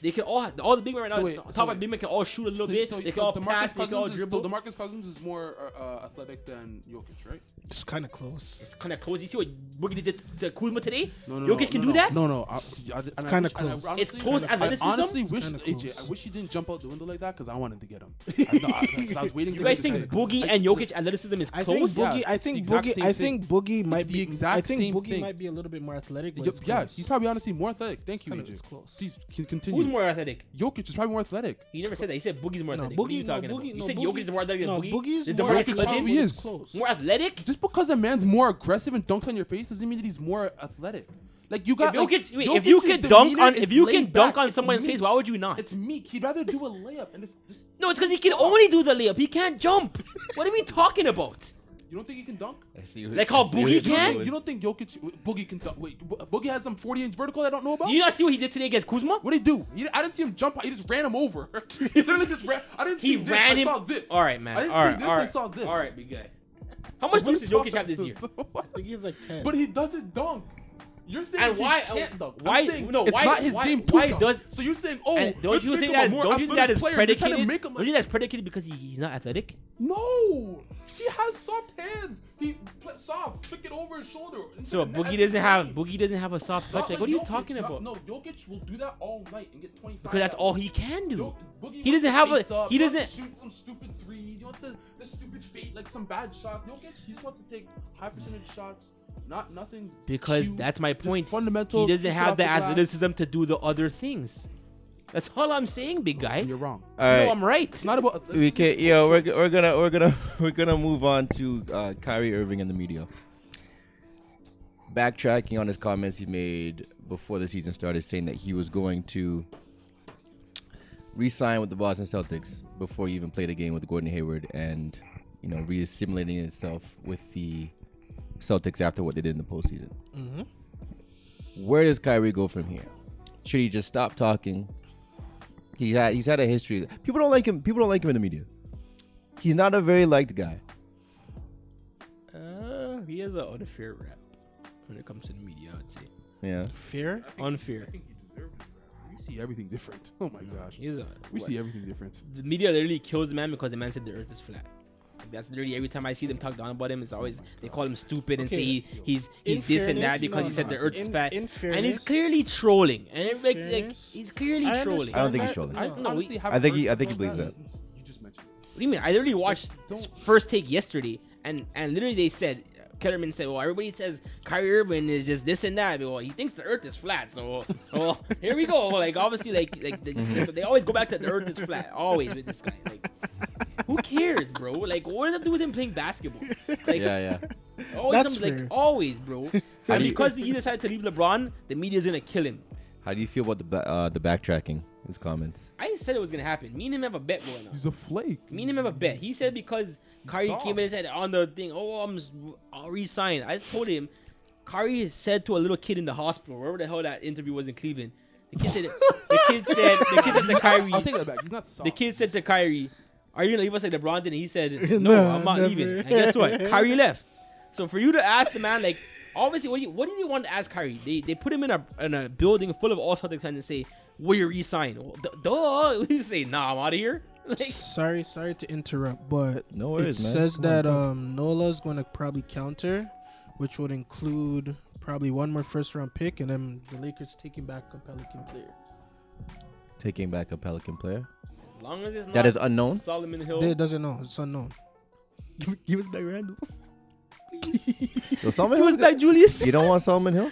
Speaker 2: They can all, all the big men right now,
Speaker 5: So wait,
Speaker 2: top
Speaker 5: so
Speaker 2: five
Speaker 5: wait.
Speaker 2: big men can all shoot a little bit. they can all
Speaker 5: DeMarcus
Speaker 2: pass. They can all
Speaker 5: Cousins is
Speaker 2: dribble.
Speaker 5: Still, Demarcus Cousins is more uh, uh, athletic than Jokic, right?
Speaker 4: it's kind of close.
Speaker 2: It's kind of close. You see what Boogie did to, to Kuzma today?
Speaker 5: No, no,
Speaker 2: Jokic
Speaker 5: no, no,
Speaker 2: can do
Speaker 5: no.
Speaker 2: that?
Speaker 5: No, no. I, I, it's
Speaker 4: kinda close.
Speaker 2: It's close
Speaker 5: I
Speaker 2: athleticism?
Speaker 5: honestly
Speaker 4: It's
Speaker 5: wish
Speaker 4: kinda
Speaker 5: AJ. I
Speaker 4: close.
Speaker 5: wish you didn't jump out the window like that because I wanted to get him. I, know, I, 'cause I was waiting.
Speaker 2: You guys
Speaker 5: for him to
Speaker 2: think
Speaker 5: say-
Speaker 2: Boogie and Jokic athleticism is
Speaker 4: I think
Speaker 2: close?
Speaker 4: Boogie.
Speaker 5: Yeah,
Speaker 4: I
Speaker 5: it's the
Speaker 4: think
Speaker 5: exact
Speaker 4: Boogie.
Speaker 5: same
Speaker 4: I
Speaker 5: thing.
Speaker 4: think Boogie might
Speaker 5: the
Speaker 4: be. I
Speaker 5: exact same
Speaker 4: think Boogie
Speaker 5: thing.
Speaker 4: might be a little bit more athletic. But
Speaker 5: Yo-
Speaker 4: it's
Speaker 5: yeah,
Speaker 4: close.
Speaker 5: he's probably honestly more athletic. Thank you,
Speaker 4: Kinda
Speaker 5: AJ.
Speaker 4: it's close.
Speaker 5: Please con- continue.
Speaker 2: Who's more athletic?
Speaker 5: Jokic is probably more athletic.
Speaker 2: He never said that. He said Boogie's more
Speaker 4: No,
Speaker 2: athletic.
Speaker 4: Boogie.
Speaker 2: what are you
Speaker 4: no,
Speaker 2: talking
Speaker 4: Boogie,
Speaker 2: about? You
Speaker 4: no,
Speaker 2: said
Speaker 4: Boogie-
Speaker 2: Jokic is more athletic than
Speaker 4: no,
Speaker 2: Boogie?
Speaker 4: Boogie's
Speaker 2: Did
Speaker 4: more
Speaker 2: DeMarcus
Speaker 4: athletic.
Speaker 2: Cousins-
Speaker 5: Probably is.
Speaker 4: Close.
Speaker 2: More athletic?
Speaker 5: Just because a man's more aggressive and dunks on your face doesn't mean that he's more athletic. Like you
Speaker 2: If
Speaker 5: got.
Speaker 2: you
Speaker 5: like,
Speaker 2: can, wait, if
Speaker 5: Jokic's
Speaker 2: you can dunk
Speaker 5: demeanor
Speaker 2: on
Speaker 5: is
Speaker 2: if you can
Speaker 5: laid
Speaker 2: dunk
Speaker 5: back.
Speaker 2: on
Speaker 5: It's
Speaker 2: someone's
Speaker 5: meek.
Speaker 2: face, why would you not?
Speaker 5: It's meek. He'd rather do a layup and it's just.
Speaker 2: no, it's because he can only do the layup. He can't jump. what are we talking about?
Speaker 5: You don't think he can dunk?
Speaker 3: I see what,
Speaker 2: Like how
Speaker 3: I see where
Speaker 2: Boogie
Speaker 3: you're
Speaker 2: can?
Speaker 3: going.
Speaker 5: You don't think Jokic Boogie can dunk? Wait, Bo- Boogie has some 40 inch vertical I don't know about.
Speaker 2: Do you not see what he did today against Kuzma?
Speaker 5: What did he do? He, I didn't see him jump. He just ran him over. he literally just ran. I didn't
Speaker 2: He
Speaker 5: see this.
Speaker 2: ran
Speaker 5: I
Speaker 2: him.
Speaker 5: saw this.
Speaker 2: All right, man.
Speaker 5: I didn't
Speaker 2: all
Speaker 5: see
Speaker 2: right,
Speaker 5: this.
Speaker 2: all right.
Speaker 5: I saw this.
Speaker 2: All right, big guy. How much dunks does Jokic have this year?
Speaker 4: I think he's like ten.
Speaker 5: But he doesn't dunk. You're saying
Speaker 2: And
Speaker 5: he
Speaker 2: why- uh,
Speaker 5: can't dunk. I'm
Speaker 2: why-
Speaker 5: saying
Speaker 2: no,
Speaker 5: It's
Speaker 2: why-
Speaker 5: not his
Speaker 2: why-
Speaker 5: game to
Speaker 2: why
Speaker 5: dunk.
Speaker 2: does-
Speaker 5: so you're saying, oh,
Speaker 2: And
Speaker 5: let's
Speaker 2: don't you
Speaker 5: make
Speaker 2: think
Speaker 5: him a
Speaker 2: that
Speaker 5: more
Speaker 2: don't you think that
Speaker 5: athletic
Speaker 2: is
Speaker 5: player. You're trying to
Speaker 2: predicated?
Speaker 5: make him
Speaker 2: Don't you
Speaker 5: like-
Speaker 2: think that's predicated because he, he's not athletic?
Speaker 5: No, he has soft hands. He pl- soft, took it over his shoulder. and
Speaker 2: So
Speaker 5: took it- that's
Speaker 2: Boogie
Speaker 5: his
Speaker 2: doesn't have
Speaker 5: game.
Speaker 2: Boogie doesn't have a soft touch.
Speaker 5: Not
Speaker 2: Like, what are you
Speaker 5: Jokic,
Speaker 2: talking
Speaker 5: not-
Speaker 2: about?
Speaker 5: No, Jokic will do that all night and get 25.
Speaker 2: Because that's
Speaker 5: out.
Speaker 2: all he can do.
Speaker 5: Yo, Boogie
Speaker 2: He
Speaker 5: wants
Speaker 2: doesn't
Speaker 5: to
Speaker 2: have a.
Speaker 5: face up,
Speaker 2: He
Speaker 5: wants to
Speaker 2: doesn't.
Speaker 5: shoot some stupid threes. He wants to the stupid fate, like some bad shot. Jokic, he just wants to take high percentage shots. Not nothing.
Speaker 2: Because
Speaker 5: cute,
Speaker 2: that's my
Speaker 5: just
Speaker 2: point.
Speaker 5: Fundamental.
Speaker 2: He doesn't
Speaker 5: shoot
Speaker 2: have
Speaker 5: off
Speaker 2: the
Speaker 5: glass.
Speaker 2: athleticism to do the other things. That's all I'm saying, big guy.
Speaker 5: You're wrong.
Speaker 3: All right.
Speaker 2: No, I'm right.
Speaker 5: It's not about.
Speaker 3: we
Speaker 5: athleticism,
Speaker 3: can
Speaker 5: it's
Speaker 3: yo we're,
Speaker 5: about
Speaker 3: we're gonna we're gonna we're gonna move on to uh, Kyrie Irving and the media. Backtracking on his comments he made before the season started, saying that he was going to re-sign with the Boston Celtics before he even played a game with Gordon Hayward, and you know re-assimilating himself with the Celtics after what they did in the postseason. Where does Kyrie go from here? Should he just stop talking? He had he's had a history. People don't like him. People don't like him in the media. He's not a very liked guy.
Speaker 2: Uh, he has an unfair rap when it comes to the media. I'd say
Speaker 3: Yeah.
Speaker 4: Fair.
Speaker 2: unfair.
Speaker 5: We see everything different. Oh my gosh.
Speaker 2: He has a,
Speaker 5: We
Speaker 2: what-
Speaker 5: see everything different.
Speaker 2: the media literally kills the man because the man said the earth is flat. Like, that's literally every time I see them talk down about him. It's always they call him stupid and say he, he's he's
Speaker 4: In
Speaker 2: this and that
Speaker 4: fairness-
Speaker 2: because
Speaker 4: no,
Speaker 2: he said
Speaker 4: no.
Speaker 2: the earth is
Speaker 4: In-
Speaker 2: flat.
Speaker 4: in
Speaker 2: and he's
Speaker 4: fairness-
Speaker 2: clearly trolling. And every- like, like
Speaker 4: fairness-
Speaker 2: he's clearly
Speaker 4: I
Speaker 2: trolling. What
Speaker 3: I don't think he's
Speaker 4: understand
Speaker 3: trolling.
Speaker 4: that.
Speaker 2: I- no,
Speaker 5: honestly
Speaker 2: we-
Speaker 5: haven't
Speaker 3: I think he-
Speaker 5: heard
Speaker 3: I think he
Speaker 5: about
Speaker 3: believes
Speaker 5: since You just mentioned it.
Speaker 2: do you mean? I literally watched
Speaker 5: don't-
Speaker 2: first take yesterday, and and literally they said. Kellerman said, "Well, everybody says Kyrie Irving is just this and that. Well, he thinks the Earth is flat, so well, here we go. Like, obviously, like, like the, so they always go back to the Earth is flat, always with this guy. Like, who cares, bro? Like, what does that do with him playing basketball? Like,
Speaker 3: Yeah, yeah.
Speaker 2: always,
Speaker 4: That's
Speaker 2: something- like,
Speaker 4: fair.
Speaker 2: always, bro. And
Speaker 3: do you-
Speaker 2: because he decided to leave LeBron, the media's gonna kill him.
Speaker 3: How do you feel about the ba- uh, the backtracking? His comments.
Speaker 2: I said it was gonna happen. Me and him have a bet going on.
Speaker 5: He's a flake.
Speaker 2: Me and him have a bet. He said because Kyrie
Speaker 5: saw.
Speaker 2: came in and said on the thing, "Oh, I'm, s- I'll resign." I just told him, Kyrie said to a little kid in the hospital, wherever the hell that interview was in Cleveland. The kid said, the kid said, the kid said
Speaker 5: I'll
Speaker 2: to
Speaker 5: take
Speaker 2: Kyrie,
Speaker 5: that back. He's not soft.
Speaker 2: the kid said to Kyrie, "Are you gonna leave us like LeBron did?" And he said, "No,
Speaker 4: Nah,
Speaker 2: I'm not
Speaker 4: never."
Speaker 2: leaving." And guess what? Kyrie left. So for you to ask the man, like, obviously, what do you, what do you want to ask Kyrie? They, they put him in a in a building full of all Celtics fans and say, "Will you resign?" Well, d- duh. You say, "Nah, I'm out of here." Like,
Speaker 4: Sorry, sorry to interrupt, but
Speaker 3: No
Speaker 4: it
Speaker 3: worries, man.
Speaker 4: says
Speaker 3: Come on,
Speaker 4: that
Speaker 3: talk.
Speaker 4: um, Nola's going to probably counter, which would include probably one more first round pick, and then the Lakers taking back a Pelican player.
Speaker 3: Taking back a Pelican player.
Speaker 2: long as it's
Speaker 3: That
Speaker 2: not
Speaker 3: is unknown?
Speaker 2: Solomon Hill.
Speaker 4: They doesn't know; it's unknown.
Speaker 2: Give us back Randall.
Speaker 3: Yo, Solomon
Speaker 2: Give us
Speaker 3: Hill's
Speaker 2: back Julius.
Speaker 3: good. You don't want Solomon Hill?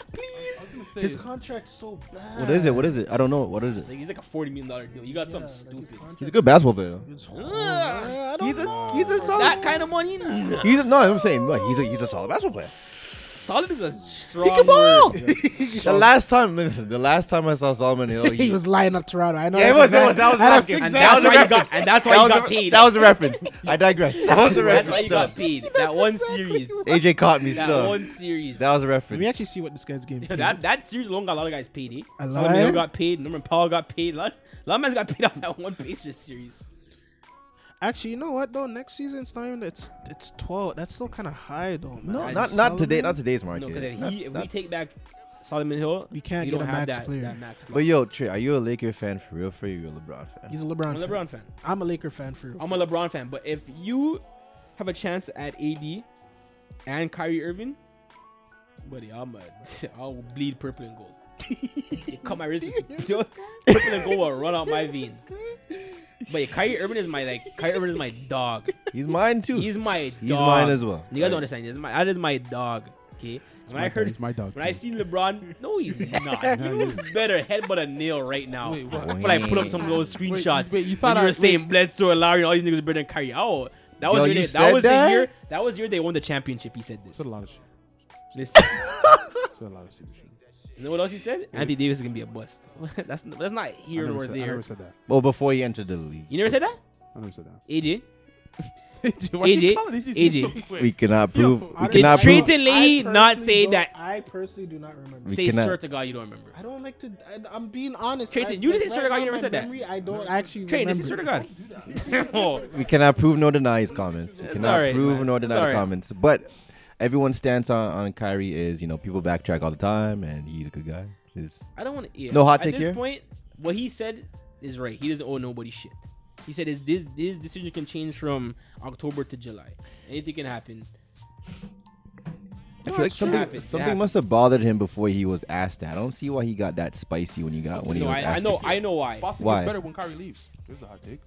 Speaker 5: say
Speaker 4: His
Speaker 5: it.
Speaker 4: contract's so bad.
Speaker 3: What is it? What is it? I don't know. What is
Speaker 2: It's
Speaker 3: it?
Speaker 2: like he's like a forty million dollar deal. You got something stupid.
Speaker 3: He's a good basketball player. though.
Speaker 4: I don't
Speaker 3: He's a
Speaker 4: know.
Speaker 3: he's a solid.
Speaker 2: That kind of money, nah.
Speaker 3: He's a, no, I'm saying like, he's a he's a solid basketball player.
Speaker 2: solid is a strong
Speaker 3: He can ball.
Speaker 2: word. bro.
Speaker 3: the last time, listen, the last time I saw Solomon Hill,
Speaker 4: he was lining up Toronto. I know.
Speaker 3: Oh, Yeah, it was,
Speaker 4: that's exact-
Speaker 3: it was. That was
Speaker 4: that's
Speaker 3: asking.
Speaker 2: And
Speaker 4: exact-
Speaker 3: That
Speaker 2: that's
Speaker 3: was a
Speaker 2: why you
Speaker 3: reference.
Speaker 2: got. And that's why
Speaker 3: that,
Speaker 2: you
Speaker 3: was
Speaker 2: got
Speaker 3: a,
Speaker 2: paid.
Speaker 3: that was a reference. I digress. That was a reference.
Speaker 2: That's why you
Speaker 3: still.
Speaker 2: got paid. That one series.
Speaker 3: AJ caught me
Speaker 2: That
Speaker 3: still.
Speaker 2: one series.
Speaker 3: that was a
Speaker 4: Let me
Speaker 3: reference.
Speaker 4: actually see what this guy's getting.
Speaker 2: Yeah, that that series alone got a lot of guys paid. Eh?
Speaker 4: A
Speaker 2: Solomon Hill
Speaker 4: lot?
Speaker 2: got paid. Norman Powell got paid. A lot, a lot of men got paid off that one Pacers series.
Speaker 4: Actually, you know what though? Next season, it's not even. It's it's twelve. That's still kind of high though, man.
Speaker 3: No,
Speaker 2: Guys,
Speaker 3: not not today.
Speaker 4: Solomon?
Speaker 3: Not today's
Speaker 2: No,
Speaker 3: market.
Speaker 2: because if,
Speaker 3: Not-
Speaker 2: he, if
Speaker 3: not-
Speaker 2: we take back Solomon Hill,
Speaker 4: You can't
Speaker 2: we
Speaker 4: get
Speaker 2: don't
Speaker 4: a
Speaker 2: have
Speaker 4: max
Speaker 2: that,
Speaker 4: player.
Speaker 2: That max
Speaker 3: But yo, Trey, are you a Laker fan for real? For you, are a LeBron fan?
Speaker 4: He's a LeBron.
Speaker 2: I'm a
Speaker 4: fan.
Speaker 2: LeBron fan.
Speaker 4: I'm a Laker fan for real.
Speaker 2: I'm a LeBron fan. But if you have a chance at AD and Kyrie Irving, buddy, I'm a, I'll bleed purple and gold. They cut my wrist. it's- yo, Purple and gold will run out my veins. But yeah, Kyrie Irving is my like Kyrie Irving is my dog.
Speaker 3: He's mine too.
Speaker 2: He's my
Speaker 3: He's
Speaker 2: dog.
Speaker 3: mine as well.
Speaker 2: You guys don't understand. This is my that is my dog. Okay. When I
Speaker 5: my
Speaker 2: heard
Speaker 5: dog. He's my dog,
Speaker 2: When I
Speaker 5: too.
Speaker 2: seen LeBron, no, he's not. He's better headbutt a nail right now.
Speaker 5: Wait, what?
Speaker 2: But I put up some of those
Speaker 5: wait,
Speaker 2: screenshots.
Speaker 5: wait, you
Speaker 2: when
Speaker 5: thought
Speaker 2: you
Speaker 5: I-
Speaker 2: were saying Bledsoe and Lowry and all these niggas are better than Kyrie. Oh, that was
Speaker 3: Yo,
Speaker 2: your
Speaker 3: you
Speaker 2: day.
Speaker 3: said
Speaker 2: That was
Speaker 3: that?
Speaker 2: the year. That was your day. Won the championship. He said this.
Speaker 5: Said a lot of shit.
Speaker 2: Listen,
Speaker 5: Said a lot of stupid shit.
Speaker 2: you know what else he said? Anthony Davis is gonna be a bust. that's that's not
Speaker 5: I
Speaker 2: here
Speaker 5: never
Speaker 2: nor
Speaker 5: said- I
Speaker 2: there.
Speaker 5: never said that.
Speaker 3: well, before he entered the league,
Speaker 2: You never said that,
Speaker 5: I never said that.
Speaker 2: AJ.
Speaker 5: Why you
Speaker 2: AJ,
Speaker 5: calling these dudes
Speaker 2: AJ.
Speaker 5: so quick?
Speaker 3: we cannot prove. we
Speaker 4: I
Speaker 2: Did
Speaker 3: cannot prove.
Speaker 2: Trenton Leahy
Speaker 4: I
Speaker 2: not
Speaker 4: personally
Speaker 2: say
Speaker 4: don't-
Speaker 2: that?
Speaker 4: I personally do not remember.
Speaker 3: We
Speaker 2: Say
Speaker 3: cannot-
Speaker 2: swear to God you don't remember.
Speaker 4: I don't like to. I, I'm being honest.
Speaker 2: Trenton,
Speaker 4: I-
Speaker 2: you just
Speaker 4: like,
Speaker 2: said, "Swear
Speaker 4: right
Speaker 2: to God," you
Speaker 4: now,
Speaker 2: never
Speaker 4: my
Speaker 2: said that.
Speaker 4: memory, I don't actually
Speaker 2: Train,
Speaker 4: remember.
Speaker 2: this is swear to God. Oh,
Speaker 3: We cannot prove nor deny his comments. We cannot
Speaker 2: all right,
Speaker 3: prove
Speaker 2: man.
Speaker 3: nor
Speaker 2: It's
Speaker 3: deny
Speaker 2: all
Speaker 3: the
Speaker 2: right.
Speaker 3: comments. But everyone's stance on, on Kyrie is, you know, people backtrack all the time, and he's a good guy. He's-
Speaker 2: I don't want to. Yeah.
Speaker 3: No hot take
Speaker 2: At this
Speaker 3: here?
Speaker 2: point, what he said is right. He doesn't owe nobody shit. He said is this this decision can change from October to July. Anything can happen.
Speaker 3: I feel like something
Speaker 2: happens. It
Speaker 3: something
Speaker 2: happens.
Speaker 3: must have bothered him before he was asked that. I don't see why he got that spicy when he got when
Speaker 2: no,
Speaker 3: he was
Speaker 2: I, I
Speaker 3: asked.
Speaker 2: know,
Speaker 3: it.
Speaker 2: I know why.
Speaker 5: Boston
Speaker 3: Why?
Speaker 5: gets better when Kyrie leaves. There's a hot take.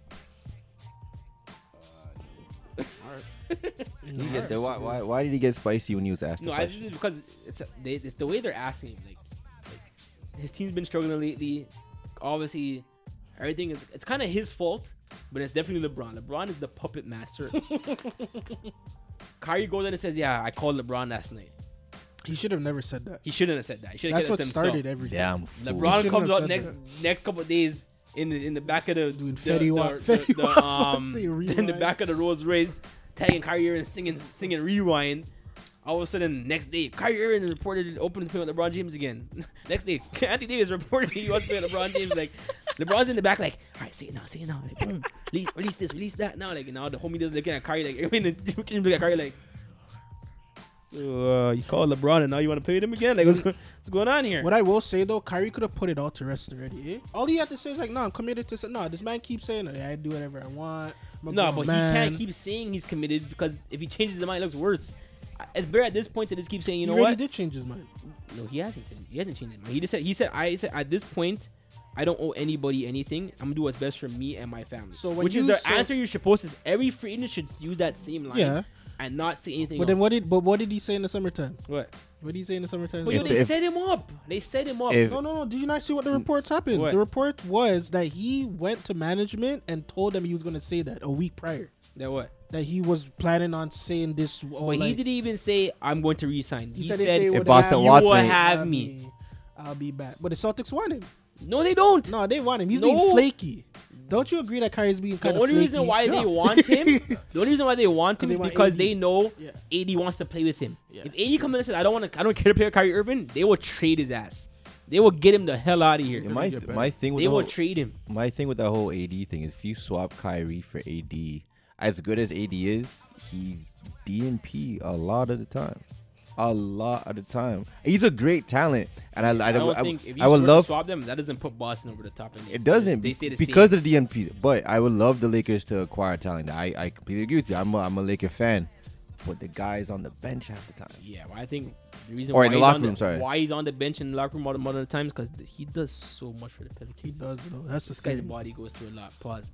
Speaker 3: He get there. Why, why why did he get spicy when he was asked?
Speaker 2: No,
Speaker 3: the
Speaker 2: I
Speaker 3: question?
Speaker 2: think it's because it's they, it's the way they're asking. Him. Like, like his team's been struggling lately. Obviously, everything is it's kind of his fault, but it's definitely LeBron. LeBron is the puppet master. Kyrie goes in and says, "Yeah, I called LeBron last night."
Speaker 4: He should have never said that.
Speaker 2: He shouldn't have said that. He should have
Speaker 4: That's
Speaker 2: kept it
Speaker 4: what
Speaker 2: to
Speaker 4: started
Speaker 2: himself.
Speaker 4: everything.
Speaker 3: Damn fool.
Speaker 2: LeBron
Speaker 4: shouldn't
Speaker 2: comes
Speaker 4: have
Speaker 2: out
Speaker 4: said
Speaker 2: next
Speaker 4: that.
Speaker 2: next couple days in the in the back of the
Speaker 4: Doing
Speaker 2: the,
Speaker 4: Fetty Wap-
Speaker 2: the,
Speaker 4: Fetty
Speaker 2: the,
Speaker 4: Wap,
Speaker 2: the,
Speaker 4: so I say
Speaker 2: um, in the
Speaker 4: rewind.
Speaker 2: back of the Rolls Royce, tagging Kyrie Irving singing singing rewind. All of a sudden, next day, Kyrie Irving reported opening to play with LeBron James again. next day, Anthony Davis reported he wants to play with LeBron James. Like LeBron's in the back, like, all right, say it now, say it now, like boom, release, release this, release that. Now, like now the homie does looking at Kyrie, like everyone in the team looking at Kyrie, like. So, uh, you called LeBron and now you want to play with him again? Like, what's, go- what's going on here?
Speaker 4: What I will say though, Kyrie could have put it all to rest already. eh? All he had to say is like, "No, I'm committed to." No, this man keeps saying, "Yeah, I do whatever I want." I'm a
Speaker 2: No,
Speaker 4: grown
Speaker 2: but
Speaker 4: man."
Speaker 2: he can't keep saying he's committed because if he changes his mind, it looks worse. I- It's better at this point to just keep saying, you know
Speaker 4: he already
Speaker 2: what?
Speaker 4: did change his mind.
Speaker 2: No, he hasn't. said- He hasn't changed his mind. He just said he said I said at this point, I don't owe anybody anything. I'm gonna do what's best for me and my family. So
Speaker 4: So when
Speaker 2: which is
Speaker 4: you
Speaker 2: the
Speaker 4: say-
Speaker 2: answer you're supposed to. Every free agent should use that same line
Speaker 4: Yeah.
Speaker 2: and not say anything.
Speaker 4: But then
Speaker 2: else.
Speaker 4: what did? But what did he say in the summertime?
Speaker 2: What?
Speaker 4: What did he say in the summertime?
Speaker 2: But
Speaker 3: If
Speaker 2: yo, they
Speaker 3: the- if-
Speaker 2: set him up. They set him up.
Speaker 3: if-
Speaker 4: No, no, no. Did you not see what the reports happened?
Speaker 2: What?
Speaker 4: The report was that he went to management and told them he was going to say that a week prior.
Speaker 2: That what?
Speaker 4: That he was planning on saying this.
Speaker 2: But he didn't even say I'm going to resign. He, said,
Speaker 4: they would
Speaker 3: Boston
Speaker 4: have-
Speaker 2: "You
Speaker 3: wants
Speaker 2: will
Speaker 3: me."
Speaker 2: have me."
Speaker 4: I'll be back. But the Celtics want him.
Speaker 2: No, they don't.
Speaker 4: No, they want him. He's
Speaker 2: No.
Speaker 4: being flaky. Don't you agree that Kyrie's being
Speaker 2: The
Speaker 4: kind of
Speaker 2: only reason why they want him, the only reason why they want him
Speaker 4: they
Speaker 2: is
Speaker 4: want
Speaker 2: because
Speaker 4: AD.
Speaker 2: they know
Speaker 4: Yeah.
Speaker 2: AD wants to play with him. if AD comes in and says, "I don't want to, I don't care to play with Kyrie Irving," they will trade his ass. They will get him the hell out of here.
Speaker 3: my
Speaker 5: get better.
Speaker 3: my thing with
Speaker 2: They
Speaker 3: the
Speaker 2: will
Speaker 3: whole,
Speaker 2: trade him.
Speaker 3: my thing with that whole AD thing is if you swap Kyrie for AD, as good as AD is, he's DNP a lot of the time. A lot of the time, he's a great talent, and I, I,
Speaker 2: I don't
Speaker 3: I,
Speaker 2: think if you
Speaker 3: I would
Speaker 2: were to
Speaker 3: love
Speaker 2: swap them, that doesn't put Boston over the top. in the
Speaker 3: it
Speaker 2: East.
Speaker 3: doesn't
Speaker 2: They stay the
Speaker 3: because
Speaker 2: same.
Speaker 3: of the DNP. But I would love the Lakers to acquire talent. I, I completely agree with you. I'm a, I'm a Laker fan, but the guys on the bench half the time.
Speaker 2: yeah, but I think the reason
Speaker 3: Or
Speaker 2: why
Speaker 3: in the
Speaker 2: he's
Speaker 3: locker
Speaker 2: on
Speaker 3: room, sorry.
Speaker 2: why he's on the bench in the locker room all the other times because he does so much for the Pelicans.
Speaker 4: He does, though. That's the
Speaker 2: This guy's
Speaker 4: thing.
Speaker 2: body goes through a lot. Pause.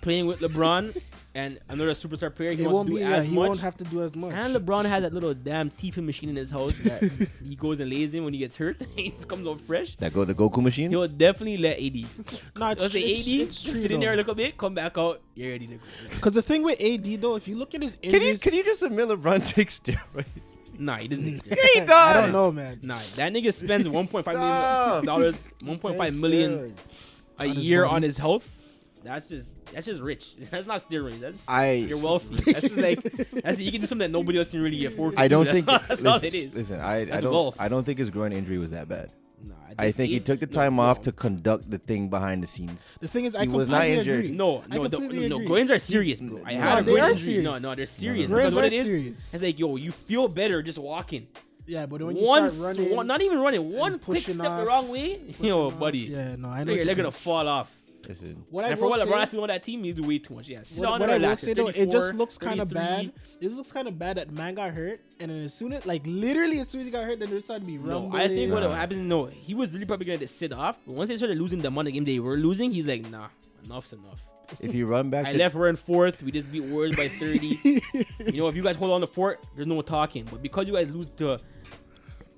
Speaker 2: playing with LeBron and another superstar player, he
Speaker 4: It
Speaker 2: won't
Speaker 4: won't
Speaker 2: do
Speaker 4: be. Yeah,
Speaker 2: as
Speaker 4: he
Speaker 2: much.
Speaker 4: won't have to do as much.
Speaker 2: and LeBron has that little damn teething machine in his house that he goes and lays in when he gets hurt. he just comes out fresh.
Speaker 3: That go the Goku machine.
Speaker 2: He'll definitely let AD.
Speaker 4: no, it's,
Speaker 2: Let's say
Speaker 4: it's,
Speaker 2: AD
Speaker 4: it's true.
Speaker 2: sit in there a
Speaker 4: Because
Speaker 2: little bit, come back out. You're ready. to go.
Speaker 4: the thing with AD though, if you look at his
Speaker 3: Can you
Speaker 4: injuries-
Speaker 3: can you just admit LeBron takes steroids?
Speaker 2: Nah, he doesn't. exist.
Speaker 3: He does.
Speaker 4: I don't know, man.
Speaker 2: Nah, that nigga spends 1.5 million
Speaker 3: Stop.
Speaker 2: dollars, 1.5 million a
Speaker 4: his
Speaker 2: year
Speaker 4: body.
Speaker 2: on his health. That's just that's just rich. That's not steroids. That's
Speaker 3: I
Speaker 2: you're wealthy. that's just like that's you can do something that nobody else can really afford. To
Speaker 3: I
Speaker 2: do.
Speaker 3: don't
Speaker 2: That's
Speaker 3: think.
Speaker 2: all- that's all
Speaker 3: listen,
Speaker 2: it is.
Speaker 3: Listen, I, I
Speaker 2: That's
Speaker 3: don't
Speaker 2: wealth.
Speaker 3: I don't think his groin injury was that bad.
Speaker 2: Nah, at
Speaker 3: I
Speaker 2: this
Speaker 3: think he
Speaker 2: age-
Speaker 3: took the
Speaker 2: no,
Speaker 3: time
Speaker 2: no.
Speaker 3: off to conduct the thing behind the scenes.
Speaker 4: The thing is, I
Speaker 3: He was
Speaker 4: completely
Speaker 3: not injured.
Speaker 4: Agree.
Speaker 2: No,
Speaker 4: I
Speaker 2: no, the,
Speaker 4: completely
Speaker 2: no,
Speaker 4: agree.
Speaker 2: groins are serious, bro. I
Speaker 3: No,
Speaker 2: had a
Speaker 4: they
Speaker 2: groin
Speaker 4: are
Speaker 2: injury. No,
Speaker 4: serious.
Speaker 2: no, they're serious.
Speaker 4: Groins
Speaker 2: because what
Speaker 4: are
Speaker 2: it is,
Speaker 4: serious.
Speaker 2: it's like yo, you feel better just walking.
Speaker 4: Yeah, but when you
Speaker 2: One,
Speaker 4: start
Speaker 2: s-
Speaker 4: running,
Speaker 2: one- not even running, one quick
Speaker 4: pushing
Speaker 2: step the
Speaker 4: off,
Speaker 2: wrong way, yo, buddy,
Speaker 4: Yeah, no, I know.
Speaker 2: you're, you're
Speaker 4: what you're
Speaker 2: gonna
Speaker 4: saying.
Speaker 2: fall off.
Speaker 3: Listen,
Speaker 4: What I
Speaker 2: and for
Speaker 4: will
Speaker 2: what
Speaker 4: say-
Speaker 2: LeBron has to do on that team, you do way too much. Yeah, sit
Speaker 4: what,
Speaker 2: down
Speaker 4: what
Speaker 2: and
Speaker 4: I will
Speaker 2: relax.
Speaker 4: say
Speaker 2: You're
Speaker 4: though, it just
Speaker 2: 34,
Speaker 4: looks kind of
Speaker 2: 33.
Speaker 4: bad. It looks kind of bad that man got hurt, and then as soon as, like, literally as soon as he got hurt, then they started to be
Speaker 2: No,
Speaker 4: rumbling.
Speaker 2: I think what
Speaker 3: Nah.
Speaker 2: happens. No, he was really probably gonna sit off. But once they started losing the amount of game they were losing, he's like, nah, enough's enough.
Speaker 3: if you run back,
Speaker 2: I
Speaker 3: to,
Speaker 2: left. We're in fourth. We just beat Warriors by thirty. you know, if you guys hold on to fort, there's no talking. But because you guys lose to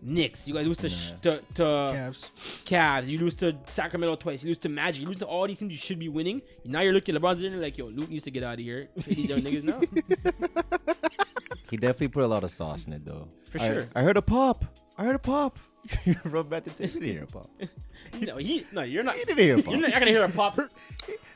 Speaker 2: Knicks, you guys lose to sh to, to
Speaker 4: Cavs.
Speaker 2: Cavs, you lose to Sacramento twice, you lose to Magic, you lose to all these teams you should be winning. Now you're looking at LeBron's in there like, yo, Luke needs to get out of here. Play these young niggas now.
Speaker 3: he definitely put a lot of sauce in it though.
Speaker 2: For
Speaker 3: I,
Speaker 2: sure.
Speaker 3: I heard a pop. I heard a pop. you run back to tape. You didn't hear a pop.
Speaker 2: No, he, no, you're not.
Speaker 3: You didn't hear a pop.
Speaker 2: You're not gonna hear a pop.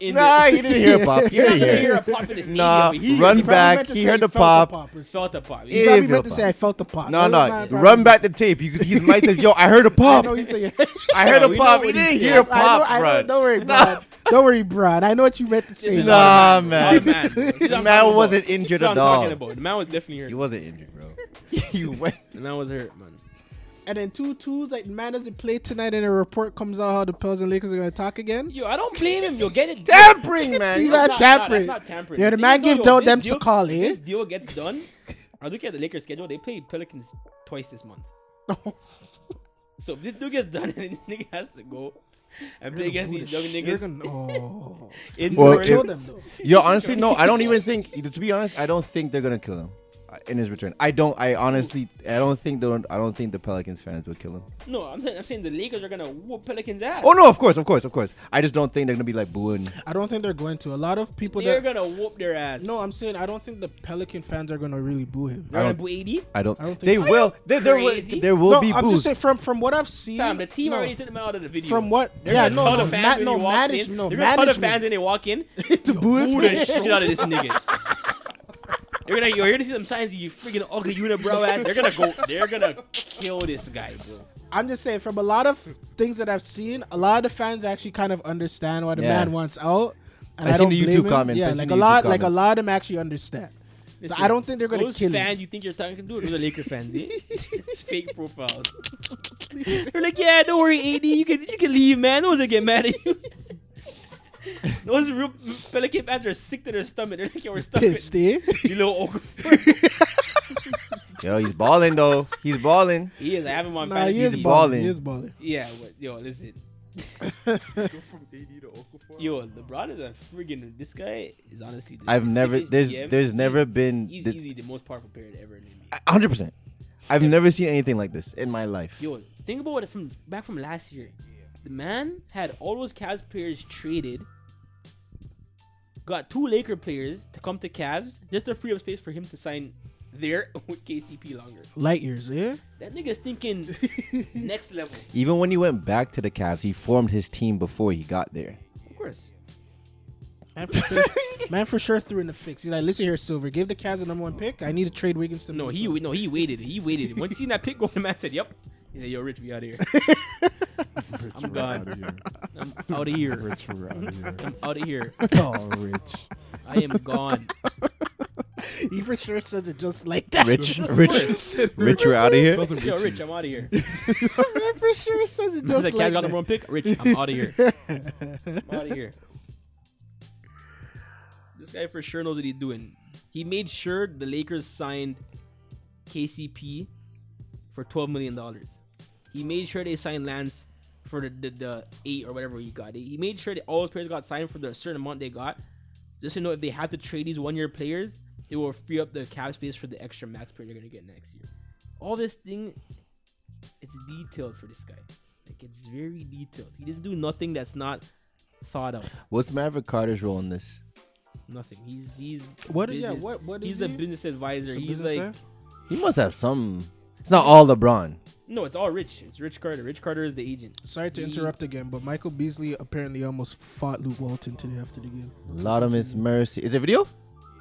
Speaker 2: In
Speaker 3: Nah,
Speaker 2: the,
Speaker 3: you didn't hear a pop. You
Speaker 2: you're not
Speaker 3: didn't
Speaker 2: gonna hear
Speaker 3: hear.
Speaker 2: a pop in the stadium.
Speaker 3: Nah,
Speaker 2: he
Speaker 3: run
Speaker 2: he
Speaker 4: He probably
Speaker 3: back,
Speaker 4: meant to
Speaker 3: he
Speaker 4: say
Speaker 3: heard the
Speaker 4: felt
Speaker 3: pop.
Speaker 4: or something.
Speaker 2: felt a pop.
Speaker 4: He
Speaker 3: Yeah,
Speaker 4: probably
Speaker 3: feel
Speaker 4: meant to
Speaker 3: pop.
Speaker 4: say I felt the pop.
Speaker 3: No,
Speaker 4: That was
Speaker 3: no,
Speaker 4: my-
Speaker 3: run back the tape. You, he's might have. Yo, I heard a
Speaker 4: I
Speaker 3: pop.
Speaker 4: know you say.
Speaker 3: I heard
Speaker 2: Yeah,
Speaker 3: a
Speaker 2: we
Speaker 3: pop.
Speaker 2: know what
Speaker 3: You
Speaker 2: he
Speaker 3: didn't
Speaker 2: said.
Speaker 3: hear a pop,
Speaker 4: I know, I know,
Speaker 3: bruh.
Speaker 4: don't worry, Brad. Don't worry, Brad. I know what you meant to say.
Speaker 2: Listen,
Speaker 3: Nah,
Speaker 2: all the
Speaker 3: man.
Speaker 2: all the man, bro. See what I'm
Speaker 3: Man
Speaker 2: talking
Speaker 3: wasn't
Speaker 2: about.
Speaker 3: injured
Speaker 2: See what
Speaker 3: at
Speaker 2: I'm talking
Speaker 3: all.
Speaker 2: about. The man was definitely hurt.
Speaker 3: You wasn't injured, bro. you went.
Speaker 2: The man was hurt, man.
Speaker 4: And then two twos, like man doesn't play tonight, and a report comes out how the Pels and Lakers are gonna talk again.
Speaker 2: Yo, I don't blame him. Yo, get it.
Speaker 3: Tampering,
Speaker 4: He
Speaker 3: man.
Speaker 4: got
Speaker 2: not-
Speaker 4: tampering.
Speaker 2: Nah, that's not tampering.
Speaker 4: Yeah, uh, the
Speaker 2: thing
Speaker 4: man
Speaker 2: is, though,
Speaker 4: give
Speaker 2: yo,
Speaker 4: Del
Speaker 2: this
Speaker 4: Demps a
Speaker 2: deal-
Speaker 4: call,
Speaker 2: if
Speaker 4: eh?
Speaker 2: This deal gets done. I look at the Lakers schedule. They play Pelicans twice this month. So if this deal gets done, and this nigga has to go and play against these young
Speaker 4: You're
Speaker 2: niggas
Speaker 4: gonna, oh.
Speaker 2: in
Speaker 3: Well,
Speaker 2: the
Speaker 3: if-
Speaker 4: kill them though.
Speaker 3: Yo, honestly, no. I don't even think. To be honest, I don't think they're gonna kill him uh, in his return. I don't. I honestly, I don't think. Don't. I don't think the Pelicans fans would kill him.
Speaker 2: No, I'm saying, I'm saying the Lakers are gonna whoop Pelicans ass.
Speaker 3: Oh no, of course, of course, of course. I just don't think they're gonna be like booing.
Speaker 4: I don't think they're going to. A lot of people
Speaker 2: they're
Speaker 4: that
Speaker 2: gonna whoop their ass.
Speaker 4: no, I'm saying I don't think the Pelican fans are gonna really boo him.
Speaker 2: they're
Speaker 3: I
Speaker 2: gonna
Speaker 3: don't-
Speaker 2: boo AD.
Speaker 3: I don't.
Speaker 4: I don't think-
Speaker 3: they
Speaker 4: Are you
Speaker 3: will. There, there will.
Speaker 2: crazy?
Speaker 3: There will
Speaker 4: no,
Speaker 3: be
Speaker 4: I'm
Speaker 3: booze.
Speaker 4: just saying from from what I've seen.
Speaker 2: Damn, the team
Speaker 4: no,
Speaker 2: already took them out of the video.
Speaker 4: From what?
Speaker 2: They're
Speaker 4: yeah,
Speaker 2: gonna
Speaker 4: no,
Speaker 2: tell
Speaker 4: no,
Speaker 2: the fans
Speaker 4: ma-
Speaker 2: when
Speaker 4: no,
Speaker 2: he walks
Speaker 4: manage-
Speaker 2: in.
Speaker 4: no,
Speaker 2: They're gonna tell the fans
Speaker 4: management.
Speaker 2: when they walk in.
Speaker 4: to boo him.
Speaker 2: Boo the shit out of this nigga. You're gonna you're gonna see some signs of you freaking ugly unibrow ass. They're gonna go. They're gonna kill this guy, bro.
Speaker 4: I'm just saying from a lot of things that I've seen, a lot of the fans actually kind of understand why the
Speaker 3: Yeah.
Speaker 4: man wants out. And
Speaker 3: I
Speaker 4: I
Speaker 3: seen
Speaker 4: don't
Speaker 3: the
Speaker 4: blame
Speaker 3: YouTube
Speaker 4: him.
Speaker 3: comments. I
Speaker 4: Yeah,
Speaker 3: seen
Speaker 4: like
Speaker 3: the
Speaker 4: a lot,
Speaker 3: YouTube
Speaker 4: like a
Speaker 3: comments.
Speaker 4: lot of them actually understand. So I don't think they're gonna
Speaker 2: Those
Speaker 4: kill
Speaker 2: fans
Speaker 4: him.
Speaker 2: you think you're talking to, those are Laker fans, eh? It's fake profiles. They're like, yeah, don't worry, AD, you can you can leave, man. No one's gonna get mad at you. Those real Pelican fans are sick to their stomach. They're like, yo, we're stuck
Speaker 4: Pissed,
Speaker 2: with
Speaker 4: eh?
Speaker 2: you little Okafor.
Speaker 3: Yo, he's balling though. He's balling.
Speaker 2: He is. I have him on
Speaker 4: Nah,
Speaker 2: fantasy.
Speaker 4: he is
Speaker 2: league.
Speaker 4: balling.
Speaker 3: balling.
Speaker 4: He is balling.
Speaker 2: Yeah, but yo, listen.
Speaker 1: Go from AD to Okafor.
Speaker 2: Yo, LeBron is a friggin' this guy is honestly the
Speaker 3: I've never.
Speaker 2: sickest
Speaker 3: There's.
Speaker 2: GM.
Speaker 3: There's never
Speaker 2: he's,
Speaker 3: been.
Speaker 2: he's
Speaker 3: this-
Speaker 2: easily the most powerful player ever in the NBA.
Speaker 3: hundred percent. I've never seen anything like this in my life.
Speaker 2: Yo, think about it from back from last year. The man had all those Cavs players traded, got two Laker players to come to Cavs just to free up space for him to sign there with KCP longer.
Speaker 4: Light years, eh?
Speaker 2: That nigga's thinking next level.
Speaker 3: Even when he went back to the Cavs, he formed his team before he got there.
Speaker 2: Of course.
Speaker 4: Man for, sure, man for sure threw in the fix. He's like, listen here, Silver, give the Cavs the number one pick. I need to trade Wiggins to
Speaker 2: No, he
Speaker 4: Minnesota."
Speaker 2: no he waited. He waited. Once he seen that pick go, the man said, "Yep." He said, "Yo, Rich, we out of here.
Speaker 5: Rich,
Speaker 2: I'm
Speaker 5: we're
Speaker 2: gone.
Speaker 5: outta here.
Speaker 2: I'm out of here.
Speaker 5: Rich, we're outta here.
Speaker 2: I'm out of here.
Speaker 5: Oh, Rich.
Speaker 2: I am gone."
Speaker 4: he for sure says it just like that.
Speaker 3: Rich, rich, rich, we're out of here.
Speaker 5: Doesn't
Speaker 2: Yo,
Speaker 5: Richie.
Speaker 2: Rich, I'm out of here.
Speaker 4: man for sure says it
Speaker 2: He's
Speaker 4: just
Speaker 2: like,
Speaker 4: like
Speaker 2: Cavs got
Speaker 4: that.
Speaker 2: the wrong pick. Rich, I'm out of here. I'm out of here. This guy for sure knows what he's doing. He made sure the Lakers signed KCP for twelve million dollars. He made sure they signed Lance for the, the, the eight or whatever he got. He made sure that all those players got signed for the certain amount they got Just to know if they have to trade these one year players, it will free up the cap space for the extra max player they're gonna get next year. All this thing, it's detailed for this guy. Like it's very detailed. He doesn't do nothing that's not thought out.
Speaker 3: What's Maverick Carter's role in this?
Speaker 2: Nothing. He's he's
Speaker 4: What- yeah, what- what
Speaker 2: he's
Speaker 4: is
Speaker 2: the
Speaker 4: he?
Speaker 2: business advisor.
Speaker 4: Some
Speaker 2: he's
Speaker 4: business
Speaker 2: like
Speaker 4: guy?
Speaker 3: He must have some. It's not all LeBron.
Speaker 2: no, it's all Rich. It's Rich Carter. Rich Carter is the agent.
Speaker 4: Sorry to
Speaker 2: He-
Speaker 4: interrupt again, but Michael Beasley apparently almost fought Luke Walton today after the game.
Speaker 3: A lot of Miss Mercy. Is it video?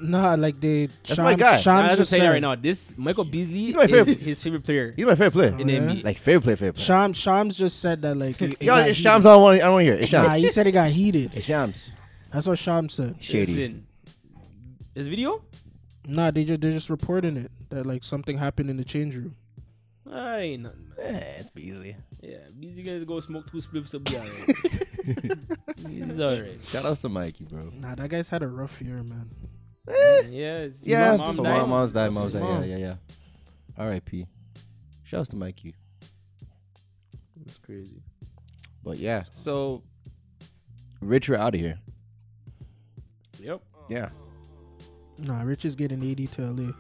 Speaker 4: Nah, like they.
Speaker 3: That's my guy.
Speaker 2: I'm
Speaker 4: Sean's
Speaker 2: just
Speaker 4: just
Speaker 2: saying
Speaker 4: said,
Speaker 2: right now. This Michael Beasley
Speaker 3: He's my
Speaker 2: is
Speaker 3: favorite.
Speaker 2: his favorite player
Speaker 3: He's my favorite player.
Speaker 2: in the
Speaker 4: yeah?
Speaker 2: NBA.
Speaker 3: Like favorite player, favorite player.
Speaker 4: Shams, Shams just said that like. it- it
Speaker 3: Yo,
Speaker 4: got
Speaker 3: it's
Speaker 4: heated.
Speaker 3: Shams. I don't want. I don't want to hear. it. It's
Speaker 4: Nah,
Speaker 3: Shams.
Speaker 4: he said it got heated.
Speaker 3: It's Shams.
Speaker 4: That's what Shams said.
Speaker 3: Shady.
Speaker 2: Listen, This video?
Speaker 4: Nah, they just they're just reporting it that like something happened in the change room.
Speaker 2: I ain't nothing. man.
Speaker 3: Yeah, Eh, it's Beasley.
Speaker 2: Yeah, these guys go smoke two spliffs up there. Right? He's alright.
Speaker 3: Shout outs to Mikey, bro.
Speaker 4: Nah, that guy's had a rough year, man.
Speaker 2: Yeah, his
Speaker 3: Eh, Yeah,
Speaker 2: mom
Speaker 3: for
Speaker 2: died.
Speaker 3: mom, mom's died,
Speaker 4: That's
Speaker 3: mom's
Speaker 4: his
Speaker 3: died.
Speaker 4: mom.
Speaker 3: Yeah, yeah, yeah. R.I.P. Shout outs to Mikey.
Speaker 2: That's crazy.
Speaker 3: But yeah, so Rich, we're out of here.
Speaker 2: Yep.
Speaker 3: Yeah,
Speaker 4: Nah, Rich is getting eighty to LA.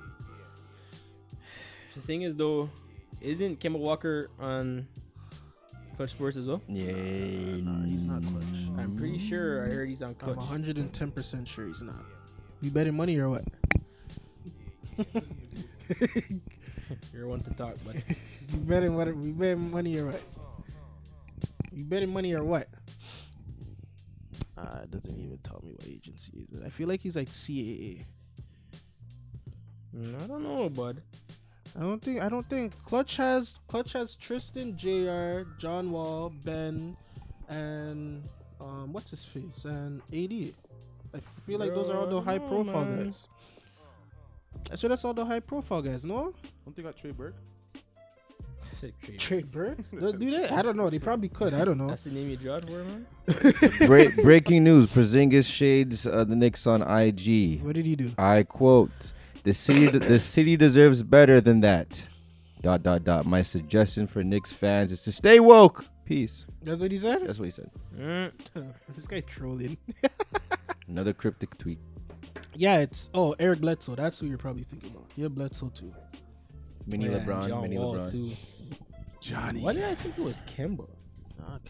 Speaker 2: The thing is though, isn't Kemba Walker on Clutch Sports as well?
Speaker 3: yeah. Mm.
Speaker 4: He's not clutch.
Speaker 2: I'm pretty sure I heard he's on
Speaker 4: I'm
Speaker 2: Clutch.
Speaker 4: 110 percent sure he's not. You betting money or what?
Speaker 2: You're one to talk, but
Speaker 4: You betting what? You betting money or what? You betting money or what? Uh, it doesn't even tell me what agency is. I feel like he's like CAA.
Speaker 2: I don't know, bud.
Speaker 4: I don't think. I don't think Clutch has Clutch has Tristan, Jr., John Wall, Ben, and um, what's his face and AD. I feel like those are all the
Speaker 2: Bro,
Speaker 4: high
Speaker 2: no,
Speaker 4: profile
Speaker 2: man.
Speaker 4: guys. So that's all the high profile guys, no?
Speaker 5: Don't they got Trey Burke?
Speaker 2: Sick trade.
Speaker 4: Trade Bird? Do do they? I don't know. They probably could. I don't know.
Speaker 2: That's the name you dropped for, man.
Speaker 3: Break, breaking news: Porzingis shades uh, the Knicks on IG.
Speaker 4: What did he do?
Speaker 3: I quote: "The city, the city deserves better than that." Dot dot dot. My suggestion for Knicks fans is to stay woke. Peace.
Speaker 4: That's what he said.
Speaker 3: That's what he said.
Speaker 2: Mm.
Speaker 4: this guy trolling.
Speaker 3: Another cryptic tweet.
Speaker 4: Yeah, it's oh Eric Bledsoe. That's who you're probably thinking about. Yeah, Bledsoe too.
Speaker 3: Mini
Speaker 2: Yeah,
Speaker 3: LeBron.
Speaker 2: John
Speaker 3: mini
Speaker 2: Wall,
Speaker 3: LeBron.
Speaker 2: too.
Speaker 5: Johnny.
Speaker 2: Why did I think it was Kemba?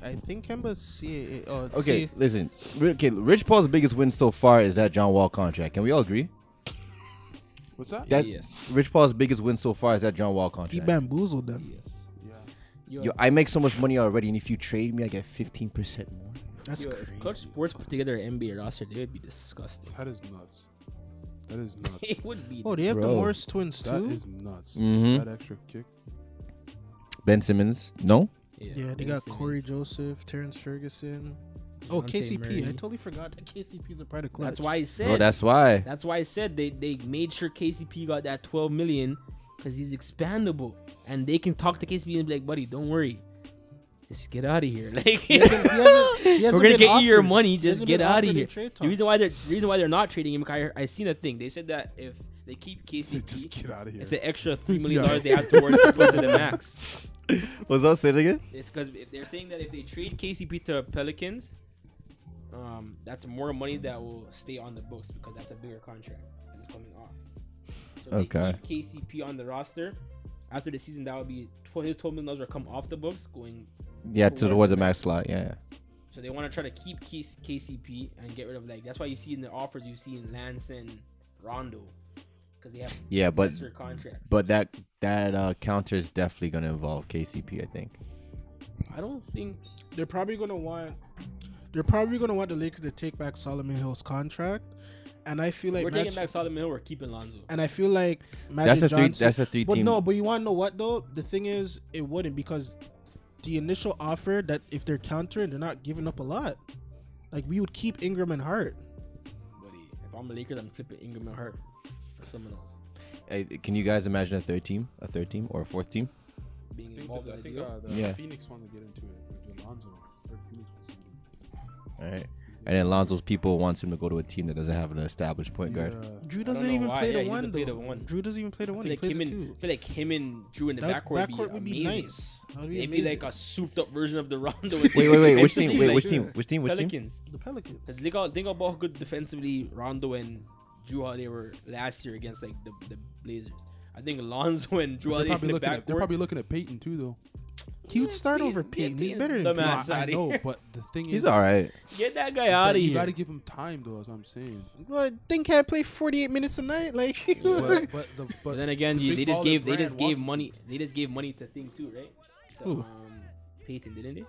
Speaker 4: I think Kemba's CAA. Oh,
Speaker 3: Okay, listen. Ri- Okay, Rich Paul's biggest win so far is that John Wall contract. Can we all agree?
Speaker 5: What's that?
Speaker 3: That
Speaker 2: Yes.
Speaker 3: Rich Paul's biggest win so far is that John Wall
Speaker 4: he
Speaker 3: contract.
Speaker 4: bamboozled them.
Speaker 5: Yeah.
Speaker 2: Yo,
Speaker 3: Yo, I make so much money already, and if you trade me, I get fifteen percent more.
Speaker 4: That's
Speaker 2: yo,
Speaker 4: crazy.
Speaker 2: if Clutch Sports put together an NBA roster, they would be disgusting.
Speaker 5: That is nuts. That is nuts.
Speaker 2: it would be.
Speaker 4: Oh, they have
Speaker 3: Bro.
Speaker 4: the Morris twins
Speaker 5: that
Speaker 4: too.
Speaker 5: is nuts.
Speaker 3: Mhm.
Speaker 5: That extra kick.
Speaker 3: Ben Simmons, no.
Speaker 4: yeah, they
Speaker 2: Ben
Speaker 4: got
Speaker 2: Simmons.
Speaker 4: Corey Joseph, Terrence Ferguson. Oh,
Speaker 2: Dejounte
Speaker 4: KCP. I
Speaker 2: Murray.
Speaker 4: totally forgot that KCP's a part of Clutch.
Speaker 2: That's why I said.
Speaker 3: Bro, that's why.
Speaker 2: That's why I said they they made sure KCP got that 12 million because he's expandable and they can talk to KCP and be like, buddy, don't worry, just get out of here. Like we're gonna get you your money, just get out of here. The reason why they're the reason why they're not trading him, I, I seen a thing. They said that if they keep KCP,
Speaker 5: Just get out of here.
Speaker 2: it's an extra three million
Speaker 5: Yeah.
Speaker 2: dollars they have towards to go to the max.
Speaker 3: Was that said again?
Speaker 2: It's because they're saying that if they trade KCP to Pelicans, um, that's more money that will stay on the books because that's a bigger contract that's coming off. So if they
Speaker 3: Okay.
Speaker 2: keep KCP on the roster after the season, that would be twelve. His twelve million dollars will come off the books going.
Speaker 3: Yeah, to towards the max slot. Yeah.
Speaker 2: So they want to try to keep KC KCP and get rid of like that's why you see in the offers you see in Lance and Rondo because they have
Speaker 3: Yeah, but
Speaker 2: lesser contracts.
Speaker 3: but that that uh, counter is definitely gonna involve KCP. I think.
Speaker 2: I don't think
Speaker 4: they're probably gonna want. They're probably gonna want the Lakers to take back Solomon Hill's contract, and I feel like
Speaker 2: we're taking
Speaker 4: Magic-
Speaker 2: back Solomon Hill. We're keeping Lonzo.
Speaker 4: And I feel like
Speaker 3: That's
Speaker 4: Magic
Speaker 3: a three.
Speaker 4: Johnson.
Speaker 3: That's a three
Speaker 4: but
Speaker 3: team.
Speaker 4: no, but you want to know what though? The thing is, it wouldn't because the initial offer that if they're countering, they're not giving up a lot. Like we would keep Ingram and Hart.
Speaker 2: Buddy, if I'm a Lakers, I'm flipping Ingram and Hart for someone else.
Speaker 3: Uh, can you guys imagine a third team, a third team, or a fourth team?
Speaker 2: being
Speaker 5: I think,
Speaker 2: involved
Speaker 5: the,
Speaker 2: in
Speaker 5: I
Speaker 2: the
Speaker 5: think
Speaker 2: deal.
Speaker 5: uh, the
Speaker 3: Yeah.
Speaker 5: Phoenix wanted to get into it. With Alonzo. Or Phoenix wants to get into it.
Speaker 3: All right. and then Lonzo's people wants him to go to a team that doesn't have an established point guard.
Speaker 4: Drew
Speaker 2: don't
Speaker 4: doesn't
Speaker 2: know
Speaker 4: even
Speaker 2: why.
Speaker 4: play
Speaker 2: Yeah, he
Speaker 4: the
Speaker 2: doesn't
Speaker 4: one
Speaker 2: play the
Speaker 4: though.
Speaker 2: one.
Speaker 4: Drew doesn't even play the
Speaker 2: I
Speaker 4: one.
Speaker 2: feel
Speaker 4: He
Speaker 2: like
Speaker 4: plays
Speaker 2: him
Speaker 4: the
Speaker 2: and
Speaker 4: two.
Speaker 2: I feel like him and Drew in the
Speaker 4: That
Speaker 2: backcourt,
Speaker 4: backcourt
Speaker 2: would
Speaker 4: would
Speaker 2: be
Speaker 4: be
Speaker 2: amazing.
Speaker 4: nice. That would be
Speaker 2: It'd be like
Speaker 4: amazing.
Speaker 2: a souped up version of the Rondo.
Speaker 3: Wait, wait, wait. Which team?
Speaker 2: Eventually,
Speaker 3: Wait,
Speaker 2: like,
Speaker 3: which team? Which team? Which team?
Speaker 2: Pelicans.
Speaker 4: The Pelicans.
Speaker 2: Cause Think all think about how good defensively Rondo and Drew Holiday were last year against like the, the Blazers. I think Lonzo and Drew
Speaker 5: They're
Speaker 2: Holiday in
Speaker 5: probably,
Speaker 2: the
Speaker 5: looking at, they're
Speaker 2: backcourt.
Speaker 5: probably looking at Peyton too, though.
Speaker 4: He would start over
Speaker 2: Yeah,
Speaker 4: Peyton. He's
Speaker 2: Peyton's
Speaker 4: better than
Speaker 2: dumbass.
Speaker 4: Peyton.
Speaker 5: I, I
Speaker 2: outta
Speaker 5: know,
Speaker 2: here.
Speaker 5: but the thing is,
Speaker 3: He's all right.
Speaker 2: Get that guy
Speaker 5: it's like
Speaker 2: out of
Speaker 5: you
Speaker 2: here.
Speaker 5: gotta give him time, though. That's what I'm saying.
Speaker 4: Well, thing can't play 48 minutes a night. Like,
Speaker 5: But, but the, but
Speaker 2: But then again,
Speaker 5: the
Speaker 2: you,
Speaker 5: big
Speaker 2: they just
Speaker 5: baller
Speaker 2: gave they
Speaker 5: brand
Speaker 2: just gave
Speaker 5: wants-
Speaker 2: money they just gave money to Thing too, right? To,
Speaker 5: Who?
Speaker 2: Um, Peyton, didn't they?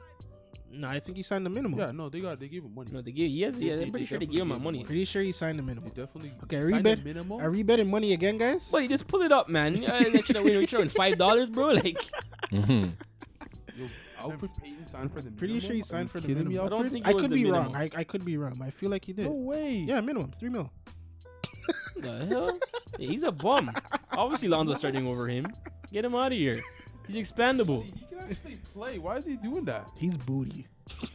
Speaker 4: no, I think he signed the minimum.
Speaker 5: Yeah, no, they got they gave him money.
Speaker 2: No, they gave yes,
Speaker 5: They-
Speaker 2: yeah.
Speaker 5: they-
Speaker 2: I'm pretty
Speaker 5: they
Speaker 2: sure they
Speaker 5: definitely
Speaker 2: gave him my
Speaker 5: gave him
Speaker 2: money.
Speaker 4: Pretty sure he signed the
Speaker 5: They
Speaker 4: minimum.
Speaker 5: definitely
Speaker 4: Okay, I
Speaker 5: signed the
Speaker 4: rebid.
Speaker 5: minimum.
Speaker 4: I rebetting money again, guys.
Speaker 2: But you just pull it up, man. Uh, let you know when you're showing five dollars, bro. Like
Speaker 3: Mhm.
Speaker 5: Yo, Alfred Payton signed for the
Speaker 4: Pretty
Speaker 5: minimum?
Speaker 4: sure he
Speaker 5: Are
Speaker 4: signed
Speaker 5: you
Speaker 4: for the
Speaker 5: kidding me,
Speaker 4: minimum.
Speaker 2: I don't
Speaker 5: Alfred?
Speaker 2: think
Speaker 4: I
Speaker 2: it was
Speaker 4: could
Speaker 2: the
Speaker 4: be
Speaker 2: minimum.
Speaker 4: wrong. I, I could be wrong. but I feel like he did.
Speaker 5: No way.
Speaker 4: Yeah, minimum three mil.
Speaker 2: The hell? Yeah, he's a bum. Obviously, Lonzo's starting over him. Get him out of here. He's expandable.
Speaker 5: He can actually play. Why is he doing that?
Speaker 4: He's booty.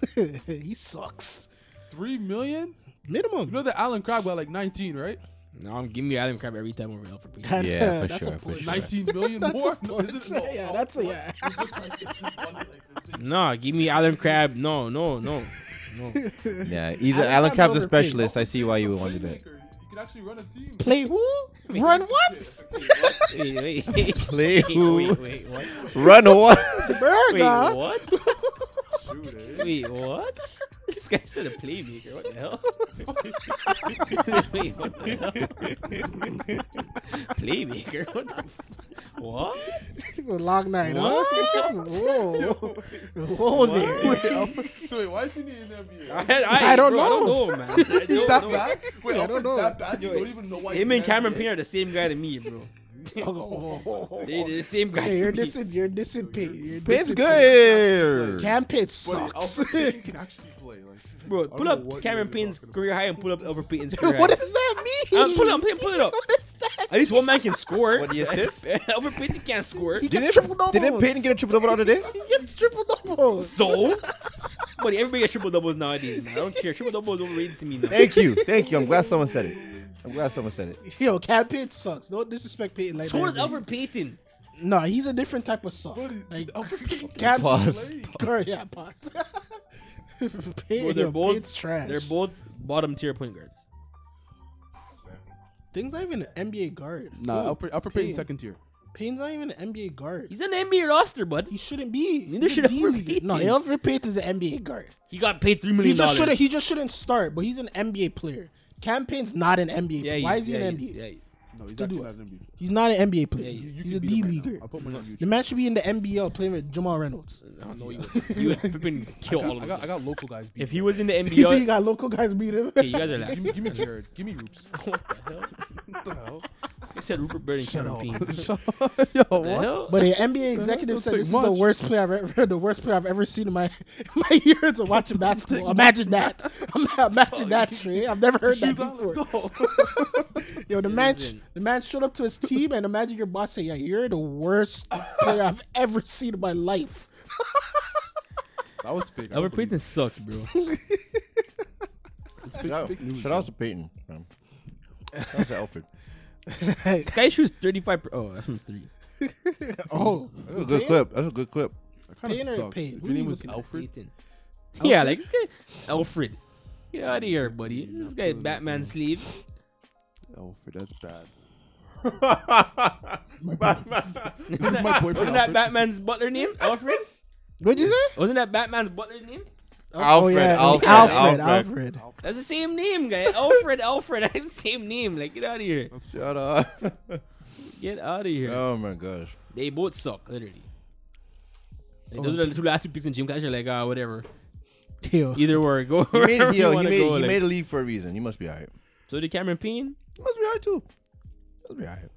Speaker 4: he sucks.
Speaker 5: Three million?
Speaker 4: Minimum.
Speaker 5: You know that Alan Crabb got like 19, right?
Speaker 2: No, I'm giving me Adam Crab every time over Alfred Payton.
Speaker 4: Kinda-
Speaker 3: Yeah, for
Speaker 4: that's
Speaker 3: sure,
Speaker 4: a
Speaker 3: for
Speaker 4: push.
Speaker 3: sure.
Speaker 5: 19 million more? No, is it? No,
Speaker 4: yeah,
Speaker 5: oh,
Speaker 4: that's a yeah.
Speaker 5: It's just like it's just funny like this.
Speaker 2: Nah, give me Adam Crab. No, no, no.
Speaker 3: Yeah, he's
Speaker 4: Alan
Speaker 3: a, Alan
Speaker 4: Crabb's
Speaker 3: Crabb's a
Speaker 4: overpaid.
Speaker 3: specialist. I see why you would want to do that.
Speaker 5: Playmaker. He could actually run a team.
Speaker 4: Play who? Run what?
Speaker 2: Wait, wait, wait,
Speaker 3: Play who?
Speaker 2: wait, wait, what?
Speaker 3: Run what?
Speaker 2: Wait,
Speaker 4: Burger.
Speaker 2: what?
Speaker 1: Shoot, eh?
Speaker 2: Wait, what? This guy said a playmaker. What the hell? wait, what the hell? playmaker? What the? F- what?
Speaker 4: It's a long night, huh?
Speaker 2: What?
Speaker 4: Whoa. Whoa there.
Speaker 5: Wait, Alfred- so wait, why is he in the NBA?
Speaker 2: I,
Speaker 4: I don't
Speaker 2: bro,
Speaker 4: know.
Speaker 2: I don't know, man. I don't
Speaker 5: that
Speaker 2: know.
Speaker 5: bad? Wait,
Speaker 4: I
Speaker 5: Alfred's
Speaker 4: don't know.
Speaker 5: that bad? You
Speaker 2: Yo,
Speaker 5: don't even know why
Speaker 2: Him
Speaker 5: he's
Speaker 2: and
Speaker 5: in the
Speaker 2: Cameron
Speaker 5: NBA?
Speaker 2: Payne are the same guy to me, bro. They the same guy.
Speaker 4: Hey,
Speaker 2: to
Speaker 4: you're
Speaker 2: me.
Speaker 4: dissing. You're dissing Pete. You're
Speaker 3: It's
Speaker 4: dissing
Speaker 3: good.
Speaker 4: Pete. Cam Pitt
Speaker 5: But
Speaker 4: sucks.
Speaker 5: Alfred Payton can actually play. Like,
Speaker 2: Bro,
Speaker 5: don't
Speaker 2: pull
Speaker 5: know
Speaker 2: up
Speaker 5: what
Speaker 2: Cameron
Speaker 5: you're
Speaker 2: Payne's
Speaker 5: talking
Speaker 2: career high and pull up Alfred Payton's career
Speaker 4: what
Speaker 2: high.
Speaker 4: does that mean?
Speaker 2: Uh, pull it up, pull it- pull it up.
Speaker 4: What is that?
Speaker 2: At least one man can score.
Speaker 3: What, the assist?
Speaker 2: Alfred Payton can't score.
Speaker 4: He gets
Speaker 3: Didn't,
Speaker 4: triple doubles.
Speaker 3: didn't Peyton get a triple double the other day?
Speaker 4: He gets triple doubles.
Speaker 2: So, but everybody gets triple doubles nowadays, man. I don't care. Triple doubles overrated to me now.
Speaker 3: Thank you. Thank you. I'm glad someone said it. I'm glad someone said it.
Speaker 4: Yo, Cam Pitt sucks. Don't disrespect Peyton like
Speaker 2: So
Speaker 4: that.
Speaker 2: does Alfred Payton.
Speaker 4: No, he's a different type of suck.
Speaker 5: What is-
Speaker 4: Like,
Speaker 5: Alfred Payton can
Speaker 4: Cam
Speaker 3: Pause.
Speaker 4: Or, yeah, pause.
Speaker 2: Bro,
Speaker 4: Peyton,
Speaker 2: they're
Speaker 4: yo,
Speaker 2: both
Speaker 4: Peyton's trash.
Speaker 2: They're both bottom tier point guards.
Speaker 4: Thing's not even an NBA guard.
Speaker 5: Nah, Alfred, Alfred Payton
Speaker 4: Payton.
Speaker 5: second tier.
Speaker 4: Payton's not even an NBA guard.
Speaker 2: He's on the NBA roster, bud.
Speaker 4: he shouldn't be.
Speaker 2: Neither
Speaker 4: He's a
Speaker 2: should
Speaker 4: D
Speaker 2: Alfred
Speaker 4: leaguer.
Speaker 2: Payton.
Speaker 4: No, Alfred Payton's an NBA guard.
Speaker 2: He got paid three
Speaker 4: He
Speaker 2: million
Speaker 4: just
Speaker 2: dollars.
Speaker 4: shouldn't. He just shouldn't start. But he's an NBA player. Campaign's not an NBA.
Speaker 2: yeah,
Speaker 4: player.
Speaker 2: he
Speaker 4: Why
Speaker 2: is,
Speaker 4: is he
Speaker 2: yeah,
Speaker 4: an
Speaker 2: he
Speaker 4: NBA?
Speaker 2: is, yeah, he is.
Speaker 5: No, he's
Speaker 4: To
Speaker 5: actually
Speaker 4: do
Speaker 5: not an NBA.
Speaker 4: He's not an NBA player.
Speaker 2: Yeah, you-
Speaker 5: You
Speaker 4: he's
Speaker 5: can
Speaker 4: a
Speaker 5: beat him
Speaker 4: D
Speaker 5: right now.
Speaker 4: leaguer.
Speaker 5: I'll put him on mute.
Speaker 4: The man should be in the NBL playing with Jamal Reynolds.
Speaker 2: I don't know. He would, he would flipping kill all
Speaker 5: I
Speaker 2: of
Speaker 5: got, I
Speaker 2: us.
Speaker 5: got local guys. beat.
Speaker 2: If he was in the
Speaker 4: You see, you
Speaker 2: NBA,
Speaker 4: got local guys beat him.
Speaker 2: okay, you guys are
Speaker 5: give,
Speaker 2: laughing.
Speaker 5: me, give me Jared. Give me Roops.
Speaker 2: What the hell?
Speaker 5: What the hell?
Speaker 2: I said Rupert Bird and Cameron Payne. What
Speaker 5: Yo,
Speaker 2: the hell?
Speaker 4: But the NBA executive
Speaker 5: doesn't
Speaker 4: said
Speaker 5: take
Speaker 4: this is
Speaker 5: much."
Speaker 4: the worst play I've ever, the worst play I've ever seen in my my years of watching basketball. Imagine that. Ima- Imagine that, Trey. I've never heard that
Speaker 5: Shoes on,
Speaker 4: before.
Speaker 5: let's go.
Speaker 4: Yo, the man,
Speaker 2: Listen.
Speaker 4: the man showed up to his team, and imagine your boss saying, "Yeah, you're the worst player I've ever seen in my life."
Speaker 5: That was fake. I don't
Speaker 2: Albert
Speaker 5: believe
Speaker 2: Payton sucks, bro.
Speaker 5: it. It's fake,
Speaker 3: Shout
Speaker 5: fake news.
Speaker 3: out to Peyton. man. Shout out to Alfred.
Speaker 2: Sky Shoes 35. Per- oh, that's from three.
Speaker 4: Oh,
Speaker 3: That's a good clip. That's a good clip.
Speaker 5: That kind of
Speaker 4: Payton or
Speaker 5: sucks.
Speaker 4: Payton?
Speaker 5: If
Speaker 4: Who
Speaker 5: your
Speaker 4: are
Speaker 5: name
Speaker 4: you
Speaker 5: was
Speaker 4: looking at?
Speaker 5: Alfred,
Speaker 2: Payton. Yeah, like this guy, Alfred. Get out of here, buddy. This guy Batman sleeve.
Speaker 5: Alfred, that's bad. This is
Speaker 2: Wasn't
Speaker 5: my
Speaker 2: that,
Speaker 5: boyfriend.
Speaker 2: wasn't that Batman's butler name? Alfred?
Speaker 4: what'd you say?
Speaker 2: Wasn't that Batman's butler's name?
Speaker 3: Alfred,
Speaker 4: it was
Speaker 3: Alfred,
Speaker 4: Oh, Alfred,
Speaker 3: Alfred.
Speaker 4: Alfred.
Speaker 2: That's the same name, guy. Alfred, Alfred. That's the same name. Like, get out of here.
Speaker 3: Shut up.
Speaker 2: Get out of here.
Speaker 3: Oh my gosh.
Speaker 2: They both suck, literally. Like, Those are the two last two picks in gym class. You're like, ah, whatever.
Speaker 4: Yo,
Speaker 2: Either way, go
Speaker 3: He made,
Speaker 2: wherever you
Speaker 3: yo, he,
Speaker 2: want to
Speaker 3: made,
Speaker 2: go.
Speaker 3: he
Speaker 2: like.
Speaker 3: made a league for a reason. You must be alright.
Speaker 2: so did Cameron Payne.
Speaker 3: You must be alright too. Must be alright.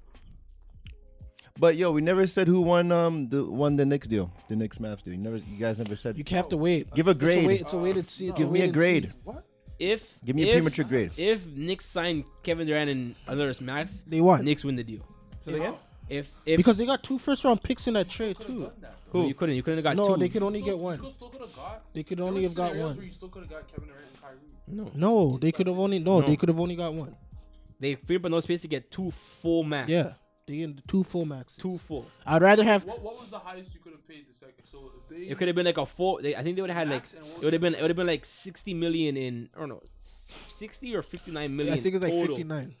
Speaker 3: But yo, we never said who won um the won the Knicks deal, the Knicks Mavs deal. You never, you guys never said.
Speaker 4: you have to wait.
Speaker 3: Give a
Speaker 4: It's a wait.
Speaker 3: grade.
Speaker 4: It's a wait and see. It's
Speaker 3: Give me
Speaker 4: wait
Speaker 3: a
Speaker 4: and
Speaker 3: grade.
Speaker 4: see.
Speaker 2: If
Speaker 3: Give me a
Speaker 2: if-
Speaker 3: premature grade.
Speaker 2: If Knicks sign Kevin Durant and others max,
Speaker 4: They won.
Speaker 2: Knicks win the deal. If if
Speaker 4: because they got two first round picks in that trade too.
Speaker 2: no, you couldn't, you couldn't have got
Speaker 4: No,
Speaker 2: two.
Speaker 4: they could only get one. They could only have got one. No, they could have only no,
Speaker 2: No.
Speaker 4: they could have only got one.
Speaker 2: They freed up enough space to get two full max.
Speaker 4: Yeah, they get two full max.
Speaker 2: two full.
Speaker 4: I'd rather have
Speaker 5: What, was the highest you could have paid the second? So if they
Speaker 2: It could have been like a four. They, I think they would have had like
Speaker 5: Max and
Speaker 2: it
Speaker 5: one
Speaker 2: would have been it would have been like sixty million in I don't know s- sixty or fifty nine million.
Speaker 4: I think it's like
Speaker 2: total.
Speaker 4: fifty nine.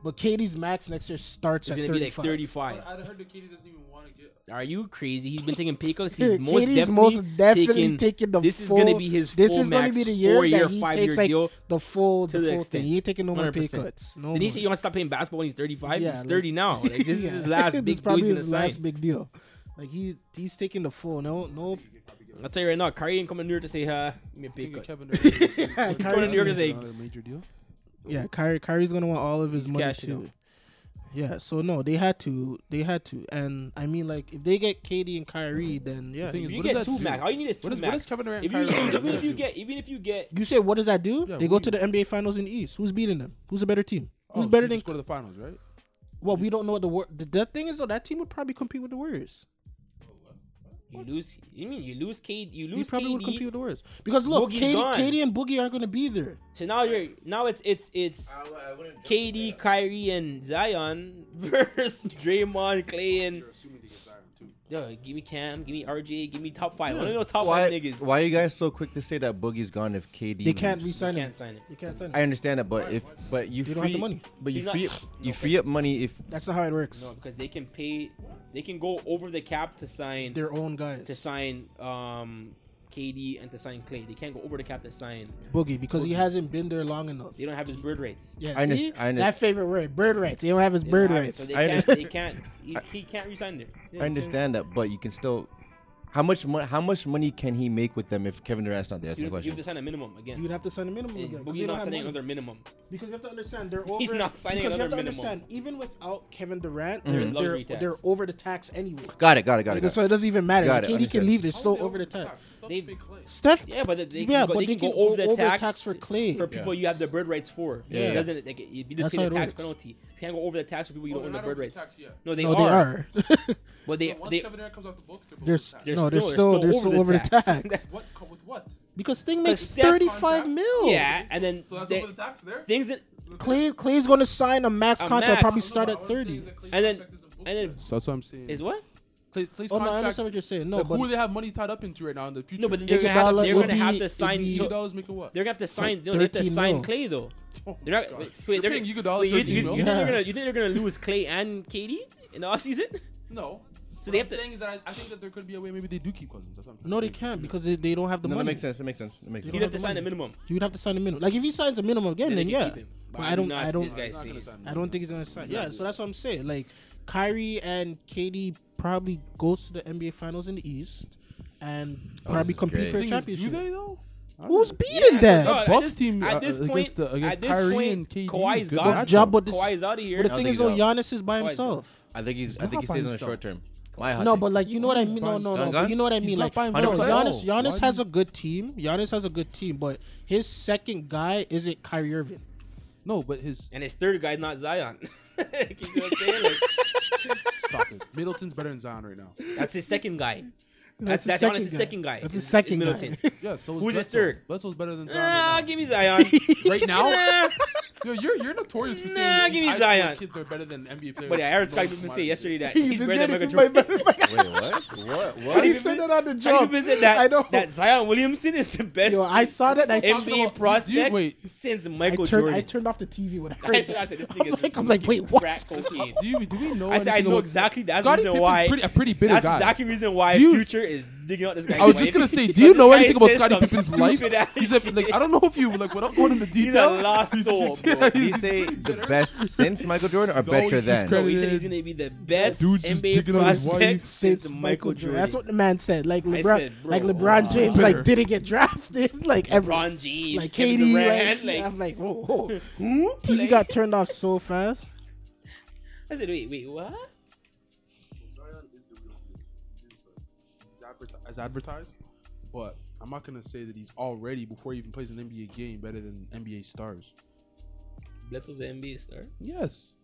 Speaker 4: But Katie's max next year starts
Speaker 2: It's
Speaker 4: at
Speaker 2: gonna
Speaker 4: thirty
Speaker 2: be like
Speaker 4: five.
Speaker 2: thirty five.
Speaker 5: I'd heard that Katie doesn't even want to get.
Speaker 2: Are you crazy? He's been taking pay cuts. He's
Speaker 4: Katie's
Speaker 2: most definitely,
Speaker 4: most definitely
Speaker 2: taking,
Speaker 4: taking, the
Speaker 2: This
Speaker 4: full,
Speaker 2: is gonna be his.
Speaker 4: This
Speaker 2: full
Speaker 4: is gonna
Speaker 2: max,
Speaker 4: be the year
Speaker 2: four-year,
Speaker 4: that he
Speaker 2: five-year
Speaker 4: takes like
Speaker 2: deal.
Speaker 4: the full
Speaker 2: to
Speaker 4: the,
Speaker 2: the
Speaker 4: full
Speaker 2: extent.
Speaker 4: thing. He ain't taking no more pay
Speaker 2: 100%.
Speaker 4: cuts. No
Speaker 2: Then he said you
Speaker 4: more.
Speaker 2: want to stop playing basketball when he's thirty five.
Speaker 4: Yeah,
Speaker 2: he's
Speaker 4: like-
Speaker 2: thirty now. Like, this
Speaker 4: Yeah.
Speaker 2: is his last
Speaker 4: This
Speaker 2: big deal
Speaker 4: probably
Speaker 2: he's gonna
Speaker 4: his last
Speaker 2: sign.
Speaker 4: big deal. Like he he's taking the full. No no.
Speaker 2: I'll tell you right now, Kyrie ain't coming near to say, "Huh, give me a pay
Speaker 5: Think of
Speaker 2: cut."
Speaker 5: Kevin Durant.
Speaker 4: Yeah,
Speaker 2: He's going to New York as a
Speaker 5: Another major deal.
Speaker 4: Yeah, Kyrie Kyrie's gonna want all of his
Speaker 2: He's
Speaker 4: money
Speaker 2: cashing
Speaker 4: too. Yeah, so no, they had to, they had to, and I mean, like, if they get KD and Kyrie, then yeah.
Speaker 5: thing
Speaker 2: If
Speaker 5: is-
Speaker 2: you
Speaker 5: what does
Speaker 2: get
Speaker 5: that
Speaker 2: two
Speaker 5: do?
Speaker 2: max. All you need is two
Speaker 5: What is, what is
Speaker 2: max.
Speaker 5: Kevin Durant?
Speaker 2: If you
Speaker 5: and Kyrie
Speaker 2: even
Speaker 5: gonna
Speaker 2: if you
Speaker 5: do?
Speaker 2: get even if you get
Speaker 4: You say what does that do?
Speaker 5: Yeah,
Speaker 4: they go
Speaker 5: we-
Speaker 4: to the NBA Finals in the East. Who's beating them? Who's a better team?
Speaker 5: Oh,
Speaker 4: Who's
Speaker 5: so
Speaker 4: better
Speaker 5: you
Speaker 4: than?
Speaker 5: just go to the finals, right?
Speaker 4: well, we don't know what the war. The, the thing is though, that team would probably compete with the Warriors.
Speaker 2: you lose, you mean you lose KD, you
Speaker 4: They
Speaker 2: lose
Speaker 4: probably would compete
Speaker 2: KD.
Speaker 4: with the Warriors because look,
Speaker 2: Boogie's
Speaker 4: KD,
Speaker 2: gone.
Speaker 4: KD and Boogie aren't going to be there.
Speaker 2: So now you're now it's it's it's KD, Kyrie, and Zion versus Draymond, Clay, and
Speaker 5: assuming they get Zion too.
Speaker 2: yo, give me Cam, give me RJ, give me top five. One of those top
Speaker 3: Why,
Speaker 2: five niggas.
Speaker 3: why are you guys so quick to say that Boogie's gone if KD?
Speaker 4: They can't
Speaker 3: leaves?
Speaker 4: re-sign him.
Speaker 2: can't sign it?
Speaker 4: They can't sign
Speaker 3: I
Speaker 4: him.
Speaker 3: understand that, but if but you
Speaker 4: They
Speaker 3: free,
Speaker 4: don't have the money.
Speaker 3: but you
Speaker 2: He's not-
Speaker 3: free you
Speaker 2: No
Speaker 3: free up money if
Speaker 4: That's not how it works.
Speaker 2: No, because they can pay, they can go over the cap to sign
Speaker 4: Their own
Speaker 2: to
Speaker 4: guys,
Speaker 2: sign um KD and to sign Clay. They can't go over the cap to sign.
Speaker 4: Boogie, because he hasn't been there long enough.
Speaker 2: They don't have his bird rights.
Speaker 4: Yeah,
Speaker 3: I
Speaker 4: see?
Speaker 3: underst- I under-
Speaker 4: that favorite word, bird rights. They don't have his
Speaker 2: They don't
Speaker 4: bird
Speaker 2: have it,
Speaker 4: rights.
Speaker 2: So they
Speaker 3: I
Speaker 2: can't.
Speaker 3: under-
Speaker 2: They can't. He, he can't resign there.
Speaker 3: I understand that, but you can still. How much money? How much money can he make with them if Kevin Durant's not there? That's
Speaker 2: You
Speaker 3: my
Speaker 2: have you have
Speaker 3: question.
Speaker 2: to sign a minimum again.
Speaker 4: You'd have to sign a minimum
Speaker 2: And
Speaker 4: again. 'cause they
Speaker 2: Boogie's
Speaker 4: don't
Speaker 2: not
Speaker 4: have
Speaker 2: signing
Speaker 4: money.
Speaker 2: another minimum.
Speaker 4: Because you have to understand they're over.
Speaker 2: He's not signing
Speaker 4: because you have
Speaker 2: another
Speaker 4: to
Speaker 2: minimum.
Speaker 4: understand, even without Kevin Durant,
Speaker 2: They're in
Speaker 4: they're
Speaker 2: luxury
Speaker 4: they're,
Speaker 2: tax.
Speaker 4: they're over the tax anyway.
Speaker 3: Got it. Got it. Got it.
Speaker 4: Like,
Speaker 3: Got
Speaker 4: so
Speaker 3: it.
Speaker 4: it doesn't even matter. Like,
Speaker 3: Got it,
Speaker 4: KD can
Speaker 3: understand.
Speaker 4: leave. They're still over the tax.
Speaker 2: They-
Speaker 4: Steph.
Speaker 2: Yeah, but they, they
Speaker 4: Yeah,
Speaker 2: can go, they,
Speaker 4: but they
Speaker 2: can,
Speaker 4: can
Speaker 2: go over
Speaker 4: go
Speaker 2: the
Speaker 4: over
Speaker 2: tax,
Speaker 4: tax for Clay.
Speaker 2: for people you have the bird rights for.
Speaker 3: Yeah.
Speaker 2: It doesn't like, you just
Speaker 4: That's
Speaker 2: pay
Speaker 4: how
Speaker 2: the
Speaker 4: it
Speaker 2: tax
Speaker 4: works.
Speaker 2: penalty. You can't go over the tax for people you don't own the bird rights.
Speaker 5: yet.
Speaker 2: No, they
Speaker 4: No, Oh, they
Speaker 2: are.
Speaker 4: are.
Speaker 2: But they they
Speaker 5: Durant comes off the books,
Speaker 4: They're s-
Speaker 2: They're
Speaker 4: no, they're
Speaker 2: still-
Speaker 4: still
Speaker 2: they're
Speaker 4: they're
Speaker 2: still
Speaker 4: still over the
Speaker 2: tax.
Speaker 4: tax
Speaker 5: What with what?
Speaker 4: because Thing makes
Speaker 2: Steph
Speaker 4: thirty five
Speaker 5: contract-
Speaker 4: mil.
Speaker 2: yeah, and then they-
Speaker 5: tax there.
Speaker 2: things that
Speaker 4: Clay Clay's going to sign a max
Speaker 2: A
Speaker 4: contract.
Speaker 2: max.
Speaker 4: Probably start at thirty.
Speaker 2: and then and
Speaker 5: So
Speaker 2: then
Speaker 5: So that's what I'm saying.
Speaker 2: is what?
Speaker 5: Clay, Clay's
Speaker 4: Oh no, I
Speaker 5: contract.
Speaker 4: understand what you're saying. No,
Speaker 5: like, who
Speaker 4: but
Speaker 5: they have money tied up into right now in the future?
Speaker 2: No, but then they're gonna have
Speaker 4: Iguodala
Speaker 2: they're
Speaker 4: would
Speaker 2: gonna have
Speaker 4: be-
Speaker 2: to
Speaker 4: it'd
Speaker 2: sign.
Speaker 4: be-
Speaker 2: Joe-
Speaker 5: Iguodala's making what?
Speaker 2: They're gonna have to sign. No,
Speaker 4: like
Speaker 2: they have to
Speaker 4: 13
Speaker 2: sign
Speaker 4: mil.
Speaker 2: Clay though.
Speaker 5: Oh
Speaker 2: They're not.
Speaker 5: my
Speaker 2: Wait,
Speaker 5: gosh.
Speaker 2: wait, they're
Speaker 5: You're paying
Speaker 2: gonna-
Speaker 5: Iguodala
Speaker 2: wait, you,
Speaker 5: 13
Speaker 2: you-
Speaker 5: mil?
Speaker 2: you think they're
Speaker 4: Yeah.
Speaker 2: gonna you think they're gonna lose Clay and KD in the offseason?
Speaker 5: No.
Speaker 2: So
Speaker 5: So
Speaker 2: they
Speaker 5: they
Speaker 2: have
Speaker 5: have
Speaker 2: to-
Speaker 5: saying is that I, I think that there could be a way maybe they do keep Cousins. That's what I'm trying
Speaker 4: no,
Speaker 5: to
Speaker 4: they
Speaker 5: say.
Speaker 4: can't because they, they don't have the
Speaker 3: No,
Speaker 4: money.
Speaker 3: that makes sense. That makes sense. That makes
Speaker 2: He'd
Speaker 3: sense.
Speaker 2: have to sign a minimum.
Speaker 4: You would have to sign a minimum. Like if he signs a minimum again,
Speaker 2: Then
Speaker 4: then,
Speaker 2: they can
Speaker 4: yeah.
Speaker 2: keep him.
Speaker 4: But I don't.
Speaker 2: not
Speaker 4: I
Speaker 2: see
Speaker 4: don't.
Speaker 2: This guy's
Speaker 5: Not gonna
Speaker 2: saying.
Speaker 5: sign
Speaker 4: I
Speaker 5: him.
Speaker 4: don't think he's gonna sign. Yeah, so that's what I'm saying. Like Kyrie and KD probably goes to the NBA Finals in the East and probably
Speaker 3: is
Speaker 4: compete
Speaker 3: great.
Speaker 4: for
Speaker 5: The thing
Speaker 4: a
Speaker 5: is, do
Speaker 4: championship.
Speaker 5: they though? I don't
Speaker 4: Who's
Speaker 5: know.
Speaker 4: beating
Speaker 2: Yeah,
Speaker 4: them?
Speaker 2: that's all.
Speaker 5: That
Speaker 2: At
Speaker 5: Bucks
Speaker 2: this-
Speaker 5: team
Speaker 2: at
Speaker 5: uh,
Speaker 2: this
Speaker 5: against
Speaker 2: point-
Speaker 5: the- against
Speaker 2: at this
Speaker 5: Kyrie
Speaker 2: point,
Speaker 5: and KD is
Speaker 2: Kawhi's
Speaker 5: good
Speaker 2: gone.
Speaker 5: matchup.
Speaker 4: Job, but this,
Speaker 2: Kawhi's out of here.
Speaker 4: but the
Speaker 3: I
Speaker 4: thing
Speaker 3: think
Speaker 4: is, though,
Speaker 3: he's out.
Speaker 4: Giannis is by
Speaker 2: Kawhi's
Speaker 4: himself.
Speaker 3: I think he's. I
Speaker 5: not
Speaker 3: think he
Speaker 5: by
Speaker 3: stays on the
Speaker 5: himself.
Speaker 3: short term. My hot
Speaker 4: No,
Speaker 3: take.
Speaker 4: but like you know what I mean. No,
Speaker 5: himself.
Speaker 4: no,
Speaker 3: Sun
Speaker 4: no.
Speaker 3: gone?
Speaker 4: But you know what I
Speaker 5: He's
Speaker 4: mean.
Speaker 5: not
Speaker 4: Like
Speaker 5: by
Speaker 4: so
Speaker 5: himself.
Speaker 4: Giannis,
Speaker 5: Why
Speaker 4: Giannis
Speaker 5: do
Speaker 4: has
Speaker 5: you-
Speaker 4: a good team. Giannis has a good team, but his second guy isn't Kyrie Irving.
Speaker 5: No, but his
Speaker 2: And his third guy's not Zion. you see what I'm saying? Like,
Speaker 5: stop it. Middleton's better than Zion right now.
Speaker 2: that's his second guy. That's
Speaker 4: his
Speaker 2: that's honestly
Speaker 4: second guy.
Speaker 2: second guy.
Speaker 4: That's
Speaker 2: is-
Speaker 4: his second
Speaker 2: is
Speaker 4: guy.
Speaker 2: Middleton.
Speaker 5: Yeah, so is
Speaker 2: Who's his
Speaker 5: Bledsoe.
Speaker 2: third?
Speaker 5: Bledsoe's better than Zion
Speaker 2: Nah,
Speaker 5: right
Speaker 2: give me Zion.
Speaker 5: now. right now.
Speaker 2: Nah.
Speaker 5: Yo, you're you're notorious for saying
Speaker 2: Nah,
Speaker 5: that these
Speaker 2: give me
Speaker 5: high school
Speaker 2: Zion.
Speaker 5: Kids are better than NBA players.
Speaker 2: But yeah, I heard
Speaker 5: No
Speaker 2: Scottie Pippen
Speaker 5: matter
Speaker 2: say
Speaker 5: what.
Speaker 2: yesterday that he's better than Michael
Speaker 4: Wait,
Speaker 2: Jordan.
Speaker 4: wait, wait.
Speaker 3: Wait, what? What?
Speaker 4: But he
Speaker 3: What?
Speaker 4: said that on the
Speaker 2: Scottie
Speaker 4: job.
Speaker 2: Pippen said that
Speaker 4: I know.
Speaker 2: that Zion Williamson is the best
Speaker 4: Yo, I saw that. and I
Speaker 5: Talking
Speaker 2: NBA
Speaker 5: about-
Speaker 2: prospect
Speaker 5: Dude, wait.
Speaker 2: since
Speaker 4: I
Speaker 2: Michael
Speaker 4: turned, I
Speaker 2: Jordan.
Speaker 4: turned off the TV when I heard
Speaker 2: I,
Speaker 4: that.
Speaker 2: I said this
Speaker 4: I'm
Speaker 2: nigga
Speaker 4: like,
Speaker 2: is
Speaker 4: I'm like, wait, what?
Speaker 2: crack cocaine.
Speaker 5: Do you do we know?
Speaker 2: I said I
Speaker 5: anything
Speaker 2: know
Speaker 5: about-
Speaker 2: exactly that's the
Speaker 5: Scottie
Speaker 2: reason
Speaker 5: Pippen's
Speaker 2: why.
Speaker 5: Pretty, a pretty bitter
Speaker 2: That's
Speaker 5: guy.
Speaker 2: the exactly reason why
Speaker 5: Do you-
Speaker 2: Future is digging out this guy.
Speaker 5: I was just gonna say, do you know anything about Scottie Pippen's life? He's a, like, I don't know if you like without going into
Speaker 2: He's
Speaker 5: detail.
Speaker 2: a lost soul, bro.
Speaker 5: Yeah,
Speaker 3: Did
Speaker 5: he's-
Speaker 3: he say the best since Michael Jordan or
Speaker 5: always
Speaker 3: better than?
Speaker 2: No, he said
Speaker 5: credited.
Speaker 2: he's gonna be the best
Speaker 5: Dude's just
Speaker 2: NBA
Speaker 5: digging out his
Speaker 2: prospect
Speaker 5: wife.
Speaker 2: since Michael Jordan.
Speaker 4: That's what the man said. Like
Speaker 2: I
Speaker 4: LeBron,
Speaker 2: said, bro,
Speaker 4: like LeBron
Speaker 2: wow.
Speaker 4: James,
Speaker 5: Better.
Speaker 4: like didn't get drafted. Like ever,
Speaker 2: LeBron James,
Speaker 4: like
Speaker 2: Kevin
Speaker 4: KD,
Speaker 2: Durant,
Speaker 4: like,
Speaker 2: like, Hmm?
Speaker 4: I'm like, whoa, whoa. TV got turned off so fast.
Speaker 2: I said, wait, wait, what?
Speaker 5: as advertised, but I'm not gonna say that he's already before he even plays an NBA game better than NBA stars.
Speaker 2: That was an NBA star.
Speaker 5: Yes,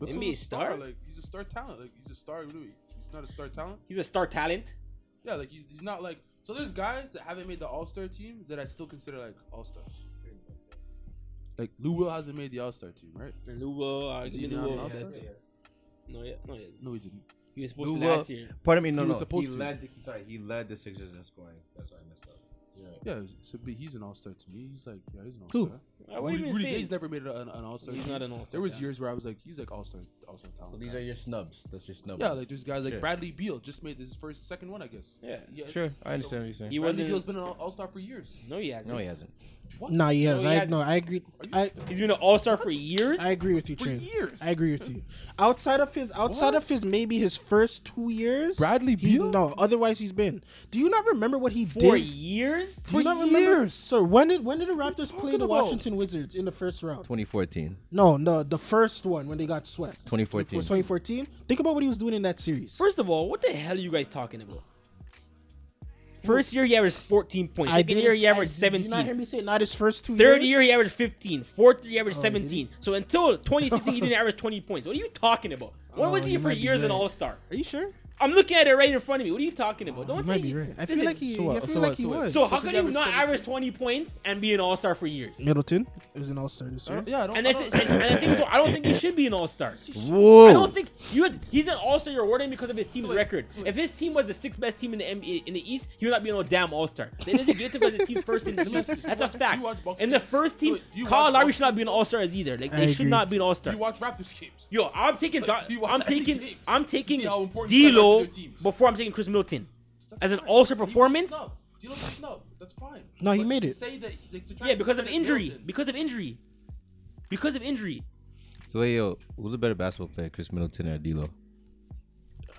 Speaker 5: Bato's
Speaker 2: NBA
Speaker 5: a star.
Speaker 2: star?
Speaker 5: Like he's a star talent. Like he's a star. What do we? He's not a star talent.
Speaker 2: He's a star talent.
Speaker 5: Yeah, like he's, he's not like. So there's guys that haven't made the All Star team that I still consider like All Stars. Like Lou Will hasn't made the All Star team, right?
Speaker 2: And Lou Will, uh,
Speaker 5: Is
Speaker 2: is
Speaker 5: he
Speaker 2: he
Speaker 5: not
Speaker 2: Lou
Speaker 5: an
Speaker 2: Will?
Speaker 5: all-star?
Speaker 2: That's it. No, yeah, no, yeah.
Speaker 5: No, he didn't.
Speaker 2: He was supposed
Speaker 3: Lou
Speaker 2: to
Speaker 3: Will-
Speaker 2: last year.
Speaker 3: Pardon me, no,
Speaker 5: He
Speaker 3: no.
Speaker 5: was supposed
Speaker 3: he
Speaker 5: to.
Speaker 3: led. The, sorry, he led the Sixers in scoring. That's why I messed up. Yeah.
Speaker 5: Yeah, so but he's an All Star to me. He's like, yeah, he's an All Star.
Speaker 2: I wouldn't even
Speaker 5: Rudy
Speaker 2: say-
Speaker 5: Gay's never made an, an All Star.
Speaker 2: He's not an all-star.
Speaker 5: There was
Speaker 2: your
Speaker 5: years where I was like, he's like All Star, All Star talent.
Speaker 3: So these are your snubs. That's your snubs.
Speaker 5: yeah, like there's guys like
Speaker 3: Sure.
Speaker 5: Bradley Beal just made his first, second one, I guess.
Speaker 2: Yeah.
Speaker 3: Sure,
Speaker 5: it's-
Speaker 3: I understand what you're saying.
Speaker 5: Bradley
Speaker 2: He wasn't.
Speaker 5: Beal's been an All Star for years.
Speaker 2: no, he hasn't.
Speaker 3: No, he hasn't.
Speaker 5: What?
Speaker 4: Nah, he has.
Speaker 2: No, Oh, he
Speaker 4: I
Speaker 2: has-
Speaker 4: no, I agree.
Speaker 5: Are you
Speaker 4: I,
Speaker 5: serious?
Speaker 2: He's been an all star for years.
Speaker 4: I agree with you,
Speaker 5: For
Speaker 4: Trey.
Speaker 5: years.
Speaker 4: I agree with you. Outside of his, outside of his, maybe his first two years,
Speaker 5: Bradley
Speaker 4: he-
Speaker 5: Beal?
Speaker 4: no, otherwise he's been. Do you not remember what he
Speaker 2: for
Speaker 4: did?
Speaker 2: years.
Speaker 4: Do you not remember-
Speaker 5: years.
Speaker 4: sir. When did when did the Raptors play
Speaker 5: talking
Speaker 4: the
Speaker 5: about?
Speaker 4: Washington Wizards in the first round?
Speaker 3: 2014.
Speaker 4: No, no, the first one when they got swept.
Speaker 3: 2014.
Speaker 4: 2014. Think about what he was doing in that series.
Speaker 2: First of all, what the hell are you guys talking about? First year he averaged 14 points. Second
Speaker 4: didn't
Speaker 2: year he
Speaker 4: say-
Speaker 2: averaged
Speaker 4: Did you not hear
Speaker 2: 17.
Speaker 4: me say not his first two?
Speaker 2: Third
Speaker 4: years?
Speaker 2: year he averaged 15. Fourth year he averaged
Speaker 4: Oh, did he?
Speaker 2: 17. So until 2016 he didn't average 20 points. What are you talking about? When
Speaker 4: Oh,
Speaker 2: was he
Speaker 4: you
Speaker 2: for
Speaker 4: might be
Speaker 2: years an
Speaker 4: right.
Speaker 2: all star?
Speaker 4: Are you sure?
Speaker 2: I'm looking at it right in front of me. What are you talking about?
Speaker 4: Oh, You
Speaker 2: Don't say
Speaker 4: might be right. I feel
Speaker 2: Listen,
Speaker 4: like he.
Speaker 5: so what-
Speaker 4: I feel
Speaker 5: so what-
Speaker 4: like he
Speaker 5: so what?
Speaker 4: was.
Speaker 2: So how
Speaker 5: he
Speaker 2: could you
Speaker 5: averaged
Speaker 2: not
Speaker 5: 17.
Speaker 2: average 20 points and be an all star for years?
Speaker 4: Middleton is an all-star this year.
Speaker 5: Yeah, I don't.
Speaker 2: And
Speaker 5: I
Speaker 2: that's
Speaker 5: don't-
Speaker 2: it. And, and I think so. I don't think he should be an all star.
Speaker 3: Whoa.
Speaker 2: I don't think you. Had, he's an all star. You're awarding because of his team's
Speaker 5: wait,
Speaker 2: record.
Speaker 5: so wait.
Speaker 2: If his team was the sixth best team in the NBA, in the East, he would not be no damn all star. They didn't get it because his team's first in the
Speaker 5: me ask
Speaker 2: East.
Speaker 5: you, do you
Speaker 2: That's a
Speaker 5: watch- do
Speaker 2: fact.
Speaker 5: you watch boxing?
Speaker 2: And the first team,
Speaker 5: Wait, do you
Speaker 2: Kyle
Speaker 5: watch
Speaker 2: Lowry
Speaker 5: boxing?
Speaker 2: should not be an all star as either. Like they
Speaker 4: I
Speaker 2: should
Speaker 4: agree.
Speaker 2: not be an all star.
Speaker 5: You watch Raptors games.
Speaker 2: Yo, I'm taking.
Speaker 5: But
Speaker 2: Go-
Speaker 5: he
Speaker 2: I'm
Speaker 5: watched
Speaker 2: taking.
Speaker 5: 90 games
Speaker 2: I'm
Speaker 5: to see how
Speaker 2: taking
Speaker 5: important he was to
Speaker 2: D'Lo
Speaker 5: their teams.
Speaker 2: before I'm taking Chris Milton
Speaker 5: That's
Speaker 2: as an
Speaker 5: fine.
Speaker 2: all star
Speaker 5: He was a
Speaker 2: performance.
Speaker 5: snub. D'Lo's a snub. That's fine.
Speaker 4: No, he
Speaker 5: But
Speaker 4: made
Speaker 5: to
Speaker 4: it.
Speaker 5: Say that, he- like, to try
Speaker 2: Yeah,
Speaker 5: and
Speaker 2: because of
Speaker 5: defend
Speaker 2: injury.
Speaker 5: Middleton.
Speaker 2: Because of injury. Because of injury.
Speaker 3: So hey, yo, who's a better basketball player, Chris Middleton or D'Lo?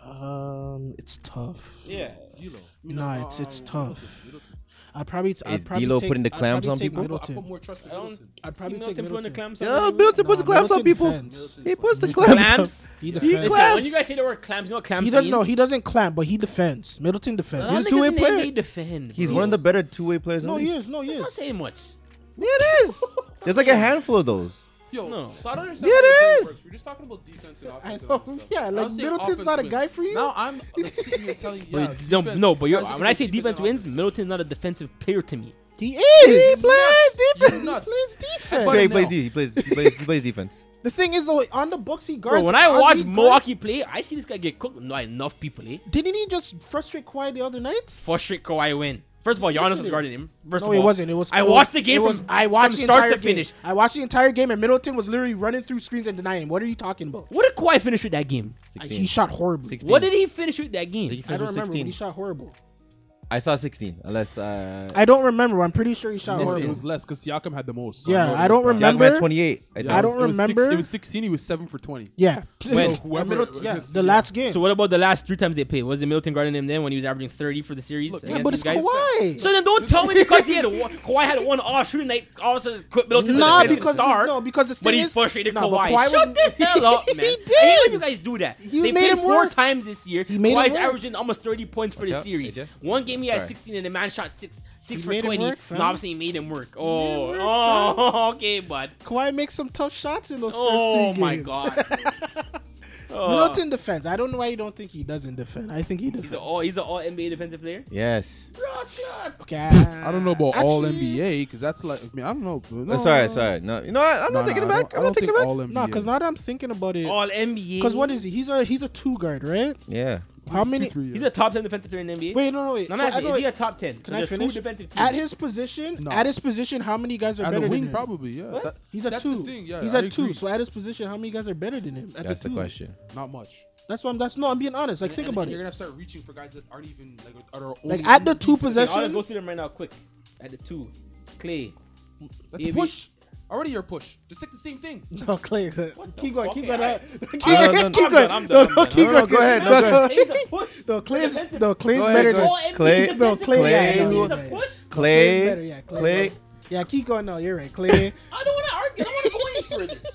Speaker 4: Um, it's tough.
Speaker 2: Yeah.
Speaker 5: D'Lo. I mean,
Speaker 4: Nah,
Speaker 5: uh,
Speaker 4: it's it's
Speaker 5: uh,
Speaker 4: tough.
Speaker 5: Middleton.
Speaker 4: I'd probably. I'd
Speaker 3: Is
Speaker 4: probably
Speaker 3: D'Lo
Speaker 4: take-
Speaker 3: putting the
Speaker 4: I'd
Speaker 3: clams
Speaker 4: probably
Speaker 3: on
Speaker 4: take
Speaker 3: people?
Speaker 5: I put
Speaker 4: Middleton.
Speaker 5: more trust in
Speaker 2: I don't.
Speaker 5: Middleton.
Speaker 4: I'd
Speaker 2: See
Speaker 4: probably take
Speaker 2: Milton putting the
Speaker 4: Middleton.
Speaker 2: clamps on.
Speaker 3: Yo,
Speaker 2: everyone?
Speaker 3: Middleton puts
Speaker 4: Nah,
Speaker 3: clams on
Speaker 4: Middleton
Speaker 3: people.
Speaker 4: defends.
Speaker 3: He puts the
Speaker 4: Middleton
Speaker 3: clams.
Speaker 2: Clams?
Speaker 4: He
Speaker 5: Yeah.
Speaker 4: defends.
Speaker 2: Listen,
Speaker 3: Clams.
Speaker 2: when you guys say the word clams, you know what clams
Speaker 4: He doesn't.
Speaker 2: means?
Speaker 4: No, he doesn't clamp, but he defends. Middleton
Speaker 2: I
Speaker 4: defends.
Speaker 2: don't
Speaker 3: He's a
Speaker 2: think
Speaker 3: two-way
Speaker 2: it's an
Speaker 3: player.
Speaker 2: NBA defend.
Speaker 3: He's
Speaker 2: bro.
Speaker 3: one of the better two-way players. in
Speaker 4: No,
Speaker 3: the
Speaker 4: he
Speaker 3: league.
Speaker 4: is. No, he
Speaker 2: That's not
Speaker 4: is.
Speaker 2: saying much.
Speaker 3: Yeah, it is. There's like a handful of those.
Speaker 5: Yo,
Speaker 2: No.
Speaker 5: so I don't understand.
Speaker 3: Yeah,
Speaker 5: how
Speaker 3: it
Speaker 5: the game
Speaker 3: is.
Speaker 5: works. We're just talking about defense and
Speaker 4: I
Speaker 5: offense. and all
Speaker 4: know.
Speaker 5: this stuff.
Speaker 4: Yeah,
Speaker 5: I
Speaker 4: like
Speaker 5: was saying
Speaker 4: Middleton's
Speaker 5: offense
Speaker 4: not a
Speaker 5: wins.
Speaker 4: guy for you.
Speaker 5: Now I'm like sitting here telling you.
Speaker 2: But
Speaker 5: yeah,
Speaker 2: you don't-
Speaker 5: defense-
Speaker 2: no, but you're,
Speaker 5: was thinking
Speaker 2: when I say
Speaker 5: defense
Speaker 2: defense
Speaker 5: and
Speaker 2: wins,
Speaker 5: offense.
Speaker 2: Middleton's not a defensive player to me.
Speaker 4: He is.
Speaker 3: He plays
Speaker 5: You're
Speaker 3: defense.
Speaker 5: nuts.
Speaker 4: He plays defense.
Speaker 3: Trey
Speaker 5: But
Speaker 3: plays.
Speaker 5: no.
Speaker 3: He plays. He plays. He plays defense.
Speaker 4: The thing is, though, on the books he guards.
Speaker 2: Bro, when I
Speaker 4: Ozzy
Speaker 2: watch
Speaker 4: guards-
Speaker 2: Milwaukee play, I see this guy get cooked by enough people, eh?
Speaker 4: didn't he just frustrate Kawhi the other night?
Speaker 2: Frustrate Kawhi win. First of all, Giannis was guarding him. First
Speaker 4: No,
Speaker 2: of all,
Speaker 4: it wasn't. It was.
Speaker 2: I
Speaker 4: it was-
Speaker 2: watched the game
Speaker 4: it was-
Speaker 2: from,
Speaker 4: I watched
Speaker 2: from
Speaker 4: the
Speaker 2: start
Speaker 4: entire
Speaker 2: to finish.
Speaker 4: Game. I watched the entire game, and Middleton was literally running through screens and denying. What are you talking about?
Speaker 2: What did Kawhi finish with that game?
Speaker 4: I-
Speaker 3: 16.
Speaker 4: he shot horribly.
Speaker 3: 16.
Speaker 2: What did he finish with that
Speaker 3: I think
Speaker 2: game?
Speaker 3: he
Speaker 4: I don't
Speaker 3: finished with
Speaker 4: remember. When he
Speaker 3: 16.
Speaker 4: shot horrible.
Speaker 3: I saw 16. Unless uh,
Speaker 4: I don't remember. I'm pretty sure he shot
Speaker 5: No,
Speaker 2: Listen.
Speaker 5: it
Speaker 4: horrible.
Speaker 5: was less because Siakam had the most.
Speaker 4: Yeah, I don't
Speaker 5: remember.
Speaker 3: Siakam had
Speaker 4: remember-
Speaker 3: 28. I, think.
Speaker 4: I don't
Speaker 5: it was six-
Speaker 4: remember.
Speaker 5: it was 16. He was seven for 20.
Speaker 4: Yeah.
Speaker 2: When?
Speaker 4: So,
Speaker 5: Whoever-
Speaker 4: Middleton- yeah,
Speaker 5: because-
Speaker 4: the last game.
Speaker 2: So what about the last three times they played? Was it Milton guarding him then when he was averaging 30 for the series?
Speaker 4: yeah,
Speaker 2: against
Speaker 4: but
Speaker 2: these
Speaker 4: it's
Speaker 2: guys?
Speaker 4: Kawhi.
Speaker 2: So then don't tell me because he had one, Kawhi had one off shooting night, all of a sudden quit Middleton's
Speaker 4: Nah,
Speaker 2: a defensive
Speaker 4: because-
Speaker 2: star.
Speaker 4: no, because the
Speaker 2: but
Speaker 4: thing
Speaker 2: he
Speaker 4: is-
Speaker 2: frustrated
Speaker 4: nah, but
Speaker 2: Kawhi.
Speaker 4: Kawhi
Speaker 2: Shut
Speaker 4: was-
Speaker 2: the hell up,
Speaker 4: He
Speaker 2: man. I hate
Speaker 4: did.
Speaker 2: when you guys do that.
Speaker 4: He
Speaker 2: they
Speaker 4: made
Speaker 2: played
Speaker 4: him
Speaker 2: four
Speaker 4: work.
Speaker 2: times this year.
Speaker 4: He made him
Speaker 2: Kawhi's
Speaker 4: work.
Speaker 2: averaging almost 30 points for the
Speaker 3: out,
Speaker 2: series.
Speaker 3: AJ.
Speaker 2: One game he had
Speaker 3: Sorry.
Speaker 2: 16 and the man shot six six
Speaker 4: He
Speaker 2: for
Speaker 4: made him
Speaker 2: 20.
Speaker 4: work, fam.
Speaker 2: no, obviously he made him work. Oh,
Speaker 4: work,
Speaker 2: oh, okay, bud.
Speaker 4: Kawhi makes some tough shots in those
Speaker 2: Oh
Speaker 4: first three
Speaker 2: my
Speaker 4: games.
Speaker 2: god. Oh.
Speaker 4: Middleton defends. I don't know why you don't think he doesn't defend. I think he
Speaker 2: He's
Speaker 4: defends.
Speaker 2: an all he's an all NBA defensive player.
Speaker 3: Yes.
Speaker 2: Ross Clark.
Speaker 4: okay.
Speaker 5: I don't know about all
Speaker 4: actually-
Speaker 5: NBA because that's like, I mean, I don't know. Bro. No,
Speaker 3: That's all
Speaker 5: no,
Speaker 3: right.
Speaker 5: no.
Speaker 3: Sorry. No. You know what? I'm
Speaker 5: Nah,
Speaker 3: not taking it
Speaker 5: nah, I
Speaker 3: back.
Speaker 5: don't-
Speaker 3: I'm
Speaker 5: I
Speaker 3: not
Speaker 5: don't
Speaker 3: taking it
Speaker 5: think
Speaker 3: back.
Speaker 5: all NBA.
Speaker 4: No, because now that I'm thinking about it,
Speaker 2: All NBA.
Speaker 4: because what is he? He's a he's a two guard, right?
Speaker 3: Yeah.
Speaker 4: How many?
Speaker 5: Three
Speaker 2: He's
Speaker 5: years.
Speaker 2: a top ten defensive player in the NBA.
Speaker 4: Wait, no, no, wait.
Speaker 2: No, I'm
Speaker 4: So,
Speaker 2: asking,
Speaker 4: I
Speaker 2: is he a
Speaker 4: don't-
Speaker 2: top ten?
Speaker 4: can I finish?
Speaker 2: defensive teams.
Speaker 4: At his position,
Speaker 5: No.
Speaker 4: at his position, how many guys are
Speaker 5: At
Speaker 4: better
Speaker 5: the
Speaker 4: than
Speaker 5: wing,
Speaker 4: him?
Speaker 5: probably, yeah.
Speaker 2: What?
Speaker 5: That-
Speaker 4: He's at
Speaker 5: that's
Speaker 4: two.
Speaker 5: the thing, yeah.
Speaker 4: He's
Speaker 5: I
Speaker 4: at two.
Speaker 5: agree.
Speaker 4: So at his position, how many guys are better than him? At
Speaker 3: That's
Speaker 4: the
Speaker 3: the
Speaker 4: two.
Speaker 3: question.
Speaker 5: Not much.
Speaker 4: That's what I'm. That's no. I'm being honest. Like think
Speaker 5: And
Speaker 4: about
Speaker 5: You're
Speaker 4: it.
Speaker 5: gonna have to start reaching for guys that aren't even like are our
Speaker 4: Like
Speaker 5: only-
Speaker 4: at the two possession.
Speaker 2: I'll just go through them right now, quick. At the two, Clay.
Speaker 5: That's
Speaker 2: Maybe.
Speaker 5: push. Already your push. Just take the same thing.
Speaker 4: No, Clay. Keep going.
Speaker 2: fuck?
Speaker 4: Keep
Speaker 2: Okay,
Speaker 4: going. uh,
Speaker 2: alright.
Speaker 4: Keep
Speaker 3: I'm
Speaker 4: going.
Speaker 3: done,
Speaker 4: Keep
Speaker 2: I'm
Speaker 4: going.
Speaker 2: done, I'm
Speaker 4: No,
Speaker 2: done, I'm
Speaker 4: no,
Speaker 2: done.
Speaker 4: keep
Speaker 3: No, no,
Speaker 4: going.
Speaker 3: go ahead, no, go ahead.
Speaker 2: He's a push.
Speaker 4: No, Clay's.
Speaker 2: Defensive-
Speaker 4: No, Clay's
Speaker 3: Go ahead,
Speaker 4: better
Speaker 3: go
Speaker 4: than.
Speaker 2: All
Speaker 3: ahead.
Speaker 2: NBA
Speaker 3: Clay-
Speaker 2: defensive
Speaker 4: No, Clay,
Speaker 2: player.
Speaker 4: yeah,
Speaker 2: He's
Speaker 4: no,
Speaker 2: a
Speaker 4: yeah.
Speaker 2: push.
Speaker 4: Clay's better,
Speaker 3: Clay.
Speaker 4: yeah, Clay.
Speaker 3: Clay.
Speaker 4: Yeah, keep going. No, you're right, Clay.
Speaker 2: I don't want to argue. I don't want to go any further.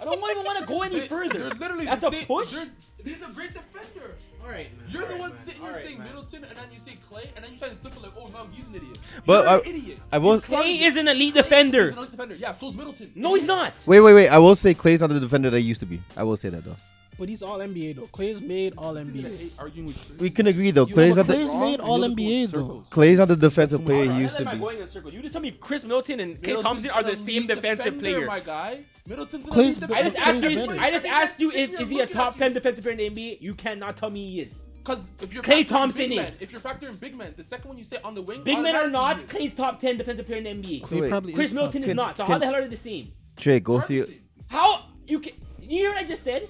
Speaker 2: I don't even want to go any further.
Speaker 5: They're literally
Speaker 2: That's
Speaker 5: the
Speaker 2: a
Speaker 5: same.
Speaker 2: push.
Speaker 5: they're- He's a great defender.
Speaker 2: All right, man.
Speaker 5: You're
Speaker 2: All
Speaker 5: the
Speaker 2: right,
Speaker 5: one
Speaker 2: man.
Speaker 5: sitting
Speaker 2: All
Speaker 5: here
Speaker 2: right,
Speaker 5: saying
Speaker 2: man.
Speaker 5: Middleton, and then you say Clay, and then you try to flip it like, oh no, he's an idiot.
Speaker 3: But
Speaker 5: You're
Speaker 3: I-
Speaker 5: an idiot.
Speaker 3: I will.
Speaker 2: Clay is an elite defender.
Speaker 5: He's an elite defender. Yeah, so's Middleton.
Speaker 2: No, he's not.
Speaker 3: Wait, wait, wait. I will say Clay's not the defender that he used to be. I will say that though.
Speaker 4: But he's all NBA though. Clay's made all NBA.
Speaker 5: Hey, arguing with Trey.
Speaker 3: We can agree though.
Speaker 5: You
Speaker 3: Clay's
Speaker 5: know what
Speaker 3: not
Speaker 4: Clay's
Speaker 3: the
Speaker 5: wrong?
Speaker 4: made
Speaker 5: You
Speaker 4: all
Speaker 5: know that's
Speaker 4: NBA
Speaker 5: going
Speaker 4: though.
Speaker 5: circles.
Speaker 3: Clay's not the defensive player
Speaker 5: Why
Speaker 3: he used
Speaker 2: Why
Speaker 3: to
Speaker 2: am I
Speaker 3: be.
Speaker 2: going in a circle? You just tell me Chris Middleton and Clay
Speaker 5: Middleton's
Speaker 2: Thompson are the same
Speaker 5: elite
Speaker 2: defensive
Speaker 5: defender,
Speaker 2: player.
Speaker 5: My guy. Middleton's an
Speaker 4: Clay's-
Speaker 5: elite
Speaker 2: I
Speaker 5: defender.
Speaker 2: just
Speaker 4: Clay's
Speaker 2: asked you.
Speaker 4: better.
Speaker 2: I just asked you if is he a top ten defensive player in the NBA? You cannot tell me he is.
Speaker 5: Because if you're
Speaker 2: Klay
Speaker 5: factoring
Speaker 2: Thompson
Speaker 5: big men,
Speaker 2: is.
Speaker 5: if you're factoring big men, the second one you say on the wing.
Speaker 2: Big men are
Speaker 5: automatically
Speaker 2: not
Speaker 5: he is.
Speaker 2: Clay's top ten defensive player in the NBA.
Speaker 3: Wait,
Speaker 4: Clay probably
Speaker 2: Chris
Speaker 4: is
Speaker 2: Middleton is
Speaker 3: Can-
Speaker 2: not. So how
Speaker 3: can-
Speaker 2: the hell are they the same?
Speaker 3: Trey, go through.
Speaker 5: Ferguson.
Speaker 2: How you can? You hear what I just said?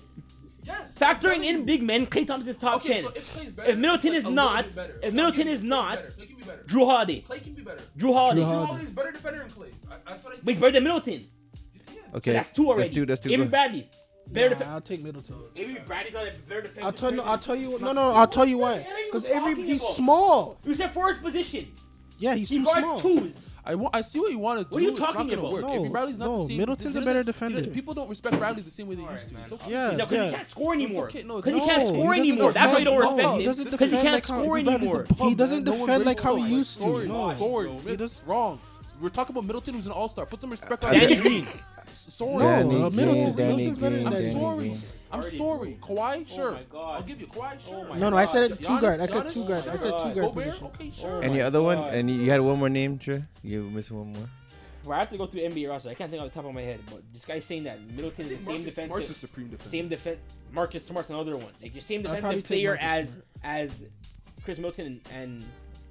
Speaker 5: Yes.
Speaker 2: Factoring in big men, Clay Thompson is top
Speaker 5: Okay,
Speaker 2: ten.
Speaker 5: so if Clay's better,
Speaker 2: If Middleton
Speaker 5: Clay's
Speaker 2: is
Speaker 5: a little
Speaker 2: not-
Speaker 5: bit better.
Speaker 2: if
Speaker 5: I'll
Speaker 2: Middleton
Speaker 5: give you
Speaker 2: is
Speaker 5: Clay's
Speaker 2: not-
Speaker 5: better. Clay can be better.
Speaker 2: Drew Holiday.
Speaker 5: Clay can be better.
Speaker 2: Drew Holiday.
Speaker 4: Drew
Speaker 5: Drew
Speaker 4: Holiday.
Speaker 5: Holiday's better defender than Clay. I, I, that's what I
Speaker 2: But he's
Speaker 5: think.
Speaker 2: better than Middleton.
Speaker 5: You see it?
Speaker 3: Okay,
Speaker 2: That's two already.
Speaker 3: That's two. That's two.
Speaker 2: Avery
Speaker 3: Go.
Speaker 2: Bradley. Better
Speaker 4: Nah,
Speaker 2: defense.
Speaker 4: I'll take Middleton.
Speaker 2: Avery Bradley's not a better defensive
Speaker 4: I'll tell you.
Speaker 2: player
Speaker 4: I'll
Speaker 2: than-
Speaker 4: tell you. No, no. I'll tell you why. Because every he's small.
Speaker 2: You said fourth position.
Speaker 4: Yeah, he's
Speaker 2: He
Speaker 4: too
Speaker 2: guards
Speaker 4: small.
Speaker 2: twos.
Speaker 5: I, want, I see what you want to do.
Speaker 2: What are you
Speaker 5: It's not
Speaker 2: talking
Speaker 5: gonna
Speaker 2: about?
Speaker 5: Work.
Speaker 4: No,
Speaker 5: Avery Bradley's not
Speaker 4: no,
Speaker 5: the same.
Speaker 4: Middleton's
Speaker 5: he
Speaker 4: a better
Speaker 5: doesn't- he doesn't-
Speaker 4: defender.
Speaker 5: People don't respect Bradley the same way they used to. It's okay.
Speaker 4: Yeah,
Speaker 2: No, because he
Speaker 4: Uh, yeah.
Speaker 2: can't score anymore.
Speaker 5: okay,
Speaker 2: Because
Speaker 5: no,
Speaker 2: he
Speaker 5: no,
Speaker 2: can't
Speaker 5: he
Speaker 2: score
Speaker 4: doesn't
Speaker 2: anymore. That's why you
Speaker 4: defend-
Speaker 2: don't
Speaker 4: no,
Speaker 2: respect
Speaker 4: he
Speaker 2: him.
Speaker 4: doesn't
Speaker 2: Because he
Speaker 4: defend
Speaker 2: can't
Speaker 4: like how
Speaker 2: score
Speaker 4: Avery Bradley's
Speaker 2: anymore.
Speaker 4: the He
Speaker 5: Oh, man.
Speaker 4: doesn't
Speaker 5: No one
Speaker 4: defend like
Speaker 5: brings
Speaker 4: how
Speaker 5: it.
Speaker 4: he used to.
Speaker 5: Sorry,
Speaker 4: No.
Speaker 5: sorry,
Speaker 4: He
Speaker 5: miss.
Speaker 4: doesn't-
Speaker 5: wrong. We're talking about Middleton, who's an all-star. Put some respect on
Speaker 2: Danny
Speaker 5: him.
Speaker 2: Green.
Speaker 5: Sorry.
Speaker 3: Danny
Speaker 4: No, uh,
Speaker 3: Green,
Speaker 4: Middleton-
Speaker 3: Danny
Speaker 4: Middleton's better
Speaker 3: Green,
Speaker 4: than
Speaker 5: I'm
Speaker 3: Danny
Speaker 4: Danny
Speaker 5: sorry.
Speaker 3: Green.
Speaker 5: I'm
Speaker 2: Already.
Speaker 5: sorry. Kawhi,
Speaker 2: Oh
Speaker 5: sure.
Speaker 2: my God. Oh
Speaker 5: I'll give you Kawhi, sure.
Speaker 2: my
Speaker 4: No, no. I
Speaker 2: God.
Speaker 4: said it two
Speaker 5: Giannis-
Speaker 4: guard. I said two
Speaker 5: Giannis,
Speaker 4: guard. I said two
Speaker 2: God.
Speaker 4: guard
Speaker 5: Gobert,
Speaker 4: position.
Speaker 5: okay, sure.
Speaker 2: Oh
Speaker 3: Any
Speaker 2: my
Speaker 3: other one?
Speaker 2: God.
Speaker 3: And you had one more name, Trey. You missing one more.
Speaker 2: Well, I have to go through NBA roster. I can't think off the top of my head, but this guy's saying that Middleton is the same
Speaker 5: Marcus Smart's a
Speaker 2: defensive,
Speaker 5: supreme defender.
Speaker 2: same defense. Marcus Smart's another one. Like your same
Speaker 4: I'd probably
Speaker 2: defensive
Speaker 4: take
Speaker 2: player
Speaker 4: Marcus
Speaker 2: as
Speaker 4: Smart.
Speaker 2: as Chris Middleton and.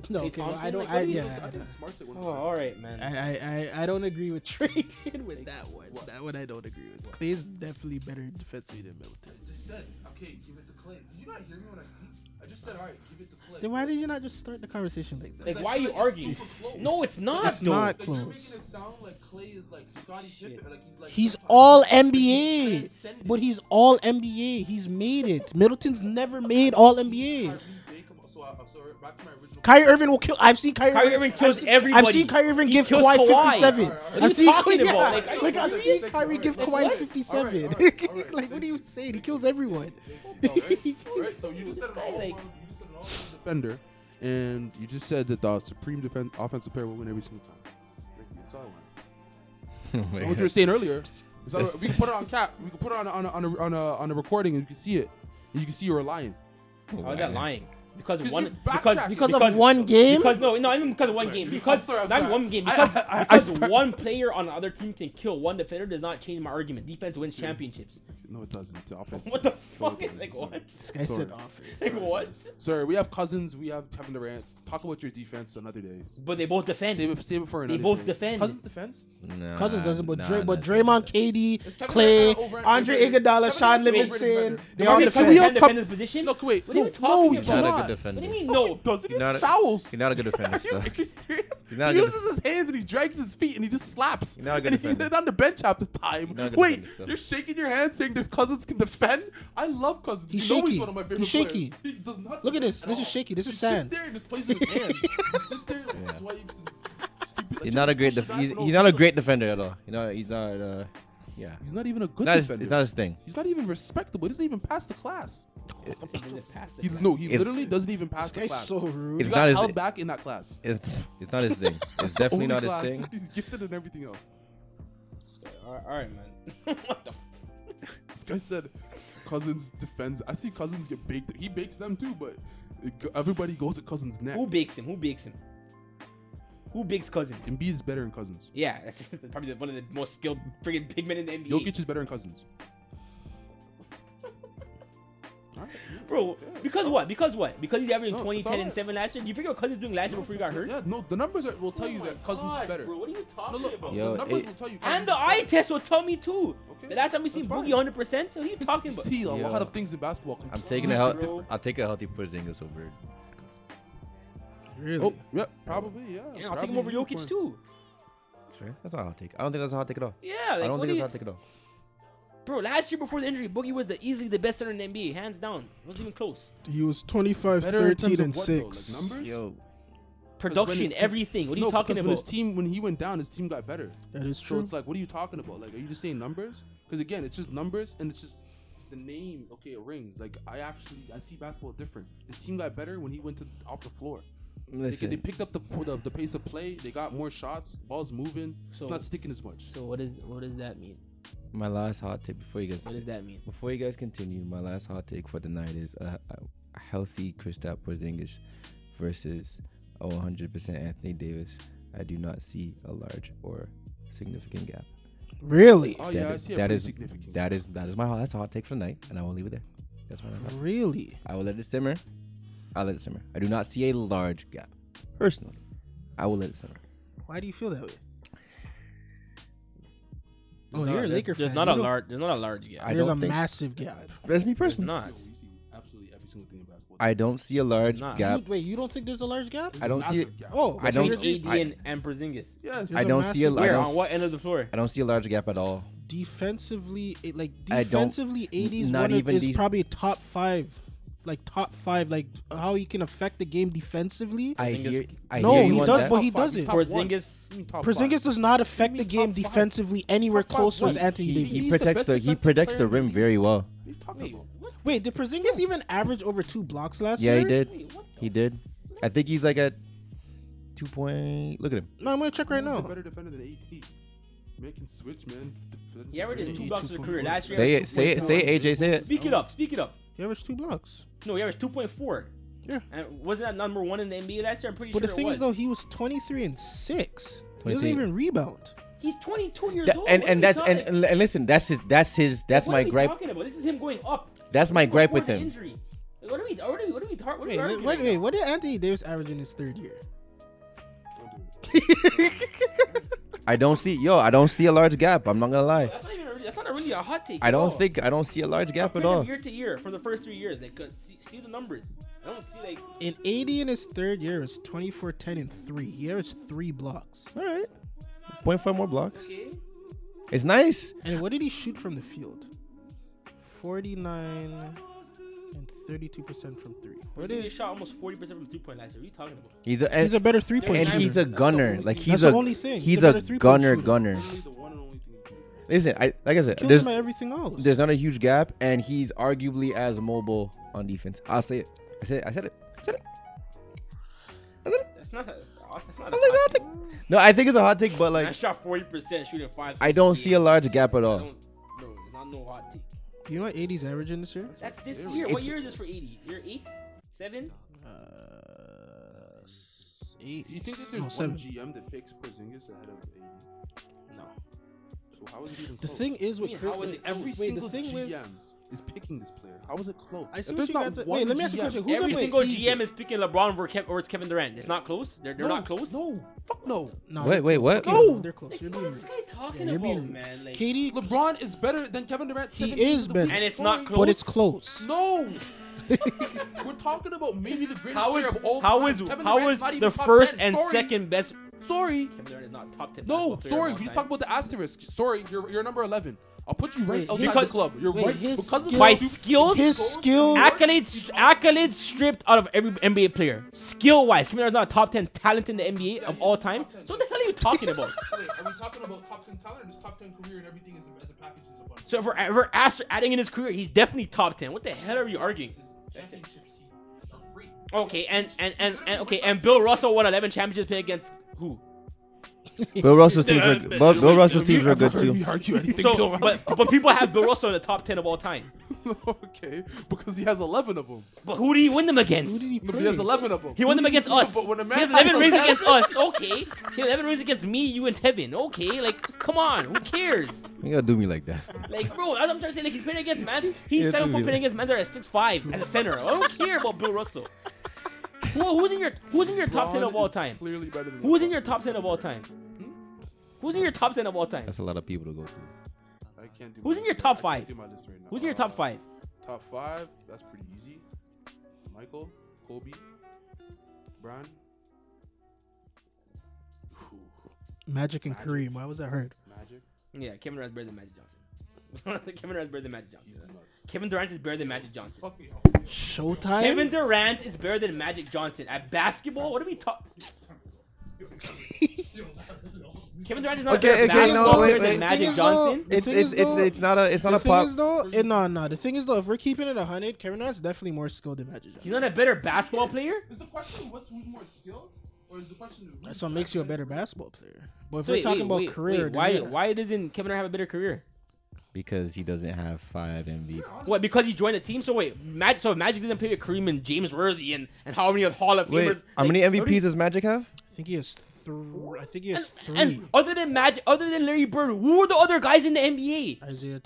Speaker 4: No,
Speaker 2: Klay
Speaker 4: okay, well, I
Speaker 2: Thompson,
Speaker 4: don't.
Speaker 2: like,
Speaker 4: I,
Speaker 2: what do you
Speaker 5: I
Speaker 4: yeah,
Speaker 5: think Smart's at one
Speaker 2: Oh,
Speaker 5: point.
Speaker 2: all right, man.
Speaker 4: I, I, I, I don't agree with Trey dude, with that one. That one I don't agree with. Clay's definitely better defensively than Middleton.
Speaker 5: just said, okay, give it to Clay. Did you not hear me when I speak? I just said, all right, give it to Clay.
Speaker 4: Then why did you not just start the conversation like that?
Speaker 2: Like,
Speaker 5: I
Speaker 2: why are
Speaker 5: feel
Speaker 2: you
Speaker 5: like it's
Speaker 2: arguing?
Speaker 5: super close.
Speaker 2: No, it's not.
Speaker 4: It's
Speaker 2: though.
Speaker 4: not
Speaker 5: Like, you're making
Speaker 4: close.
Speaker 5: it sound like Clay is like Scottie Pippen. or Like he's like
Speaker 4: He's
Speaker 5: some type of-
Speaker 4: all
Speaker 5: like, he's
Speaker 4: NBA,
Speaker 5: transcendent.
Speaker 4: but he's all NBA. He's made it. Middleton's never made all
Speaker 5: Kyrie
Speaker 4: NBA.
Speaker 5: Bacon, so I- I'm sorry, back to my original.
Speaker 4: Kyrie Irving will kill. I've seen Kyrie.
Speaker 2: Kyrie Irving kills
Speaker 4: I've seen,
Speaker 2: everybody.
Speaker 4: I've seen Kyrie Irving
Speaker 2: He
Speaker 4: give
Speaker 2: kills
Speaker 4: Kawhi,
Speaker 2: Kawhi.
Speaker 4: 57.
Speaker 5: All right, all right.
Speaker 2: What are
Speaker 4: I've
Speaker 2: you
Speaker 4: seen
Speaker 2: talking
Speaker 4: yeah.
Speaker 2: about? Like, are you
Speaker 4: Like, I've
Speaker 5: serious?
Speaker 4: seen Kyrie give
Speaker 5: Like,
Speaker 4: Kawhi
Speaker 5: what? All
Speaker 4: 57.
Speaker 5: right, all right,
Speaker 4: like, what are you saying? He kills everyone.
Speaker 5: All right, so you just said an
Speaker 2: This guy,
Speaker 5: all-around-
Speaker 2: like-
Speaker 5: you just said an all-around defender, and you just said that the supreme defense offensive player will win every single time. Like, That's all I want.
Speaker 4: Oh
Speaker 5: what you were saying earlier. It's not-
Speaker 3: It's-
Speaker 5: we can put it on cap. We can put it on a, on a, on a, on a, on a recording, and you can see it. And you can see you're lying.
Speaker 4: Oh,
Speaker 2: How is that lying? Because
Speaker 5: Because you
Speaker 2: one,
Speaker 5: backtrack.
Speaker 2: because
Speaker 4: Because, of one game?
Speaker 2: Because no, no, even because of one game. Because
Speaker 5: I'm sorry, I'm
Speaker 2: not
Speaker 5: sorry.
Speaker 2: one game.
Speaker 5: I-
Speaker 2: Because,
Speaker 5: I- I- I
Speaker 2: because
Speaker 5: start-
Speaker 2: one player on the other team can kill one defender does not change my argument. Defense wins
Speaker 5: Hmm.
Speaker 2: championships.
Speaker 5: No, it doesn't. The offense.
Speaker 2: What the
Speaker 5: does. So
Speaker 2: fuck?
Speaker 5: it does.
Speaker 2: Like
Speaker 5: Sorry.
Speaker 2: what?
Speaker 4: this guy
Speaker 5: Sorry.
Speaker 4: said offense.
Speaker 2: Like what?
Speaker 5: Sorry, we have cousins. We have Kevin Durant. Talk about your defense another day.
Speaker 2: But they both defend.
Speaker 5: Save it, save it for another.
Speaker 2: both
Speaker 5: day.
Speaker 2: defend.
Speaker 5: Cousins defense.
Speaker 4: Cousins doesn't, but,
Speaker 3: nah,
Speaker 4: Dray, but
Speaker 3: nah.
Speaker 4: Draymond, KD,
Speaker 5: It's Kevin
Speaker 4: Clay,
Speaker 5: Durant over and
Speaker 4: Andre
Speaker 5: over.
Speaker 4: Iguodala,
Speaker 5: Kevin
Speaker 4: Sean
Speaker 5: Durant's way better
Speaker 4: Livingston.
Speaker 5: than Durant.
Speaker 4: They all
Speaker 5: Can
Speaker 2: Because
Speaker 4: defend.
Speaker 5: we
Speaker 2: they
Speaker 5: all
Speaker 2: can defend
Speaker 5: come-
Speaker 2: his position.
Speaker 5: Look, wait.
Speaker 2: What are you
Speaker 5: no,
Speaker 2: talking
Speaker 5: no,
Speaker 2: about?
Speaker 5: he's
Speaker 3: He's not a
Speaker 5: not.
Speaker 3: good defender.
Speaker 2: What do you mean
Speaker 5: No, he
Speaker 2: no?
Speaker 5: doesn't. He
Speaker 3: He's not a-
Speaker 5: has fouls.
Speaker 3: He's not a good defender.
Speaker 5: Are you,
Speaker 3: though.
Speaker 5: are you serious?
Speaker 3: He's not
Speaker 5: he
Speaker 3: a good
Speaker 5: uses his hands and he drags his feet and he just slaps.
Speaker 3: He's not a good
Speaker 5: and he's
Speaker 3: defender.
Speaker 5: on the bench half the time.
Speaker 3: not a good
Speaker 5: Wait,
Speaker 3: defender, so.
Speaker 5: you're shaking your hand saying their cousins can defend? I love cousins.
Speaker 4: He's
Speaker 5: you know he's
Speaker 4: shaky.
Speaker 5: one of my favorite
Speaker 4: He's shaky.
Speaker 5: players. He does not
Speaker 4: Look at
Speaker 5: defend
Speaker 4: this. This is
Speaker 5: all.
Speaker 4: shaky. This
Speaker 5: he
Speaker 4: is sand.
Speaker 5: Sits there and just plays with his hands. he sits there and swipes and stupid. like,
Speaker 3: He's not a great.
Speaker 5: push
Speaker 3: Def-
Speaker 5: back
Speaker 3: he's,
Speaker 5: with all
Speaker 3: he's not a
Speaker 5: those
Speaker 3: great
Speaker 5: cousins.
Speaker 3: defender at all. You know, he's not. Uh, yeah,
Speaker 5: He's not even a good
Speaker 3: not his,
Speaker 5: defender.
Speaker 3: it's not his thing.
Speaker 5: he's not even respectable. He doesn't even pass the class.
Speaker 2: Doesn't pass the
Speaker 5: He,
Speaker 2: class.
Speaker 5: no, he
Speaker 3: It's-
Speaker 5: literally doesn't even pass the
Speaker 4: This guy's
Speaker 5: class.
Speaker 4: so rude.
Speaker 5: he
Speaker 3: It's
Speaker 5: got
Speaker 3: not his-
Speaker 5: held back in that class.
Speaker 3: It's it's not his thing. It's definitely
Speaker 5: Only
Speaker 3: not his
Speaker 5: class.
Speaker 3: thing.
Speaker 5: He's gifted in everything else.
Speaker 2: All right, all right, man. what the? F-
Speaker 5: This guy said, "Cousins defends." I see cousins get baked. He bakes them too, but it go- everybody goes to cousins neck.
Speaker 4: Oh
Speaker 2: Who bakes him? Who bakes him? Who bakes cousins?
Speaker 5: Embiid is better than cousins.
Speaker 2: Yeah, that's probably one of the most skilled freaking big men in the NBA.
Speaker 5: Jokic is better than cousins. Alright,
Speaker 2: Bro, because what? Because what? Because he's averaging
Speaker 5: No,
Speaker 2: twenty,
Speaker 5: it's
Speaker 2: ten, 20, 10, and
Speaker 5: alright.
Speaker 2: 7 last year? Do you figure what Cousins doing last year before he got hurt? Oh
Speaker 5: Yeah, no, the numbers are, will tell you that cousins
Speaker 2: Gosh,
Speaker 5: is better.
Speaker 2: Bro, what are you
Speaker 5: No,
Speaker 2: talking
Speaker 5: look,
Speaker 2: about?
Speaker 3: Yo,
Speaker 5: the numbers
Speaker 3: it-
Speaker 5: will tell you.
Speaker 2: and
Speaker 5: Cousins
Speaker 2: the
Speaker 5: is better.
Speaker 2: eye test will tell me too.
Speaker 5: Okay,
Speaker 2: The last time we seen
Speaker 5: that's
Speaker 2: Boogie
Speaker 5: fine.
Speaker 2: 100%, what are you
Speaker 5: We
Speaker 2: talking about?
Speaker 5: See a
Speaker 3: Yeah.
Speaker 5: lot of things in basketball.
Speaker 3: I'm taking a
Speaker 5: completely
Speaker 3: healthy. I'll take a healthy Porzingis over.
Speaker 4: Really?
Speaker 5: different. Oh, yeah, probably, yeah.
Speaker 2: Yeah, I'll take him over
Speaker 5: probably
Speaker 2: Jokic
Speaker 5: unicorn.
Speaker 2: too.
Speaker 3: That's fair. That's not a hot take. I don't think that's a hot take at all.
Speaker 2: Yeah,
Speaker 3: I
Speaker 2: like,
Speaker 3: don't
Speaker 2: what
Speaker 3: think
Speaker 2: do
Speaker 3: that's a
Speaker 2: you,
Speaker 3: hot take at all.
Speaker 2: bro, last year before the injury, Boogie was the easily the best center in the NBA, hands down. It wasn't even close.
Speaker 4: He was 25,
Speaker 5: Better in terms
Speaker 4: 13,
Speaker 5: of
Speaker 4: and
Speaker 5: what, though?
Speaker 4: 6.
Speaker 5: Like numbers?
Speaker 3: Yo,
Speaker 5: Because when
Speaker 2: Production,
Speaker 5: his-
Speaker 2: everything. What are you
Speaker 5: no,
Speaker 2: talking
Speaker 5: because When his
Speaker 2: about?
Speaker 5: team, when he went down, his team got better.
Speaker 4: That is
Speaker 5: So
Speaker 4: true.
Speaker 5: it's like, what are you talking about? Like, are you just saying numbers? Because again, it's just numbers, and it's just the name. Okay, it rings. Like, I actually I see basketball different. His team got better when he went to off the floor. They, could- they
Speaker 3: Listen.
Speaker 5: picked up the, the the pace of play. They got more shots. Balls moving.
Speaker 2: So-
Speaker 5: it's not sticking as much.
Speaker 2: So what is what does that mean?
Speaker 3: My last hot take before you guys
Speaker 2: What does that mean?
Speaker 3: before you guys continue, my last hot take for the night is a, a healthy Kristaps Porzingis versus a 100% Anthony Davis. I do not see a large or significant gap.
Speaker 4: Really?
Speaker 5: Oh
Speaker 3: That
Speaker 5: yeah, I
Speaker 3: is-
Speaker 5: see.
Speaker 3: that
Speaker 5: That
Speaker 3: is-
Speaker 5: is significant.
Speaker 3: That is that is my hot, that's a hot take for the night, and I will leave it there. That's my last hot.
Speaker 4: Really?
Speaker 3: I will let it simmer. I'll let it simmer. I do not see a large gap. Personally, I will let it simmer.
Speaker 4: Why do you feel that way?
Speaker 2: There's
Speaker 4: Oh,
Speaker 2: not-
Speaker 4: you're a
Speaker 2: there-
Speaker 4: Laker
Speaker 2: There's
Speaker 4: fan.
Speaker 2: not
Speaker 4: You
Speaker 2: a
Speaker 4: don't-
Speaker 2: large. There's not a large gap.
Speaker 3: I
Speaker 4: There's
Speaker 3: don't
Speaker 4: a
Speaker 3: think-
Speaker 4: massive gap.
Speaker 3: That's me
Speaker 2: There's
Speaker 3: personally.
Speaker 2: not.
Speaker 5: We see absolutely every single thing in basketball.
Speaker 3: I don't see a large
Speaker 2: Nah.
Speaker 3: gap.
Speaker 4: You- wait, you don't think there's a large gap?
Speaker 3: I don't see.
Speaker 5: Massive gap.
Speaker 4: Oh,
Speaker 3: I
Speaker 4: so
Speaker 3: don't
Speaker 2: You're
Speaker 4: you're-
Speaker 3: see-
Speaker 2: AD
Speaker 3: I-
Speaker 2: and, and Porzingis.
Speaker 5: Yes.
Speaker 3: I don't see a. I
Speaker 2: Where
Speaker 3: don't,
Speaker 2: on what end of the floor?
Speaker 3: I don't see a large gap at all.
Speaker 4: defensively, it, like
Speaker 3: I don't-
Speaker 4: defensively, eighties
Speaker 3: not
Speaker 4: one of-
Speaker 3: even
Speaker 4: is
Speaker 3: these-
Speaker 4: probably top five, like top five, like how he can affect the game defensively.
Speaker 3: I
Speaker 2: Porzingis-
Speaker 3: hear. I
Speaker 4: No,
Speaker 3: hear you
Speaker 4: he
Speaker 3: on
Speaker 4: does,
Speaker 3: that.
Speaker 4: but he
Speaker 5: Top five,
Speaker 4: doesn't.
Speaker 5: he's top one.
Speaker 2: Porzingis-
Speaker 5: You mean top
Speaker 4: Porzingis
Speaker 5: five.
Speaker 4: does not affect the
Speaker 5: mean
Speaker 4: game
Speaker 5: top five?
Speaker 4: defensively anywhere
Speaker 5: Top five,
Speaker 4: close as
Speaker 5: wait,
Speaker 4: Anthony
Speaker 3: He,
Speaker 4: Davis.
Speaker 3: he
Speaker 5: He's the
Speaker 3: protects
Speaker 5: best
Speaker 3: the, he
Speaker 5: defensive
Speaker 3: protects the
Speaker 5: player in the
Speaker 3: rim
Speaker 5: league.
Speaker 3: very well.
Speaker 5: What are you talking about?
Speaker 4: Wait, did Porzingis even average over two blocks last
Speaker 3: Yeah,
Speaker 4: year?
Speaker 3: he did. He did. I think he's like a two point. Look at him.
Speaker 4: No, I'm gonna check right
Speaker 5: He's a
Speaker 4: now.
Speaker 5: better defender than AD. Man can switch, man. Defensive
Speaker 2: He averages
Speaker 5: range.
Speaker 2: two blocks per career. Last year,
Speaker 3: Say
Speaker 2: he
Speaker 3: it.
Speaker 2: averaged
Speaker 3: Say it. Say it. AJ. Say it.
Speaker 2: 2.4. Speak it up. Speak it up.
Speaker 4: He averaged two blocks.
Speaker 2: No, he averaged 2.4.
Speaker 4: Yeah.
Speaker 2: And wasn't that number one in the NBA last year? I'm pretty
Speaker 4: But
Speaker 2: sure
Speaker 4: the
Speaker 2: it
Speaker 4: thing
Speaker 2: was.
Speaker 4: is, though, he was 23 and six. He doesn't
Speaker 3: 23.
Speaker 4: even rebound.
Speaker 2: he's 22 years
Speaker 3: That-
Speaker 2: old.
Speaker 3: and
Speaker 2: What are we
Speaker 3: and that's
Speaker 2: talking-
Speaker 3: and, and listen. That's his. That's his. That's
Speaker 2: what
Speaker 3: my
Speaker 2: are we
Speaker 3: gripe.
Speaker 2: Talking about? This is him going up.
Speaker 3: That's my
Speaker 2: He's
Speaker 3: gripe
Speaker 2: before
Speaker 3: with
Speaker 2: the
Speaker 3: him.
Speaker 2: Injury. Like, What are we? What are we? What are we? Tar- what are we
Speaker 4: Wait, wait,
Speaker 2: arguing
Speaker 4: wait,
Speaker 2: about?
Speaker 4: What did Anthony Davis average in his third year?
Speaker 3: I don't see. Yo, I don't see a large gap. I'm not gonna lie.
Speaker 2: That's not even. Really, that's not really a hot take.
Speaker 3: I
Speaker 2: at
Speaker 4: Oh.
Speaker 3: don't
Speaker 2: all.
Speaker 3: think. I don't see a large gap at
Speaker 2: Compare them
Speaker 3: all.
Speaker 2: Year to year, for the first three years, they could see, see the numbers. I don't see like.
Speaker 4: In 80 in his third year was 24, 10, and three. He averaged three blocks.
Speaker 3: All right. Point five more blocks.
Speaker 2: Okay.
Speaker 3: It's nice.
Speaker 4: And what did he shoot from the field? 49 and 32 percent from three. What
Speaker 2: Porzingis
Speaker 4: did-
Speaker 2: shot almost 40 percent from three point last year. What are you talking about?
Speaker 3: He's a.
Speaker 4: He's a
Speaker 3: And,
Speaker 4: better three
Speaker 3: and
Speaker 4: point shooter.
Speaker 3: he's a gunner. Like
Speaker 4: That's
Speaker 3: he's
Speaker 4: the
Speaker 3: a.
Speaker 4: only thing. He's
Speaker 3: He's
Speaker 4: a
Speaker 3: a
Speaker 4: better three-point
Speaker 3: gunner.
Speaker 4: shooter.
Speaker 3: Gunner.
Speaker 5: Only the one and only thing he can do.
Speaker 3: Listen, I like I said,
Speaker 4: Killed
Speaker 3: there's
Speaker 4: him by everything else.
Speaker 3: there's not a huge gap, and he's arguably as mobile on defense. I'll say it. I said it. I said it. I said it.
Speaker 2: That's not. That's not. That's not
Speaker 3: I think- I
Speaker 2: a
Speaker 3: think- No, I think it's a hot take, but
Speaker 2: I
Speaker 3: like
Speaker 2: shot 40 percent shooting five.
Speaker 3: I don't see a large gap at
Speaker 2: I
Speaker 3: all.
Speaker 2: don't. No, it's not no hot take.
Speaker 4: Do you know what 80's averaging this year?
Speaker 2: That's this year. What
Speaker 3: It's-
Speaker 2: year is this for 80? Year eight, seven.
Speaker 4: Uh, s- eight.
Speaker 5: Do you think that
Speaker 4: no,
Speaker 5: there's
Speaker 4: seven.
Speaker 5: one GM that picks Porzingis ahead of AD?
Speaker 4: No.
Speaker 5: So how is it even
Speaker 4: The
Speaker 5: close?
Speaker 4: thing is
Speaker 2: I
Speaker 4: with
Speaker 2: mean,
Speaker 4: Kurt-
Speaker 2: how is it
Speaker 4: every
Speaker 2: every
Speaker 4: wait,
Speaker 5: single
Speaker 4: the thing
Speaker 5: GM
Speaker 4: with
Speaker 5: is picking this player. How is it close?
Speaker 4: I see
Speaker 5: If
Speaker 4: what
Speaker 5: there's
Speaker 4: you
Speaker 5: not
Speaker 4: guys are-
Speaker 5: one
Speaker 4: wait, let me ask you a
Speaker 5: GM
Speaker 4: question. Who's
Speaker 2: Every
Speaker 4: up with
Speaker 2: single
Speaker 4: Steve?
Speaker 2: GM is picking LeBron for Kev, or it's Kevin Durant. It's not close. They're, they're
Speaker 5: No,
Speaker 2: not close.
Speaker 5: No, fuck no.
Speaker 4: No,
Speaker 3: Wait,
Speaker 4: they're
Speaker 3: wait,
Speaker 4: close.
Speaker 3: what?
Speaker 4: Okay,
Speaker 5: No!
Speaker 4: they're
Speaker 2: Like,
Speaker 4: close. You're
Speaker 2: what
Speaker 4: being
Speaker 2: is this guy talking
Speaker 4: Yeah, you're
Speaker 2: about,
Speaker 4: being-
Speaker 2: man? Like,
Speaker 4: Katie,
Speaker 5: LeBron is better than Kevin Durant.
Speaker 4: He
Speaker 5: seven days
Speaker 4: is
Speaker 5: of the week.
Speaker 4: better.
Speaker 2: And it's not
Speaker 5: Sorry.
Speaker 2: close.
Speaker 4: but it's close.
Speaker 5: No. We're talking about maybe the greatest
Speaker 2: how is
Speaker 5: player of all
Speaker 2: how
Speaker 5: time.
Speaker 2: is
Speaker 5: Kevin
Speaker 2: how
Speaker 5: Durant's
Speaker 2: is
Speaker 5: not even
Speaker 2: the
Speaker 5: top
Speaker 2: first
Speaker 5: 10.
Speaker 2: and
Speaker 5: Sorry.
Speaker 2: second best?
Speaker 5: Sorry.
Speaker 2: Kevin Durant is not top ten.
Speaker 5: No,
Speaker 2: basketball player
Speaker 5: sorry.
Speaker 2: of all
Speaker 5: We just
Speaker 2: time.
Speaker 5: talked about the asterisk. Sorry, you're you're number eleven. I'll put you right
Speaker 4: Wait,
Speaker 5: outside
Speaker 2: because-
Speaker 5: the club. You're
Speaker 4: wait,
Speaker 5: right
Speaker 4: his
Speaker 5: because of
Speaker 4: skill-
Speaker 2: by
Speaker 5: the
Speaker 2: skills,
Speaker 4: His skill.
Speaker 2: accolades, accolades stripped out of every NBA player. Skill wise, Kevin Durant's not a top ten talent in the NBA of
Speaker 5: he's
Speaker 2: all
Speaker 5: not
Speaker 2: time.
Speaker 5: top 10.
Speaker 2: So what the hell are you talking about?
Speaker 5: Wait, are we talking about top ten talent or just top ten career and everything as a, as a package as a bunch?
Speaker 2: So if we're, if we're after adding in his career, he's definitely top ten. What the hell are you arguing?
Speaker 5: Championship seed. for free.
Speaker 2: Okay, and and and, and okay, and Bill Russell won 11 championships playing against who?
Speaker 3: Bill Russell's teams are Bill, Bill Russell's teams are good
Speaker 5: We
Speaker 3: too.
Speaker 5: argue anything
Speaker 2: So,
Speaker 5: Bill
Speaker 2: but
Speaker 5: Russell.
Speaker 2: but people have Bill Russell in the top 10 of all time.
Speaker 5: okay, because he has eleven of them.
Speaker 2: But who did he win them
Speaker 4: Who
Speaker 2: against?
Speaker 4: did he
Speaker 5: But he has
Speaker 4: play?
Speaker 5: eleven of them.
Speaker 2: He won them against us.
Speaker 5: But when a man
Speaker 2: he has 11
Speaker 5: has
Speaker 2: rings
Speaker 5: 11
Speaker 2: against us. Okay, he has 11 rings against me, you, and Tevin. Okay, like come on, who cares?
Speaker 3: You gotta do me like that.
Speaker 2: Like bro, as I'm trying to say, like he's playing against man. He's
Speaker 3: Yeah,
Speaker 2: seven foot
Speaker 3: dude.
Speaker 2: playing against men that are at six five as a center. I don't care about Bill Russell. Who, who's in your Who's in your top 10 of all time?
Speaker 5: Clearly better than
Speaker 2: Who's in your top 10 of all time? Hmm? Who's in your top 10 of all time?
Speaker 3: That's a lot of people to go through.
Speaker 5: I can't do
Speaker 2: Who's
Speaker 5: my
Speaker 2: in your
Speaker 5: list.
Speaker 2: top
Speaker 5: I can't
Speaker 2: five?
Speaker 5: do my list right now.
Speaker 2: Who's in your top
Speaker 5: Uh,
Speaker 2: five?
Speaker 5: Top five. That's pretty easy. Michael, Kobe, Brian.
Speaker 4: Magic and Kareem. Why was that hard?
Speaker 5: Magic.
Speaker 2: Yeah, Kevin Durant's better than Magic Johnson. Kevin Durant's better than Magic Johnson.
Speaker 5: He's nuts.
Speaker 2: Kevin Durant is better than Magic Johnson.
Speaker 5: Fuck me up.
Speaker 4: Showtime.
Speaker 2: Kevin Durant is better than Magic Johnson at basketball. What are we talking? Kevin Durant is not
Speaker 3: Okay,
Speaker 2: a better
Speaker 3: okay, no,
Speaker 2: basketball player
Speaker 3: wait,
Speaker 2: than
Speaker 3: wait.
Speaker 4: thing
Speaker 2: Magic
Speaker 4: is, though,
Speaker 2: Johnson.
Speaker 4: the
Speaker 3: It's
Speaker 4: thing
Speaker 3: it's
Speaker 4: is,
Speaker 3: it's
Speaker 4: though-
Speaker 3: it's not a it's not
Speaker 4: the
Speaker 3: a
Speaker 4: thing
Speaker 3: pop.
Speaker 4: is though, it, no, no. The thing is though, if we're keeping it hundred, Kevin Durant's definitely more skilled than Magic Johnson.
Speaker 2: He's not a better basketball player.
Speaker 5: Is the question what's who's more skilled, or is the question
Speaker 4: That's what makes you a better basketball player. But if
Speaker 2: So
Speaker 4: we're
Speaker 2: wait,
Speaker 4: talking
Speaker 2: wait,
Speaker 4: about
Speaker 2: wait,
Speaker 4: career,
Speaker 2: wait,
Speaker 4: then
Speaker 2: why
Speaker 4: yeah.
Speaker 2: why doesn't Kevin Durant have a better career?
Speaker 3: because he doesn't have five MVP.
Speaker 2: What? Because he joined the team. So wait, Magic. So if Magic didn't play with Kareem and James Worthy and and how many of Hall of Famers?
Speaker 3: Wait, how many
Speaker 2: like,
Speaker 3: MVPs does Magic have?
Speaker 4: I think he has three. I think he has
Speaker 2: And,
Speaker 4: three.
Speaker 2: and other than Magic, other than Larry Bird, who were the other guys in the NBA?
Speaker 4: Isaiah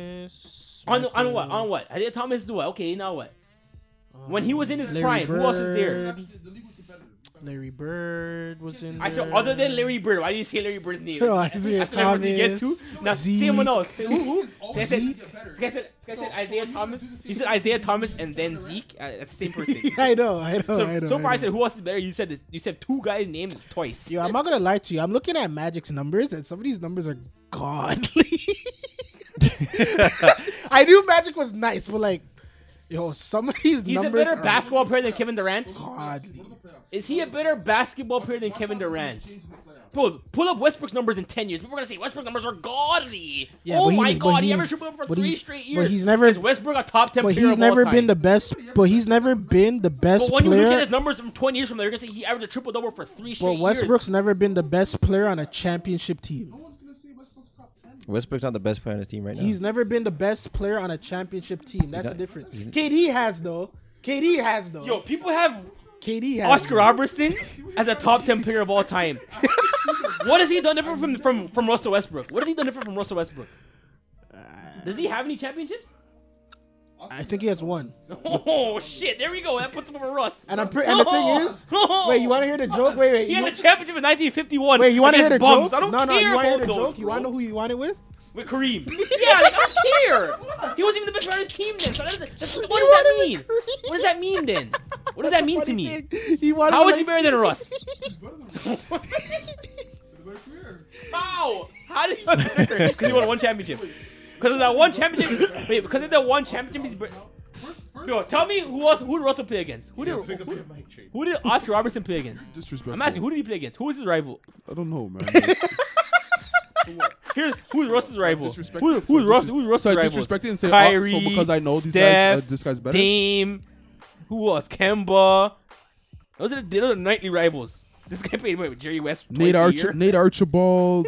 Speaker 4: Thomas.
Speaker 2: On on what?
Speaker 4: Michael,
Speaker 2: On what? Isaiah Thomas is what? Okay, now what? When he was in his
Speaker 4: Larry
Speaker 2: prime, who else is there?
Speaker 4: Bird,
Speaker 5: the league was competitive.
Speaker 4: Larry Bird was in.
Speaker 2: I said
Speaker 4: there.
Speaker 2: other than Larry Bird. Why did you say Larry Bird's name?
Speaker 4: Yo,
Speaker 2: I
Speaker 4: Isaiah
Speaker 2: said Larry Bird you get to.
Speaker 4: Thomas,
Speaker 2: Now say someone else. Say Who? who? This guy said,
Speaker 5: Zeke.
Speaker 2: this guy said, this guy
Speaker 5: So-
Speaker 2: said
Speaker 5: so
Speaker 2: Isaiah
Speaker 5: when you
Speaker 2: Thomas.
Speaker 5: do the same
Speaker 2: You said
Speaker 5: thing,
Speaker 2: Isaiah
Speaker 5: you
Speaker 2: Thomas
Speaker 5: do
Speaker 2: and
Speaker 5: Kevin
Speaker 2: then
Speaker 5: Durant.
Speaker 2: Zeke. Uh, that's the same person.
Speaker 4: I know, I know,
Speaker 2: So,
Speaker 4: I know.
Speaker 2: so far, I,
Speaker 4: know.
Speaker 2: said who else is better. You said this, you said two guys' names twice.
Speaker 4: Yo, I'm not gonna lie to you. I'm looking at Magic's numbers, and some of these numbers are godly. I knew Magic was nice, but like, yo, some of these
Speaker 2: He's a
Speaker 4: numbers
Speaker 2: better
Speaker 4: are
Speaker 2: basketball player than Kevin Durant.
Speaker 4: godly.
Speaker 2: Is he a better basketball player than Kevin Durant?
Speaker 5: Durant.
Speaker 2: Bro, pull up Westbrook's numbers in 10 years. People are going to say Westbrook's numbers are godly.
Speaker 4: Yeah,
Speaker 2: oh
Speaker 4: but he-
Speaker 2: my
Speaker 4: but
Speaker 2: god, he
Speaker 4: he's-
Speaker 2: averaged triple double for
Speaker 4: but
Speaker 2: three
Speaker 4: he's-
Speaker 2: straight years.
Speaker 4: but he's never-
Speaker 2: Is Westbrook a top 10
Speaker 4: But
Speaker 2: player
Speaker 4: he's
Speaker 2: of
Speaker 4: never
Speaker 2: all time?
Speaker 4: been the best. But he's never been the best
Speaker 2: But when you look at
Speaker 4: player.
Speaker 2: his numbers from 20 years from now, you're going to say he averaged a triple double for three straight
Speaker 4: But Westbrook's
Speaker 2: years.
Speaker 4: never been the best player on a championship team.
Speaker 3: Westbrook's not the best player on his team right now.
Speaker 4: He's never been the best player on a championship team. That's the difference. KD has though. KD has though.
Speaker 2: Yo, people have
Speaker 4: KD has.
Speaker 2: Oscar
Speaker 4: though.
Speaker 2: Robertson as a top 10 player of all time. what has he done different from, from, from Russell Westbrook? What has he done different from Russell Westbrook? Does he have any championships?
Speaker 4: I think he has one.
Speaker 2: Oh shit! There we go. That puts him over Russ. Oh,
Speaker 4: And I'm pretty. And the thing is, wait, you want to hear the joke? Wait, wait.
Speaker 2: He
Speaker 4: you-
Speaker 2: has a championship in 1951.
Speaker 4: Wait, you want to hear
Speaker 2: against
Speaker 4: the
Speaker 2: bums.
Speaker 4: joke?
Speaker 2: I don't
Speaker 4: no,
Speaker 2: care
Speaker 4: no, you
Speaker 2: about
Speaker 4: want to hear the
Speaker 2: those,
Speaker 4: joke? You
Speaker 2: bro.
Speaker 4: want to know who you want it with?
Speaker 2: With Kareem. yeah, like, I don't care. He wasn't even the best player on his team then. So that doesn't- that's- what does that
Speaker 4: wanted
Speaker 2: mean? What does that mean then? What does that mean to
Speaker 4: Funny
Speaker 2: me?
Speaker 4: thing, He wanted
Speaker 2: How
Speaker 4: to
Speaker 2: is he
Speaker 4: like-
Speaker 2: better than Russ?
Speaker 5: career.
Speaker 2: How? How did he? Because he won one championship. Because of that one championship. Wait, because of that one championship, he's. br-
Speaker 5: First, first
Speaker 2: Yo, tell me who else? Who did Russell play against? Who did?
Speaker 1: Pick up
Speaker 2: Who,
Speaker 1: your mic, Jake.
Speaker 2: who did Oscar Robertson play against?
Speaker 5: disrespectful.
Speaker 2: I'm asking, who did he play against? Who was his rival?
Speaker 5: I don't know, man.
Speaker 2: Here's who's Russ's rival? Who's
Speaker 5: disrespected. So I
Speaker 2: who's, Russ,
Speaker 5: dis-
Speaker 2: who's Russ's
Speaker 5: so I
Speaker 2: rival?
Speaker 5: disrespected and said, uh,
Speaker 2: Kyrie,
Speaker 5: so because I know these guys,
Speaker 2: Steph,
Speaker 5: uh, this guy's better?
Speaker 2: Dame. Who else? Kemba. Those are the, those are the nightly rivals. This guy played with Jerry West.
Speaker 5: Nate,
Speaker 2: twice a
Speaker 5: Arch-
Speaker 2: year.
Speaker 5: Nate Archibald.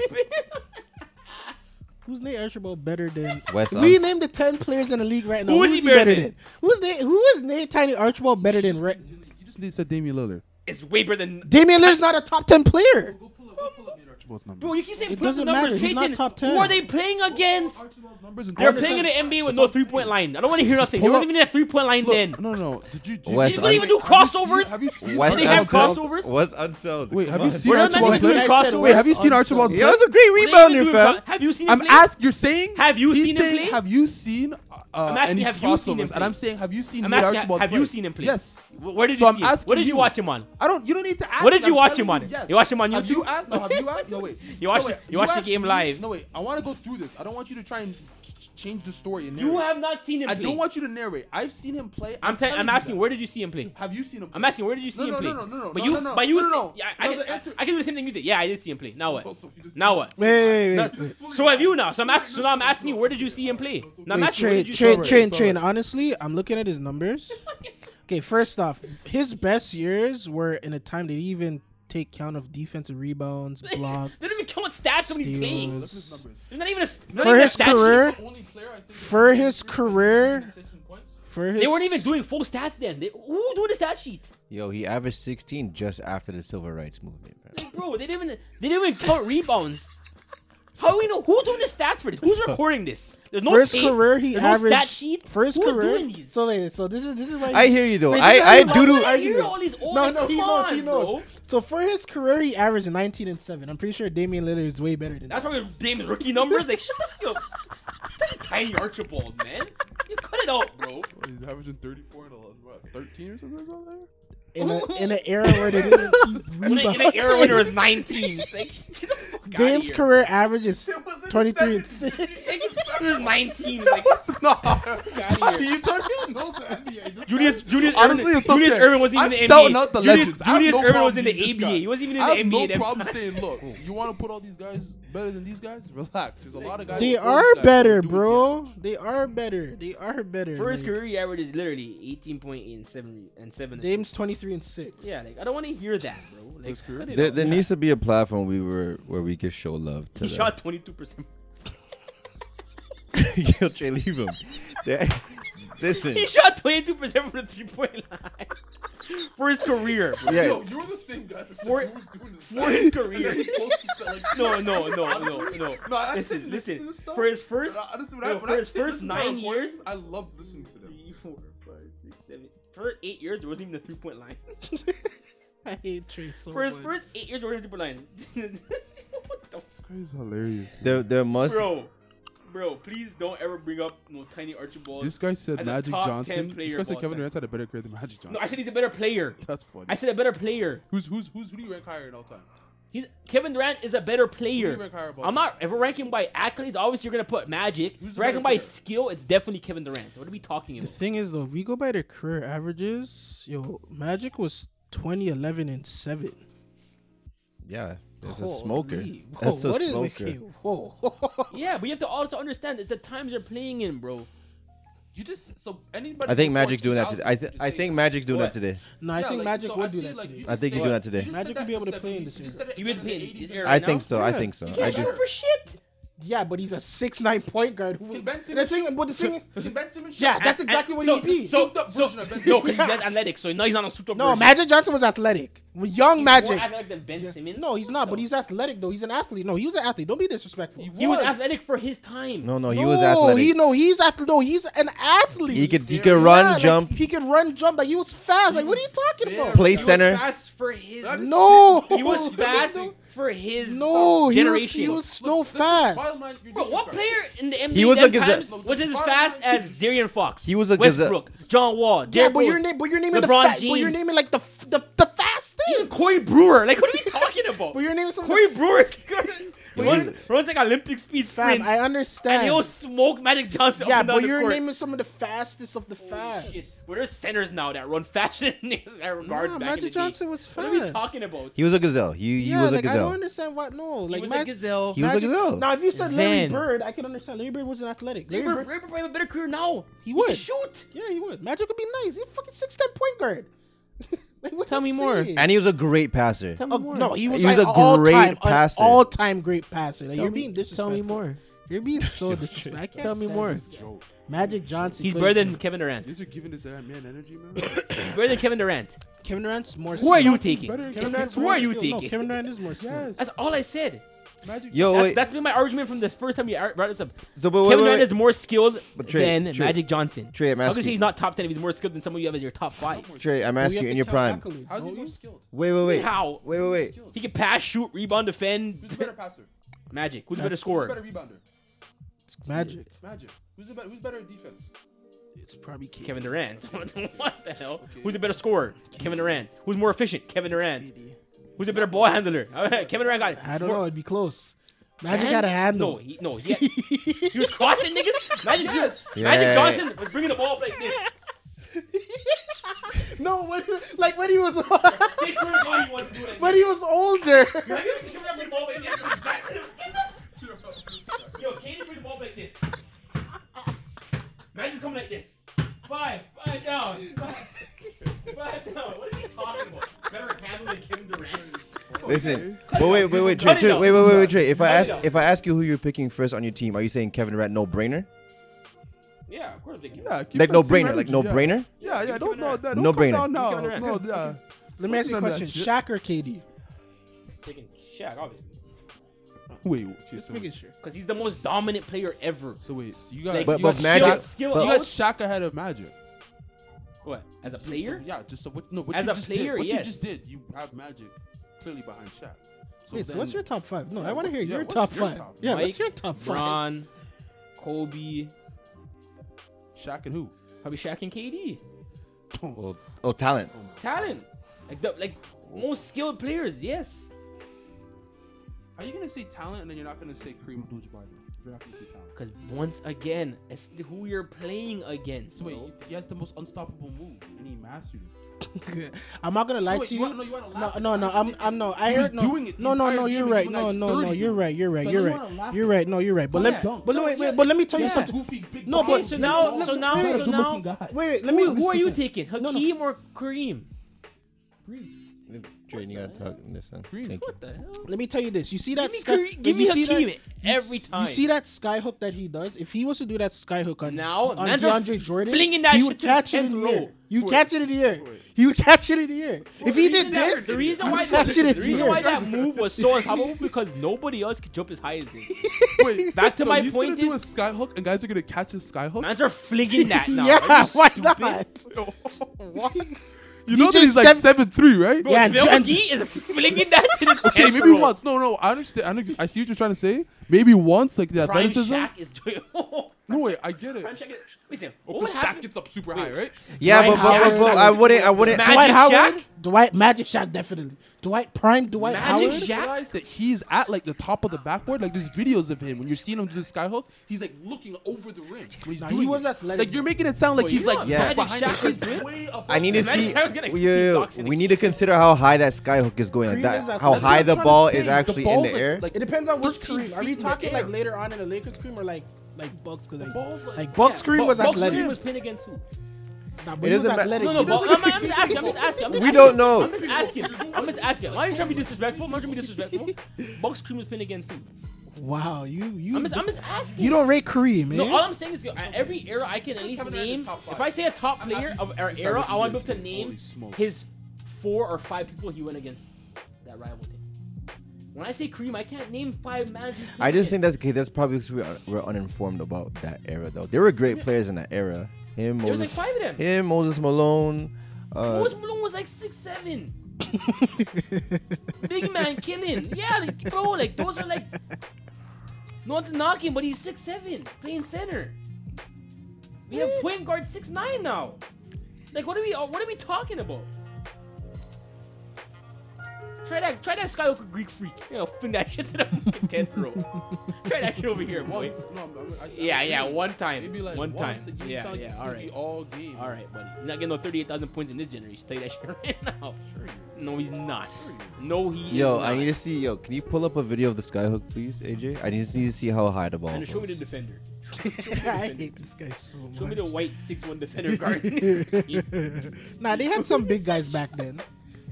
Speaker 4: Who's Nate Archibald better than?
Speaker 3: West
Speaker 4: we
Speaker 3: Arms.
Speaker 4: named the ten players in the league right now.
Speaker 2: Who is he better than?
Speaker 4: Who's Nate? Who is Nate Tiny Archibald better than? Re-
Speaker 5: You just need said Damian Lillard.
Speaker 2: It's way better than.
Speaker 4: Damian Lillard's not a top ten player.
Speaker 5: Go pull up, go pull up Nate Archibald's numbers.
Speaker 2: Bro, you keep saying
Speaker 4: It
Speaker 2: put up the
Speaker 4: doesn't
Speaker 2: numbers.
Speaker 4: matter. He's not
Speaker 2: Clayton,
Speaker 4: top
Speaker 2: Who
Speaker 4: 10.
Speaker 2: are they playing against?
Speaker 5: Archibald's numbers and
Speaker 2: They're
Speaker 5: Archibald's-
Speaker 2: playing in the NBA with no three point line. I don't want to hear nothing. There
Speaker 5: Pull
Speaker 2: wasn't
Speaker 5: up-
Speaker 2: even a three point line
Speaker 5: Look,
Speaker 2: then.
Speaker 5: No, no, no. Did you? Did
Speaker 3: West
Speaker 2: They
Speaker 3: Ar-
Speaker 2: wouldn't even do crossovers.
Speaker 5: Have you seen
Speaker 3: West
Speaker 2: Did they have
Speaker 3: Unseld-
Speaker 2: crossovers?
Speaker 3: Was unsold.
Speaker 5: Wait, have
Speaker 3: Come
Speaker 5: you
Speaker 3: on.
Speaker 5: seen
Speaker 2: We're not
Speaker 5: Archibald
Speaker 2: making
Speaker 5: play?
Speaker 2: crossovers.
Speaker 5: Wait, have you seen
Speaker 4: Unseld.
Speaker 5: Archibald
Speaker 3: He
Speaker 5: play?
Speaker 3: was a great
Speaker 2: What are they even
Speaker 3: rebounder,
Speaker 2: doing
Speaker 3: fam.
Speaker 2: about- Have you seen him
Speaker 5: I'm
Speaker 2: play?
Speaker 5: asking. You're saying?
Speaker 2: Have you
Speaker 5: he's
Speaker 2: seen him
Speaker 5: saying,
Speaker 2: play?
Speaker 5: Have you seen? Uh,
Speaker 2: I'm asking,
Speaker 5: any
Speaker 2: have you seen him
Speaker 5: crossovers? And
Speaker 2: play?
Speaker 5: I'm saying, have you seen
Speaker 2: I'm
Speaker 5: Nate
Speaker 2: asking,
Speaker 5: Archibald
Speaker 2: have
Speaker 5: play?
Speaker 2: you seen him play?
Speaker 5: Yes.
Speaker 2: Wh- Where did
Speaker 5: So
Speaker 2: you
Speaker 5: I'm
Speaker 2: see him? What
Speaker 5: asking
Speaker 2: did you
Speaker 5: you.
Speaker 2: watch him on?
Speaker 5: I don't. You don't need to ask.
Speaker 2: What did
Speaker 5: me,
Speaker 2: you
Speaker 5: I'm
Speaker 2: watch him
Speaker 5: telling
Speaker 2: on? You watched him on
Speaker 5: Have you
Speaker 2: YouTube?
Speaker 5: asked? No, have you asked? No, wait.
Speaker 2: You watched-
Speaker 5: So wait,
Speaker 2: you watched the
Speaker 5: asked
Speaker 2: game
Speaker 5: me-
Speaker 2: live.
Speaker 5: No, wait. I want to go through this. I don't want you to try and ch- ch- change the story. And
Speaker 2: You
Speaker 5: narrate.
Speaker 2: have not seen him
Speaker 5: I
Speaker 2: play.
Speaker 5: don't want you to narrate. I've seen him play.
Speaker 2: I'm telling. I'm
Speaker 5: you
Speaker 2: asking.
Speaker 5: that.
Speaker 2: Where did you see him play?
Speaker 5: Have you seen him?
Speaker 2: I'm asking. Where did you
Speaker 5: No,
Speaker 2: see him
Speaker 5: no,
Speaker 2: play?
Speaker 5: no, no, no, no,
Speaker 2: But
Speaker 5: no,
Speaker 2: you.
Speaker 5: no, no,
Speaker 2: But you.
Speaker 5: no, no,
Speaker 2: say-
Speaker 5: no.
Speaker 2: Yeah, I,
Speaker 5: No,
Speaker 2: I,
Speaker 5: the
Speaker 2: I,
Speaker 5: answer-
Speaker 2: I can do the same thing you did. Yeah, I did see him play. Now what?
Speaker 5: Also, you just-
Speaker 2: Now what?
Speaker 4: Wait, wait, wait.
Speaker 2: No, so have you now? So I'm asking. So now I'm asking you. Where did you see him play? Now I'm
Speaker 4: Wait,
Speaker 2: asking. Where
Speaker 4: Train,
Speaker 2: did you
Speaker 4: train,
Speaker 2: see him
Speaker 4: train,
Speaker 5: It's
Speaker 4: train. Honestly, I'm looking at his numbers. okay, first off, his best years were in a time that he even take count of defensive rebounds,
Speaker 2: play?
Speaker 4: blocks,
Speaker 2: They don't even count stats when he's playing. There's
Speaker 4: steals.
Speaker 2: not even a. there's not
Speaker 4: For
Speaker 2: even a
Speaker 4: his
Speaker 2: stat sheet.
Speaker 4: career,
Speaker 5: Only player I think
Speaker 4: for his career, for his
Speaker 2: They weren't even doing full stats then. They, who was doing the stat sheet?
Speaker 3: Yo, he averaged 16 just after the civil rights movement. Bro.
Speaker 2: Like, bro, they didn't even they didn't even count rebounds. How do we know who's doing the stats for this? Who's recording this? There's no
Speaker 4: for his
Speaker 2: tape.
Speaker 4: career he
Speaker 2: There's
Speaker 4: averaged
Speaker 2: no stat sheet.
Speaker 4: for his
Speaker 2: who's
Speaker 4: career.
Speaker 2: Doing these?
Speaker 4: So wait, so this is this is why
Speaker 3: I hear you though.
Speaker 4: Wait,
Speaker 3: I
Speaker 4: this is
Speaker 3: I
Speaker 4: how
Speaker 3: do
Speaker 4: you-
Speaker 3: do.
Speaker 2: I hear all these old.
Speaker 4: No,
Speaker 2: like,
Speaker 4: no, he
Speaker 2: come
Speaker 4: knows, he
Speaker 2: on,
Speaker 4: knows.
Speaker 2: bro.
Speaker 4: So for his career, he averaged 19 and 7. I'm pretty sure Damian Lillard is way better than
Speaker 2: That's
Speaker 4: that.
Speaker 2: probably Dame's rookie numbers. Like, shut the fuck up. That's a tiny Archibald, man. You cut it out, bro.
Speaker 5: What, he's averaging 34 and 11, what, 13 or something like that?
Speaker 4: In, a, in an era where they didn't
Speaker 2: In a- in an era when there was 19s. Like, get the fuck outta
Speaker 4: Dame's
Speaker 2: here.
Speaker 4: career average is 23 and 6.
Speaker 2: Like, You're 19. Like,
Speaker 5: no,
Speaker 2: outta here.
Speaker 5: you don't even know the NBA.
Speaker 2: Julius, Julius,
Speaker 5: Honestly,
Speaker 2: Ervin,
Speaker 5: it's up
Speaker 2: Julius
Speaker 5: there.
Speaker 2: Ervin wasn't even
Speaker 5: I'm
Speaker 2: in the
Speaker 5: shouting
Speaker 2: NBA.
Speaker 5: out the
Speaker 2: Julius,
Speaker 5: legends. I have
Speaker 2: Julius
Speaker 5: no
Speaker 2: Ervin was
Speaker 5: problem
Speaker 2: in the
Speaker 5: beating this
Speaker 2: ABA.
Speaker 5: guy.
Speaker 2: He wasn't even in
Speaker 5: I
Speaker 2: the
Speaker 5: have
Speaker 2: NBA.
Speaker 5: no
Speaker 2: then.
Speaker 5: problem saying, look, you want to put all these guys better than these guys? Relax. There's a lot of guys.
Speaker 4: They
Speaker 5: before these
Speaker 4: are
Speaker 5: guys
Speaker 4: better,
Speaker 5: who do it
Speaker 4: bro. They are better. They are better.
Speaker 2: For his
Speaker 4: Like,
Speaker 2: career, he averages literally 18.8 and 7 and 7. assists.
Speaker 4: Dame's 23 and 6.
Speaker 2: Yeah, like I don't want to hear that, bro. Like,
Speaker 5: His career?
Speaker 2: cut it
Speaker 3: There,
Speaker 2: out.
Speaker 3: there needs to be a platform we were where we could show love to.
Speaker 2: He
Speaker 3: them.
Speaker 2: shot 22 percent.
Speaker 3: Yo, Trey, leave him. They- Listen,
Speaker 2: He shot 22 percent from the three point line for his career. Bro.
Speaker 5: again.
Speaker 3: yeah,
Speaker 5: Yo, you're the same guy that said
Speaker 2: For-
Speaker 5: he was doing this.
Speaker 2: For his
Speaker 5: And then
Speaker 2: career.
Speaker 5: he posts this, like,
Speaker 2: No, no, no, no,
Speaker 5: Honestly,
Speaker 2: no.
Speaker 5: no, I
Speaker 2: Listen,
Speaker 5: didn't listen to
Speaker 2: listen.
Speaker 5: this stuff.
Speaker 2: For his first,
Speaker 5: But I- honestly, when I-
Speaker 2: yo,
Speaker 5: when
Speaker 2: for
Speaker 5: I
Speaker 2: his
Speaker 5: sit and
Speaker 2: first
Speaker 5: listen to our
Speaker 2: nine
Speaker 5: voice,
Speaker 2: years,
Speaker 5: I love listening to them.
Speaker 2: three, four, five, six, seven. For eight years, there wasn't even a three point line.
Speaker 4: I hate Trey so
Speaker 2: For his
Speaker 4: much.
Speaker 2: first eight years, there wasn't a three point line. what the
Speaker 5: This guy is hilarious.
Speaker 3: there, there must.
Speaker 2: bro, bro, please don't ever bring up no tiny Archibald.
Speaker 5: This guy said
Speaker 2: As a
Speaker 5: Magic
Speaker 2: top 10
Speaker 5: Johnson. This
Speaker 2: player
Speaker 5: guy
Speaker 2: of
Speaker 5: said
Speaker 2: all
Speaker 5: Kevin
Speaker 2: time.
Speaker 5: Durant had a better career than Magic Johnson.
Speaker 2: no, I said he's a better player.
Speaker 5: That's funny.
Speaker 2: I said a better player.
Speaker 5: who's who's who's who do you rank higher in all time?
Speaker 2: He's Kevin Durant is a better
Speaker 5: Who do
Speaker 2: player.
Speaker 5: you rank higher above
Speaker 2: I'm
Speaker 5: him?
Speaker 2: not if we're ranking by accolades. Obviously, you're gonna put Magic.
Speaker 5: Who's
Speaker 2: If
Speaker 5: the
Speaker 2: we're ranking
Speaker 5: better
Speaker 2: by
Speaker 5: player?
Speaker 2: skill. It's definitely Kevin Durant. What are we talking
Speaker 4: The
Speaker 2: about?
Speaker 4: thing is, though, if we go by their career averages, yo, Magic was 20, 11, and 7.
Speaker 3: Yeah, it's a
Speaker 4: Holy-
Speaker 3: smoker.
Speaker 4: Whoa,
Speaker 3: That's a
Speaker 4: what is
Speaker 3: smoker.
Speaker 4: okay, Whoa.
Speaker 2: Yeah, but you have to also understand it's the times they're playing in, bro.
Speaker 5: You just so anybody.
Speaker 3: I think
Speaker 5: before
Speaker 3: Magic's doing that today. I,
Speaker 5: 2000,
Speaker 3: th-
Speaker 5: just
Speaker 3: I
Speaker 5: say
Speaker 3: think
Speaker 5: that.
Speaker 3: Magic's doing
Speaker 2: What?
Speaker 3: that today.
Speaker 4: No, I
Speaker 5: Yeah,
Speaker 4: think
Speaker 5: like,
Speaker 4: Magic
Speaker 5: so
Speaker 4: would
Speaker 5: I
Speaker 4: do
Speaker 5: see,
Speaker 4: that
Speaker 5: like,
Speaker 4: today.
Speaker 5: you
Speaker 3: I
Speaker 5: just
Speaker 3: think
Speaker 5: said-
Speaker 3: he's doing that today.
Speaker 5: you just
Speaker 4: Magic
Speaker 5: said
Speaker 4: would be
Speaker 5: that
Speaker 4: able to
Speaker 5: in
Speaker 4: play in
Speaker 5: 70s.
Speaker 4: this
Speaker 5: You just
Speaker 4: era.
Speaker 5: said that
Speaker 2: He would
Speaker 5: in
Speaker 2: play in
Speaker 5: the 80s.
Speaker 2: this era.
Speaker 3: I
Speaker 2: now?
Speaker 3: think so. I think so.
Speaker 2: You
Speaker 3: I
Speaker 2: can't shoot
Speaker 3: do.
Speaker 2: for shit.
Speaker 4: yeah, but he's a six nine point guard. Who,
Speaker 5: Can Ben
Speaker 4: the
Speaker 5: Simmons-
Speaker 4: thing, but the thing,
Speaker 5: Can Ben Simmons
Speaker 4: Yeah,
Speaker 5: shoot?
Speaker 4: that's exactly what
Speaker 2: so,
Speaker 4: he'd be.
Speaker 2: So,
Speaker 5: Souped up
Speaker 2: so,
Speaker 5: version of Ben
Speaker 2: no, because he's
Speaker 4: Simmons.
Speaker 2: not athletic, so now he's not on souped up
Speaker 4: no,
Speaker 2: version.
Speaker 4: Magic Johnson was athletic. Young
Speaker 2: He's
Speaker 4: Magic.
Speaker 2: More athletic than Ben Simmons.
Speaker 4: No, he's not, but he's athletic though. He's an athlete. No, he was an athlete. Don't be disrespectful.
Speaker 2: he was athletic for his time.
Speaker 3: No, no, he
Speaker 4: no,
Speaker 3: was athletic.
Speaker 4: He no, he's athletic. No, he's an athlete.
Speaker 3: He could- he could run,
Speaker 4: like,
Speaker 3: jump.
Speaker 4: he could run, jump. Like he was fast. Like what are you talking about?
Speaker 3: Play
Speaker 2: he was
Speaker 3: center.
Speaker 2: fast for his.
Speaker 5: That is
Speaker 4: No.
Speaker 5: sick.
Speaker 2: He was
Speaker 5: You don't
Speaker 2: fast
Speaker 5: think-
Speaker 2: for his
Speaker 4: No, he was,
Speaker 2: generation.
Speaker 4: he was
Speaker 5: Look,
Speaker 4: no
Speaker 5: this is bottom
Speaker 4: fast.
Speaker 5: line, you're
Speaker 2: Bro, what
Speaker 5: disrespectful.
Speaker 2: player in the NBA
Speaker 3: He was
Speaker 2: them
Speaker 3: a gaze-
Speaker 2: times was as
Speaker 5: Bottom
Speaker 2: fast
Speaker 5: line-
Speaker 2: as Darian Fox?
Speaker 3: He was a gaze-
Speaker 2: Westbrook, John Wall,
Speaker 4: Yeah,
Speaker 2: Derrick
Speaker 4: but you're,
Speaker 2: Rose,
Speaker 4: na- but you're naming the
Speaker 2: LeBron
Speaker 4: fa- but you're
Speaker 2: James.
Speaker 4: naming like the f- the, the fast thing.
Speaker 2: Corey Brewer. Like, what are we talking about?
Speaker 4: But you're naming some of the
Speaker 2: Corey Brewer's
Speaker 3: Yo,
Speaker 2: runs,
Speaker 3: he's-
Speaker 2: runs like Olympic speed
Speaker 4: Fam,
Speaker 2: sprints,
Speaker 4: I
Speaker 2: and
Speaker 4: understand.
Speaker 2: he'll smoke Magic Johnson.
Speaker 4: yeah,
Speaker 2: up and down
Speaker 4: but
Speaker 2: the
Speaker 4: you're
Speaker 2: court.
Speaker 4: naming some of the fastest of the fast.
Speaker 2: Shit. But there's centers now that run faster than niggas that were guards
Speaker 4: Nah,
Speaker 2: back in the
Speaker 4: Magic
Speaker 2: day.
Speaker 4: Johnson was fast.
Speaker 2: What are we talking about?
Speaker 3: He was a gazelle. He, he
Speaker 4: yeah,
Speaker 3: was a
Speaker 4: like, I don't
Speaker 3: gazelle.
Speaker 4: understand why. No,
Speaker 2: He
Speaker 4: like
Speaker 2: was a
Speaker 4: Magic,
Speaker 2: gazelle.
Speaker 3: He was a
Speaker 4: Magic-
Speaker 3: gazelle.
Speaker 4: Now, if you said Larry
Speaker 2: Then-
Speaker 4: Bird, I can understand. Larry Bird wasn't athletic. Larry,
Speaker 2: Bird
Speaker 4: Bird,
Speaker 2: Bird probably have a better career now.
Speaker 4: He
Speaker 2: can
Speaker 4: would.
Speaker 2: shoot.
Speaker 4: yeah, he would. Magic would be nice. He's a fucking six ten point guard. like, what
Speaker 2: Tell
Speaker 4: you
Speaker 2: me more.
Speaker 4: saying?
Speaker 3: And he was a great passer.
Speaker 2: Tell me
Speaker 4: Oh,
Speaker 2: more.
Speaker 4: no, he was,
Speaker 3: He was
Speaker 4: like
Speaker 3: a
Speaker 4: all
Speaker 3: great
Speaker 4: time,
Speaker 3: passer.
Speaker 4: all time great passer. Like,
Speaker 2: Tell
Speaker 4: you're
Speaker 2: me-
Speaker 4: being disrespectful.
Speaker 2: Tell me more.
Speaker 4: You're being so disrespectful. I can't
Speaker 2: Tell me
Speaker 4: stand
Speaker 2: more.
Speaker 4: this guy.
Speaker 5: Joke.
Speaker 4: Magic Johnson.
Speaker 2: He's
Speaker 4: couldn't
Speaker 2: better
Speaker 4: do
Speaker 2: than
Speaker 4: it.
Speaker 2: Kevin Durant.
Speaker 5: These are giving this man energy, man.
Speaker 2: He's better than Kevin Durant.
Speaker 4: Kevin Durant's more.
Speaker 2: Who are you
Speaker 4: skilled.
Speaker 2: taking?
Speaker 5: better.
Speaker 4: Kevin Durant's
Speaker 2: Who
Speaker 4: more
Speaker 2: are you
Speaker 4: skilled.
Speaker 2: taking?
Speaker 4: No, Kevin Durant is more. skilled.
Speaker 5: yes.
Speaker 2: That's all I said.
Speaker 5: Magic.
Speaker 3: Yo,
Speaker 2: That,
Speaker 3: wait.
Speaker 2: that's been my argument from the first time you ar- brought this up.
Speaker 3: so, but wait,
Speaker 2: Kevin
Speaker 3: wait,
Speaker 2: Durant
Speaker 3: wait.
Speaker 2: is more skilled
Speaker 3: But Trey,
Speaker 2: than
Speaker 3: Trey,
Speaker 2: Magic Johnson.
Speaker 3: Trey, I'm
Speaker 2: How could
Speaker 3: asking
Speaker 2: you say
Speaker 3: you.
Speaker 2: he's not top ten if he's more skilled than someone you have as your top five.
Speaker 3: Trey,
Speaker 4: But
Speaker 3: I'm
Speaker 4: we have
Speaker 3: asking
Speaker 4: to
Speaker 3: you in your
Speaker 4: count
Speaker 3: prime.
Speaker 4: accolades,
Speaker 5: How's he
Speaker 4: don't
Speaker 5: more
Speaker 4: we?
Speaker 5: skilled?
Speaker 3: Wait, wait, wait.
Speaker 2: How?
Speaker 3: Wait, wait, wait.
Speaker 2: He can pass, shoot, rebound, defend.
Speaker 5: Who's a better passer?
Speaker 2: Magic. Who's a better
Speaker 5: Who's a better
Speaker 2: scorer?
Speaker 5: rebounder?
Speaker 4: It's Magic.
Speaker 5: Magic. Who's a better? Who's better at defense?
Speaker 4: It's probably KD.
Speaker 2: Kevin Durant. what the hell? Who's a better scorer? Kevin Durant. Who's more efficient? Kevin Durant. Who's a better ball handler? Kevin Durant got it.
Speaker 4: I don't
Speaker 2: More-
Speaker 4: know. It'd be close. Magic
Speaker 2: Man?
Speaker 4: had a handle.
Speaker 2: No, he, no, he, had, he was crossing niggas. Magic,
Speaker 5: Yes.
Speaker 3: Yeah.
Speaker 2: Magic Johnson was bringing the ball up like this.
Speaker 4: no, when, like when he was
Speaker 2: Say swear to God he wants to do it.
Speaker 4: when
Speaker 2: Like
Speaker 4: he was older.
Speaker 2: this. Have you ever seen Kevin Durant bring the ball up like this? Back to the- Yo, Katie bring the ball up like this. Magic coming like this. Five, five down, five, five down. What are you talking about? Better handle than Kevin Durant.
Speaker 3: Listen, but wait, wait, wait, Trey,
Speaker 2: Cut it
Speaker 3: Trey,
Speaker 2: out.
Speaker 3: wait, wait, wait, wait, Trey. If I
Speaker 2: Cut it
Speaker 3: ask,
Speaker 2: out.
Speaker 3: if I ask you who you're picking first on your team, are you saying Kevin Durant, no brainer?
Speaker 2: Yeah, of course they can.
Speaker 5: Yeah, keep
Speaker 3: Like
Speaker 5: that
Speaker 3: no
Speaker 5: same
Speaker 3: brainer,
Speaker 5: energy,
Speaker 3: like no
Speaker 5: yeah.
Speaker 3: brainer.
Speaker 5: Yeah, yeah. Don't know that. Don't
Speaker 3: No
Speaker 5: come
Speaker 3: brainer.
Speaker 5: down now.
Speaker 2: Kevin
Speaker 5: No,
Speaker 2: Durant.
Speaker 5: yeah.
Speaker 4: Let me ask you a
Speaker 5: None of that
Speaker 4: question:
Speaker 5: shit.
Speaker 4: Shaq or KD?
Speaker 2: Taking Shaq, obviously.
Speaker 5: Wait. Okay,
Speaker 4: Just
Speaker 5: so,
Speaker 4: making sure.
Speaker 2: Because he's the most dominant player ever.
Speaker 5: so wait. So you got.
Speaker 2: Like,
Speaker 3: But-
Speaker 5: you
Speaker 3: but
Speaker 5: got
Speaker 3: Magic-
Speaker 5: Shaq-
Speaker 2: skill,
Speaker 3: but-
Speaker 5: you got Shaq ahead of Magic.
Speaker 2: What? As a
Speaker 5: So- so,
Speaker 2: player?
Speaker 5: yeah, just so what, no, what
Speaker 2: As
Speaker 5: you
Speaker 2: a
Speaker 5: just
Speaker 2: player,
Speaker 5: did. What
Speaker 2: yes.
Speaker 5: you just did, you have Magic clearly behind Shaq. So
Speaker 4: Wait, so what's
Speaker 5: then-
Speaker 4: your top five? No,
Speaker 5: Yeah,
Speaker 4: I want to
Speaker 5: what's-
Speaker 4: hear
Speaker 5: yeah,
Speaker 4: your
Speaker 5: what's
Speaker 4: top
Speaker 5: your
Speaker 4: five.
Speaker 5: top
Speaker 4: yeah,
Speaker 2: Mike,
Speaker 4: what's your top five?
Speaker 2: Bron, Kobe,
Speaker 5: Shaq and who?
Speaker 2: probably Shaq and KD.
Speaker 3: Oh, oh, talent.
Speaker 2: Talent. Like the like most skilled players, yes.
Speaker 5: Are you gonna say talent and then you're not gonna say Kareem Abdul-Jabbar? You're not gonna see talent.
Speaker 2: Because once again, it's who you're playing against.
Speaker 5: So wait,
Speaker 2: bro.
Speaker 5: he has the most unstoppable move, and he mastered it.
Speaker 4: Oh, I'm not gonna lie
Speaker 5: So wait,
Speaker 4: to
Speaker 5: you
Speaker 4: you.
Speaker 5: wanna- no, you wanna
Speaker 4: no,
Speaker 5: laugh
Speaker 4: no,
Speaker 5: at
Speaker 4: no,
Speaker 5: him.
Speaker 4: I'm, I'm no. I
Speaker 5: He was
Speaker 4: heard no.
Speaker 5: doing it the
Speaker 4: no, no,
Speaker 5: entire
Speaker 4: no.
Speaker 5: game
Speaker 4: You're
Speaker 5: until
Speaker 4: right.
Speaker 5: you
Speaker 4: No,
Speaker 5: guys
Speaker 4: no, no.
Speaker 5: 30.
Speaker 4: You're right. You're right.
Speaker 5: So
Speaker 4: You're
Speaker 5: no, you wanna
Speaker 4: right.
Speaker 5: laugh
Speaker 4: You're
Speaker 5: at
Speaker 4: right. No, you're right. But
Speaker 5: So
Speaker 4: let,
Speaker 5: yeah,
Speaker 4: but
Speaker 5: don't-
Speaker 4: let-
Speaker 5: don't-
Speaker 4: wait,
Speaker 5: yeah,
Speaker 4: wait. But let me tell you
Speaker 5: yeah.
Speaker 4: something.
Speaker 5: Goofy, big
Speaker 4: No,
Speaker 5: body,
Speaker 4: but so
Speaker 5: big
Speaker 4: now-
Speaker 5: balls,
Speaker 4: so
Speaker 5: big
Speaker 4: now-
Speaker 5: balls,
Speaker 4: so
Speaker 5: good
Speaker 2: now-
Speaker 5: looking guy.
Speaker 4: Wait, let me.
Speaker 2: who, who are you taking, Hakeem or Kareem?
Speaker 3: Trey, you gotta talk in this one. Thank you.
Speaker 2: What the hell?
Speaker 4: Let me tell you this. You see that?
Speaker 2: Give me
Speaker 4: sky-
Speaker 2: Kareem- give
Speaker 4: you
Speaker 2: me
Speaker 4: see that-
Speaker 2: Hakeem every
Speaker 4: you s-
Speaker 2: time.
Speaker 4: You see that skyhook that he does? If he was to do that skyhook on
Speaker 2: Now,
Speaker 4: on
Speaker 2: man's are
Speaker 4: DeAndre Jordan,
Speaker 2: flinging that
Speaker 4: he
Speaker 2: shit
Speaker 4: would
Speaker 2: to
Speaker 4: catch
Speaker 2: the
Speaker 4: it in
Speaker 2: tenth
Speaker 4: the
Speaker 2: row.
Speaker 4: air. You catch it in the air. He would catch it in the air. If he
Speaker 2: The
Speaker 4: did
Speaker 2: reason that-
Speaker 4: this,
Speaker 2: the reason
Speaker 4: he
Speaker 2: why
Speaker 4: would catch it in
Speaker 2: the
Speaker 4: the
Speaker 2: reason
Speaker 4: air.
Speaker 2: why that move was so unstoppable because nobody else could jump as high as him.
Speaker 5: Wait,
Speaker 2: Back to
Speaker 5: so
Speaker 2: my
Speaker 5: he's
Speaker 2: point
Speaker 5: gonna do a
Speaker 2: is-
Speaker 5: skyhook, and guys are gonna catch his skyhook.
Speaker 2: Man's are flinging that now. Are
Speaker 4: yeah,
Speaker 2: you
Speaker 4: why
Speaker 2: stupid?
Speaker 4: not?
Speaker 5: what? You know that
Speaker 4: just
Speaker 5: he's like
Speaker 4: sev-
Speaker 5: seven three, right?
Speaker 2: Bro,
Speaker 4: Yeah,
Speaker 2: JaVale
Speaker 4: and-
Speaker 2: McGee is flinging that to the
Speaker 5: Okay,
Speaker 2: tenth
Speaker 5: maybe
Speaker 2: row.
Speaker 5: once. No, no, I understand. I, under- I see what you're trying to say. Maybe once, like the
Speaker 2: Prime
Speaker 5: athleticism.
Speaker 2: Shaq is doing.
Speaker 5: No way, I get it.
Speaker 2: Prime Shaq is. Wait a second.
Speaker 5: Oh,
Speaker 2: What would
Speaker 5: but Shaq
Speaker 2: happen?
Speaker 5: gets up super
Speaker 2: Wait.
Speaker 5: high, right?
Speaker 3: Yeah,
Speaker 2: Dwight
Speaker 3: but, but, but,
Speaker 2: Howard.
Speaker 3: but I wouldn't. I wouldn't.
Speaker 2: Magic
Speaker 4: Dwight Howard,
Speaker 2: Shaq?
Speaker 4: Dwight Magic Shaq, definitely. Dwight Prime, Dwight
Speaker 2: Magic
Speaker 4: Howard.
Speaker 2: Shaq?
Speaker 5: Realize that he's at like the top of the backboard. Like there's videos of him when you're seeing him do the skyhook. He's like looking over the rim when he's
Speaker 4: Nah, he
Speaker 5: doing.
Speaker 4: was
Speaker 5: it.
Speaker 4: athletic,
Speaker 5: Like you're
Speaker 4: bro.
Speaker 5: making it sound like
Speaker 2: Well,
Speaker 5: he's
Speaker 2: you know
Speaker 5: like
Speaker 2: what
Speaker 5: yeah.
Speaker 3: Magic
Speaker 5: behind
Speaker 2: Shaq is
Speaker 5: him.
Speaker 2: doing?
Speaker 5: He's way up.
Speaker 3: I need to
Speaker 2: Imagine
Speaker 3: see.
Speaker 2: if I was gonna
Speaker 3: Yo, yo,
Speaker 2: kickbox in a
Speaker 3: we need to consider how high that skyhook is going.
Speaker 4: Kareem
Speaker 3: That
Speaker 4: is athletic.
Speaker 3: how
Speaker 4: That's what
Speaker 3: high
Speaker 4: I'm
Speaker 3: the
Speaker 4: trying to
Speaker 3: ball
Speaker 4: say.
Speaker 3: is
Speaker 4: The
Speaker 3: actually in
Speaker 5: ball's,
Speaker 3: the
Speaker 5: like-
Speaker 3: air.
Speaker 5: like-
Speaker 4: It depends on which
Speaker 5: 13
Speaker 4: Kareem. Are
Speaker 5: feet
Speaker 4: we
Speaker 5: in the
Speaker 4: talking
Speaker 5: air.
Speaker 4: like later on in the Lakers Kareem or like like Bucks? Because like
Speaker 5: Bulls, like-
Speaker 4: like Bucks Kareem
Speaker 2: Bo-
Speaker 4: was
Speaker 2: Box
Speaker 4: athletic.
Speaker 2: Green was playing against who?
Speaker 4: Nah,
Speaker 3: It
Speaker 4: but he was
Speaker 3: doesn't ma-
Speaker 4: athletic.
Speaker 2: No, no,
Speaker 4: He
Speaker 2: but
Speaker 4: doesn't-
Speaker 2: I'm, I'm just asking. I'm just asking. I'm just
Speaker 3: We
Speaker 2: asking.
Speaker 3: don't know.
Speaker 2: I'm just asking. I'm just asking. Why are you trying to be disrespectful? Why are you trying to be disrespectful? Box Cream was playing against who?
Speaker 4: Wow, you you
Speaker 2: I'm just, I'm just asking.
Speaker 4: you don't rate Kareem, eh? man.
Speaker 2: No, all I'm saying is uh, every era I can at least
Speaker 5: Kevin Durant is
Speaker 2: name.
Speaker 5: top five.
Speaker 2: If I say a top
Speaker 5: I'm
Speaker 2: player
Speaker 5: happy.
Speaker 2: of our
Speaker 5: This guy
Speaker 2: era,
Speaker 5: was
Speaker 2: I want to
Speaker 5: weird.
Speaker 2: be able to
Speaker 5: Holy
Speaker 2: name
Speaker 5: smoke.
Speaker 2: his four or five people he went against that rivalry. When I say Kareem, I can't name five managers.
Speaker 3: I just think that's okay. That's probably because we are, we're uninformed about that era, though. There were great players in that era. Him,
Speaker 2: There was,
Speaker 3: Moses,
Speaker 2: like, five of them.
Speaker 3: him, Moses Malone. Uh,
Speaker 2: Post Malone was like six seven. Big man killing. Yeah, like, bro, like those are like not to knock him, but he's six seven playing center. We have point guard six nine now. Like what are we uh, what are we talking about? Try that try that skyhook Greek freak. You know, fling that shit to the fucking tenth row. try that shit over here, boy.
Speaker 5: Once. No, I'm- I'm- I- I-
Speaker 2: Yeah, yeah, one time.
Speaker 5: Maybe like
Speaker 2: one time.
Speaker 5: once, like, you
Speaker 2: yeah,
Speaker 5: sound like
Speaker 2: yeah,
Speaker 5: you see
Speaker 2: all
Speaker 5: me
Speaker 2: right.
Speaker 5: all game.
Speaker 2: All right, buddy. He's not getting no 38,000 points in this generation. Tell you that shit right now. No, he's not. No, he is
Speaker 3: yo,
Speaker 2: not.
Speaker 3: I need to see. Yo, can you pull up a video of the skyhook, please, AJ? I just need to see how high the ball.
Speaker 2: And show me the
Speaker 3: was.
Speaker 2: defender.
Speaker 4: I hate this guy so much.
Speaker 2: Show me the white 6'1 defender guard. yeah,
Speaker 4: nah, they had some big guys back then.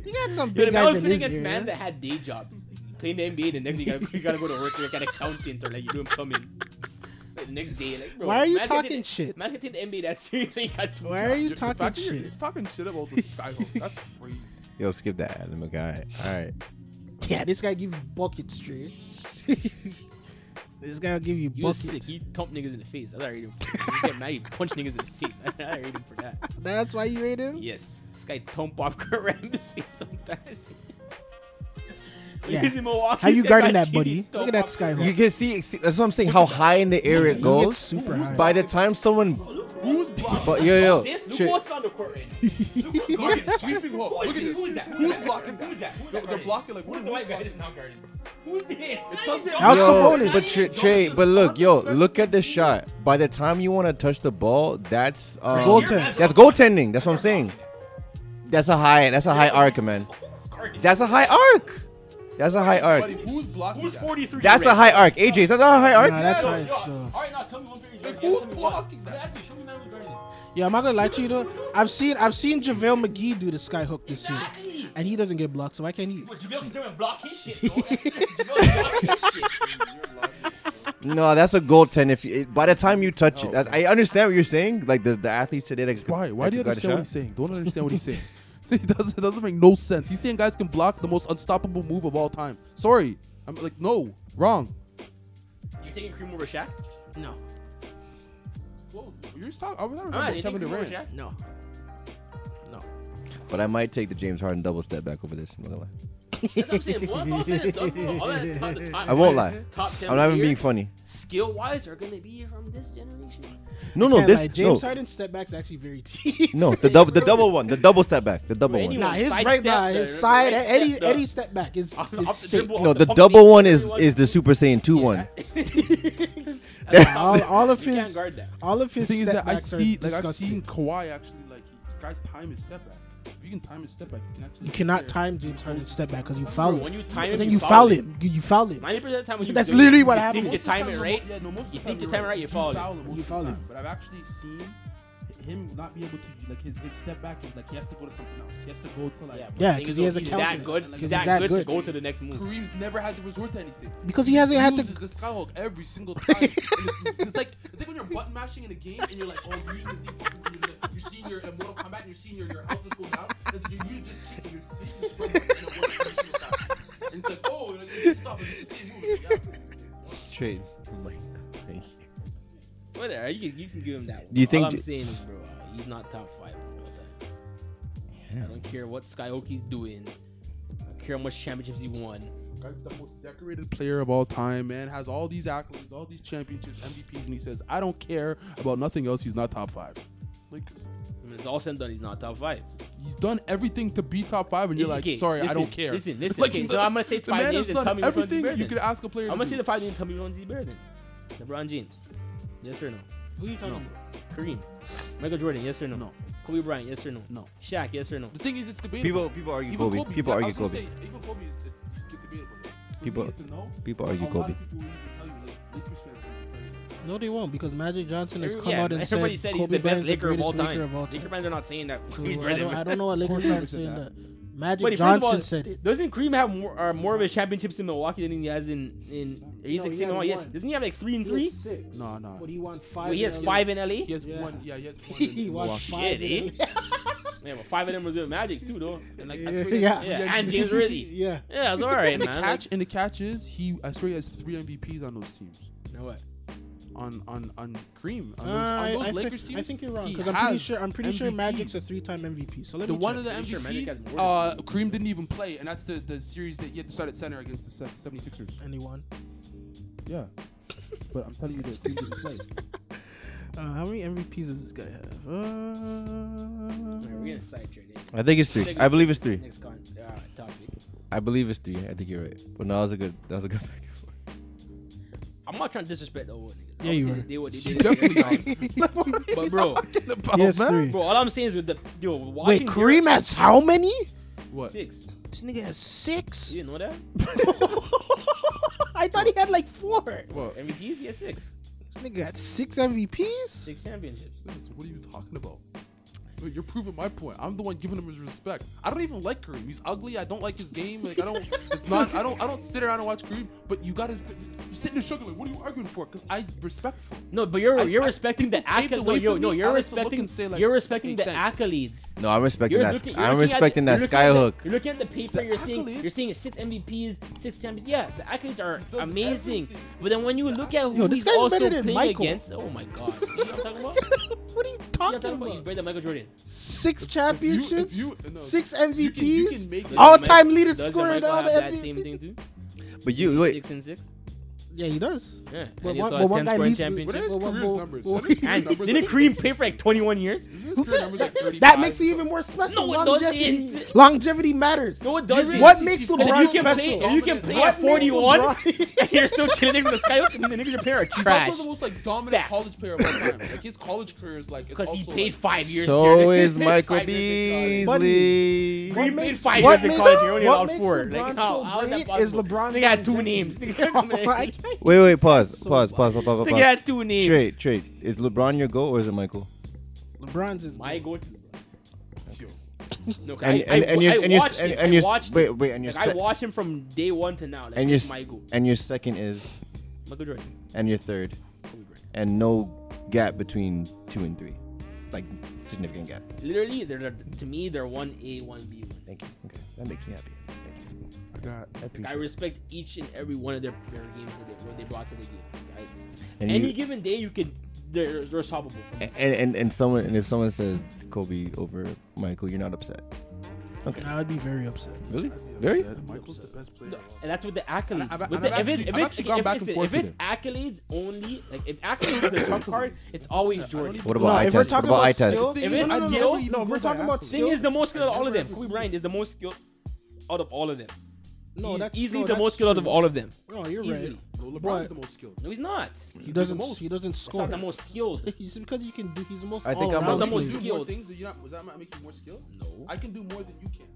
Speaker 4: They had some
Speaker 2: the
Speaker 4: big
Speaker 2: man was
Speaker 4: guys in
Speaker 2: playing
Speaker 4: this
Speaker 2: against
Speaker 4: era.
Speaker 2: man that had day jobs. Playing the NBA, the next day you gotta, you gotta go to work like an accountant or like you're doing plumbing. Like, the next day, like, bro,
Speaker 4: Why are you
Speaker 2: man's gonna
Speaker 4: talking
Speaker 2: take-
Speaker 4: shit?
Speaker 2: Man's gonna take the NBA that serious so you got two
Speaker 4: Why are
Speaker 2: jobs.
Speaker 4: you
Speaker 5: The
Speaker 4: talking
Speaker 5: fact that you're-
Speaker 4: shit?
Speaker 5: He's talking shit about the skyhook. That's crazy.
Speaker 3: Yo, skip that, Adam. guy. All right.
Speaker 4: Yeah, this guy give you buckets straight. this guy will give you
Speaker 2: You was sick.
Speaker 4: buckets.
Speaker 2: He thumped niggas in the face. That's what I read him for. You get mad, you punch niggas in the face. That's what I read him for that.
Speaker 4: That's why you rate him.
Speaker 2: Yes. This guy thump off Kurt Rambis face sometimes.
Speaker 4: Yeah.
Speaker 2: He's in Milwaukee,
Speaker 4: How you
Speaker 2: this guy
Speaker 4: guarding
Speaker 2: got
Speaker 4: that,
Speaker 2: cheesy
Speaker 4: buddy?
Speaker 2: thump
Speaker 4: Look at that
Speaker 2: off-
Speaker 3: You
Speaker 4: skyhook.
Speaker 3: can see. see- That's what I'm saying. How high in the air it
Speaker 4: He
Speaker 3: goes.
Speaker 4: gets super high.
Speaker 3: By the time someone,
Speaker 2: Look who's
Speaker 3: but yo, yo,
Speaker 2: this? Look
Speaker 3: Trey-
Speaker 2: who's on the court right now. Look who's guarding
Speaker 5: Fucking sweeping hook.
Speaker 2: Who
Speaker 5: Look
Speaker 2: is
Speaker 5: at
Speaker 2: this?
Speaker 5: this.
Speaker 2: Who is that?
Speaker 5: Who's blocking that?
Speaker 2: Who's that?
Speaker 5: They're-
Speaker 2: Who's that
Speaker 5: they're
Speaker 2: guarding?
Speaker 5: blocking, like, what
Speaker 2: who's
Speaker 5: is
Speaker 2: the
Speaker 5: he
Speaker 2: white guy that
Speaker 5: blocking?
Speaker 2: is not guarding? Who's this?
Speaker 5: doesn't-
Speaker 4: Al
Speaker 3: Yo,
Speaker 4: Sabonis.
Speaker 3: but Trey, Trey, but look, yo, look at the shot. By the time you want to touch the ball, that's um,
Speaker 4: Goaltend.
Speaker 3: That's goaltending. That's what I'm saying. That's a high. That's a high arc, man. That's a high arc. That's a high
Speaker 5: Buddy,
Speaker 3: arc.
Speaker 5: who's blocking
Speaker 2: Who's
Speaker 5: that?
Speaker 2: 43?
Speaker 3: That's a high arc. AJ, is that not a high arc?
Speaker 4: Nah, that's
Speaker 2: Yo,
Speaker 4: nice
Speaker 2: yo,
Speaker 4: though.
Speaker 2: All right, now tell me one period.
Speaker 5: Like, who's blocking that?
Speaker 2: Actually, show me man who's guarding. it.
Speaker 4: Yeah, I'm not gonna lie to you though. I've seen I've seen JaVale McGee do the skyhook this year.
Speaker 2: Exactly.
Speaker 4: And he doesn't get blocked, so why can't he?
Speaker 2: But JaVale can turn and block his shit, though. JaVale block his shit.
Speaker 3: No, that's a goaltend. If you, by the time you touch it, That's- I understand what you're saying. Like the, the athletes today, that
Speaker 5: Why?
Speaker 3: that
Speaker 5: Why do you
Speaker 3: got a
Speaker 5: understand what
Speaker 3: shot.
Speaker 5: he's saying? Don't understand what he's saying. it doesn't. It doesn't make no sense. He's saying guys can block the most unstoppable move of all time. Sorry, I'm like no, wrong.
Speaker 2: You're taking Cream over Shaq?
Speaker 4: No,
Speaker 5: Whoa, You're just talking. I was talking
Speaker 2: All right,
Speaker 5: about
Speaker 2: you're
Speaker 5: Kevin
Speaker 2: taking Cream over
Speaker 5: Durant.
Speaker 2: Shaq?
Speaker 4: no. No.
Speaker 3: But I might take the James Harden double step back over this. I'm not gonna lie.
Speaker 2: That's what I'm saying. Once all said and done, bro, all that top, the top
Speaker 3: I won't
Speaker 2: ten-
Speaker 3: lie.
Speaker 2: Top 10
Speaker 3: I'm not even
Speaker 2: players,
Speaker 3: being funny.
Speaker 2: Skill-wise, are going to be from this generation.
Speaker 3: No, no,
Speaker 4: Can't
Speaker 3: this
Speaker 4: lie, James
Speaker 3: no,
Speaker 4: Harden step back's actually very deep.
Speaker 3: no, the double, the double one, the double step back, the double one.
Speaker 2: anyone-
Speaker 4: Nah, his
Speaker 2: Side
Speaker 4: right
Speaker 2: step,
Speaker 4: now,
Speaker 2: the-
Speaker 4: his
Speaker 2: the
Speaker 4: side,
Speaker 2: right
Speaker 4: Eddie,
Speaker 2: step, the-
Speaker 4: Eddie step back is
Speaker 2: Off the-
Speaker 4: it's
Speaker 2: off the
Speaker 4: sick.
Speaker 2: dribble,
Speaker 3: No,
Speaker 2: off
Speaker 3: the
Speaker 2: pump
Speaker 3: double
Speaker 2: knee,
Speaker 3: one is
Speaker 2: everyone-
Speaker 3: is the Super Saiyan two one.
Speaker 2: That-
Speaker 4: all, all of
Speaker 2: You can't
Speaker 4: his
Speaker 2: guard that.
Speaker 4: all of
Speaker 5: The
Speaker 4: his
Speaker 5: thing is that I
Speaker 4: stepbacks are
Speaker 5: see, like I've
Speaker 4: disgusting.
Speaker 5: seen Kawhi actually like he, guys time his step back. If you can time his step back, you can actually.
Speaker 4: You cannot
Speaker 5: there.
Speaker 4: time James Harden's step back because you foul
Speaker 2: Bro,
Speaker 4: him.
Speaker 2: when you time him,
Speaker 4: and then
Speaker 2: you
Speaker 4: you
Speaker 2: foul
Speaker 4: foul him. You, you foul him.
Speaker 2: Ninety percent of the time, when you
Speaker 4: That's
Speaker 2: do it,
Speaker 4: literally
Speaker 2: you
Speaker 4: what
Speaker 2: think
Speaker 4: happened.
Speaker 2: You
Speaker 4: Most of
Speaker 2: time it right.
Speaker 5: Yeah, no, most of
Speaker 2: You
Speaker 5: the
Speaker 2: think you
Speaker 5: you're
Speaker 2: time it right, you foul him.
Speaker 5: most
Speaker 4: You
Speaker 5: of the
Speaker 4: foul
Speaker 5: time.
Speaker 4: him.
Speaker 5: But I've actually seen him not be able to like his, his step back is like he has to go to something else. He has to go to like.
Speaker 2: Yeah, but
Speaker 4: Yeah,
Speaker 2: the thing
Speaker 4: 'cause
Speaker 2: is,
Speaker 4: he has a
Speaker 2: he's
Speaker 4: counter.
Speaker 2: that good.
Speaker 5: Like,
Speaker 2: He's,
Speaker 5: he's
Speaker 2: that,
Speaker 4: that
Speaker 2: good,
Speaker 4: good.
Speaker 2: to go to the next move.
Speaker 5: Kareem's never had to resort to anything.
Speaker 4: Because he hasn't had to-
Speaker 5: uses the skyhawk every single time. And it's, it's like it's like when you're button mashing in a game and you're like, oh, you're using the same fucking move. You're, like, you're seeing your Mortal Kombat and you're seeing your your health just go down. And it's, you're using just kicking. You're seeing the scrum and it works every single time. And it's like, oh, like, it's stop. It's the same move. It's like, yeah.
Speaker 3: Trade. Do
Speaker 2: Whatever, you can, you can give him that. One.
Speaker 3: You think
Speaker 2: All I'm
Speaker 3: j-
Speaker 2: saying is, bro, he's not top five. Bro, all time. I don't care what Skyoki's doing. I don't care how much championships he won.
Speaker 5: Guy's the most decorated player of all time, man. Has all these accolades, all these championships, MVPs, and he says, I don't care about nothing else. He's not top five. Like,
Speaker 2: When it's all said and done, he's not top five.
Speaker 5: he's done everything to be top five, and you're
Speaker 2: Listen,
Speaker 5: like,
Speaker 2: okay,
Speaker 5: sorry, I
Speaker 2: listen,
Speaker 5: don't care.
Speaker 2: listen, listen,
Speaker 5: Like,
Speaker 2: okay,
Speaker 5: the-
Speaker 2: so I'm gonna say
Speaker 5: the
Speaker 2: five
Speaker 5: man
Speaker 2: names
Speaker 5: has
Speaker 2: and tell
Speaker 5: done
Speaker 2: me which one's
Speaker 5: everything
Speaker 2: better
Speaker 5: you
Speaker 2: than.
Speaker 5: could ask a player.
Speaker 2: I'm
Speaker 5: to
Speaker 2: gonna say
Speaker 5: do.
Speaker 2: the five names. Tell me which one's he's better than. LeBron James. Yes or no?
Speaker 4: Who are you talking
Speaker 2: No.
Speaker 4: about?
Speaker 2: Kareem. Michael Jordan. Yes or no?
Speaker 5: No.
Speaker 2: Kobe Bryant. Yes or no?
Speaker 5: No.
Speaker 2: Shaq. Yes or no?
Speaker 5: The thing is, it's debatable.
Speaker 3: People, people argue Kobe. People
Speaker 5: I
Speaker 3: argue
Speaker 5: was gonna
Speaker 3: Kobe.
Speaker 5: Say, even Kobe is it's debatable. To
Speaker 3: People-
Speaker 5: me, it's a no.
Speaker 3: people
Speaker 5: A
Speaker 3: argue
Speaker 2: oh,
Speaker 5: lot of
Speaker 3: Kobe.
Speaker 5: people will even tell you, like, Lakers fans will tell you.
Speaker 4: No, they won't because Magic Johnson has
Speaker 2: Every-
Speaker 4: come
Speaker 2: yeah,
Speaker 4: out and
Speaker 2: everybody
Speaker 4: said,
Speaker 2: said,
Speaker 4: Kobe
Speaker 2: he's the best
Speaker 4: Bryant's the
Speaker 2: Laker of all
Speaker 4: greatest
Speaker 2: time.
Speaker 4: Laker of all time.
Speaker 2: Laker fans are not saying that.
Speaker 4: So
Speaker 2: He's
Speaker 4: I
Speaker 2: better
Speaker 4: don't,
Speaker 2: than-
Speaker 4: I don't know what Laker
Speaker 5: Kobe Bryant
Speaker 4: fans
Speaker 5: said
Speaker 4: saying that.
Speaker 5: that.
Speaker 4: Magic
Speaker 2: But if- first of
Speaker 4: Johnson
Speaker 2: all,
Speaker 4: said it.
Speaker 2: Doesn't Kareem have more, uh, more of his championships in Milwaukee than he has in in? He's
Speaker 4: No,
Speaker 2: like seven.
Speaker 4: he has
Speaker 2: oh, yes.
Speaker 4: one.
Speaker 2: Doesn't he have like three and three?
Speaker 4: six.
Speaker 5: No, no.
Speaker 4: What do you want? Five.
Speaker 2: Well, he has
Speaker 4: in
Speaker 2: five
Speaker 4: LA?
Speaker 2: in LA.
Speaker 5: He has
Speaker 4: Yeah.
Speaker 5: one. Yeah, he has one. in
Speaker 4: He won
Speaker 5: Milwaukee.
Speaker 2: Shit,
Speaker 4: five. in
Speaker 2: eh? Man, but five of them was with Magic too, though. And like, I
Speaker 4: LA.
Speaker 2: swear,
Speaker 4: yeah.
Speaker 2: yeah. yeah, and James Worthy.
Speaker 4: Yeah.
Speaker 2: Yeah, it's all right,
Speaker 5: And the
Speaker 2: man.
Speaker 5: catch and the catch is he. I swear he has three MVPs on those teams.
Speaker 2: Like, now what?
Speaker 5: On on on Cream on
Speaker 4: Uh,
Speaker 5: those, on
Speaker 4: I,
Speaker 5: those
Speaker 4: I
Speaker 5: Lakers
Speaker 4: think,
Speaker 5: teams.
Speaker 4: I think you're wrong
Speaker 5: he
Speaker 4: because I'm pretty
Speaker 5: has
Speaker 4: sure I'm pretty sure Magic's a
Speaker 5: MVPs.
Speaker 4: three-time MVP. So let
Speaker 5: The
Speaker 4: me
Speaker 5: one
Speaker 4: check.
Speaker 5: of the
Speaker 2: Pretty sure Magic has
Speaker 5: MVPs,
Speaker 2: more
Speaker 5: uh,
Speaker 2: than
Speaker 5: Kareem didn't even play, and that's the, the series that he had to start at center against the Se- 76ers.
Speaker 4: Anyone?
Speaker 5: Yeah, but I'm telling you that Kareem didn't play.
Speaker 4: Uh, how many MVPs does this guy have?
Speaker 2: Alright,
Speaker 4: Uh,
Speaker 2: we're gonna sidetrack. it.
Speaker 3: I think it's three. I believe it's three.
Speaker 2: Next con- uh, topic.
Speaker 3: I believe it's three. I think you're right. But no, that was a good. That was a good back and forth.
Speaker 2: I'm not trying to disrespect the old niggas.
Speaker 4: Yeah,
Speaker 2: I
Speaker 4: you
Speaker 2: was
Speaker 4: were.
Speaker 2: saying They, what they
Speaker 5: She
Speaker 2: did.
Speaker 5: definitely not.
Speaker 2: but bro,
Speaker 4: yes, three.
Speaker 2: Oh, bro, all I'm saying is with the yo,
Speaker 4: Wait,
Speaker 2: watching
Speaker 4: Kareem has how many?
Speaker 5: What?
Speaker 2: six.
Speaker 4: This nigga has six.
Speaker 2: You didn't know that?
Speaker 4: I thought he had like four. This
Speaker 5: What?
Speaker 2: MVPs, he has six,
Speaker 4: nigga got six MVPs.
Speaker 2: six championships.
Speaker 5: Listen, What are you talking about? Wait, You're proving my point. I'm the one giving him his respect. I don't even like Kareem. He's ugly. I don't like his game. Like I don't. It's not. I don't. I don't sit around and watch Kareem. But you gotta. You sit in the sugar. Like, what are you arguing for? Because I respectful.
Speaker 2: No, but you're
Speaker 5: I-
Speaker 2: you're
Speaker 5: I-
Speaker 2: respecting the
Speaker 5: people paved the
Speaker 2: accolades. No,
Speaker 5: way
Speaker 2: yo,
Speaker 5: for
Speaker 2: no,
Speaker 5: me.
Speaker 2: you're
Speaker 5: I like to look
Speaker 2: respecting
Speaker 5: and say, like,
Speaker 2: you're respecting
Speaker 5: hey,
Speaker 2: the
Speaker 5: thanks.
Speaker 2: accolades.
Speaker 3: No, I'm respecting
Speaker 2: You're
Speaker 3: that.
Speaker 2: looking- you're
Speaker 3: I'm
Speaker 2: looking at the-
Speaker 3: respecting that
Speaker 2: you're looking at the-
Speaker 3: skyhook.
Speaker 2: You're looking at the paper.
Speaker 5: The
Speaker 2: you're seeing
Speaker 5: accolades.
Speaker 2: you're seeing six MVPs, six champions. Yeah, the accolades are
Speaker 5: does
Speaker 2: amazing.
Speaker 5: everything.
Speaker 2: But then when you look at who
Speaker 4: Yo, this
Speaker 2: he's
Speaker 4: guy's
Speaker 2: also
Speaker 4: better than
Speaker 2: playing
Speaker 4: Michael.
Speaker 2: against, oh my god, see what I'm talking about? See
Speaker 4: what are you
Speaker 2: what
Speaker 4: talking,
Speaker 2: I'm talking about?
Speaker 4: about?
Speaker 2: He's better than Michael Jordan.
Speaker 4: Six
Speaker 5: if you- if
Speaker 4: championships,
Speaker 5: you- no,
Speaker 4: six
Speaker 5: you can- you
Speaker 4: MVPs,
Speaker 5: can make it.
Speaker 4: all-time
Speaker 2: Doesn't
Speaker 4: leader
Speaker 2: Michael
Speaker 4: scorer in
Speaker 2: have
Speaker 4: all the
Speaker 2: that same
Speaker 4: MVP.
Speaker 2: thing too.
Speaker 3: But you wait.
Speaker 2: Six and six.
Speaker 4: Yeah, he does.
Speaker 2: Yeah.
Speaker 4: But
Speaker 2: and he also
Speaker 4: one- but
Speaker 2: has
Speaker 4: one
Speaker 2: 10
Speaker 4: guy
Speaker 2: scoring
Speaker 4: leads the-
Speaker 5: What are
Speaker 2: championships.
Speaker 5: his
Speaker 4: Well,
Speaker 5: career
Speaker 4: well,
Speaker 5: numbers?
Speaker 4: well,
Speaker 5: What are his career
Speaker 2: And
Speaker 5: numbers?
Speaker 2: didn't
Speaker 5: Like,
Speaker 2: Kareem play for like 21 years?
Speaker 5: Isn't his
Speaker 4: Who
Speaker 5: career
Speaker 4: cares?
Speaker 5: numbers like
Speaker 4: That,
Speaker 5: 35?
Speaker 4: that makes you even more special.
Speaker 2: No, it
Speaker 4: longevity,
Speaker 2: doesn't.
Speaker 4: longevity matters.
Speaker 2: No, it
Speaker 5: You
Speaker 2: doesn't.
Speaker 5: really
Speaker 4: What
Speaker 5: think
Speaker 4: makes
Speaker 5: he's
Speaker 2: If
Speaker 4: LeBron
Speaker 2: you can play,
Speaker 4: special?
Speaker 2: if you can play
Speaker 4: What
Speaker 2: at
Speaker 4: makes
Speaker 2: 41,
Speaker 4: LeBron-
Speaker 2: and you're still killing niggas in the sky. I mean, the niggas your parents are
Speaker 5: He's
Speaker 2: trash.
Speaker 5: also the most like dominant
Speaker 2: Facts.
Speaker 5: college player of all time. Like his college career is like it's
Speaker 2: Because he
Speaker 5: also,
Speaker 2: played
Speaker 5: like,
Speaker 2: five years.
Speaker 3: So
Speaker 2: there.
Speaker 3: is
Speaker 2: He played
Speaker 3: Michael
Speaker 2: five years in college.
Speaker 3: Beasley.
Speaker 2: Kareem played
Speaker 4: makes-
Speaker 2: five
Speaker 4: what
Speaker 2: years in
Speaker 4: makes-
Speaker 2: college. You're only
Speaker 4: what
Speaker 2: allowed
Speaker 4: makes
Speaker 2: four.
Speaker 4: LeBron
Speaker 2: Like, how,
Speaker 4: so
Speaker 2: how is that
Speaker 4: great is
Speaker 2: possible?
Speaker 4: LeBron
Speaker 2: Nigga had two
Speaker 4: longevity? Oh,
Speaker 2: names. Nigga
Speaker 4: I
Speaker 2: had-
Speaker 4: can't-
Speaker 3: Wait, wait, pause, pause, pause, pause, pause,
Speaker 2: nigga
Speaker 3: pause.
Speaker 2: had two names.
Speaker 3: Trade, trade. Is LeBron your goal or is it Michael?
Speaker 4: LeBron's is
Speaker 2: My go to. No, 'cause
Speaker 3: And
Speaker 2: I,
Speaker 3: and
Speaker 2: I,
Speaker 3: and you
Speaker 2: I
Speaker 3: and you
Speaker 2: watched
Speaker 3: and
Speaker 2: him.
Speaker 3: and you
Speaker 2: I watched
Speaker 3: wait
Speaker 2: him.
Speaker 3: wait and your
Speaker 2: Like, I
Speaker 3: se-
Speaker 2: watched him from day one to now. Like,
Speaker 3: and your
Speaker 2: that's
Speaker 3: s-
Speaker 2: my goal.
Speaker 3: and your second is
Speaker 2: Michael Jordan.
Speaker 3: and your third
Speaker 2: Kobe Bryant.
Speaker 3: and no gap between two and three, like significant gap.
Speaker 2: Literally, they're, they're to me they're one A, one B.
Speaker 3: Thank you. Okay, that makes me happy. Thank you.
Speaker 5: I got
Speaker 3: I
Speaker 2: Like, I
Speaker 3: appreciate. it.
Speaker 2: respect each and every one of their, their games that they, what they brought to the game. Like, it's-
Speaker 3: And
Speaker 2: any
Speaker 3: you-
Speaker 2: given day, you could they're, they're solvable. For me.
Speaker 3: And and and someone and if someone says Kobe over Michael, you're not upset.
Speaker 4: I would be very upset.
Speaker 3: Really? Very?
Speaker 5: Michael's the best player.
Speaker 2: No, and that's with the accolades.
Speaker 5: I've- I've
Speaker 2: with the, if
Speaker 5: actually-
Speaker 2: it's, if
Speaker 5: I've
Speaker 2: it's,
Speaker 5: actually
Speaker 2: if
Speaker 5: gone back
Speaker 2: it's,
Speaker 5: and forth
Speaker 2: if it's
Speaker 5: with
Speaker 2: accolades only, like if accolades are the trump card, it's always Jordan.
Speaker 3: What about
Speaker 4: No,
Speaker 3: eye
Speaker 4: if we're
Speaker 3: test? What
Speaker 4: talking
Speaker 3: about
Speaker 4: about
Speaker 3: eye test?
Speaker 4: skill-
Speaker 2: If
Speaker 5: No,
Speaker 2: it's
Speaker 5: no, no, no,
Speaker 2: skill,
Speaker 5: no,
Speaker 4: no, we're talking about
Speaker 2: thing
Speaker 4: skill.
Speaker 2: is the most skilled out of all of them. Kobe Bryant is the most skilled out of all of them.
Speaker 4: No,
Speaker 2: He's
Speaker 4: that's
Speaker 2: easily
Speaker 4: no,
Speaker 2: the
Speaker 4: that's
Speaker 2: most skilled out
Speaker 4: true.
Speaker 2: of all of them.
Speaker 4: No, you're
Speaker 2: Easily.
Speaker 4: right.
Speaker 5: LeBron's the
Speaker 2: But-
Speaker 5: most skilled.
Speaker 2: No, he's not.
Speaker 4: He
Speaker 5: He's the
Speaker 4: doesn't.
Speaker 5: most.
Speaker 4: He doesn't
Speaker 2: He's
Speaker 4: score.
Speaker 2: not the most skilled.
Speaker 4: It's because he can do. He's the most.
Speaker 3: I think I'm
Speaker 4: all-round
Speaker 2: the
Speaker 5: You
Speaker 2: most
Speaker 5: do
Speaker 4: player.
Speaker 5: more
Speaker 2: skilled.
Speaker 5: Things that you're not. Does that not make you more skilled?
Speaker 2: No,
Speaker 5: I can do more than you can.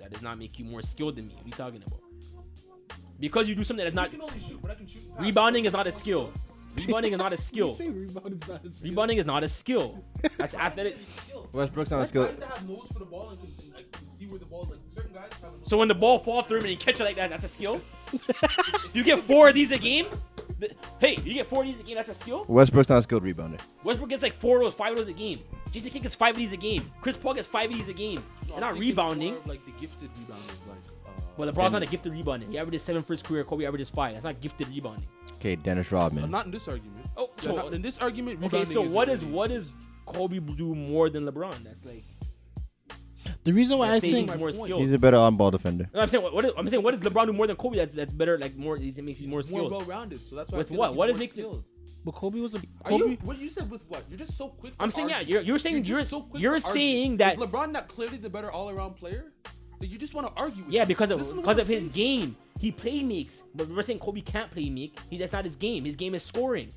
Speaker 2: that does not make you more skilled than me. What are you talking about? Because you do something that's
Speaker 5: Not,
Speaker 2: not
Speaker 5: you can only shoot, but I can shoot. past.
Speaker 2: rebounding is not a skill. Rebounding is not a skill.
Speaker 4: Say rebound is not a skill.
Speaker 2: Rebounding is not a skill. That's
Speaker 5: Why is it
Speaker 2: athletic.
Speaker 5: a skill?
Speaker 3: Westbrook's not a
Speaker 5: Like,
Speaker 3: skill.
Speaker 5: Guys that have nose for the ball and can, and, like, can see where the ball is. Like certain guys have. a nose
Speaker 2: So
Speaker 5: for
Speaker 2: when the ball falls through him and you catch it like that, that's a skill. If you get four of these a game. th- hey, you get four of these a game. That's a skill.
Speaker 3: Westbrook's not a skilled rebounder.
Speaker 2: Westbrook gets like four of those, five of those a game. Jason Kidd gets five of these a game. Chris Paul gets five of these a game.
Speaker 5: No,
Speaker 2: They're
Speaker 5: I'm
Speaker 2: not
Speaker 5: thinking
Speaker 2: rebounding.
Speaker 5: more of, like the gifted rebounders, like. Uh,
Speaker 2: But LeBron's not a gifted rebounder. He averages seven for his career. Kobe averages five. That's not gifted rebounding.
Speaker 3: Okay, Dennis
Speaker 5: I'm
Speaker 3: Rodman.
Speaker 5: not in this argument.
Speaker 2: Oh,
Speaker 5: uh, Yeah,
Speaker 2: so-
Speaker 5: not- in this argument,
Speaker 2: Okay,
Speaker 5: rebounding
Speaker 2: so what is
Speaker 5: really-
Speaker 2: what is Kobe do more than LeBron? That's like
Speaker 4: The reason why I
Speaker 2: that's saying
Speaker 4: think
Speaker 2: he's more skilled.
Speaker 3: He's a better on-ball defender.
Speaker 2: No, I'm saying what, what is, I'm saying what does LeBron do more than Kobe? That's that's better. Like more, he's, it makes you
Speaker 5: He's
Speaker 2: more skilled.
Speaker 5: well-rounded, so that's why.
Speaker 2: With
Speaker 5: I feel
Speaker 2: what?
Speaker 5: Like he's
Speaker 2: What is
Speaker 5: more
Speaker 2: making-
Speaker 5: skilled.
Speaker 4: But Kobe was a
Speaker 5: Are you?
Speaker 4: Kobe.
Speaker 5: What you said with what? You're just so quick. to
Speaker 2: I'm saying yeah.
Speaker 5: argue.
Speaker 2: You're, you're saying you're
Speaker 5: just so
Speaker 2: you're,
Speaker 5: quick to argue.
Speaker 2: saying that
Speaker 5: Is LeBron not clearly the better all-around player? Like you just want to argue. With
Speaker 2: yeah
Speaker 5: him.
Speaker 2: because of
Speaker 5: Listen to what
Speaker 2: because
Speaker 5: I'm
Speaker 2: of his
Speaker 5: saying.
Speaker 2: game he play makes. But we're saying Kobe can't play make. He that's not his game. His game is scoring.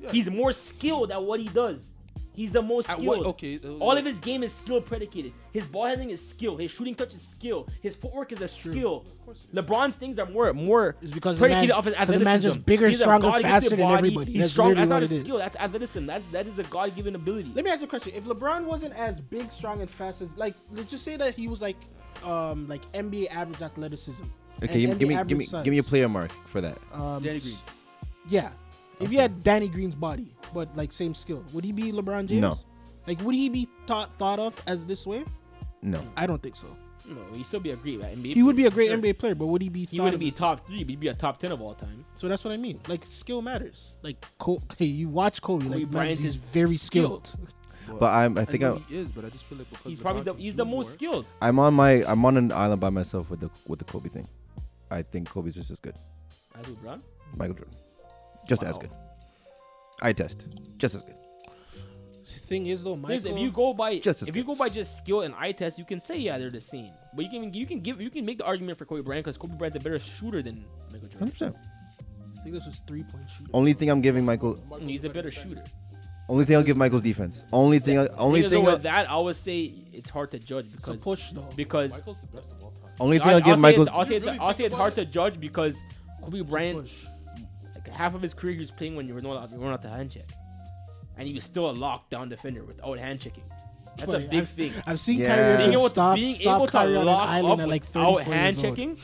Speaker 5: Yeah.
Speaker 2: He's more skilled at what he does. He's the most
Speaker 5: At
Speaker 2: skilled.
Speaker 5: what- okay, uh,
Speaker 2: All of his game is skill predicated. His ball handling is skill. His shooting touch is skill. His footwork is a skill.
Speaker 5: course it is.
Speaker 2: LeBron's things are more more
Speaker 4: It's because the
Speaker 2: predicated
Speaker 4: man's-
Speaker 2: off his
Speaker 4: 'cause
Speaker 2: athleticism.
Speaker 4: the man's just bigger,
Speaker 2: He's a
Speaker 4: stronger,
Speaker 2: God-gifted
Speaker 4: faster than
Speaker 2: body.
Speaker 4: everybody.
Speaker 2: He's
Speaker 4: That's
Speaker 2: strong. That's
Speaker 4: literally
Speaker 2: not a
Speaker 4: what it
Speaker 2: skill.
Speaker 4: is.
Speaker 2: That's athleticism. That's that is a God given ability.
Speaker 4: Let me ask you a question. If LeBron wasn't as big, strong, and fast as like, let's just say that he was like, um, like NBA average athleticism.
Speaker 3: Okay,
Speaker 4: and
Speaker 3: give,
Speaker 4: NBA
Speaker 3: give me give
Speaker 4: average
Speaker 3: me
Speaker 4: size.
Speaker 3: give me a player mark for that.
Speaker 4: Um,
Speaker 5: Danny Green.
Speaker 4: Yeah. If you had Danny Green's body, but like same skill, would he be LeBron James?
Speaker 3: No.
Speaker 4: Like, would he be thought thought of as this way?
Speaker 3: No,
Speaker 4: I don't think so.
Speaker 2: No, he'd still be a great NBA.
Speaker 4: He would be a
Speaker 2: player,
Speaker 4: great
Speaker 2: sure.
Speaker 4: NBA player, but would he be?
Speaker 2: He
Speaker 4: thought
Speaker 2: wouldn't
Speaker 4: of
Speaker 2: be
Speaker 4: as-
Speaker 2: top three, but he'd be a top ten of all time.
Speaker 4: So that's what I mean. Like, skill matters. Like, Col- hey, you watch Kobe. like, man,
Speaker 2: Bryant is
Speaker 4: he's very skilled.
Speaker 3: but I'm I
Speaker 5: I
Speaker 3: think
Speaker 5: know
Speaker 3: I'm
Speaker 5: he is, but I just feel like because
Speaker 2: He's probably
Speaker 5: LeBron
Speaker 2: the
Speaker 5: can
Speaker 2: he's
Speaker 5: do
Speaker 2: the
Speaker 5: more,
Speaker 2: most skilled.
Speaker 3: I'm on my I'm on an island by myself with the with the Kobe thing. I think Kobe's just as good.
Speaker 2: I do, LeBron.
Speaker 3: Michael Jordan, just as
Speaker 2: Wow.
Speaker 3: good. I test, just as good.
Speaker 4: Thing is though,
Speaker 2: There's-
Speaker 4: Michael.
Speaker 2: if you go by
Speaker 3: Just as
Speaker 2: if you
Speaker 3: good.
Speaker 2: go by just skill and eye test, you can say yeah they're the same. But you can you can give you can make the argument for Kobe Bryant because Kobe Bryant's a better shooter than Michael Jordan.
Speaker 3: 100%.
Speaker 4: I think this was three point shooting.
Speaker 3: Only thing I'm giving Michael,
Speaker 5: Marcus
Speaker 2: He's a better shooter.
Speaker 3: only thing I'll give Michael's defense. Only thing, I- only
Speaker 2: Because
Speaker 3: thing,
Speaker 2: with
Speaker 3: I'll-
Speaker 2: that I would say it's hard to judge
Speaker 4: It's a
Speaker 2: because
Speaker 4: push though.
Speaker 2: because
Speaker 5: Michael's the best of all time.
Speaker 3: only thing
Speaker 2: I,
Speaker 3: I'll
Speaker 2: will
Speaker 3: give
Speaker 2: say it's,
Speaker 3: Michael's.
Speaker 2: I'll say it's,
Speaker 5: Really
Speaker 2: I'll
Speaker 5: think
Speaker 2: say it's
Speaker 5: about
Speaker 2: hard
Speaker 5: it.
Speaker 2: to judge because Kobe Bryant
Speaker 4: push.
Speaker 2: like half of his career he was playing when you were not you were not the hand check, and he was still a lockdown defender without hand checking. That's a
Speaker 4: Sorry,
Speaker 2: big
Speaker 4: I've-
Speaker 2: thing.
Speaker 4: I've seen
Speaker 3: Yeah.
Speaker 4: Kyrie
Speaker 2: Being
Speaker 4: Irving
Speaker 2: able,
Speaker 4: stop,
Speaker 2: being
Speaker 4: stop
Speaker 2: able to
Speaker 4: Kyrie on
Speaker 2: lock
Speaker 4: an island
Speaker 2: up
Speaker 4: at like 34
Speaker 2: without
Speaker 4: years
Speaker 2: hand
Speaker 4: old.
Speaker 2: checking,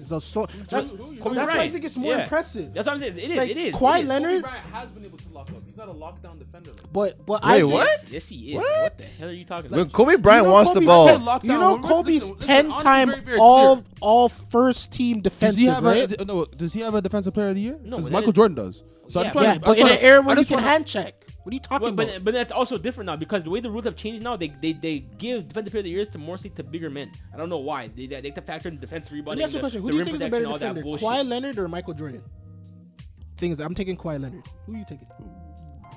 Speaker 4: It's a so, that's,
Speaker 5: who you
Speaker 4: that's
Speaker 5: know?
Speaker 4: why I
Speaker 2: Bryant.
Speaker 4: think it's more
Speaker 2: Yeah.
Speaker 4: impressive.
Speaker 2: That's what I'm saying. It is.
Speaker 4: Like,
Speaker 2: it is.
Speaker 4: Kawhi
Speaker 2: it is.
Speaker 4: Leonard-
Speaker 5: Leonard
Speaker 4: Leonard-
Speaker 5: Bryant has been able to lock up. He's not a lockdown defender. Like.
Speaker 4: But but
Speaker 3: Wait,
Speaker 4: I think-
Speaker 3: what?
Speaker 2: Yes, he is.
Speaker 3: What?
Speaker 2: What, the hell are you talking
Speaker 3: When
Speaker 2: about?
Speaker 3: Kobe Bryant
Speaker 4: you know
Speaker 3: wants the
Speaker 4: Kobe's
Speaker 3: ball,
Speaker 4: ten-
Speaker 5: Lockdown,
Speaker 4: you know
Speaker 5: remember?
Speaker 4: Kobe's
Speaker 5: Listen, listen,
Speaker 4: ten
Speaker 5: I'll be
Speaker 4: time
Speaker 5: very, very
Speaker 4: all
Speaker 5: clear.
Speaker 4: all first team
Speaker 5: Does he
Speaker 4: defensive,
Speaker 5: have
Speaker 4: right?
Speaker 5: a, uh, no? Does he have a defensive player of the year?
Speaker 2: No,
Speaker 5: because
Speaker 2: but
Speaker 5: Michael
Speaker 2: that-
Speaker 5: Jordan does. So I
Speaker 2: Yeah,
Speaker 5: just wanna,
Speaker 4: yeah, but
Speaker 5: I
Speaker 4: in
Speaker 5: wanna,
Speaker 4: an era
Speaker 5: I
Speaker 4: when you
Speaker 5: just
Speaker 4: can
Speaker 5: wanna-
Speaker 4: hand check. What are you talking
Speaker 2: Well,
Speaker 4: about?
Speaker 2: but, but that's also different now because the way the rules have changed now, they they, they give defensive player of the years to mostly to bigger men. I don't know why. They they, they have to factor in defense
Speaker 4: Let
Speaker 2: rebounding,
Speaker 4: me ask you
Speaker 2: the,
Speaker 4: a question. Who
Speaker 2: the
Speaker 4: do you
Speaker 2: rim
Speaker 4: think is a
Speaker 2: protection,
Speaker 4: better
Speaker 2: all that
Speaker 4: defender,
Speaker 2: bullshit.
Speaker 4: Kawhi Leonard or Michael Jordan? Thing is, I'm taking Kawhi Leonard. Who are you taking?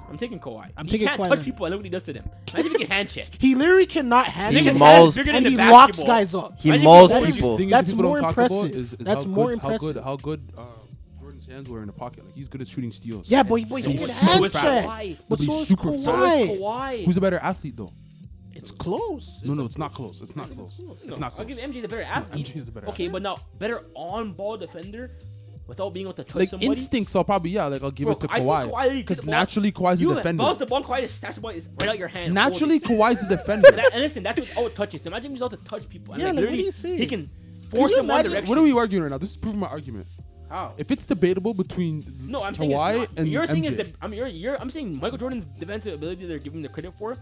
Speaker 2: I'm taking Kawhi.
Speaker 4: I'm
Speaker 2: he
Speaker 4: taking
Speaker 2: can't touch
Speaker 4: Kawhi Leonard.
Speaker 2: people. I look what he does to them. Imagine if he can hand check.
Speaker 4: He literally cannot hand
Speaker 2: Niggas'
Speaker 3: He's
Speaker 4: check,
Speaker 2: hands
Speaker 3: mauls-
Speaker 2: bigger than
Speaker 4: and
Speaker 2: the
Speaker 4: he locks
Speaker 2: basketball.
Speaker 4: guys up.
Speaker 3: he
Speaker 2: Imagine
Speaker 3: mauls
Speaker 4: that is-
Speaker 3: people.
Speaker 5: thing is
Speaker 4: That's
Speaker 5: that people
Speaker 4: more
Speaker 5: don't Talk about
Speaker 4: impressive.
Speaker 5: is, is
Speaker 4: That's
Speaker 5: how
Speaker 4: more
Speaker 5: good,
Speaker 4: impressive.
Speaker 5: How good, how good uh, Jordan's hands were in the pocket. Like he's good at shooting steals.
Speaker 4: Yeah, boy, boy,
Speaker 2: So
Speaker 4: he can
Speaker 2: is
Speaker 4: hand
Speaker 2: Kawhi.
Speaker 4: check. But
Speaker 5: But he's
Speaker 4: so is
Speaker 5: super fast.
Speaker 2: So is
Speaker 4: Kawhi.
Speaker 2: Kawhi.
Speaker 5: Who's a better athlete though?
Speaker 4: It's close.
Speaker 5: No, no, it's not close. It's not close.
Speaker 2: No,
Speaker 5: It's not
Speaker 2: I'll
Speaker 5: close.
Speaker 2: give MJ's a better athlete.
Speaker 5: MJ's a better
Speaker 2: okay, but now better on-ball defender without being able to touch
Speaker 5: Like
Speaker 2: somebody.
Speaker 5: instincts, I'll probably yeah. Like I'll give
Speaker 2: Bro,
Speaker 5: it to
Speaker 2: I see Kawhi, you
Speaker 5: Kawhi
Speaker 2: get
Speaker 5: because
Speaker 2: the ball.
Speaker 5: naturally Kawhi's a
Speaker 2: You
Speaker 5: defender.
Speaker 2: bounce the ball, Kawhi just snatch the ball is right out your hand. hold it.
Speaker 5: Naturally, Kawhi's a defender.
Speaker 2: that, and listen, that's without touches. Imagine if he's able to touch people. And
Speaker 4: Yeah,
Speaker 2: like,
Speaker 4: like, what do
Speaker 2: literally,
Speaker 4: you say?
Speaker 2: He can force
Speaker 4: you
Speaker 2: them one
Speaker 4: imagine-
Speaker 2: direction.
Speaker 5: What are we arguing right now? This is proving my argument.
Speaker 2: How?
Speaker 5: If it's debatable between
Speaker 2: no, I'm saying
Speaker 5: Kawhi
Speaker 2: it's not.
Speaker 5: and
Speaker 2: Your thing
Speaker 5: MJ,
Speaker 2: is that I'm you're, you're, I'm saying Michael Jordan's defensive ability they're giving him the credit for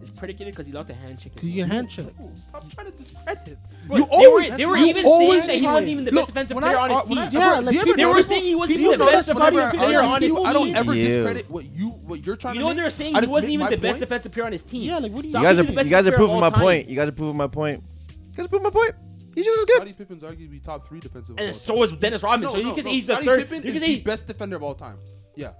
Speaker 2: is predicated because he lost a handshake.
Speaker 4: Because you can hand check.
Speaker 5: stop trying to discredit.
Speaker 2: Bro,
Speaker 5: you
Speaker 2: they
Speaker 5: always,
Speaker 2: were, they
Speaker 4: that's
Speaker 2: were
Speaker 4: right.
Speaker 2: even
Speaker 4: You
Speaker 2: saying
Speaker 4: always
Speaker 2: that he
Speaker 4: try.
Speaker 2: wasn't even the best
Speaker 5: Look,
Speaker 2: defensive
Speaker 5: when
Speaker 2: player
Speaker 5: I-
Speaker 2: on his
Speaker 5: when
Speaker 2: team.
Speaker 5: I-
Speaker 4: Yeah, like,
Speaker 5: do you ever
Speaker 4: they
Speaker 2: they were
Speaker 5: notice-
Speaker 2: saying he wasn't
Speaker 4: people
Speaker 2: even the
Speaker 4: thought
Speaker 2: best
Speaker 4: that's
Speaker 5: Whenever
Speaker 2: defensive
Speaker 5: I
Speaker 4: somebody
Speaker 2: player
Speaker 5: argue
Speaker 2: on
Speaker 5: with
Speaker 2: his
Speaker 5: you, I don't
Speaker 2: team.
Speaker 5: ever
Speaker 3: Ew.
Speaker 5: discredit what you what you're trying to
Speaker 2: You know what
Speaker 5: make.
Speaker 2: they're saying?
Speaker 5: I
Speaker 2: He
Speaker 5: just
Speaker 2: wasn't
Speaker 5: make
Speaker 2: even
Speaker 5: my
Speaker 2: the best
Speaker 5: point.
Speaker 2: defensive player on his team.
Speaker 4: Yeah, like, what do you-
Speaker 2: So
Speaker 3: You
Speaker 2: how
Speaker 3: guys
Speaker 2: can he be
Speaker 3: are
Speaker 2: the
Speaker 3: you
Speaker 2: best
Speaker 3: guys are
Speaker 2: player of
Speaker 3: proving
Speaker 2: all
Speaker 3: my
Speaker 2: time?
Speaker 3: point. You guys are proving my point. You guys are proving my point. He's just as good.
Speaker 5: Scottie Pippen's arguably top three defensive. of
Speaker 2: And
Speaker 5: all
Speaker 2: so was Dennis Rodman.
Speaker 5: time.
Speaker 2: so
Speaker 5: No,
Speaker 2: you
Speaker 5: no,
Speaker 2: can say
Speaker 5: no.
Speaker 2: he's the
Speaker 5: Scottie
Speaker 2: third.
Speaker 5: Pippen
Speaker 2: You
Speaker 5: is
Speaker 2: can
Speaker 5: the
Speaker 2: say
Speaker 5: best defender of all time. Yeah.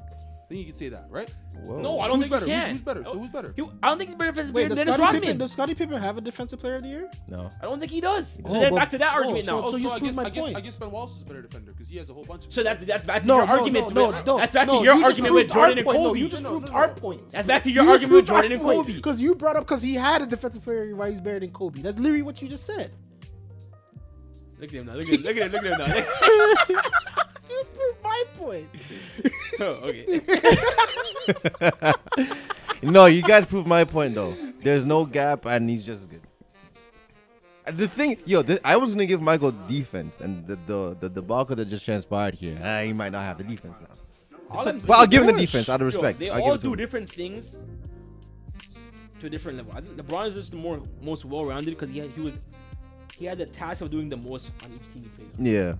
Speaker 5: think you can say that, right?
Speaker 3: Whoa.
Speaker 2: No, I don't
Speaker 5: Who's
Speaker 2: think
Speaker 5: better?
Speaker 2: he
Speaker 5: Who's-
Speaker 2: can.
Speaker 5: Who's better? So who's better?
Speaker 2: He- I don't think he's better than
Speaker 4: Wait, does
Speaker 2: Dennis
Speaker 4: Scottie
Speaker 2: Rodman.
Speaker 4: Pippen, does Scottie Pippen have a defensive player of the year?
Speaker 3: No.
Speaker 2: I don't think he does. So
Speaker 3: Oh,
Speaker 2: then
Speaker 3: but-
Speaker 2: back to that
Speaker 4: oh,
Speaker 2: argument now.
Speaker 5: Oh,
Speaker 4: So
Speaker 5: so,
Speaker 4: you
Speaker 5: I
Speaker 4: proved
Speaker 5: guess
Speaker 4: my
Speaker 5: I guess I
Speaker 4: point.
Speaker 5: guess Ben Walsh is a better defender because he has a whole bunch of.
Speaker 2: So that's that's back to
Speaker 4: No,
Speaker 2: your
Speaker 4: no,
Speaker 2: argument.
Speaker 4: no,
Speaker 2: with-
Speaker 4: no, no,
Speaker 2: that's back
Speaker 4: no,
Speaker 2: to your
Speaker 4: you just
Speaker 2: argument with
Speaker 4: proved our
Speaker 2: Jordan and
Speaker 4: point. No,
Speaker 2: Kobe.
Speaker 4: you just
Speaker 5: No, no,
Speaker 4: proved
Speaker 5: no,
Speaker 4: our
Speaker 5: no.
Speaker 4: point.
Speaker 2: That's back to your argument with Jordan and Kobe.
Speaker 4: Because you brought up because he had a defensive player why he's better than Kobe. That's literally what you just said.
Speaker 2: Look at him now. Look at him. Look at him. Look at him now.
Speaker 4: You proved my point.
Speaker 2: Oh, okay.
Speaker 3: no, you guys prove my point though. There's no gap, and he's just good. And The thing, yo, th- I was gonna give Michael defense, and the the the debacle that just transpired here, ah, he might not have the defense now.
Speaker 2: All I'm
Speaker 3: But I'll
Speaker 2: saying-
Speaker 3: give him the
Speaker 4: Yo,
Speaker 3: defense out of
Speaker 2: Yo,
Speaker 3: respect.
Speaker 2: they
Speaker 3: I'll
Speaker 2: all
Speaker 3: give it to
Speaker 2: do
Speaker 3: him.
Speaker 2: different things to a different level. I think LeBron is just the more most well-rounded because he had, he was he had the task of doing the most on each team he played. on.
Speaker 3: Yeah,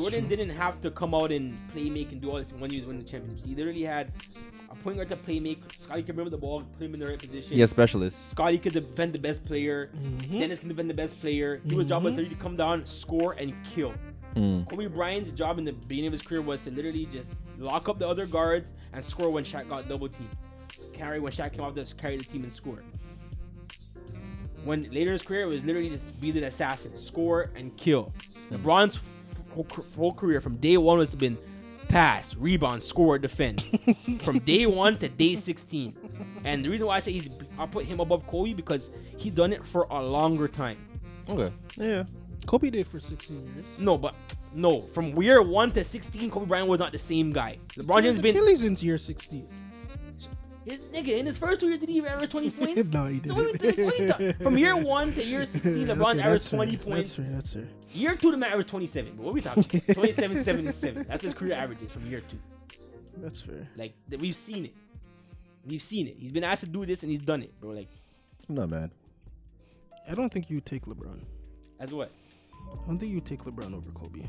Speaker 2: Jordan didn't have to come out and play make and do all this when he was winning the championships. He literally had a point guard to play make. Scotty could remember the ball, put him in the right position.
Speaker 3: yeah, specialist.
Speaker 2: Scotty could defend the best player. Dennis can defend the best player. He was job was literally to come down, score, and kill. Kobe Bryant's job in the beginning of his career was to literally just lock up the other guards and score when Shaq got double teamed. Carry when Shaq came off, just carry the team and score. When later in his career, it was literally just be the assassin, score and kill. LeBron's f- whole ca- whole career from day one was to been pass, rebound, score, defend. from day one to day 16. And the reason why I say he's, I put him above Kobe because he's done it for a longer time.
Speaker 3: Okay. Yeah.
Speaker 4: Kobe did for 16 years.
Speaker 2: No, but no, from year one to 16, Kobe Bryant was not the same guy. LeBron James been
Speaker 4: Achilles into year 16.
Speaker 2: his, nigga in his first two years. Did he even average 20 points?
Speaker 4: No, he
Speaker 2: So what are you- what are you talking- From year one to year 16, LeBron averaged 20 points.
Speaker 4: That's fair. That's fair.
Speaker 2: Year two, the man averaged 27. But what are we talking? about? 27, 77. That's his career averages from year two.
Speaker 4: That's fair.
Speaker 2: Like th- we've seen it. We've seen it. He's been asked to do this and he's done it, bro. Like
Speaker 3: I'm not mad.
Speaker 4: I don't think you take LeBron.
Speaker 2: as what?
Speaker 4: I don't think you take LeBron over Kobe.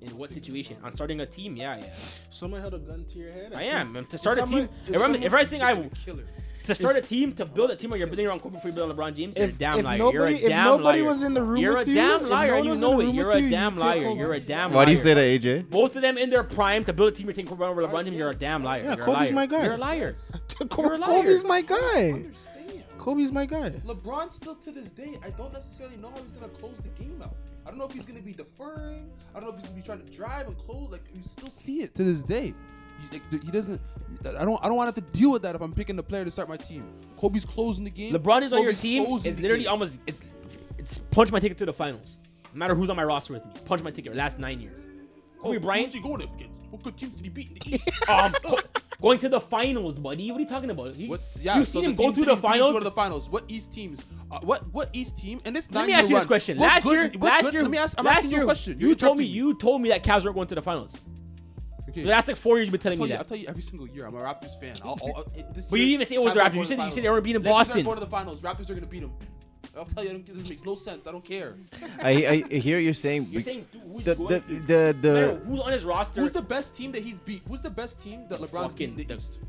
Speaker 2: In what situation? On starting a team? Yeah, yeah.
Speaker 4: Someone held a gun to your head.
Speaker 2: I am. man. To start a
Speaker 4: someone-
Speaker 2: team,
Speaker 4: if
Speaker 2: if, I'm,
Speaker 4: someone-
Speaker 2: if I think I
Speaker 5: killer.
Speaker 2: to start a team to build a team where you're building around Kobe before you build on LeBron James, you're a
Speaker 4: If-
Speaker 2: damn
Speaker 4: if
Speaker 2: liar.
Speaker 4: nobody-
Speaker 2: you're a
Speaker 4: if
Speaker 2: damn
Speaker 4: nobody
Speaker 2: liar.
Speaker 4: was in the room
Speaker 2: you're
Speaker 4: with
Speaker 2: a
Speaker 4: you,
Speaker 2: damn
Speaker 4: if
Speaker 2: liar. and
Speaker 4: no one
Speaker 2: you
Speaker 4: was in
Speaker 2: know
Speaker 4: the
Speaker 2: it.
Speaker 4: room
Speaker 2: You're
Speaker 4: with
Speaker 2: a
Speaker 4: you, you
Speaker 2: damn
Speaker 4: take
Speaker 2: liar.
Speaker 4: Kobe.
Speaker 2: You're a damn
Speaker 3: Why do you
Speaker 2: liar.
Speaker 3: say that, AJ?
Speaker 2: Both of them in their prime to build a team you're taking Kobe Bryant over LeBron James. You're a damn liar.
Speaker 4: Yeah,
Speaker 2: you're
Speaker 4: Kobe's
Speaker 2: a liar.
Speaker 4: my guy.
Speaker 2: You're a liar. You're a liar.
Speaker 4: Kobe's my guy.
Speaker 5: Understand.
Speaker 4: Kobe's my guy.
Speaker 5: LeBron still to this day, I don't necessarily know how he's gonna close the game out. I don't know if he's gonna be deferring. I don't know if he's gonna be trying to drive and close. Like you still see it to this day. He's like th- he doesn't. I don't. I don't want to have to deal with that if I'm picking the player to start my team. Kobe's closing the game.
Speaker 2: LeBron is on your
Speaker 5: Kobe's
Speaker 2: team.
Speaker 5: closing
Speaker 2: It's
Speaker 5: the
Speaker 2: literally
Speaker 5: game.
Speaker 2: almost it's it's punch my ticket to the finals. No matter who's on my roster with me, punch my ticket. Last nine years, Kobe
Speaker 5: Oh,
Speaker 2: Bryant
Speaker 5: Who's he going up against? What good teams did he beat in the East?
Speaker 2: um, co- going to the finals, buddy. What are you talking about? He,
Speaker 5: What? Yeah,
Speaker 2: you've
Speaker 5: so
Speaker 2: seen
Speaker 5: the
Speaker 2: him go
Speaker 5: teams
Speaker 2: through
Speaker 5: that
Speaker 2: the
Speaker 5: he's beaten
Speaker 2: finals.
Speaker 5: To the finals. What East teams? Uh, what what East team? And this.
Speaker 2: Let me
Speaker 5: nine-year
Speaker 2: ask you this
Speaker 5: run,
Speaker 2: question.
Speaker 5: what
Speaker 2: Last
Speaker 5: good-
Speaker 2: year,
Speaker 5: what
Speaker 2: last
Speaker 5: good-
Speaker 2: year,
Speaker 5: Let me ask. I'm
Speaker 2: last
Speaker 5: asking you
Speaker 2: year,
Speaker 5: a question.
Speaker 2: you told me
Speaker 5: interrupting
Speaker 2: you told me that Cavs were going to the finals.
Speaker 5: Okay.
Speaker 2: The last like four years you've been telling
Speaker 5: tell
Speaker 2: me
Speaker 5: you, I
Speaker 2: that.
Speaker 5: tell you every single year, I'm a Raptors fan. I'll, I'll, I- this
Speaker 2: But you
Speaker 5: year,
Speaker 2: didn't even say it was
Speaker 5: Raptors
Speaker 2: the
Speaker 5: are
Speaker 2: Raptors.
Speaker 5: going
Speaker 2: You
Speaker 5: to
Speaker 2: said-
Speaker 5: the
Speaker 2: you said
Speaker 5: finals.
Speaker 2: they were beating
Speaker 5: Lakers
Speaker 2: Boston.
Speaker 5: Are going to the finals. Raptors are going to beat them. I'll tell you, I don't, this makes no sense. I don't care.
Speaker 3: I, I hear you're saying.
Speaker 2: You're saying dude, who's
Speaker 3: the,
Speaker 2: going
Speaker 3: the,
Speaker 2: to-
Speaker 3: the,
Speaker 2: no matter
Speaker 3: the,
Speaker 2: who's on his roster?
Speaker 5: Who's the best team that he's beat? Who's the best team that LeBron's
Speaker 2: fucking
Speaker 5: beat in the
Speaker 2: the-
Speaker 5: East?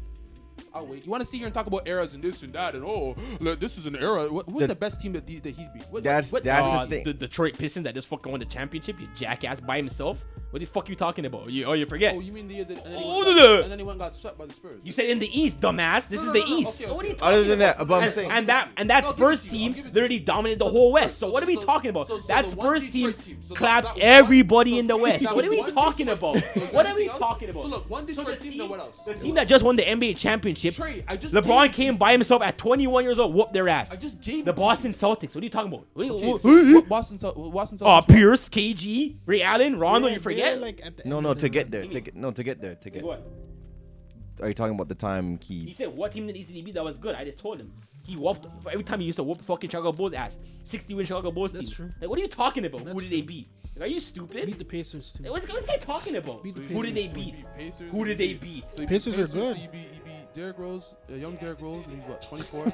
Speaker 5: I'll wait. You want to sit here and talk about eras and this and that and oh, look, this is an era. What, who's
Speaker 3: The-
Speaker 5: the, best team that, the, that he's beat? What,
Speaker 3: That's-
Speaker 5: what,
Speaker 3: that's
Speaker 5: what,
Speaker 2: uh,
Speaker 3: the thing.
Speaker 2: the Detroit Pistons that just fucking won the championship? You jackass by himself. What the fuck you talking about? You, oh, you forget.
Speaker 5: Oh, you mean the year that and then, he
Speaker 2: Oh,
Speaker 5: went-
Speaker 2: the-
Speaker 5: and then he went and got swept by the Spurs.
Speaker 2: you said in the East, dumbass. This
Speaker 5: No,
Speaker 2: is
Speaker 5: no,
Speaker 2: the
Speaker 5: no, no.
Speaker 2: East.
Speaker 5: Okay,
Speaker 2: What are
Speaker 5: okay.
Speaker 2: you talking
Speaker 3: other than that,
Speaker 5: And-
Speaker 3: above
Speaker 2: and,
Speaker 3: thing.
Speaker 2: and that and
Speaker 5: I'll
Speaker 2: that
Speaker 5: give it
Speaker 2: Spurs
Speaker 5: to you. I'll
Speaker 2: team
Speaker 5: give it to you.
Speaker 2: literally dominated the
Speaker 5: So the
Speaker 2: whole
Speaker 5: Spurs-
Speaker 2: West. So
Speaker 5: so
Speaker 2: what are
Speaker 5: the-
Speaker 2: we
Speaker 5: so-
Speaker 2: talking about?
Speaker 5: so- so
Speaker 2: that
Speaker 5: the one
Speaker 2: Spurs team
Speaker 5: Detroit team. So that-
Speaker 2: clapped
Speaker 5: that one-
Speaker 2: everybody
Speaker 5: so
Speaker 2: in the West.
Speaker 5: that
Speaker 2: What are we
Speaker 5: one
Speaker 2: talking
Speaker 5: Detroit
Speaker 2: about?
Speaker 5: team. So is
Speaker 2: What are
Speaker 5: everything
Speaker 2: we
Speaker 5: else-
Speaker 2: talking about?
Speaker 5: So look, one
Speaker 2: So the
Speaker 5: Detroit team, then what else?
Speaker 2: The team that just won the NBA championship.
Speaker 5: Trey, I just
Speaker 2: LeBron
Speaker 5: gave-
Speaker 2: came by himself at 21 years old, whooped their ass.
Speaker 5: I just gave it
Speaker 2: the
Speaker 5: to
Speaker 2: Boston Celtics. What are you talking about? What are you,
Speaker 5: Okay,
Speaker 2: what-
Speaker 5: so what Boston, Cel- what Boston
Speaker 2: uh,
Speaker 5: Celtics.
Speaker 2: Pierce, KG, Ray Allen, Rondo.
Speaker 4: They're-
Speaker 2: you forget?
Speaker 4: they're, Like at the
Speaker 3: no,
Speaker 4: end
Speaker 3: no,
Speaker 4: of
Speaker 3: to
Speaker 4: their
Speaker 3: get
Speaker 4: run.
Speaker 3: there, to get, no, to get there, to get.
Speaker 2: what?
Speaker 3: Are you talking about the time
Speaker 2: He
Speaker 3: key?
Speaker 2: said, "What team did E ECD beat that was good?" I just told him. He whooped every time he used to whoop fucking Chicago Bulls ass. 60 win Chicago Bulls
Speaker 4: That's
Speaker 2: team.
Speaker 4: true.
Speaker 2: Like, what are you talking about? Who
Speaker 4: That's
Speaker 2: did
Speaker 4: true.
Speaker 2: they beat? Like, are you stupid?
Speaker 4: Beat the Pacers too.
Speaker 2: Like, what's, what's this guy talking about?
Speaker 4: Beat the
Speaker 2: Who did they
Speaker 4: Pacers.
Speaker 2: beat?
Speaker 5: Pacers,
Speaker 2: Who did they
Speaker 5: you
Speaker 2: beat?
Speaker 5: So you
Speaker 4: Pacers
Speaker 5: beat
Speaker 4: are good.
Speaker 5: So you beat, you beat Derrick Rose, uh, young Derrick Rose, when he's what, 24?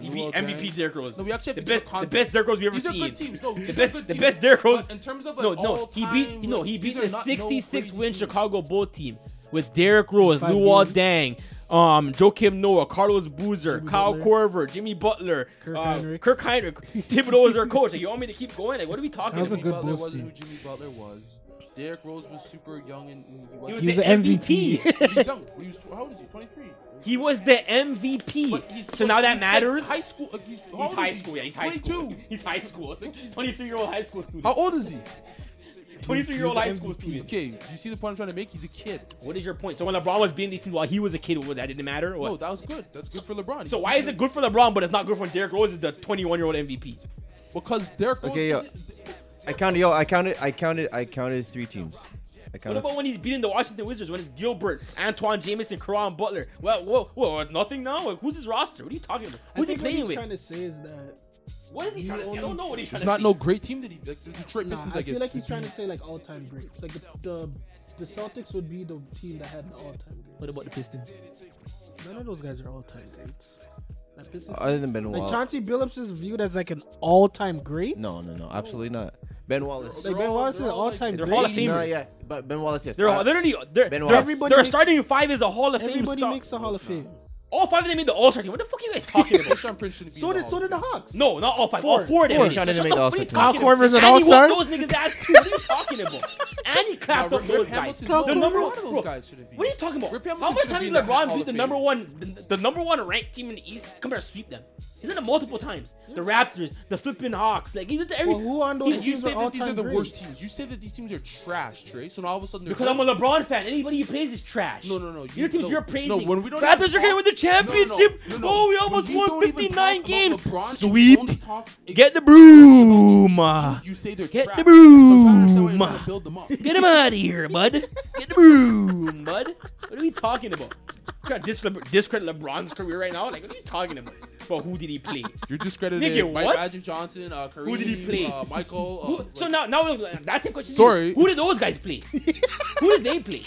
Speaker 2: He beat MVP Derrick Rose.
Speaker 5: No, we actually have
Speaker 2: the
Speaker 5: to give
Speaker 2: best,
Speaker 5: a
Speaker 2: the
Speaker 5: context.
Speaker 2: best Derrick Rose we ever
Speaker 5: These are
Speaker 2: seen.
Speaker 5: good teams. No,
Speaker 2: the
Speaker 5: these are
Speaker 2: best,
Speaker 5: good
Speaker 2: the
Speaker 5: teams.
Speaker 2: best Derrick Rose.
Speaker 5: But in terms of an
Speaker 2: no, no, he beat,
Speaker 5: all-time,
Speaker 2: no, he
Speaker 5: like,
Speaker 2: beat
Speaker 5: these
Speaker 2: the
Speaker 5: are not no
Speaker 2: 66
Speaker 5: crazy
Speaker 2: win
Speaker 5: teams.
Speaker 2: Chicago Bull team with Derrick Rose,
Speaker 4: Five
Speaker 2: Luol
Speaker 4: games.
Speaker 2: Dang, um, Joakim Noah, Carlos Boozer, Kyle
Speaker 4: Butler.
Speaker 2: Korver, Jimmy Butler,
Speaker 4: Kirk
Speaker 2: uh,
Speaker 4: Heinrich.
Speaker 2: Kirk Heinrich. Thibodeau was their coach. Like, you want me to keep going? Like, what are we talking
Speaker 4: That was a
Speaker 2: about?
Speaker 4: good
Speaker 5: Butler
Speaker 4: Bulls
Speaker 5: wasn't who
Speaker 4: team.
Speaker 5: Jimmy Butler was. Derrick Rose was super young and and he
Speaker 2: was
Speaker 5: was.
Speaker 2: He
Speaker 4: was
Speaker 2: the
Speaker 4: an
Speaker 2: MVP.
Speaker 4: MVP.
Speaker 5: he's young. He was. tw- How old is he? Twenty three.
Speaker 2: He was the
Speaker 5: But he's,
Speaker 2: MVP. So
Speaker 5: but
Speaker 2: now that
Speaker 5: he's, like,
Speaker 2: matters.
Speaker 5: high school. Like, he's, how
Speaker 2: He's
Speaker 5: old
Speaker 2: high
Speaker 5: is he?
Speaker 2: school. Yeah, he's high school.
Speaker 5: 22.
Speaker 2: He's high school.
Speaker 5: Like, he's-
Speaker 2: 23 year old high school
Speaker 5: How
Speaker 2: student.
Speaker 5: old is he?
Speaker 2: 23 year old
Speaker 4: he's
Speaker 2: high
Speaker 4: the
Speaker 2: school
Speaker 4: MVP.
Speaker 2: student.
Speaker 5: Okay, do you see the point I'm trying to make? He's a kid.
Speaker 2: What is your point? So when LeBron was being 18 while he was a kid, what, that didn't matter? or What?
Speaker 5: No, Oh, that was good. That's good for LeBron.
Speaker 2: so why is it good for LeBron, but it's not good for Derrick Rose? Is the 21 year old MVP?
Speaker 5: Because Derrick Rose.
Speaker 3: Okay, yo.
Speaker 5: isn't-
Speaker 3: I counted. Yo, I counted. I counted. I counted three teams. I
Speaker 2: What
Speaker 3: counted.
Speaker 2: about when he's beating the Washington Wizards? When it's Gilbert, Antoine Jameson, Karan Butler? Well, whoa, whoa, nothing now. Like, who's his roster? What are you talking about?
Speaker 4: I
Speaker 2: Who's he
Speaker 4: think what
Speaker 2: playing
Speaker 4: he's
Speaker 2: with?
Speaker 4: trying to say is that
Speaker 2: what is he
Speaker 4: you
Speaker 2: trying to say? I
Speaker 4: only-
Speaker 2: don't know what he's trying
Speaker 5: There's
Speaker 2: to
Speaker 5: not
Speaker 2: say.
Speaker 5: no great team that he like the Detroit
Speaker 4: nah,
Speaker 5: Pistons.
Speaker 4: I
Speaker 5: I guess.
Speaker 4: feel like he's
Speaker 5: would
Speaker 4: trying
Speaker 5: be-
Speaker 4: to say like all time greats. Like the, the the Celtics would be the team that had an all time
Speaker 2: What
Speaker 4: great.
Speaker 2: about the Pistons?
Speaker 4: None of those guys are all time greats. That Pistons-
Speaker 3: Other than Ben
Speaker 4: like
Speaker 3: Wallace.
Speaker 4: Chauncey Billups is viewed as like an all time great.
Speaker 3: no, no, no. Absolutely not. Ben Wallace.
Speaker 4: Like Ben
Speaker 5: all-
Speaker 4: Wallace is
Speaker 5: they're
Speaker 4: an
Speaker 5: all,
Speaker 4: all
Speaker 5: like,
Speaker 4: time
Speaker 2: they're
Speaker 4: great.
Speaker 2: Hall of Famers.
Speaker 3: No, yeah, but Ben Wallace. Yes. Uh,
Speaker 2: They're
Speaker 3: I-
Speaker 2: literally they're they're,
Speaker 3: Ben Wallace.
Speaker 2: they're
Speaker 4: Everybody
Speaker 2: starting five is a Hall of Fame.
Speaker 4: Everybody
Speaker 2: star-
Speaker 4: makes a Hall of Fame.
Speaker 2: all five of them made the All Star team. What the fuck are you guys talking about?
Speaker 5: Sean Prince shouldn't be.
Speaker 4: So
Speaker 5: in the
Speaker 4: did so
Speaker 5: Hall of
Speaker 4: did the
Speaker 5: Fame.
Speaker 4: Hawks.
Speaker 2: No, not all five.
Speaker 4: Four.
Speaker 2: All four of them.
Speaker 3: Four.
Speaker 2: Shut
Speaker 3: Sean didn't
Speaker 2: the
Speaker 3: make the
Speaker 2: fuck- what are
Speaker 3: All-Star team.
Speaker 2: you talking
Speaker 4: Kyle
Speaker 2: about?
Speaker 4: Korver's an
Speaker 2: And he whooped
Speaker 4: All-Star?
Speaker 2: Those niggas ass too. What are you talking about? And he clapped
Speaker 5: Now,
Speaker 2: up
Speaker 5: Rip
Speaker 2: those guys.
Speaker 5: Hamilton-
Speaker 2: The
Speaker 5: Rip
Speaker 2: number one,
Speaker 5: Hamilton- those
Speaker 2: bro,
Speaker 5: guys shouldn't be.
Speaker 2: What are you talking
Speaker 5: Rip
Speaker 2: about?
Speaker 5: Hamilton
Speaker 2: How much
Speaker 5: shouldn't
Speaker 2: time
Speaker 5: be
Speaker 2: did
Speaker 5: in that Hall
Speaker 2: LeBron
Speaker 5: of
Speaker 2: beat the
Speaker 5: Fame.
Speaker 2: number one, the, the number one ranked team in the East? Come here, sweep them. He's done it multiple times. The Raptors, the flipping Hawks. Like he did it to every.
Speaker 4: Well, who on
Speaker 2: He's-
Speaker 4: those
Speaker 5: And you
Speaker 4: teams
Speaker 5: say
Speaker 4: are all
Speaker 5: that these Hmm? are
Speaker 4: time
Speaker 5: the worst
Speaker 4: greats?
Speaker 5: teams. You say that these teams are trash, Trey. So now all of a sudden they're
Speaker 2: Because
Speaker 5: good.
Speaker 2: I'm a LeBron fan. Anybody who plays is trash.
Speaker 5: No, no, no.
Speaker 2: Your team's
Speaker 5: no,
Speaker 2: you're praising.
Speaker 5: No, when we don't
Speaker 2: Raptors
Speaker 5: even
Speaker 2: are gonna win
Speaker 5: talk-
Speaker 2: the championship.
Speaker 5: No, no, no, no.
Speaker 2: Oh, we
Speaker 5: When
Speaker 2: almost
Speaker 5: we
Speaker 2: won
Speaker 5: don't even
Speaker 2: 59
Speaker 5: talk about
Speaker 2: games.
Speaker 5: LeBron and
Speaker 2: Sweep.
Speaker 5: we only talk-
Speaker 2: Get the broom.
Speaker 5: You say they're
Speaker 2: Get
Speaker 5: trash.
Speaker 2: the
Speaker 5: So I'm trying to understand why you're trying
Speaker 2: broom.
Speaker 5: to build them up.
Speaker 2: Get him out of here, bud. Get the broom, bud. What are we talking about? You trying to dis- discredit LeBron's career right now? Like, what are you talking about? Bro, who did he play?
Speaker 5: You're discrediting
Speaker 2: Nigga,
Speaker 5: Mike
Speaker 2: what?
Speaker 5: Magic Johnson, uh, Kareem,
Speaker 2: did he play?
Speaker 5: Uh, Michael. Uh,
Speaker 2: Who,
Speaker 5: like-
Speaker 2: so now, now uh, that's the question.
Speaker 5: Sorry.
Speaker 2: Who did those guys play? who did they play?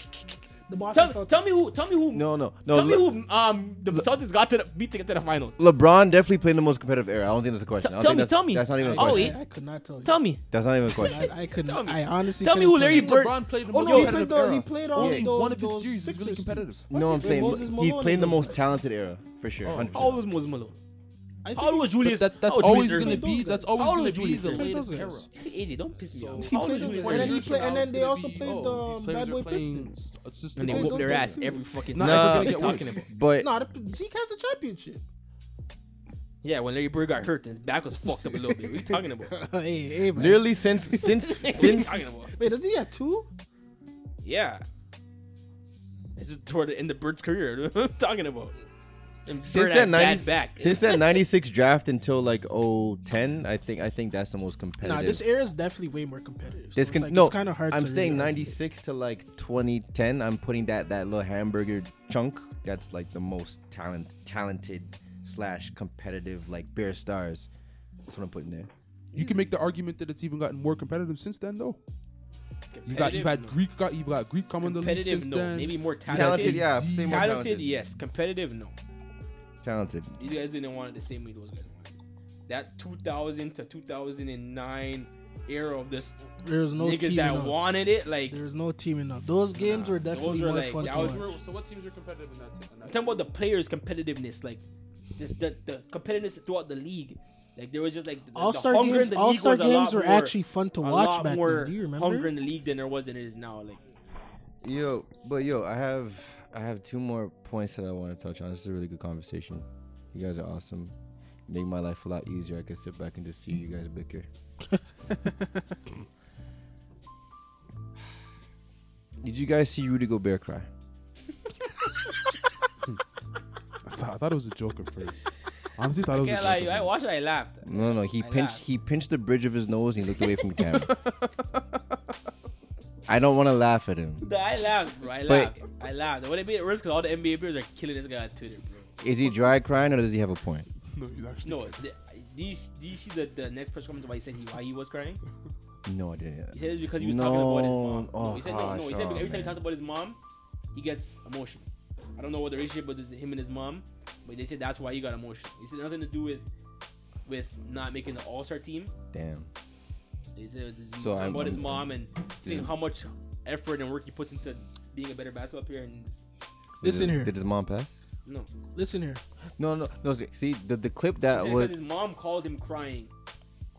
Speaker 4: The Boston
Speaker 2: Tell, tell me who. Tell me who.
Speaker 3: No, no, no.
Speaker 2: tell me
Speaker 3: Le-
Speaker 2: who. Um, the Celtics got to the, beat to get to the finals.
Speaker 3: LeBron definitely played in the most competitive era. I don't think that's a question.
Speaker 2: T-
Speaker 3: I don't
Speaker 2: tell
Speaker 3: think
Speaker 2: me,
Speaker 3: that's,
Speaker 2: tell me.
Speaker 3: That's not even a
Speaker 2: Oh,
Speaker 3: question.
Speaker 2: wait.
Speaker 4: I, I could not tell you.
Speaker 2: Tell me.
Speaker 3: That's not even a question.
Speaker 4: I, I could
Speaker 2: Tell
Speaker 4: not.
Speaker 2: me.
Speaker 4: I honestly.
Speaker 2: Tell me
Speaker 4: couldn't
Speaker 2: who Larry
Speaker 4: you.
Speaker 2: Bird-
Speaker 5: LeBron played in the
Speaker 4: Oh
Speaker 5: most
Speaker 4: no, he
Speaker 5: competitive
Speaker 4: played, the,
Speaker 5: era.
Speaker 4: he played all
Speaker 5: Only
Speaker 4: those,
Speaker 5: one of his
Speaker 4: those
Speaker 5: series was really
Speaker 4: Sixers
Speaker 5: competitive.
Speaker 4: teams.
Speaker 3: No, I'm
Speaker 4: What's his name?
Speaker 3: saying
Speaker 4: Moses
Speaker 3: he
Speaker 4: Malone
Speaker 3: played in the
Speaker 4: and
Speaker 3: most
Speaker 4: those
Speaker 3: talented era for sure.
Speaker 5: Oh.
Speaker 3: 100%.
Speaker 2: How old was Moses Malone?
Speaker 4: guys. I think
Speaker 2: How old
Speaker 4: he-
Speaker 2: was
Speaker 5: But
Speaker 2: Julius?
Speaker 5: that, that's
Speaker 2: how old
Speaker 5: always
Speaker 2: Julius
Speaker 5: going to
Speaker 2: Irving?
Speaker 5: be.
Speaker 4: Those
Speaker 5: That's
Speaker 4: guys.
Speaker 5: always
Speaker 2: Oh, How old
Speaker 5: going to be
Speaker 2: would Julius
Speaker 5: the
Speaker 2: Irving? Play
Speaker 5: latest
Speaker 4: those
Speaker 5: era.
Speaker 4: guys.
Speaker 2: AJ, don't piss me
Speaker 5: So-
Speaker 2: off.
Speaker 5: He
Speaker 2: How old
Speaker 4: played
Speaker 2: is
Speaker 4: in
Speaker 2: Julius
Speaker 4: the- and
Speaker 2: Irving?
Speaker 4: then he
Speaker 5: Years from
Speaker 4: played- and
Speaker 5: now,
Speaker 4: then
Speaker 5: it's
Speaker 4: they
Speaker 5: gonna
Speaker 4: also
Speaker 5: be,
Speaker 4: played
Speaker 5: oh,
Speaker 4: the,
Speaker 5: these players
Speaker 4: Bad
Speaker 5: are
Speaker 4: Boy
Speaker 5: playing-
Speaker 4: Pistons.
Speaker 5: It's just
Speaker 2: And they
Speaker 5: the
Speaker 4: Those
Speaker 2: whoop
Speaker 5: Pistons.
Speaker 2: their
Speaker 4: guys
Speaker 2: ass
Speaker 4: too.
Speaker 2: every fucking
Speaker 5: not
Speaker 2: time.
Speaker 5: ever
Speaker 3: Nah.
Speaker 5: gonna get
Speaker 2: What are you talking
Speaker 5: worse.
Speaker 2: about?
Speaker 3: But
Speaker 4: No, the- Zeke has a championship.
Speaker 2: Yeah, when Larry Bird got hurt, his back was fucked up a little bit. What are you talking about? What
Speaker 4: hey, hey, man.
Speaker 3: literally since since
Speaker 2: are you
Speaker 3: since
Speaker 2: talking about?
Speaker 4: Wait, does he have two?
Speaker 2: Yeah. This is toward the end of Bird's career. What am I talking about? And
Speaker 3: since
Speaker 2: Bird
Speaker 3: that
Speaker 2: had bad
Speaker 3: 90,
Speaker 2: back.
Speaker 3: since that 96 draft until like 010, I think I think that's the most competitive.
Speaker 4: Nah, this era is definitely way more competitive. So
Speaker 3: This
Speaker 4: it's,
Speaker 3: can
Speaker 4: like,
Speaker 3: no.
Speaker 4: it's kind of hard.
Speaker 3: I'm
Speaker 4: to
Speaker 3: saying
Speaker 4: read.
Speaker 3: 96 to like 2010. I'm putting that that little hamburger chunk. That's like the most talent talented slash competitive like bare stars. That's what I'm putting there.
Speaker 5: You can make the argument that it's even gotten more competitive since then, though. You got you've had
Speaker 2: Competitive?
Speaker 5: Greek got you've got Greek coming the league
Speaker 2: competitive.
Speaker 5: since
Speaker 2: No,
Speaker 5: then.
Speaker 2: maybe more
Speaker 3: Talented,
Speaker 2: talented.
Speaker 3: yeah. I'm saying more
Speaker 2: Talented,
Speaker 3: talented,
Speaker 2: yes. Competitive, no.
Speaker 3: Talented.
Speaker 2: These guys didn't want it the same way those guys wanted. it. That 2000 to 2009 era of this
Speaker 4: there was no
Speaker 2: niggas
Speaker 4: team
Speaker 2: that
Speaker 4: enough.
Speaker 2: wanted it, like
Speaker 4: There was no teaming up. Those games
Speaker 2: Nah,
Speaker 4: were definitely
Speaker 2: those were
Speaker 4: more
Speaker 2: like-
Speaker 4: fun.
Speaker 2: that
Speaker 4: to
Speaker 2: was-
Speaker 4: watch.
Speaker 5: So what teams are competitive in that? In
Speaker 2: I'm talking about the players' competitiveness, like just the, the competitiveness throughout the league. Like there was just like the, the
Speaker 4: All star
Speaker 2: hunger in
Speaker 4: games.
Speaker 2: the
Speaker 4: All
Speaker 2: league
Speaker 4: star
Speaker 2: was a lot
Speaker 4: games were
Speaker 2: more-
Speaker 4: actually fun to
Speaker 2: a
Speaker 4: watch
Speaker 2: lot
Speaker 4: back
Speaker 2: more
Speaker 4: then. Do you
Speaker 2: hunger in
Speaker 4: remember?
Speaker 2: the league than there was than it is now. Like
Speaker 3: Yo, but yo, I have I have two more points that I want to touch on. This is a really good conversation. You guys are awesome. Make my life a lot easier. I can sit back and just see you guys bicker. Did you guys see Rudy Gobert cry?
Speaker 5: I thought it was a joke at first. Honestly, thought it was
Speaker 2: yeah, like I watched, it, I laughed.
Speaker 3: No, no, he
Speaker 2: I
Speaker 3: pinched
Speaker 2: laughed.
Speaker 3: he pinched the bridge of his nose and he looked away from the camera. I don't want to laugh at him.
Speaker 2: No, I laughed, bro. I laughed. I laughed. What it made it worse because all the NBA players are killing this guy on Twitter, bro.
Speaker 3: Is he dry crying or does he have a point?
Speaker 5: no, he's actually.
Speaker 2: No, the, do, you, do you see the, the next person comment why he said he why he was crying?
Speaker 3: No, I didn't.
Speaker 2: He said it's because he was talking about his mom.
Speaker 3: No. Oh,
Speaker 2: no, he said no, no, he said
Speaker 3: gosh. Oh,
Speaker 2: every time he
Speaker 3: man.
Speaker 2: talks about his mom, he gets emotional. I don't know what the relationship was with him and his mom, but they said that's why he got emotional. He said nothing to do with with not making the All Star team.
Speaker 3: Damn.
Speaker 2: He said it was his,
Speaker 3: So I'm-
Speaker 2: about his
Speaker 3: I'm-
Speaker 2: mom and
Speaker 3: Yeah.
Speaker 2: seeing how much effort and work he puts into being a better basketball player. And it's-
Speaker 4: Listen
Speaker 3: Did-
Speaker 4: here.
Speaker 3: Did his mom pass?
Speaker 2: no,
Speaker 4: Listen here.
Speaker 3: No, no, no. See, see, the the clip
Speaker 2: He
Speaker 3: that
Speaker 2: said
Speaker 3: was
Speaker 2: because his mom called him crying.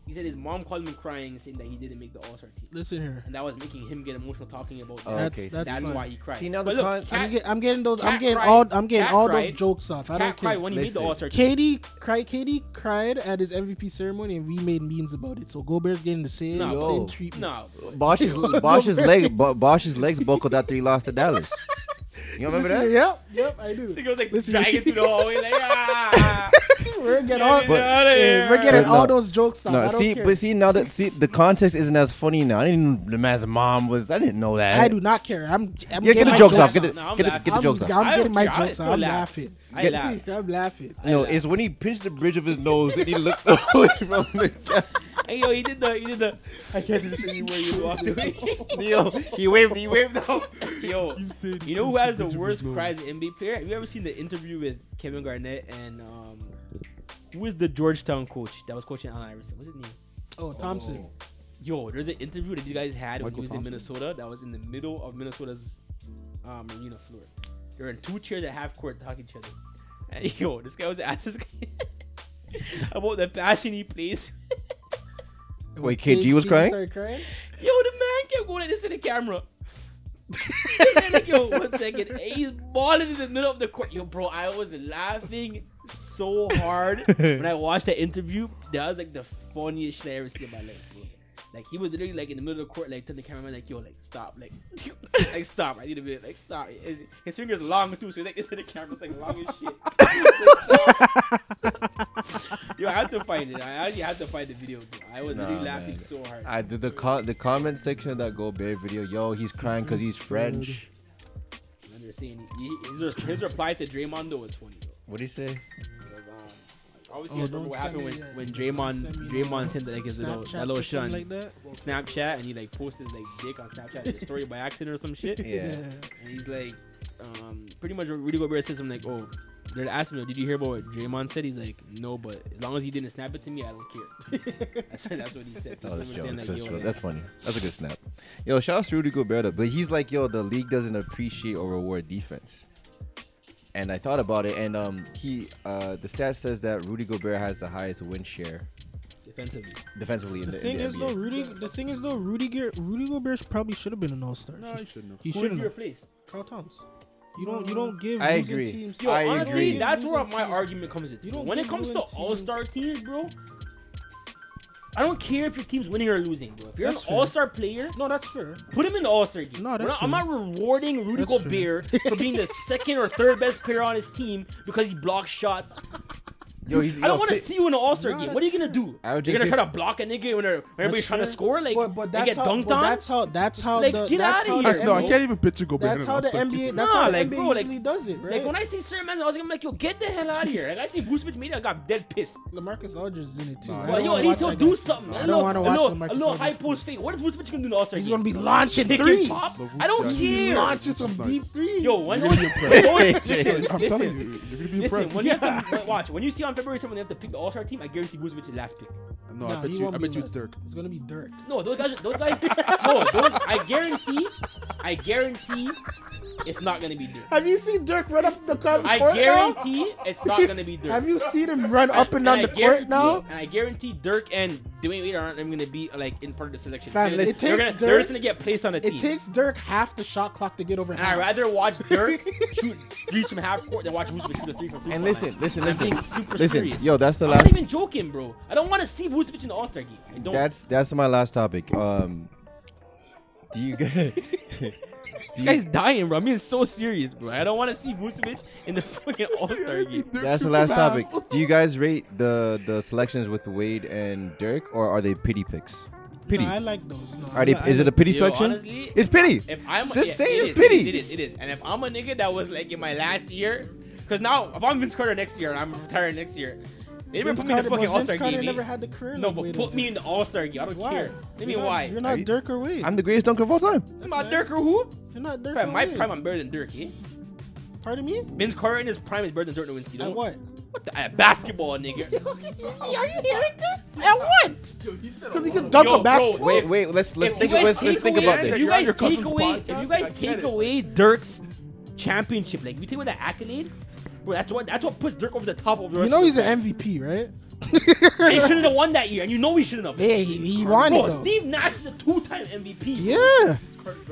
Speaker 2: He said his mom called him crying, saying that he didn't make the All Star team,
Speaker 4: Listen here.
Speaker 2: and that was making him get emotional talking about.
Speaker 3: Oh,
Speaker 2: that.
Speaker 4: That's,
Speaker 3: okay.
Speaker 4: that's,
Speaker 2: That's
Speaker 4: fine.
Speaker 2: why he cried.
Speaker 3: See, now
Speaker 2: But
Speaker 3: the
Speaker 2: look,
Speaker 3: con-
Speaker 2: Cat-
Speaker 4: I'm, get, I'm getting those. I'm
Speaker 2: Cat
Speaker 4: getting
Speaker 2: cried.
Speaker 4: all. I'm getting
Speaker 2: Cat
Speaker 4: all those
Speaker 2: cried.
Speaker 4: jokes off. I
Speaker 2: Cat
Speaker 4: don't
Speaker 2: cried
Speaker 4: care.
Speaker 2: when he made the
Speaker 3: Listen.
Speaker 2: All Star team.
Speaker 4: Katie cried. Katie cried at his MVP ceremony, and we made memes about it. So Gobert's getting the same,
Speaker 2: No.
Speaker 3: Yo.
Speaker 4: same treatment.
Speaker 2: No,
Speaker 3: Bosch's Bosch's leg Bo- Bosch's legs buckled after he lost to Dallas. You remember
Speaker 4: Listen,
Speaker 3: that?
Speaker 4: Yep, yep, I do.
Speaker 2: it was like
Speaker 4: Listen.
Speaker 2: dragging through the hallway, like ah.
Speaker 4: we're getting
Speaker 2: Get
Speaker 4: all,
Speaker 2: me outta
Speaker 4: hey,
Speaker 2: here.
Speaker 4: we're getting
Speaker 3: But
Speaker 4: all
Speaker 3: no.
Speaker 4: those jokes off.
Speaker 3: No,
Speaker 4: I don't
Speaker 3: see,
Speaker 4: care.
Speaker 3: but see now that see the context isn't as funny now. I didn't know the man's mom was. I didn't know that.
Speaker 4: I do not care. I'm, I'm
Speaker 3: Yeah, get the
Speaker 4: my
Speaker 3: jokes off. Get
Speaker 2: off.
Speaker 3: the
Speaker 2: No, I'm
Speaker 3: get the,
Speaker 2: laughing.
Speaker 3: get the
Speaker 4: I'm,
Speaker 3: jokes off.
Speaker 4: I'm
Speaker 2: I
Speaker 4: getting
Speaker 2: don't
Speaker 4: my
Speaker 2: care. I
Speaker 4: jokes
Speaker 2: still
Speaker 4: off. I'm
Speaker 2: laugh.
Speaker 4: laughing.
Speaker 2: I
Speaker 3: Get-
Speaker 2: laughed.
Speaker 4: I'm laughing.
Speaker 3: No, it's when he pinched the bridge of his nose and he looked away from the camera.
Speaker 2: Hey yo, he did the he did the. I can't do this anymore. You walked away.
Speaker 3: Yo, he waved. He waved off.
Speaker 2: yo,
Speaker 1: You've said
Speaker 2: you know
Speaker 1: he's
Speaker 2: who has
Speaker 1: the
Speaker 2: the
Speaker 1: Benjamin
Speaker 2: worst
Speaker 1: Moore.
Speaker 2: cries? An NBA player. Have you ever seen the interview with Kevin Garnett and um, who is the Georgetown coach that was coaching Allen Iverson? What's his name?
Speaker 4: Oh, Thompson.
Speaker 2: Yo, there's an interview that these guys had when he
Speaker 1: Michael
Speaker 2: was
Speaker 1: Thompson?
Speaker 2: in Minnesota that was in the middle of Minnesota's um, arena floor. They're in two chairs at half court talking to each other. And yo, this guy was asking this guy about the passion he plays.
Speaker 3: Wait, KG was crying?
Speaker 4: Started crying.
Speaker 2: yo, the man kept going like this to the camera. He said, like, yo, one second. And he's balling in the middle of the court. Yo, bro, I was laughing so hard when I watched that interview. That was like the funniest shit I ever seen in my life, bro. Like he was literally like in the middle of the court, like telling the cameraman, like, yo, like stop, like like stop, I need a minute, like stop. His, his finger's long too, so he's like this in the camera, it's like long as shit. yo, I have to find it. I actually have to find the video, bro. I was
Speaker 3: Nah,
Speaker 2: literally laughing
Speaker 3: man.
Speaker 2: so hard.
Speaker 3: I did the co- the comment section of that Go Bear video. Yo, he's crying because he's French.
Speaker 2: And they're saying he- his, his reply to Draymond though was funny though.
Speaker 3: What would he say?
Speaker 2: Because, um, obviously,
Speaker 4: Oh,
Speaker 2: I remember
Speaker 4: don't
Speaker 2: what
Speaker 4: send
Speaker 2: happened
Speaker 4: me
Speaker 2: when,
Speaker 4: that.
Speaker 2: when
Speaker 4: Don't
Speaker 2: Draymond
Speaker 4: send me
Speaker 2: Draymond
Speaker 4: that.
Speaker 2: sent like his little
Speaker 4: Snapchat
Speaker 2: that little
Speaker 4: or
Speaker 2: shit on
Speaker 4: something like that.
Speaker 2: Snapchat and he like posted like dick on Snapchat in his story by accident or some shit.
Speaker 3: Yeah.
Speaker 2: And he's like, um, pretty much Rudy Gobert said something like, "Oh, they're asking him, did you hear about what Draymond said?" He's like, "No, but as long as he didn't snap it to me, I don't care." that's, that's what he said.
Speaker 3: Oh,
Speaker 2: He was
Speaker 3: that's jokes.
Speaker 2: saying,
Speaker 3: That's,
Speaker 2: like, yo,
Speaker 3: jokes.
Speaker 2: yeah.
Speaker 3: That's funny. That's a good snap. Yo, shout out to Rudy Gobert, though, but he's like, yo, the league doesn't appreciate or reward defense. And I thought about it, and um, he, uh, the stat says that Rudy Gobert has the highest win share
Speaker 2: defensively.
Speaker 3: defensively in
Speaker 4: The
Speaker 3: the,
Speaker 4: thing
Speaker 3: in the
Speaker 4: is
Speaker 3: NBA.
Speaker 4: though, Rudy. The thing is though, Rudy. Gear, Rudy Gobert probably should have been an All Star.
Speaker 1: No, he shouldn't have.
Speaker 4: he
Speaker 2: Who would
Speaker 4: shouldn't
Speaker 2: you
Speaker 4: have.
Speaker 2: replace?
Speaker 4: Carl Towns. You don't. You don't give.
Speaker 3: I
Speaker 4: losing
Speaker 3: agree.
Speaker 4: Teams.
Speaker 2: Yo,
Speaker 3: I
Speaker 2: honestly,
Speaker 3: agree.
Speaker 2: that's where
Speaker 4: Losing
Speaker 2: my
Speaker 4: teams.
Speaker 2: argument comes in.
Speaker 4: You don't
Speaker 2: when it
Speaker 4: get
Speaker 2: comes
Speaker 4: no
Speaker 2: to
Speaker 4: team.
Speaker 2: all star teams, bro, I don't care if your team's winning or losing, bro. If you're
Speaker 4: That's
Speaker 2: an
Speaker 4: fair.
Speaker 2: all star player,
Speaker 4: No, that's fair.
Speaker 2: put him in the all star game.
Speaker 4: No,
Speaker 2: We're
Speaker 4: that's
Speaker 2: not- I'm not rewarding Rudy
Speaker 4: That's
Speaker 2: Gobert for being the second or third best player on his team because he blocks shots.
Speaker 3: yo, he's,
Speaker 2: I
Speaker 3: yo,
Speaker 2: don't want to
Speaker 3: fit-
Speaker 2: see you in an all star
Speaker 4: No,
Speaker 2: game. What are you
Speaker 4: that's
Speaker 2: gonna do?
Speaker 3: I would
Speaker 2: You're gonna
Speaker 3: just-
Speaker 2: try to block a nigga when everybody's
Speaker 4: That's
Speaker 2: trying to
Speaker 4: fair.
Speaker 2: score, like
Speaker 4: But, but
Speaker 2: they
Speaker 4: that's
Speaker 2: get
Speaker 4: how,
Speaker 2: dunked
Speaker 4: but
Speaker 2: on.
Speaker 4: That's how. That's how.
Speaker 2: Like,
Speaker 4: the,
Speaker 2: get
Speaker 4: that's
Speaker 2: outta
Speaker 4: how
Speaker 2: here.
Speaker 4: The,
Speaker 1: No, I
Speaker 4: NBA
Speaker 1: can't even picture Gobert.
Speaker 4: That's how the NBA. That's
Speaker 2: Nah,
Speaker 4: how the
Speaker 2: like,
Speaker 4: NBA
Speaker 2: bro, like-
Speaker 4: usually does it, right?
Speaker 2: Like when I see certain men, I was like, I'm like, yo, get the hell out of here. Like I see Vucevic media, I got dead pissed.
Speaker 4: Lamarcus Aldridge is in it too. I
Speaker 2: Well,
Speaker 4: don't
Speaker 2: yo,
Speaker 4: wanna
Speaker 2: at least
Speaker 4: watch
Speaker 2: he'll
Speaker 4: that
Speaker 2: do
Speaker 4: guy.
Speaker 2: something.
Speaker 4: I
Speaker 2: A
Speaker 4: don't
Speaker 2: little,
Speaker 4: wanna
Speaker 2: a
Speaker 4: watch
Speaker 2: little,
Speaker 4: LaMarcus
Speaker 2: a little
Speaker 4: Aldridge.
Speaker 2: high post fake. What is Vucevic gonna do in the All Star
Speaker 4: He's
Speaker 2: game?
Speaker 4: gonna be launching
Speaker 2: Pick and
Speaker 4: threes.
Speaker 2: pop? I don't
Speaker 1: Vucevic-
Speaker 4: He
Speaker 2: care.
Speaker 4: launches some
Speaker 1: Nice.
Speaker 4: deep threes.
Speaker 2: Yo, when
Speaker 1: You're gonna be
Speaker 2: Listen,
Speaker 1: impressed.
Speaker 2: listen,
Speaker 1: I'm telling you,
Speaker 2: listen.
Speaker 1: you're gonna be impressed.
Speaker 2: when you have to, watch, when you see on February 7th when they have to pick the All Star team, I guarantee Vucevic is last pick.
Speaker 1: No,
Speaker 4: Nah,
Speaker 1: I bet
Speaker 4: he
Speaker 1: you.
Speaker 4: won't
Speaker 1: I
Speaker 4: be
Speaker 1: bet you it's
Speaker 4: last.
Speaker 1: Dirk.
Speaker 4: It's gonna be Dirk.
Speaker 2: No, those guys, those guys, no, those. I guarantee, I guarantee, it's not gonna be Dirk.
Speaker 4: Have you seen Dirk run up the court?
Speaker 2: I guarantee it's not gonna be Dirk.
Speaker 4: Have you seen him run up and
Speaker 2: I
Speaker 4: down the court
Speaker 2: guarantee-
Speaker 4: now?
Speaker 2: And I guarantee Dirk and Dwayne Wade aren't even gonna be like in part of the selection.
Speaker 4: Fam,
Speaker 2: They're-
Speaker 4: it
Speaker 2: they're,
Speaker 4: takes
Speaker 2: gonna, they're
Speaker 4: Dirk-
Speaker 2: just gonna get placed on a team.
Speaker 4: It takes Dirk half the shot clock to get over.
Speaker 2: and I'd rather watch Dirk shoot threes from half court than watch Vucevic shoot a three from three.
Speaker 3: And listen, listen,
Speaker 2: I'm
Speaker 3: listen,
Speaker 2: being super
Speaker 3: listen.
Speaker 2: serious.
Speaker 3: Yo, that's the
Speaker 2: I'm not
Speaker 3: last.
Speaker 2: even joking, bro. I don't want to see Vucevic in the All Star game. I don't.
Speaker 3: That's that's my last topic. Um, do you guys?
Speaker 2: this guy's dying, bro. I'm being so serious, bro. I don't want to see Vucevic in the fucking All Star game.
Speaker 3: That's the last topic. Do you guys rate the the selections with Wade and Dirk, or are they pity picks? Pity.
Speaker 4: I like those. No,
Speaker 3: are they?
Speaker 4: I-
Speaker 3: Is it a pity
Speaker 2: Yo,
Speaker 3: selection?
Speaker 2: honestly,
Speaker 3: it's pity.
Speaker 2: If I'm
Speaker 3: just
Speaker 2: yeah,
Speaker 3: say
Speaker 2: it is,
Speaker 3: it's pity.
Speaker 2: It is, it is. And if I'm a nigga that was like in my last year, because now if I'm Vince Carter next year and I'm retiring next year, they
Speaker 4: Vince
Speaker 2: better put me in
Speaker 4: Carter-
Speaker 2: the
Speaker 4: but
Speaker 2: fucking
Speaker 4: Vince
Speaker 2: All Star
Speaker 4: Carter
Speaker 2: game.
Speaker 4: Never
Speaker 2: eh?
Speaker 4: had the career
Speaker 2: No,
Speaker 4: like
Speaker 2: but
Speaker 4: Wade
Speaker 2: put
Speaker 4: did.
Speaker 2: me in the All Star game. I don't
Speaker 4: Why?
Speaker 2: care. I mean,
Speaker 4: You're not-
Speaker 2: why?
Speaker 4: You're
Speaker 3: Are
Speaker 4: not
Speaker 3: you-
Speaker 4: Dirk or Wade.
Speaker 3: I'm the greatest dunker of all time.
Speaker 2: I'm not Dirk or who?
Speaker 4: You're not Dirk.
Speaker 2: Fam,
Speaker 4: or
Speaker 2: my
Speaker 4: Wade.
Speaker 2: prime, I'm better than Dirk. Eh?
Speaker 4: Pardon me.
Speaker 2: Vince Carter in his prime is better than Dirk Nowitzki.
Speaker 4: At
Speaker 2: Don't
Speaker 4: what?
Speaker 2: What the, at basketball, nigga.
Speaker 4: Are you hearing this? At what?
Speaker 5: Yo, he said a
Speaker 4: Because he
Speaker 5: lot
Speaker 4: can
Speaker 5: of-
Speaker 4: dunk
Speaker 2: Yo,
Speaker 4: a
Speaker 2: bro,
Speaker 4: basketball.
Speaker 3: Wait, wait. Let's let's
Speaker 2: If
Speaker 3: think.
Speaker 2: you guys
Speaker 3: Let's, let's
Speaker 2: take
Speaker 3: think
Speaker 2: away-
Speaker 3: about
Speaker 2: if
Speaker 3: this.
Speaker 2: You
Speaker 5: You're on
Speaker 2: guys
Speaker 5: your cousin's
Speaker 2: take away, if
Speaker 5: podcast,
Speaker 2: you
Speaker 5: I
Speaker 2: guys
Speaker 5: get
Speaker 2: take
Speaker 5: it.
Speaker 2: away Dirk's championship, like if you take away that accolade, bro, that's what that's what puts Dirk over the top of the
Speaker 4: You
Speaker 2: rest.
Speaker 4: know
Speaker 2: of
Speaker 4: he's
Speaker 2: the
Speaker 4: an MVP, right?
Speaker 2: They shouldn't have won that year, and you know we shouldn't have.
Speaker 4: Yeah, he, he won it.
Speaker 2: Bro,
Speaker 4: though.
Speaker 2: Steve Nash is a two-time MVP.
Speaker 4: Yeah,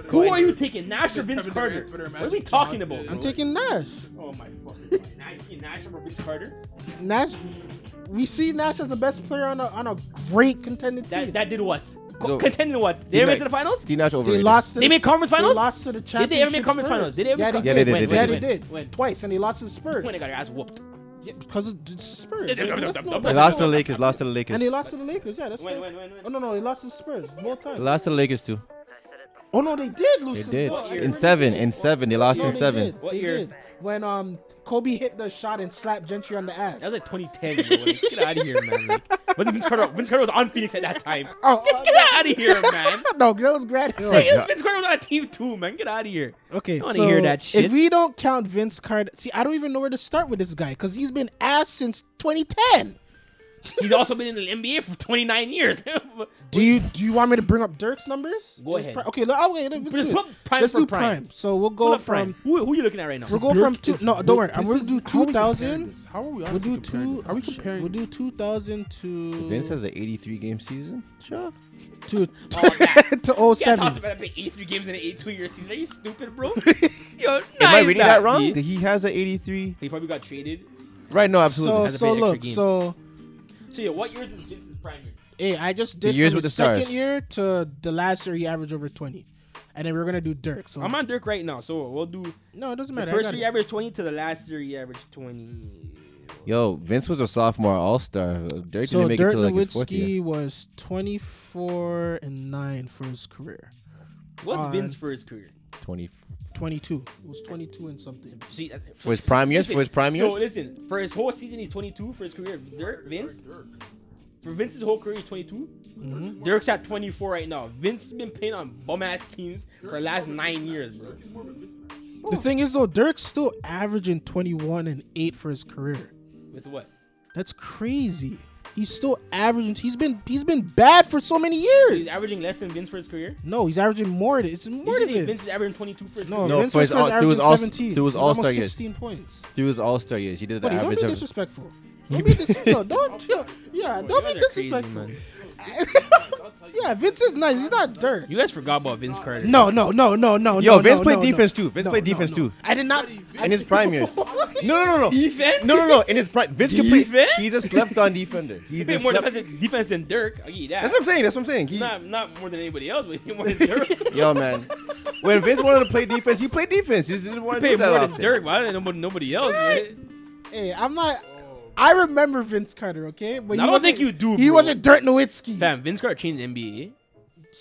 Speaker 2: Who are you taking, Nash or Vince
Speaker 5: Kevin
Speaker 2: Carter?
Speaker 5: Durant's better
Speaker 2: What are
Speaker 5: Magic
Speaker 2: we talking
Speaker 5: Johnson.
Speaker 2: about?
Speaker 4: I'm
Speaker 2: bro?
Speaker 4: taking Nash.
Speaker 2: Oh my fucking god! Now you taking Nash over Vince Carter?
Speaker 4: Nash, we see Nash as the best player on a on a great contending team.
Speaker 2: That that did what? Co-
Speaker 3: No.
Speaker 2: Contending what? They ever
Speaker 3: Nick.
Speaker 2: made it to the finals?
Speaker 3: T Nash
Speaker 4: they
Speaker 3: overrated.
Speaker 4: lost. To
Speaker 2: They
Speaker 4: the-
Speaker 2: made conference finals?
Speaker 4: They lost to the
Speaker 2: Did
Speaker 4: championship.
Speaker 2: they ever make conference
Speaker 4: Spurs.
Speaker 2: finals? Did they ever?
Speaker 4: Yeah,
Speaker 2: come-
Speaker 4: they
Speaker 3: Yeah, they did,
Speaker 2: When,
Speaker 3: they
Speaker 4: Yeah,
Speaker 2: when,
Speaker 3: did.
Speaker 4: they
Speaker 2: when,
Speaker 4: did
Speaker 2: When?
Speaker 4: twice, and they lost to the Spurs
Speaker 2: When they got their ass whooped.
Speaker 4: Yeah, because of the Spurs.
Speaker 2: They
Speaker 4: That's
Speaker 2: lost
Speaker 4: not-
Speaker 3: They lost to the Lakers. Lost to the Lakers.
Speaker 4: And they lost to the Lakers. Yeah, that's
Speaker 2: When,
Speaker 4: fair.
Speaker 2: when, when, when?
Speaker 4: Oh no, no, they lost to the Spurs both
Speaker 3: They
Speaker 4: times.
Speaker 3: lost to the Lakers too.
Speaker 4: Oh no, they did lose.
Speaker 3: They
Speaker 4: to
Speaker 3: did
Speaker 4: The Spurs.
Speaker 3: in seven. In seven, they lost
Speaker 4: No,
Speaker 3: in
Speaker 4: they
Speaker 3: seven.
Speaker 4: did.
Speaker 2: What
Speaker 4: They
Speaker 2: year?
Speaker 4: did. When um Kobe hit the shot and slapped Gentry on the ass.
Speaker 2: That was like 2010. Bro. Like, get out of here, man. Like, wasn't Vince Carter? Vince Carter was on Phoenix at that time.
Speaker 4: Oh,
Speaker 2: get
Speaker 4: uh,
Speaker 2: get out of here, man.
Speaker 4: no, that was grad.
Speaker 2: Like, Vince Carter was on a team too, man. Get out of here.
Speaker 4: Okay,
Speaker 2: I wanna
Speaker 4: so
Speaker 2: hear that shit.
Speaker 4: if we don't count Vince Carter, see, I don't even know where to start with this guy because he's been ass since 2010.
Speaker 2: He's also been in the NBA for 29 years.
Speaker 4: Do you do you want me to bring up Dirk's numbers?
Speaker 2: Go
Speaker 4: His
Speaker 2: ahead.
Speaker 4: pri- okay, let, oh, wait, let's, do
Speaker 2: Just
Speaker 4: it.
Speaker 2: put prime
Speaker 4: Let's
Speaker 2: for
Speaker 4: do
Speaker 2: prime.
Speaker 4: So we'll go
Speaker 2: Pull up
Speaker 4: from
Speaker 2: prime. Who, who are you looking at right now?
Speaker 4: we'll go from two. No, don't worry.
Speaker 1: This
Speaker 4: I'm gonna
Speaker 1: is-
Speaker 4: do
Speaker 1: how are we comparing
Speaker 4: 2000.
Speaker 1: this? How are we
Speaker 4: We'll do
Speaker 1: honestly comparing
Speaker 4: two.
Speaker 1: this? Are we
Speaker 4: oh, shit,
Speaker 1: comparing?
Speaker 4: We'll do 2000 to
Speaker 3: Vince has an 83 game season. Sure.
Speaker 4: to
Speaker 2: Oh, yeah.
Speaker 4: to
Speaker 2: Yeah, talked
Speaker 4: 07.
Speaker 2: about it, 83 games in an 82 year season. Are you stupid, bro? Yo, nah,
Speaker 3: Am I
Speaker 2: he's
Speaker 3: reading
Speaker 2: not,
Speaker 3: that wrong?
Speaker 2: B.
Speaker 3: He has an 83.
Speaker 2: He probably got traded.
Speaker 3: Right. No,
Speaker 4: So
Speaker 3: absolutely.
Speaker 2: Has to play
Speaker 4: so
Speaker 2: extra
Speaker 4: look
Speaker 2: game.
Speaker 4: so.
Speaker 2: So, yo, what years is Vince's prime years?
Speaker 4: Hey, I just
Speaker 3: The
Speaker 4: did
Speaker 3: years
Speaker 4: from
Speaker 3: with
Speaker 4: his
Speaker 3: the stars.
Speaker 4: second year to the last year he averaged over 20, and then we're gonna do Dirk. So
Speaker 2: I'm on Dirk right now, so we'll do
Speaker 4: no, it doesn't
Speaker 2: the
Speaker 4: matter. I
Speaker 2: first
Speaker 4: got
Speaker 2: year
Speaker 4: it.
Speaker 2: he averaged 20 to the last year he averaged 20.
Speaker 3: Yo, Vince was a sophomore all star. Dirk
Speaker 4: So
Speaker 3: didn't make
Speaker 4: Dirk
Speaker 3: it till like his fourth year.
Speaker 4: Nowitzki was 24 and 9 for his career.
Speaker 2: What's
Speaker 4: Uh,
Speaker 2: Vince for his career?
Speaker 3: 20
Speaker 4: 22. It was 22 and something.
Speaker 2: See, that's-
Speaker 3: for his prime years.
Speaker 2: listen,
Speaker 3: For his prime years.
Speaker 2: So listen, for his whole season he's 22. For his career, Dirk Vince. For Vince's whole career, he's 22.
Speaker 3: Mm-hmm.
Speaker 2: Dirk's at 24 right now. Vince has been playing on bum ass teams for the last nine years, bro.
Speaker 4: The thing is, though, Dirk's still averaging 21 and 8 for his career.
Speaker 2: With what?
Speaker 4: That's crazy. He's still averaging. He's been he's been bad for so many years.
Speaker 2: He's averaging less than Vince for his career.
Speaker 4: No, he's averaging more. Than, it's more
Speaker 2: Did you
Speaker 4: than
Speaker 2: think
Speaker 4: Vince.
Speaker 2: Vince is averaging 22 for his
Speaker 4: No,
Speaker 2: career?
Speaker 3: No,
Speaker 4: Vince
Speaker 3: for
Speaker 4: was
Speaker 3: his all- through
Speaker 4: averaging
Speaker 3: his all-
Speaker 4: 17.
Speaker 3: through his
Speaker 4: He's almost
Speaker 3: all-star years.
Speaker 4: 16 points.
Speaker 3: Through his all star years, he did the
Speaker 4: Buddy, don't be
Speaker 3: average of.
Speaker 4: disrespectful. Don't be disrespectful. Don't yo, yeah.
Speaker 2: You
Speaker 4: Don't
Speaker 2: guys
Speaker 4: be
Speaker 2: are crazy,
Speaker 4: disrespectful.
Speaker 2: man.
Speaker 4: yeah, Vince is nice. He's not Dirk.
Speaker 2: You guys forgot about Vince Carter.
Speaker 4: No, no, no, no,
Speaker 2: Oh,
Speaker 4: no.
Speaker 3: Yo,
Speaker 4: no,
Speaker 3: Vince
Speaker 4: no,
Speaker 3: played
Speaker 4: no,
Speaker 3: defense
Speaker 4: no.
Speaker 3: too. Vince
Speaker 4: No,
Speaker 3: played
Speaker 4: no,
Speaker 3: defense
Speaker 4: no.
Speaker 3: too.
Speaker 4: I did not.
Speaker 3: In his prime years. No, no, no, no.
Speaker 2: Defense?
Speaker 3: No, no, no. In his prime, Vince can play.
Speaker 2: Defense?
Speaker 3: He's a slept-on defender. He's
Speaker 2: He
Speaker 3: a
Speaker 2: played more
Speaker 3: slept-
Speaker 2: defensive defense than Dirk. I'll give you that.
Speaker 3: That's what I'm saying. That's what I'm saying. He,
Speaker 2: not, not more than anybody else, but he more than Dirk. He
Speaker 3: yo, man. When Vince wanted to play defense, he played defense. He just didn't want to do
Speaker 2: played
Speaker 3: that
Speaker 2: more than
Speaker 3: often.
Speaker 2: Dirk, but I didn't know about nobody else, man.
Speaker 4: Hey, I'm not. I remember Vince Carter, okay? But
Speaker 2: I don't
Speaker 4: wasn't-
Speaker 2: think you do,
Speaker 4: He
Speaker 2: bro.
Speaker 4: wasn't Dirk Nowitzki.
Speaker 2: Fam, Vince Carter changed the NBA.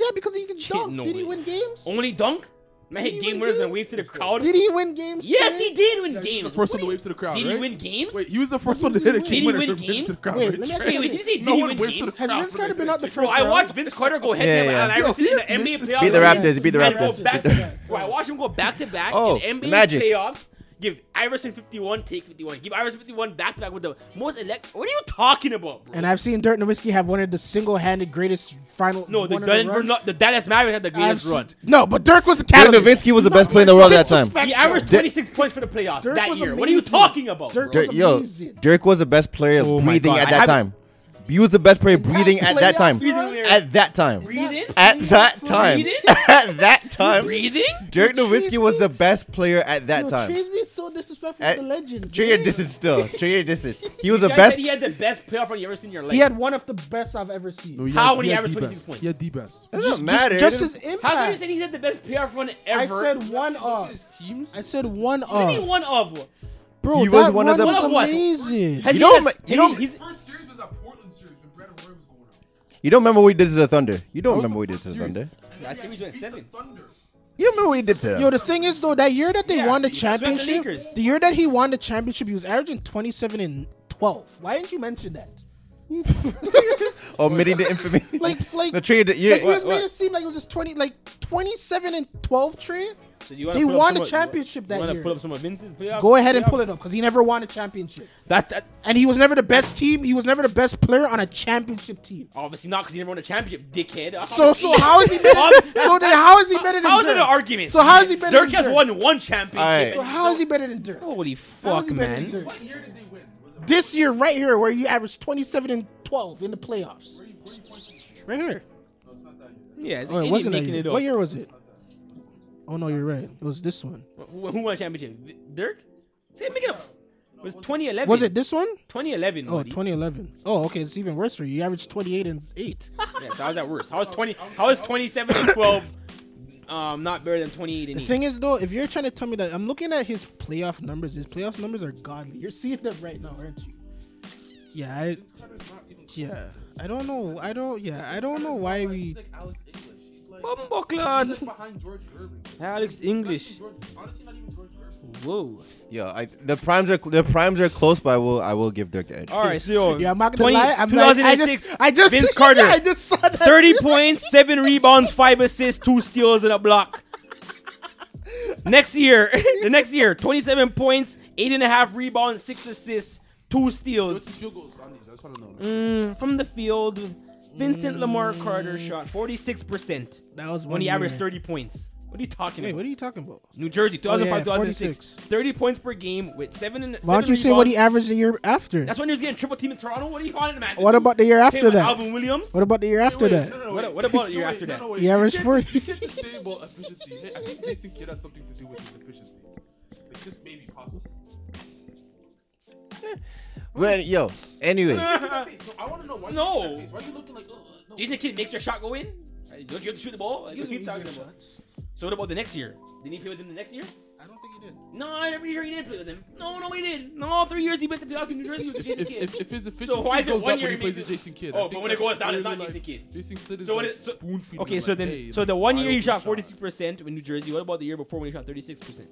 Speaker 4: Yeah, because he could dunk.
Speaker 2: no
Speaker 4: did he
Speaker 2: way.
Speaker 4: win games?
Speaker 2: Only dunk? Man, hit
Speaker 4: Did
Speaker 2: game
Speaker 4: he win
Speaker 2: winners and
Speaker 4: games?
Speaker 2: wave to the crowd.
Speaker 4: Did he win games?
Speaker 2: Yes,
Speaker 4: Trey?
Speaker 2: he did win
Speaker 1: He
Speaker 2: games.
Speaker 1: was the first one to
Speaker 2: What do you-
Speaker 1: wave to the crowd,
Speaker 2: Did
Speaker 1: right?
Speaker 2: he win games?
Speaker 1: Wait, he was the first one to hit a
Speaker 4: Did
Speaker 1: game
Speaker 2: he
Speaker 1: winner
Speaker 2: win
Speaker 1: to the
Speaker 2: games?
Speaker 1: crowd.
Speaker 4: Wait,
Speaker 1: right?
Speaker 4: let me ask you
Speaker 2: Wait, wait, did he say did
Speaker 1: No
Speaker 2: he
Speaker 1: one
Speaker 2: win
Speaker 1: waved to the
Speaker 2: games?
Speaker 4: Has
Speaker 1: crowd
Speaker 4: Vince
Speaker 1: for the
Speaker 4: Carter been
Speaker 1: game.
Speaker 4: out the
Speaker 2: Bro,
Speaker 4: first
Speaker 2: I
Speaker 4: round?
Speaker 2: watched Vince Carter go head
Speaker 3: Yeah,
Speaker 2: to
Speaker 3: yeah.
Speaker 2: head
Speaker 1: Yo,
Speaker 2: I've seen
Speaker 1: he
Speaker 2: in the
Speaker 1: is
Speaker 2: NBA
Speaker 1: Vince's
Speaker 2: playoffs.
Speaker 3: Beat the Raptors. He beat the
Speaker 2: and go
Speaker 3: Raptors.
Speaker 2: back
Speaker 3: Beat the-
Speaker 2: to- Bro, I watched him go back to back
Speaker 3: Oh,
Speaker 2: in NBA
Speaker 3: Magic.
Speaker 2: playoffs. Give Iverson 51, take 51. Give Iverson 51 back to back with the most elect. What are you talking about, bro?
Speaker 4: And I've seen Dirk Nowitzki have one of the single-handed greatest final.
Speaker 2: no, the,
Speaker 4: one of the
Speaker 2: Denver,
Speaker 4: runs.
Speaker 2: not, the Dallas Mavericks had the
Speaker 4: I've
Speaker 2: greatest run.
Speaker 4: s- No, but Dirk was the
Speaker 3: Dirk
Speaker 4: catalyst.
Speaker 3: Nowitzki was the best player in the world at that time.
Speaker 2: He averaged
Speaker 3: Dirk-
Speaker 2: 26 points for the playoffs
Speaker 4: Dirk
Speaker 2: that
Speaker 4: was
Speaker 2: year. What are you
Speaker 4: amazing.
Speaker 2: talking about,
Speaker 4: Dirk
Speaker 2: bro?
Speaker 4: was
Speaker 3: Dirk, yo,
Speaker 4: amazing.
Speaker 3: Dirk was the best player
Speaker 2: Oh my
Speaker 3: breathing
Speaker 2: God.
Speaker 3: at
Speaker 2: I
Speaker 3: that time.
Speaker 2: haven't-
Speaker 3: He was the best player breathing at that time.
Speaker 2: Breathing run?
Speaker 3: At that time.
Speaker 2: Breathing?
Speaker 3: At that time.
Speaker 2: Breathing?
Speaker 3: At that time.
Speaker 2: Breathing?
Speaker 3: Dirk
Speaker 4: Yo,
Speaker 3: Nowitzki was the
Speaker 4: Trey's-
Speaker 3: best player at that
Speaker 4: Yo,
Speaker 3: time.
Speaker 4: Trey's being so disrespectful
Speaker 3: At-
Speaker 4: to the legends.
Speaker 3: Trade your
Speaker 4: man.
Speaker 3: distance still. Trade your distance. He was the
Speaker 2: You guys
Speaker 3: best.
Speaker 2: said he had the best playoff run you ever seen in your life.
Speaker 4: He had one of the best I've ever seen.
Speaker 1: No, he
Speaker 2: How
Speaker 1: had-
Speaker 2: when he
Speaker 1: had
Speaker 2: averaged
Speaker 1: the
Speaker 2: 26
Speaker 1: best.
Speaker 2: points?
Speaker 1: He had the best.
Speaker 3: It
Speaker 4: Oh, Just,
Speaker 3: doesn't
Speaker 4: just,
Speaker 3: matter.
Speaker 4: just
Speaker 3: It
Speaker 4: his
Speaker 3: doesn't-
Speaker 4: impact.
Speaker 2: How could you say he had the best playoff run
Speaker 4: I
Speaker 2: ever?
Speaker 4: said one
Speaker 5: Look at
Speaker 4: of.
Speaker 5: his teams.
Speaker 4: I said one
Speaker 2: What do you mean
Speaker 4: of.
Speaker 2: one of?
Speaker 4: Bro,
Speaker 3: He
Speaker 4: that
Speaker 3: was one of the-
Speaker 4: was
Speaker 2: One of what?
Speaker 4: amazing.
Speaker 2: Has
Speaker 3: You
Speaker 2: he
Speaker 3: know,
Speaker 2: had-
Speaker 3: ma- you
Speaker 2: has
Speaker 3: know-
Speaker 2: he- he's-
Speaker 5: First series was that Portland series when Brandon Roy was going on.
Speaker 3: You don't remember what he did to the Thunder. You don't remember
Speaker 1: the
Speaker 3: what he
Speaker 1: first
Speaker 3: did to the
Speaker 1: series.
Speaker 3: Thunder.
Speaker 5: And
Speaker 2: That
Speaker 5: then
Speaker 2: series
Speaker 5: he
Speaker 2: went
Speaker 5: beat
Speaker 2: seven.
Speaker 5: The Thunder.
Speaker 3: You don't remember what he did to them.
Speaker 4: Yo, the thing is though, that year that they
Speaker 2: Yeah,
Speaker 4: won the
Speaker 2: he swept the
Speaker 4: championship,
Speaker 2: Lakers.
Speaker 4: the year that he won the championship, he was averaging 27 and 12. Why didn't you mention that?
Speaker 3: Omitting the information.
Speaker 4: Like, like,
Speaker 3: the trade.
Speaker 4: like,
Speaker 3: Yeah.
Speaker 4: you just made it seem like it was just 20, like 27 and 12 trade.
Speaker 2: So you wanna
Speaker 4: They
Speaker 2: pull up
Speaker 4: won
Speaker 2: some
Speaker 4: the
Speaker 2: of-
Speaker 4: championship
Speaker 2: you
Speaker 4: that
Speaker 2: wanna
Speaker 4: year.
Speaker 2: Pull up some of Vince's playoff.
Speaker 4: Go ahead and pull it up because he never won a championship,
Speaker 2: That's that,
Speaker 4: and he was never the best team. He was never the best player on a championship team.
Speaker 2: obviously not because he never won a championship, dickhead. I
Speaker 4: So
Speaker 2: obviously-
Speaker 4: so how is he better? so then how is he better than
Speaker 2: Oh, How is
Speaker 4: Dirk?
Speaker 2: that an argument?
Speaker 4: So how is he better
Speaker 2: Dirk
Speaker 4: than
Speaker 2: has
Speaker 4: Dirk?
Speaker 2: won one championship.
Speaker 3: Alright.
Speaker 4: So how is he better than Dirk?
Speaker 2: Holy
Speaker 4: How is
Speaker 2: fuck,
Speaker 4: he better than
Speaker 2: man.
Speaker 4: Dirk?
Speaker 5: What year did they win? Was it
Speaker 4: This year, right here, where he averaged 27 and 12 in the playoffs.
Speaker 5: where you, where you pointing?
Speaker 4: Right here.
Speaker 5: No, it's not that year.
Speaker 2: Yeah, it's
Speaker 4: Oh,
Speaker 2: an
Speaker 4: it
Speaker 2: idiot
Speaker 4: wasn't that
Speaker 2: making
Speaker 4: year.
Speaker 2: it up.
Speaker 4: What year was it? Oh no, you're right. It was this one.
Speaker 2: Who, who won a championship? V- Dirk? Say, make it up. It was 2011.
Speaker 4: Was it this one?
Speaker 2: 2011?
Speaker 4: Oh,
Speaker 2: buddy.
Speaker 4: 2011. Oh, okay. It's even worse for you. You averaged 28 and 8.
Speaker 2: Yeah, so how's that worse? How is 20? How is 27 and 12? Um, not better than 28 and
Speaker 4: The
Speaker 2: 8?
Speaker 4: thing is, though, if you're trying to tell me that I'm looking at his playoff numbers, his playoff numbers are godly. You're seeing them right now, aren't you? Yeah, I,
Speaker 5: Carter's not even.
Speaker 4: yeah. I don't know. I don't. Yeah, I don't know why
Speaker 5: Like,
Speaker 4: we.
Speaker 5: he's like Alex English. He's like.
Speaker 2: Bumble
Speaker 5: he's
Speaker 2: Clan.
Speaker 5: like behind George Gervin.
Speaker 2: Alex
Speaker 5: Not even
Speaker 2: English.
Speaker 5: George, honestly, not even George Gervin.
Speaker 2: Whoa.
Speaker 3: Yo, I, the primes are the primes are close, but I will I will give Dirk the edge.
Speaker 2: All right, so yo,
Speaker 4: Yeah, I'm not gonna lie. I'm like, I
Speaker 2: 2006,
Speaker 4: just, I just,
Speaker 2: Vince Carter.
Speaker 4: I just saw that.
Speaker 2: 30 points, 7 rebounds, 5 assists, 2 steals, and a block. Next year, the next year, 27 points, 8.5 rebounds, 6 assists, 2
Speaker 5: What's his
Speaker 2: steals
Speaker 5: field goals on these? I just want to know.
Speaker 2: Mm, from the field. Vincent Lamar Carter shot 46%
Speaker 4: That was
Speaker 2: when he
Speaker 4: one
Speaker 2: averaged
Speaker 4: year.
Speaker 2: 30 points. What are you talking
Speaker 4: Wait,
Speaker 2: about?
Speaker 4: what are you talking about?
Speaker 2: New Jersey, 2005,
Speaker 4: yeah,
Speaker 2: 2006. 30 points per game with 7 and
Speaker 4: Why don't you say what he averaged the year after?
Speaker 2: That's when he was getting triple team in Toronto. What are you calling him at?
Speaker 4: What
Speaker 2: dude?
Speaker 4: about the year
Speaker 2: Him
Speaker 4: after
Speaker 2: and
Speaker 4: that?
Speaker 2: Alvin Williams?
Speaker 4: What about the year after
Speaker 5: Wait,
Speaker 4: that?
Speaker 5: No, no, no,
Speaker 2: What-
Speaker 5: wait.
Speaker 2: what about year
Speaker 5: No, wait,
Speaker 2: after
Speaker 5: no,
Speaker 2: that?
Speaker 5: no, wait.
Speaker 4: He averaged
Speaker 5: You can't- You can't just say about efficiency. Hey, I think Jason Kidd had something to do with his efficiency. Like, just maybe possible.
Speaker 3: But yo, anyway,
Speaker 5: No, I want to know why.
Speaker 2: No.
Speaker 5: You face. Why are you looking like? "Ugh, ugh, no."
Speaker 2: Do you think he makes your shot go in? Like, Don't you have to shoot the ball? Like, what are you talking about? So what about the next year? Didn't he play with him the next year?
Speaker 5: I don't think he did.
Speaker 2: No, I'm pretty sure he did play with him. No, no, he did. No, all three years he went to playoffs in New Jersey with Jason
Speaker 5: If,
Speaker 2: Kidd.
Speaker 5: if, if his efficiency
Speaker 2: So why is it
Speaker 5: goes
Speaker 2: one
Speaker 5: up
Speaker 2: year
Speaker 5: when he
Speaker 2: he
Speaker 5: plays with
Speaker 2: makes it-
Speaker 5: Jason Kidd,
Speaker 2: Oh,
Speaker 5: I
Speaker 2: but
Speaker 5: think
Speaker 2: when it
Speaker 5: that's
Speaker 2: goes down, it's
Speaker 5: clearly like-
Speaker 2: not Jason Kidd.
Speaker 5: Jason Kidd is
Speaker 2: So
Speaker 5: so
Speaker 2: when
Speaker 5: like
Speaker 2: it- so-
Speaker 5: spoon feeding.
Speaker 2: Okay,
Speaker 5: him,
Speaker 2: so
Speaker 5: like,
Speaker 2: then,
Speaker 5: hey,
Speaker 2: so
Speaker 5: like,
Speaker 2: the one
Speaker 5: wide
Speaker 2: year he
Speaker 5: open
Speaker 2: shot
Speaker 5: shot.
Speaker 2: 46% with New Jersey. What about the year before when he shot 36%?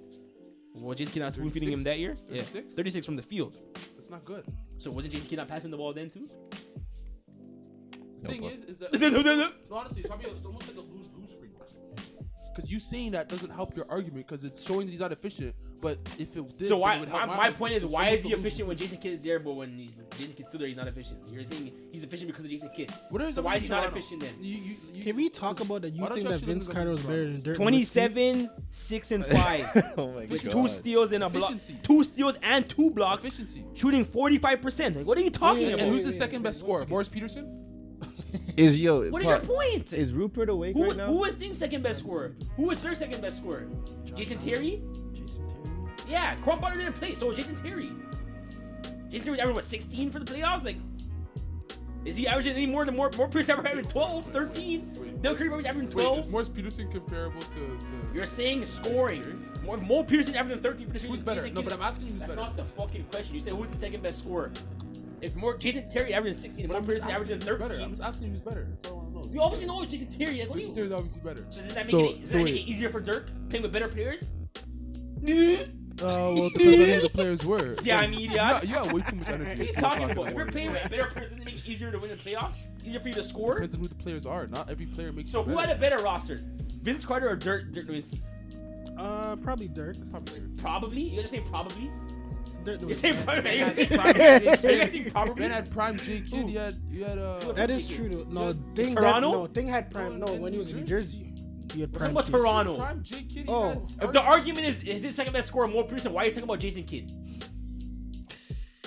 Speaker 2: Well, Jason Kidd not spoon feeding
Speaker 5: 36?
Speaker 2: him that year. Yeah,
Speaker 5: 36?
Speaker 2: 36 from the field.
Speaker 5: That's not good.
Speaker 2: So wasn't Jason Kidd not passing the ball then too?
Speaker 5: The thing is, is that
Speaker 2: No, no, no.
Speaker 5: no, honestly, it's, probably, it's almost like a lose lose for you. Because you saying that doesn't help your argument because it's showing that he's not efficient. But if it did,
Speaker 2: So
Speaker 5: then
Speaker 2: why?
Speaker 5: it would
Speaker 2: My,
Speaker 5: help
Speaker 2: my point is,
Speaker 5: argument.
Speaker 2: why is
Speaker 5: It's
Speaker 2: he
Speaker 5: almost a
Speaker 2: efficient when Jason Kidd is there, but when he's, Jason Kidd's still there, he's not efficient? You're saying he's efficient because of Jason Kidd.
Speaker 5: What is
Speaker 2: So
Speaker 5: up
Speaker 2: why
Speaker 5: with
Speaker 2: is he not
Speaker 5: Toronto?
Speaker 2: efficient then?
Speaker 5: You- you- you-
Speaker 4: Can we talk
Speaker 5: it's-
Speaker 4: about that? You
Speaker 5: why don't
Speaker 4: think
Speaker 5: you
Speaker 4: that
Speaker 5: actually
Speaker 4: Vince
Speaker 5: look at
Speaker 4: Carter was
Speaker 5: Toronto?
Speaker 4: better than Dirk?
Speaker 2: 27, 6, and 5.
Speaker 3: oh my
Speaker 2: with
Speaker 5: God.
Speaker 2: two steals and a block.
Speaker 5: Efficiency.
Speaker 2: Two steals and two blocks,
Speaker 5: efficiency? Oh,
Speaker 2: shooting 45%. Like, what are you talking
Speaker 5: And
Speaker 2: about?
Speaker 5: who's the second best scorer? Morris Peterson?
Speaker 3: is yo
Speaker 2: what is your
Speaker 3: Pop,
Speaker 2: point?
Speaker 3: is Rupert awake
Speaker 2: who,
Speaker 3: right now?
Speaker 2: who was Sting's second best scorer? Who was their second best scorer? Jason Terry?
Speaker 3: Jason
Speaker 2: Yeah, Crumpbutter didn't play, so was Jason Terry. Jason Terry averaged, what, 16 for the playoffs? Like, is he averaging any more than more? More Pierce averaged 12, 13?
Speaker 5: Wait,
Speaker 2: Del Curry averaging
Speaker 5: Wait, is
Speaker 2: 12?
Speaker 5: Morris Peterson comparable to? to
Speaker 2: You're saying scoring. More, more Pearson averaging 13 for the season.
Speaker 5: who's better?
Speaker 2: Jason
Speaker 5: No,
Speaker 2: Kidd-
Speaker 5: but I'm asking you who's
Speaker 2: That's
Speaker 5: better.
Speaker 2: not the fucking question. You said who's the second best scorer? If more Jason Terry averaging 16, and
Speaker 5: But
Speaker 2: more
Speaker 5: I'm just
Speaker 2: Pearson
Speaker 5: asking
Speaker 2: averaging
Speaker 5: you who's better. I'm
Speaker 2: 13,
Speaker 5: just asking you who's better. That's all I want to
Speaker 2: you obviously know Jason Terry. Like, what do
Speaker 5: Jason
Speaker 2: you?
Speaker 5: Terry is obviously better.
Speaker 2: So does that make,
Speaker 5: So-
Speaker 2: it, e-, does
Speaker 5: so
Speaker 2: that make
Speaker 5: wait.
Speaker 2: it easier for Dirk playing with better players?
Speaker 5: Uh, well, it depends on who the players were.
Speaker 2: Yeah, I'm idiot.
Speaker 5: You got, you got way too much energy.
Speaker 2: What are you
Speaker 5: at two
Speaker 2: talking
Speaker 5: o'clock in the
Speaker 2: about? If you're
Speaker 5: morning.
Speaker 2: playing with better players, doesn't it make it easier to win the playoffs? Easier for you to score?
Speaker 5: Depends on who the players are. Not every player makes.
Speaker 2: So
Speaker 5: you
Speaker 2: who had
Speaker 5: better.
Speaker 2: a better roster? Vince Carter or Dirk Dirk Nowitzki?
Speaker 4: Uh, probably Dirk.
Speaker 5: Probably.
Speaker 2: Probably. You guys say probably.
Speaker 4: Dirk
Speaker 2: You
Speaker 4: was-
Speaker 2: say probably. You guys say probably. You guys say
Speaker 5: Ben
Speaker 2: probably.
Speaker 5: had prime J Kidd. You had you had uh.
Speaker 4: that is true. Though. No,
Speaker 5: Yeah.
Speaker 4: Ding.
Speaker 2: Toronto?
Speaker 4: That, no, Thing had prime. No,
Speaker 5: No, in
Speaker 4: when he
Speaker 5: New
Speaker 4: was in New Jersey, he had
Speaker 2: Talking
Speaker 4: prime.
Speaker 2: about
Speaker 4: Kidd.
Speaker 2: Toronto.
Speaker 5: Prime J Kidd.
Speaker 4: Oh.
Speaker 5: Oh,
Speaker 2: If the argument is is his second best scorer more Pearson, why are you talking about Jason Kidd?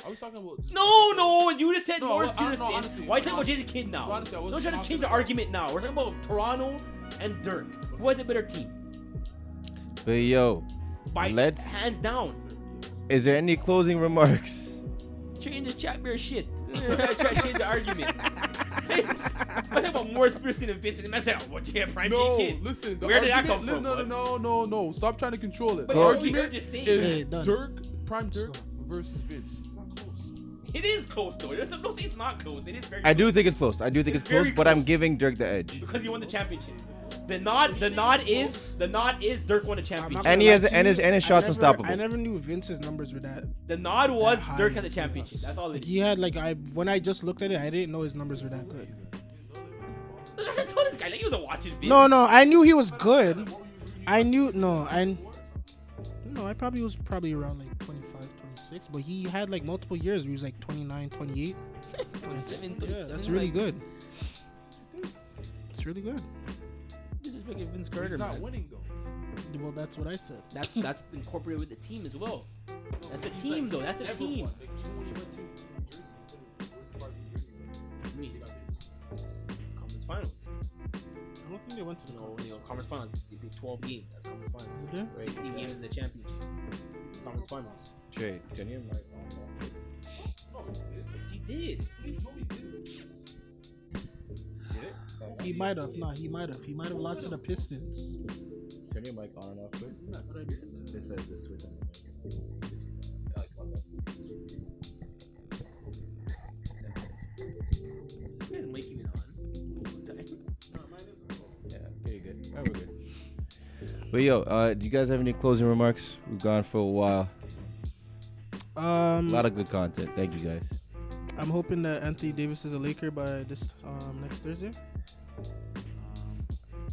Speaker 5: I was talking about. just-
Speaker 2: No, no, you just said
Speaker 5: No,
Speaker 2: Morris
Speaker 5: well, I- no,
Speaker 2: Peterson.
Speaker 5: honestly,
Speaker 2: Why are you talking about
Speaker 5: honestly-
Speaker 2: Jason Kidd now?
Speaker 5: no, honestly, I
Speaker 2: Don't
Speaker 5: wasn't
Speaker 2: try to
Speaker 5: talking
Speaker 2: change the
Speaker 5: about-
Speaker 2: argument now. We're talking about Toronto and Dirk. Who had the better team?
Speaker 3: But yo,
Speaker 2: By
Speaker 3: Let's-
Speaker 2: hands down.
Speaker 3: is there any closing remarks?
Speaker 2: Change this chat bear shit. Try to change the argument. I'm talking about Morris Pearson and Vincent. And I said, oh, well, yeah, Prime
Speaker 5: No,
Speaker 2: J. Kidd.
Speaker 5: listen. The
Speaker 2: Where did that
Speaker 5: argument-
Speaker 2: come
Speaker 5: li-
Speaker 2: from? bud?
Speaker 5: No, no, no, no, no. Stop trying to control it.
Speaker 2: But
Speaker 5: the
Speaker 2: you're- you're
Speaker 5: argument
Speaker 2: just saying-
Speaker 5: is
Speaker 4: Yeah, done.
Speaker 5: Dirk, prime Dirk
Speaker 4: go.
Speaker 5: versus Vince. It's not close.
Speaker 2: It is close, though. It's, don't say it's not close. It is very
Speaker 3: I
Speaker 2: close.
Speaker 3: do think it's close. I do think
Speaker 2: It's
Speaker 3: it's, close,
Speaker 2: very
Speaker 3: but I'm
Speaker 2: close.
Speaker 3: giving Dirk the edge.
Speaker 2: Because he won the championship. The nod, the nod is, the nod is Dirk won the
Speaker 4: I'm not
Speaker 2: championship.
Speaker 4: gonna
Speaker 3: And he
Speaker 4: lie
Speaker 3: has-
Speaker 4: to
Speaker 3: and
Speaker 4: you,
Speaker 3: his- and his
Speaker 4: I
Speaker 3: shot's
Speaker 4: never-
Speaker 3: unstoppable.
Speaker 4: I never knew Vince's numbers were that.
Speaker 2: The nod was
Speaker 4: high
Speaker 2: Dirk has a
Speaker 4: playoffs.
Speaker 2: championship. That's all it is.
Speaker 4: He had like I when I just looked at it, I didn't know his numbers were that good.
Speaker 2: I told this guy like he was watching Vince.
Speaker 4: No, no, I knew he was good. I knew no, I no, I probably was probably around like 25, 26, but he had like multiple years. He was like 29, 28. That's,
Speaker 2: 27,
Speaker 4: yeah,
Speaker 2: 27,
Speaker 4: that's really
Speaker 2: like,
Speaker 4: good. It's really good.
Speaker 2: This is making Vince
Speaker 5: He's
Speaker 2: Carter,
Speaker 5: not
Speaker 2: man.
Speaker 5: winning though.
Speaker 4: Well, that's what I said.
Speaker 2: That's that's incorporated with the team as well.
Speaker 5: No,
Speaker 2: That's a
Speaker 5: he's,
Speaker 2: team, though. That's a
Speaker 5: never
Speaker 2: team.
Speaker 5: won. Like, even when he went to- to New Jersey, he couldn't- where's the part of New Jersey he went?
Speaker 2: Me,
Speaker 5: He got beat.
Speaker 2: conference finals.
Speaker 4: I don't think they went to the
Speaker 2: No,
Speaker 4: conference.
Speaker 2: you know, conference finals. They play 12 games. That's conference finals.
Speaker 4: Did they?
Speaker 2: 16 games is the championship. Conference finals.
Speaker 3: Trey, can you like
Speaker 5: No, he did.
Speaker 2: She did.
Speaker 5: He- no, he didn't.
Speaker 4: He might have. Nah, he might have. He might have lost to the Pistons.
Speaker 3: turn your mic on and off, please? They said the switch on the
Speaker 2: This guy's making it on. all the time.
Speaker 3: Yeah, pretty good. we're good. But yo, uh, do you guys have any closing remarks? We've gone for a while. A
Speaker 4: Um,
Speaker 3: lot of good content. Thank you guys.
Speaker 4: I'm hoping that Anthony Davis is a Laker by this um, next Thursday.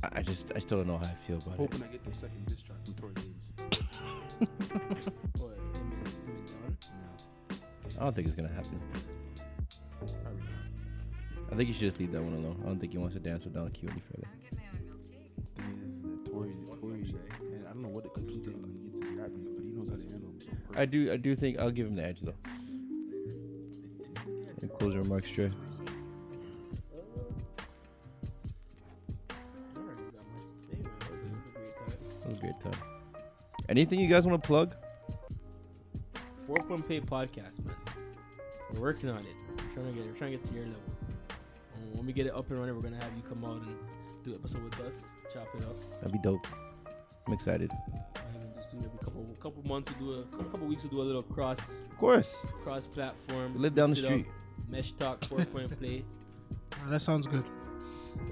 Speaker 3: I I just, I still don't know how I feel about it.
Speaker 5: Hoping I get the second diss track from Tory Lanez.
Speaker 2: What, him and- him and Don?
Speaker 3: I don't think it's gonna happen.
Speaker 5: Probably not.
Speaker 3: I think you should just leave that one alone. I don't think he wants to dance with Don Q any further.
Speaker 5: Thing is that Tory, Tory, man, I don't know what the cookie thing when he gets his rap music, but he knows how to handle himself.
Speaker 3: I do, I do think I'll give him the edge though. Any closing remarks, Trey?
Speaker 2: I don't really got much to say, man. It was- it was a great time.
Speaker 3: That was a great time. Anything you guys want to plug?
Speaker 2: Four Point Pay podcast, man. We're working on it. We're trying to get, we're trying to get to your level. And when we get it up and running, we're gonna have you come out and do an episode with us, chop it up.
Speaker 3: That'd be dope. I'm excited.
Speaker 2: And we'll just do every couple couple months, we do a couple, couple weeks, we do a little cross
Speaker 3: Of course.
Speaker 2: cross platform.
Speaker 3: We live down the street.
Speaker 2: Mesh talk, four point play.
Speaker 4: Uh, that sounds good.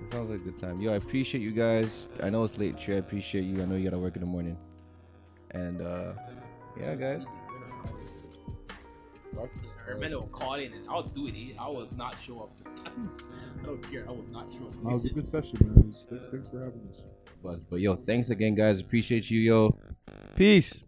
Speaker 3: That sounds like a good time. Yo, I appreciate you guys. I know it's late, Trey. I appreciate you. I know you gotta work in the morning. And uh yeah, guys.
Speaker 2: Hermano call in and I'll do it. eh? I will not show up. I don't care. I will not show up.
Speaker 1: That was a good session, man. Thanks, thanks for having us.
Speaker 3: But yo, thanks again, guys. Appreciate you, yo. Peace.